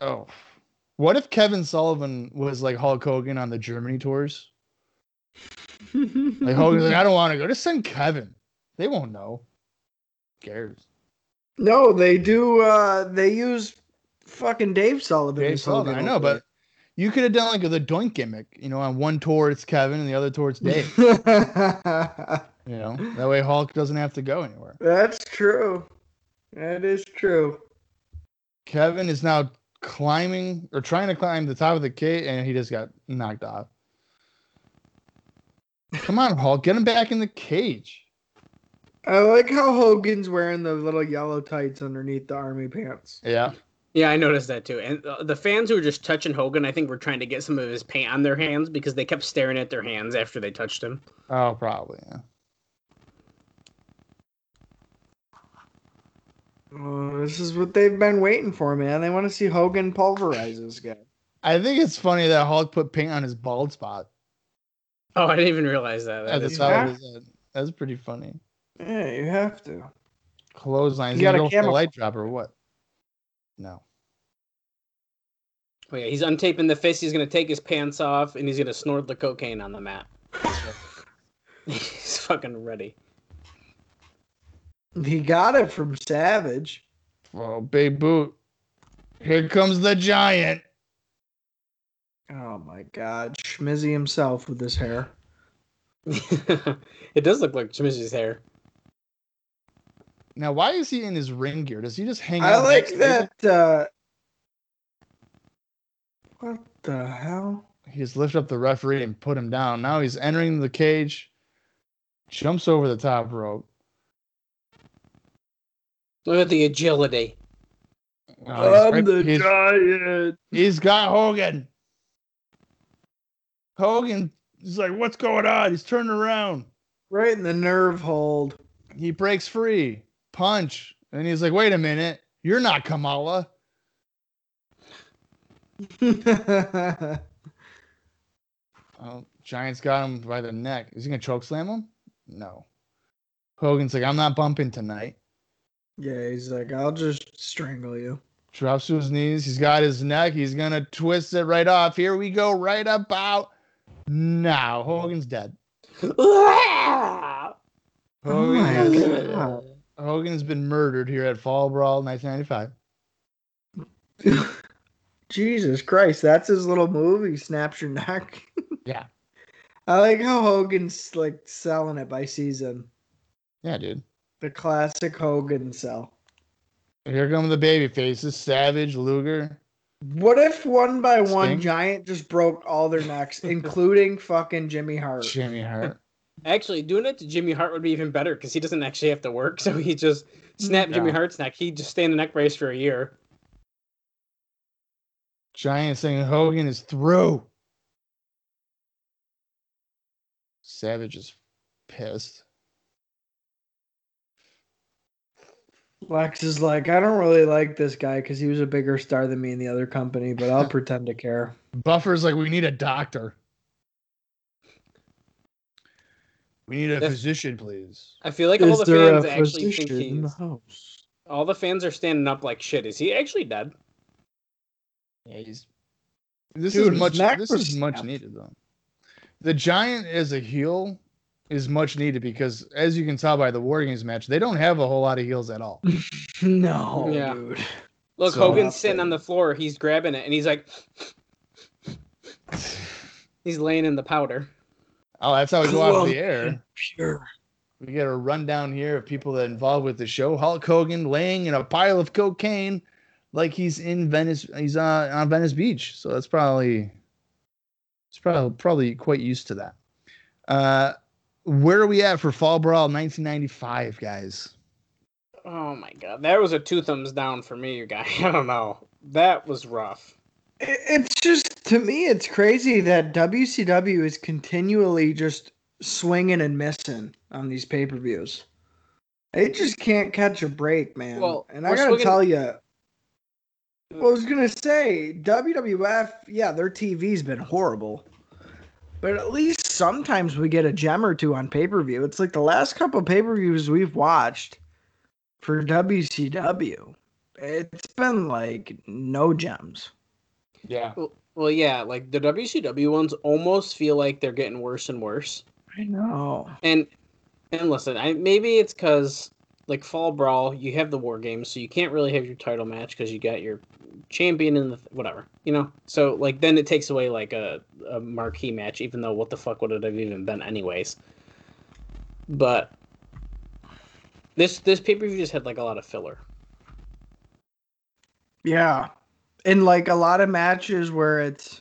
[SPEAKER 2] Oh. What if Kevin Sullivan was like Hulk Hogan on the Germany tours? Like Hogan's like, I
[SPEAKER 3] [laughs]
[SPEAKER 2] don't want to go. Just send Kevin. They won't know. Who cares?
[SPEAKER 4] [laughs] No, they do. Uh, they use fucking Dave Sullivan.
[SPEAKER 2] Dave
[SPEAKER 4] as
[SPEAKER 2] Sullivan, I
[SPEAKER 4] logo
[SPEAKER 2] know,
[SPEAKER 4] for
[SPEAKER 2] but you could have done like the doink gimmick, you know, on one tour it's Kevin and the other tour it's Dave.
[SPEAKER 3] [laughs]
[SPEAKER 4] it.
[SPEAKER 2] You know, that way Hulk doesn't have to go anywhere.
[SPEAKER 4] [laughs] That's true. That is true.
[SPEAKER 2] Kevin is now climbing or trying to climb the top of the cage, and he just got knocked off. Come on, Hulk, get him back in the cage.
[SPEAKER 4] I like how Hogan's wearing the little yellow tights underneath the army pants.
[SPEAKER 2] Yeah,
[SPEAKER 3] Yeah, I noticed that too. And uh, the fans who were just touching Hogan, I think, were trying to get some of his paint on their hands because they kept staring at their hands after they touched him. [laughs]
[SPEAKER 2] oh, probably. Yeah.
[SPEAKER 4] Oh, this is what they've been waiting for, man. They want to see Hogan pulverize this guy.
[SPEAKER 2] I think it's funny that Hulk put paint on his bald spot.
[SPEAKER 3] Oh, I didn't even realize that. That
[SPEAKER 2] That's
[SPEAKER 3] is-
[SPEAKER 2] how
[SPEAKER 4] Yeah.
[SPEAKER 2] it is. That's pretty funny.
[SPEAKER 4] Yeah, you have to.
[SPEAKER 2] Clothesline.
[SPEAKER 4] You
[SPEAKER 2] You got
[SPEAKER 4] gotta
[SPEAKER 2] a
[SPEAKER 4] camouflage.
[SPEAKER 2] light drop or what? No.
[SPEAKER 3] Oh, yeah, he's untaping the fist. He's gonna take his pants off and he's gonna snort the cocaine on the mat. [laughs] he's fucking ready. [laughs]
[SPEAKER 4] He got it from Savage.
[SPEAKER 2] Oh, big boot. Here comes the giant.
[SPEAKER 4] Oh my God, Schmizzy himself with his hair.
[SPEAKER 3] it does look like Schmizzy's hair.
[SPEAKER 2] Now, why is he in his ring gear? Does he just hang
[SPEAKER 4] I
[SPEAKER 2] out?
[SPEAKER 4] like
[SPEAKER 2] backstage?
[SPEAKER 4] that. Uh, what the hell?
[SPEAKER 2] He just lifted up the referee and put him down. Now he's entering the cage, jumps over the top rope.
[SPEAKER 3] Look at the agility.
[SPEAKER 2] Oh, he's right- he's-
[SPEAKER 4] giant.
[SPEAKER 2] he's got Hogan. Hogan is like, what's going on? He's turning around.
[SPEAKER 4] Right in the nerve hold. [laughs]
[SPEAKER 2] He breaks free, punch, and he's like, wait a minute, you're not Kamala.
[SPEAKER 4] He's
[SPEAKER 2] Oh, Giant's got him by the neck. Is he gonna choke slam him? No. Hogan's like, I'm not bumping tonight.
[SPEAKER 4] Yeah, he's like, I'll just strangle you.
[SPEAKER 2] Drops to his knees. He's got his neck. He's gonna twist it right off. Here we go, right about now. Hogan's dead.
[SPEAKER 4] Oh
[SPEAKER 2] Hogan,
[SPEAKER 4] my
[SPEAKER 2] has-
[SPEAKER 4] God.
[SPEAKER 2] Hogan's been murdered here at Fall Brawl 1995.
[SPEAKER 4] Jesus Christ, that's his little move. He snaps your neck. [laughs]
[SPEAKER 2] Yeah.
[SPEAKER 4] I like how Hogan's like selling it by season.
[SPEAKER 2] Yeah, dude.
[SPEAKER 4] The classic Hogan sell.
[SPEAKER 2] Here come the baby faces. Savage, Luger.
[SPEAKER 4] What if one by one
[SPEAKER 2] Sting?
[SPEAKER 4] Giant just broke all their necks,
[SPEAKER 2] [laughs]
[SPEAKER 4] including fucking Jimmy Hart?
[SPEAKER 2] Jimmy Hart.
[SPEAKER 3] Actually, doing it to Jimmy Hart would be even better because he doesn't actually have to work. [laughs] So he just snap Jimmy
[SPEAKER 2] Yeah.
[SPEAKER 3] Hart's neck. He'd just stay in the neck brace for a year.
[SPEAKER 2] Giant saying Hogan is through. Savage is pissed.
[SPEAKER 4] Lex is like, I don't really like this guy because he was a bigger star than me in the other company,
[SPEAKER 2] [laughs]
[SPEAKER 4] but I'll pretend to care.
[SPEAKER 2] Buffer's like, we need a doctor. We need a
[SPEAKER 3] Yes.
[SPEAKER 2] physician, please.
[SPEAKER 3] I feel like all
[SPEAKER 4] Is
[SPEAKER 3] the
[SPEAKER 4] there a
[SPEAKER 3] fans actually think
[SPEAKER 4] physician in the
[SPEAKER 3] he's.
[SPEAKER 4] house? [laughs]
[SPEAKER 3] All the fans are standing up like shit. Is he actually dead?
[SPEAKER 2] Yeah, he's. This
[SPEAKER 4] Dude,
[SPEAKER 2] is
[SPEAKER 4] his
[SPEAKER 2] much.
[SPEAKER 4] neck
[SPEAKER 2] This
[SPEAKER 4] was
[SPEAKER 2] is much
[SPEAKER 4] snapped.
[SPEAKER 2] needed though. The giant as a heel is much needed because, as you can tell by the War Games match, they don't have a whole lot of heels at all.
[SPEAKER 4] No,
[SPEAKER 3] Yeah.
[SPEAKER 4] dude.
[SPEAKER 3] Look,
[SPEAKER 2] So-
[SPEAKER 3] Hogan's sitting on the floor. He's grabbing it and he's like, he's laying in the powder.
[SPEAKER 2] Oh, that's how we go out of
[SPEAKER 4] Clump
[SPEAKER 2] the air.
[SPEAKER 4] and Pure.
[SPEAKER 2] We get a rundown here of people that involved with the show. Hulk Hogan laying in a pile of cocaine, like he's in Venice. He's on, on Venice Beach, so that's probably he's probably probably quite used to that. Uh, where are we at for Fall Brawl 1995, guys?
[SPEAKER 3] Oh my god, that was a two thumbs down for me, you guys. [laughs] I don't know. That was rough.
[SPEAKER 4] It- It's just to me, it's crazy that WCW is continually just swinging and missing on these pay per views. They just can't catch a break, man.
[SPEAKER 3] Well,
[SPEAKER 4] and I
[SPEAKER 3] we're
[SPEAKER 4] gotta
[SPEAKER 3] swinging- Mm.
[SPEAKER 4] tell you, well, I was gonna say WWF. Yeah, their TV's been horrible, but at least sometimes we get a gem or two on pay per view. It's like the last couple pay per views we've watched for WCW. It's been like no gems.
[SPEAKER 2] Yeah,
[SPEAKER 3] Well, well, yeah, like the WCW ones almost feel like they're getting worse and worse.
[SPEAKER 4] I know.
[SPEAKER 3] And and listen, I maybe it's because like Fall Brawl, you have the War Games, so you can't really have your title match because you got your champion in the th- whatever, you know. So like then it takes away like a a marquee match, even though what the fuck would it have even been anyways? But this this pay per view just had like a lot of filler.
[SPEAKER 4] Yeah. And like a lot of matches where it's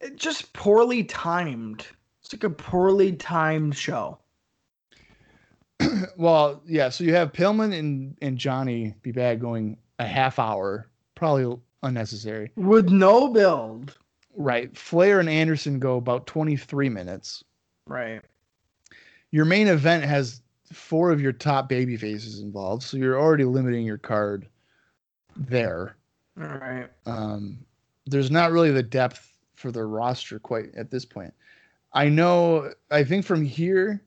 [SPEAKER 4] it just poorly timed. It's like a poorly timed show.
[SPEAKER 2] well, yeah. So you have Pillman and and Johnny be bad going a half hour, probably unnecessary.
[SPEAKER 4] With no build.
[SPEAKER 2] Right. Flair and Anderson go about 23 minutes.
[SPEAKER 4] Right.
[SPEAKER 2] Your main event has four of your top baby faces involved, so you're already limiting your card there.
[SPEAKER 4] All right.
[SPEAKER 2] Um, there's not really the depth for their roster quite at this point. I know. I think from here,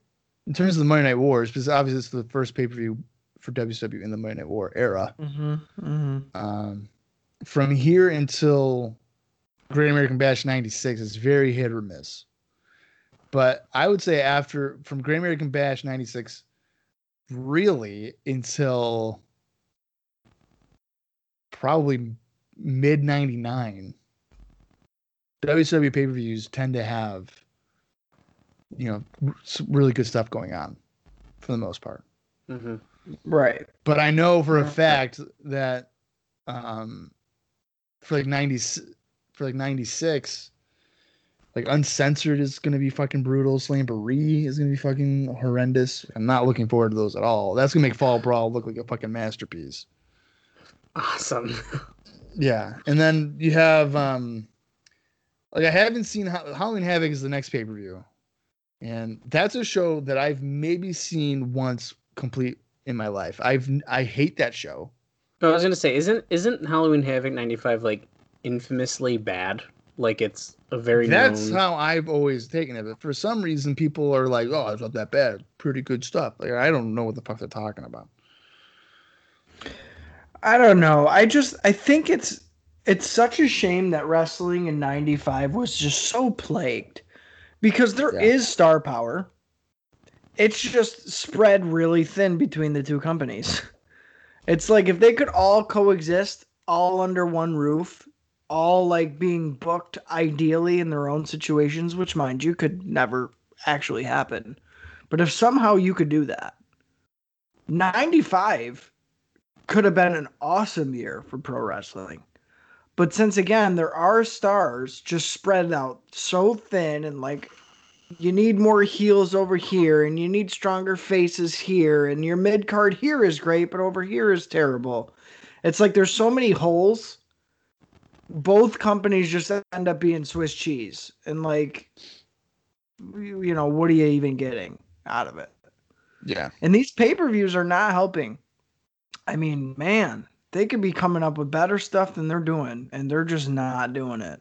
[SPEAKER 2] in terms of the Monday Night Wars, because obviously it's the first pay per view for WCW in the Monday Night War era.
[SPEAKER 4] Mm-hmm. Mm-hmm.
[SPEAKER 2] Um, from here until Great American Bash '96 is very hit or miss. But I would say after from Great American Bash '96, really until probably mid '99, WCW pay per views tend to have you know r- s- really good stuff going on for the most part.
[SPEAKER 3] Mm-hmm.
[SPEAKER 4] Right.
[SPEAKER 2] But I know for a
[SPEAKER 4] Yeah.
[SPEAKER 2] fact that um, for like ninety s- for like ninety six, like uncensored is gonna be fucking brutal. Slamboree is gonna be fucking horrendous. I'm not looking forward to those at all. That's gonna make Fall Brawl look like a fucking masterpiece.
[SPEAKER 3] Awesome. [laughs]
[SPEAKER 2] Yeah, and then you have um, like I haven't seen Ho- Halloween Havoc is the next pay per view, and that's a show that I've maybe seen once complete in my life. I've I hate that show.
[SPEAKER 3] No, I was gonna say, isn't isn't Halloween Havoc '95 like infamously bad? Like it's a very
[SPEAKER 2] That's
[SPEAKER 3] known-
[SPEAKER 2] how I've always taken it. But for some reason, people are like, "Oh, it's not that bad. Pretty good stuff." Like I don't know what the fuck they're talking about.
[SPEAKER 4] I don't know. I just I think it's it's such a shame that wrestling in 95 was just so plagued because there is
[SPEAKER 2] Yeah.
[SPEAKER 4] star power. It's just spread really thin between the two companies. [laughs] It's like if they could all coexist all under one roof, all like being booked ideally in their own situations, which mind you could never actually happen. But if somehow you could do that, 95 could have been an awesome year for pro wrestling. But since again, there are stars just spread out so thin and like you need more heels over here and you need stronger faces here and your mid card here is great, but over here is terrible. It's like there's so many holes. Both companies just end up being Swiss cheese and like you you know, what are you even getting out of it?
[SPEAKER 2] Yeah,
[SPEAKER 4] And these pay per views are not helping. I mean, man, they could be coming up with better stuff than they're doing, and they're just not doing it.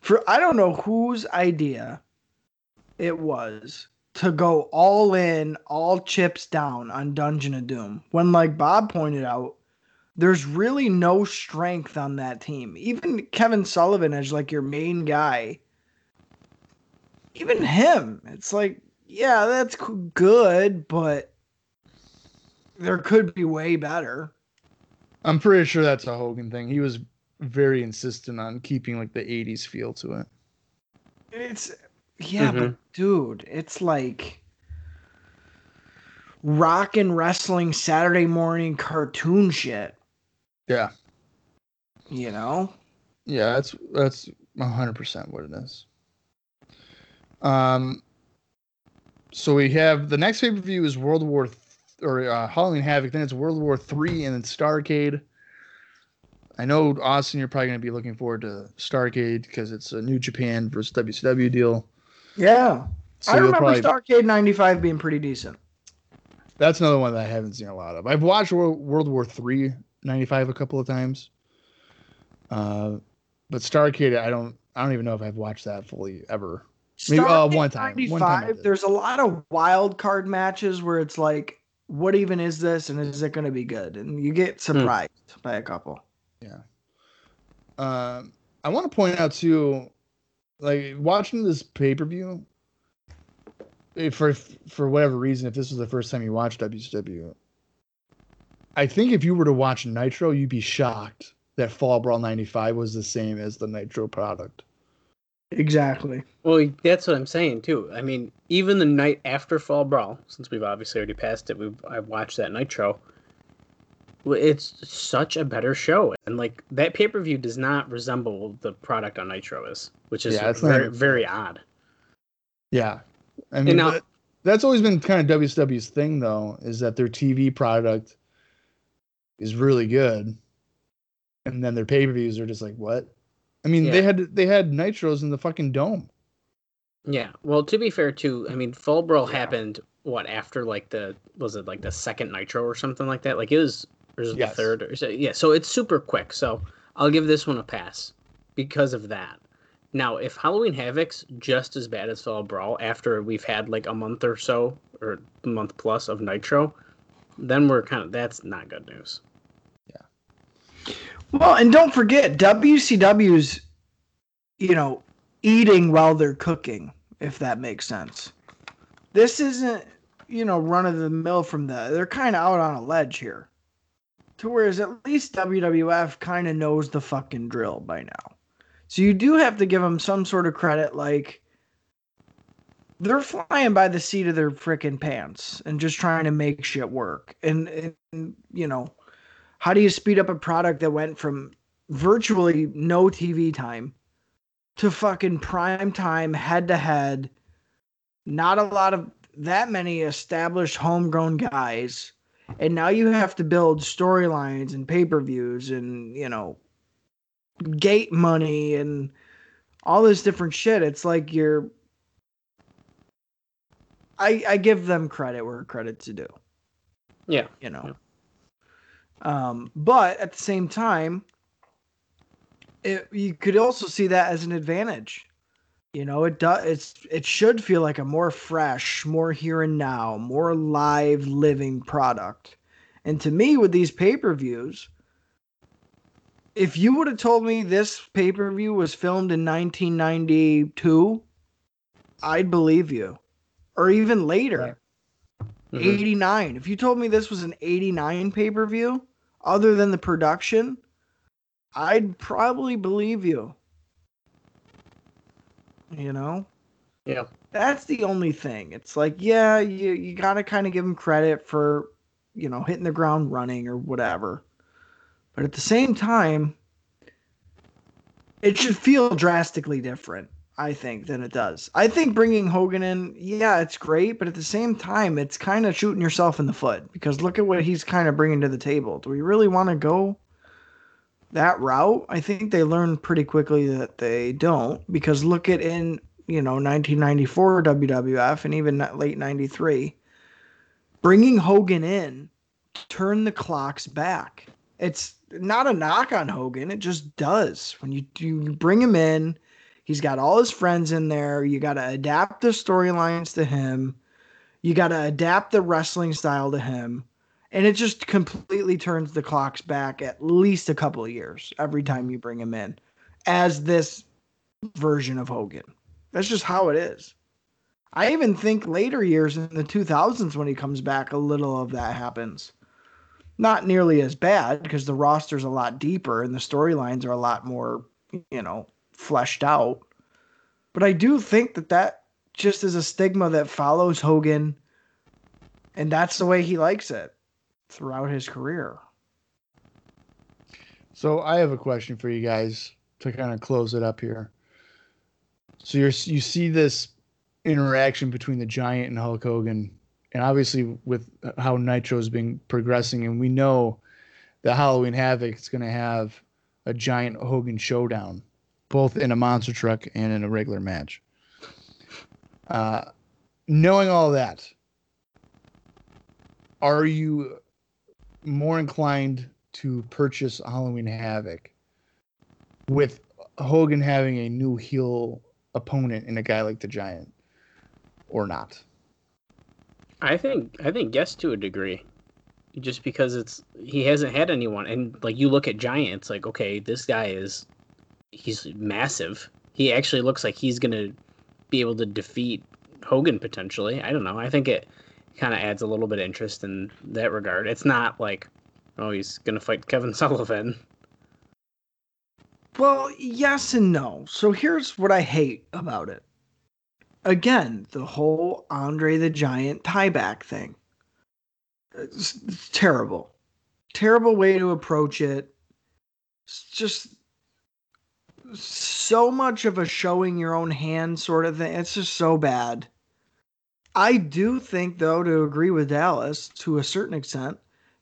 [SPEAKER 4] For I don't know whose idea it was to go all in, all chips down on Dungeon of Doom. When, like Bob pointed out, there's really no strength on that team. Even Kevin Sullivan, as like your main guy, even him, it's like, yeah, that's c- good, but there could be way better.
[SPEAKER 2] I'm pretty sure that's a Hogan thing. He was very insistent on keeping like the '80s feel to it.
[SPEAKER 4] It's yeah,
[SPEAKER 2] Mm-hmm.
[SPEAKER 4] but dude, it's like rock and wrestling Saturday morning cartoon shit,
[SPEAKER 2] Yeah,
[SPEAKER 4] you know?
[SPEAKER 2] Yeah, that's that's hundred percent what it is. Um, so we have the next pay per view is World War th- or uh, Halloween Havoc. Then it's World War Three, and then Starcade. I know Austin, you're probably going to be looking forward to Starcade because it's a New Japan versus WCW deal.
[SPEAKER 4] Yeah.
[SPEAKER 2] So
[SPEAKER 4] I
[SPEAKER 2] you'll probably-
[SPEAKER 4] remember Starcade 95 being pretty decent.
[SPEAKER 2] that's another one that I haven't seen a lot of. I've watched World, World War Three '95 a couple of times, uh, but Starcade, I don't, I don't even know if I've watched that fully ever. Maybe- uh, one
[SPEAKER 4] Starrcade
[SPEAKER 2] time. One time I did.
[SPEAKER 4] there's a lot of wild card matches where it's like, what even is this and is it going to be good? And you get
[SPEAKER 2] Hmm.
[SPEAKER 4] surprised by a couple.
[SPEAKER 2] Um, I want to point out too, like watching this pay per view. For for whatever reason, if this was the first time you watched WCW, I think if you were to watch Nitro, you'd be shocked that Fall Brawl '95 was the same as the Nitro product.
[SPEAKER 4] Exactly.
[SPEAKER 3] Well, that's what I'm saying too. I mean, even the night after Fall Brawl, since we've obviously already passed it, we I watched that Nitro. Well, It's such a better show, and like that pay per view does not resemble the product on Nitro is, which is
[SPEAKER 2] Yeah, it's not
[SPEAKER 3] very,
[SPEAKER 2] even-
[SPEAKER 3] very odd.
[SPEAKER 2] Yeah, I mean
[SPEAKER 3] now-
[SPEAKER 2] that- that's always been kind of WCW's thing, though, is that their TV product is really good, and then their pay per views are just like what? I mean, they
[SPEAKER 3] Yeah.
[SPEAKER 2] had they had nitros in the fucking dome.
[SPEAKER 3] Yeah. Well, to be fair too, I mean, Fall Brawl happened what after like the was it like the second Nitro or something like that? Like it was or is it
[SPEAKER 2] Yes.
[SPEAKER 3] the third or so, yeah. So it's super quick. So I'll give this one a pass because of that. Now, if Halloween Havoc's just as bad as Fall Brawl after we've had like a month or so or a month plus of Nitro, then we're kind of that's not good news.
[SPEAKER 4] Well, and don't forget WCW's, you know, eating while they're cooking, if that makes sense. This isn't, you know, run of the mill from the. They're kind of out on a ledge here. To whereas at least WWF kind of knows the fucking drill by now. So you do have to give them some sort of credit, like they're flying by the seat of their freaking pants and just trying to make shit work. And, and you know, how do you speed up a product that went from virtually no TV time to fucking prime time head to head? Not a lot of that many established homegrown guys. And now you have to build storylines and pay per views and, you know, gate money and all this different shit. It's like you're. I, I give them credit where credit's due
[SPEAKER 3] Yeah.
[SPEAKER 4] you know. Um, but at the same time, it, you could also see that as an advantage. You know, it does. It's it should feel like a more fresh, more here and now, more live, living product. And to me, with these pay per views, if you would have told me this pay per view was filmed in 1992, I'd believe you, or even later.
[SPEAKER 2] Right.
[SPEAKER 3] Mm-hmm.
[SPEAKER 4] 89. If you told me this was an 89 pay per view, other than the production, I'd probably believe you. You know?
[SPEAKER 3] Yeah.
[SPEAKER 4] That's the only thing. It's like, yeah, you, you got to kind of give them credit for, you know, hitting the ground running or whatever. But at the same time, it should feel drastically different. I think, than it does. I think bringing Hogan in, yeah, it's great, but at the same time, it's kind of shooting yourself in the foot because look at what he's kind of bringing to the table. Do we really want to go that route? I think they learned pretty quickly that they don't because look at in, you know, 1994 WWF and even that late 93, bringing Hogan in turned the clocks back. It's not a knock on Hogan, it just does. When you, you bring him in, He's got all his friends in there. You got to adapt the storylines to him. You got to adapt the wrestling style to him. And it just completely turns the clocks back at least a couple of years every time you bring him in as this version of Hogan. That's just how it is. I even think later years in the 2000s when he comes back, a little of that happens. Not nearly as bad because the roster's a lot deeper and the storylines are a lot more, you know, fleshed out. But I do think that that just is a stigma that follows Hogan, and that's the way he likes it throughout his career.
[SPEAKER 2] So I have a question for you guys to kind of close it up here. So you're you see this interaction between the Giant and Hulk Hogan, and obviously with uh, how Nitro has been progressing, and we know that Halloween Havoc is going to have a Giant Hogan showdown, both in a monster truck and in a regular match. Uh, knowing all that, are you more inclined to purchase Halloween Havoc with Hogan having a new heel opponent in a guy like the Giant or not.
[SPEAKER 3] I think I think yes to a degree, just because it's he hasn't had anyone, and like you look at Giant, it's like okay, this guy is he's massive. He actually looks like he's gonna be able to defeat Hogan potentially. I don't know. I think it kind of adds a little bit of interest in that regard. It's not like oh he's gonna fight Kevin [laughs] Sullivan.
[SPEAKER 4] Well, yes and no. So here's what I hate about it. Again, the whole Andre the Giant tieback thing. It's, it's terrible. Terrible way to approach it. It's just so much of a showing your own hand sort of thing. It's just so bad. I do think, though, to agree with Dallas to a certain extent,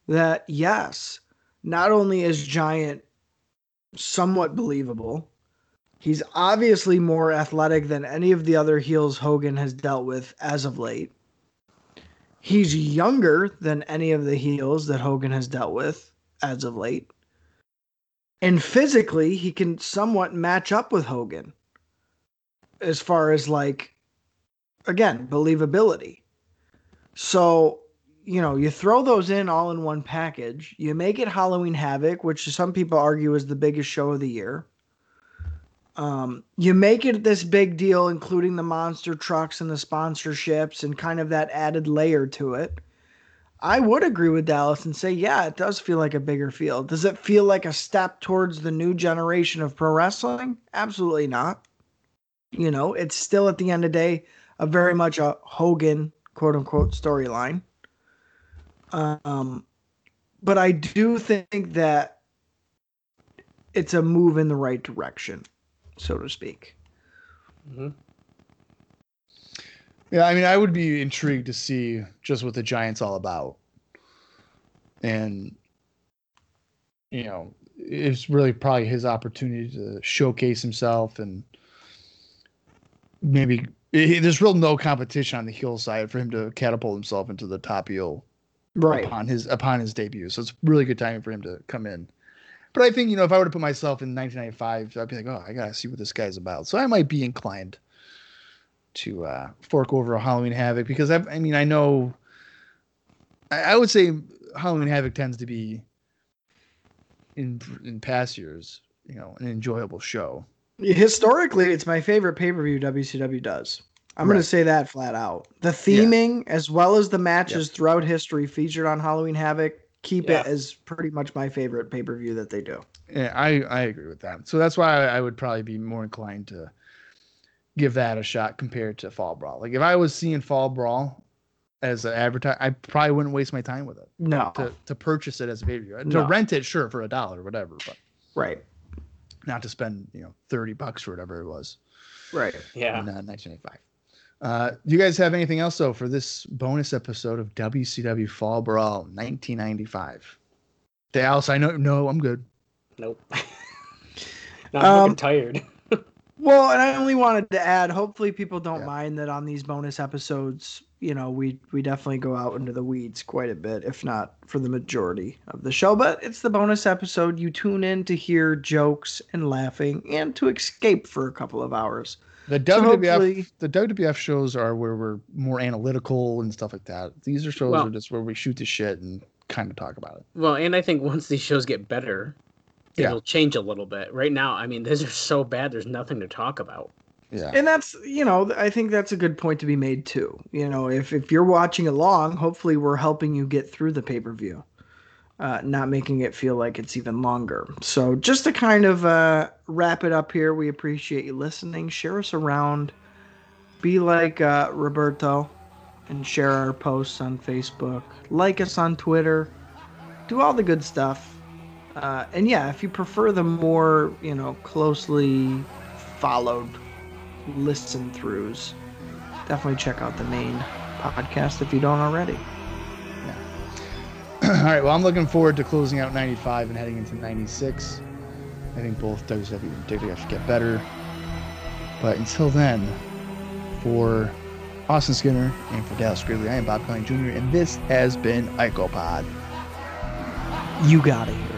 [SPEAKER 4] that yes, not only is Giant somewhat believable. He's obviously more athletic than any of the other heels Hogan has dealt with as of late. He's younger than any of the heels that Hogan has dealt with as of late. And physically, he can somewhat match up with Hogan as far as like, again, believability. So, you know, you throw those in all in one package, you make it Halloween Havoc, which some people argue is the biggest show of the year. Um, you make it this big deal, including the monster trucks and the sponsorships and kind of that added layer to it. I would agree with Dallas and say, yeah, it does feel like a bigger field. Does it feel like a step towards the new generation of pro wrestling? Absolutely not. You know, it's still at the end of the day a very much a Hogan quote unquote storyline. Um, but I do think that it's a move in the right direction, so to speak.
[SPEAKER 3] hmm
[SPEAKER 2] Yeah, I mean, I would be intrigued to see just what the Giants all about, and you know, it's really probably his opportunity to showcase himself and maybe eh, there's real no competition on the heel side for him to catapult himself into the top heel upon his upon his debut. So it's really good timing for him to come in. But I think you know if I were to put myself in 1995, I'd be like, oh, I gotta see what this guy's about. So I might be inclined to uh, fork over a Halloween Havoc because I, I mean I know I, I would say Halloween Havoc tends to be in in past years you know an enjoyable show.
[SPEAKER 4] Historically, it's my favorite pay per view WCW does. I'm going
[SPEAKER 2] Right.
[SPEAKER 4] to say that flat out. The theming, as well as the matches throughout history featured on Halloween Havoc, keep
[SPEAKER 3] Yeah.
[SPEAKER 4] it as pretty much my favorite pay per view that they do.
[SPEAKER 2] Yeah, I I agree with that. So that's why I, I would probably be more inclined to give that a shot compared to Fall Brawl. Like if I was seeing Fall Brawl as an advertise, I probably wouldn't waste my time with it
[SPEAKER 4] No,
[SPEAKER 2] to, to purchase it as a pay per view. To
[SPEAKER 4] No.
[SPEAKER 2] rent it, sure, for a dollar, whatever, but
[SPEAKER 4] right,
[SPEAKER 2] not to spend you know thirty bucks or whatever it was
[SPEAKER 4] right.
[SPEAKER 3] Yeah.
[SPEAKER 2] in uh, 1985. Uh, do you guys have anything else though for this bonus episode of WCW Fall Brawl 1995? Dallas, I know. No, I'm good.
[SPEAKER 3] Nope. [laughs] now I'm
[SPEAKER 4] Um,
[SPEAKER 3] fucking tired.
[SPEAKER 4] Well, and I only wanted to add. Hopefully, people don't
[SPEAKER 2] Yeah.
[SPEAKER 4] mind that on these bonus episodes. You know, we we definitely go out into the weeds quite a bit, if not for the majority of the show. But it's the bonus episode. You tune in to hear jokes and laughing, and to escape for a couple of hours.
[SPEAKER 2] The
[SPEAKER 4] So
[SPEAKER 2] WWF
[SPEAKER 4] hopefully-
[SPEAKER 2] the WWF shows are where we're more analytical and stuff like that. These are shows
[SPEAKER 3] Well-
[SPEAKER 2] are just where we shoot the shit and kind of talk about it. [clears throat]
[SPEAKER 3] Well, and I think once these shows get better,
[SPEAKER 2] Yeah.
[SPEAKER 3] it'll change a little bit. Right now, I mean, these are so bad. There's nothing to talk about.
[SPEAKER 2] Yeah.
[SPEAKER 4] And that's you know, I think that's a good point to be made too. You know, if if you're watching along, hopefully we're helping you get through the pay per view, uh, not making it feel like it's even longer. So just to kind of uh, wrap it up here, we appreciate you listening. Share us around. Be like uh, Roberto, and share our posts on Facebook. Like us on Twitter. Do all the good stuff. Uh, and yeah, if you prefer the more you know closely followed listen throughs. Definitely check out the main podcast if you don't already.
[SPEAKER 2] All right. Well, I'm looking forward to closing out 95 and heading into 96. I think both WCW and WWF get better. But until then, for Austin Skinner and for Dallas Gridley, I am Bob Collins Jr. and this has been IcoPod.
[SPEAKER 4] You gotta hear it.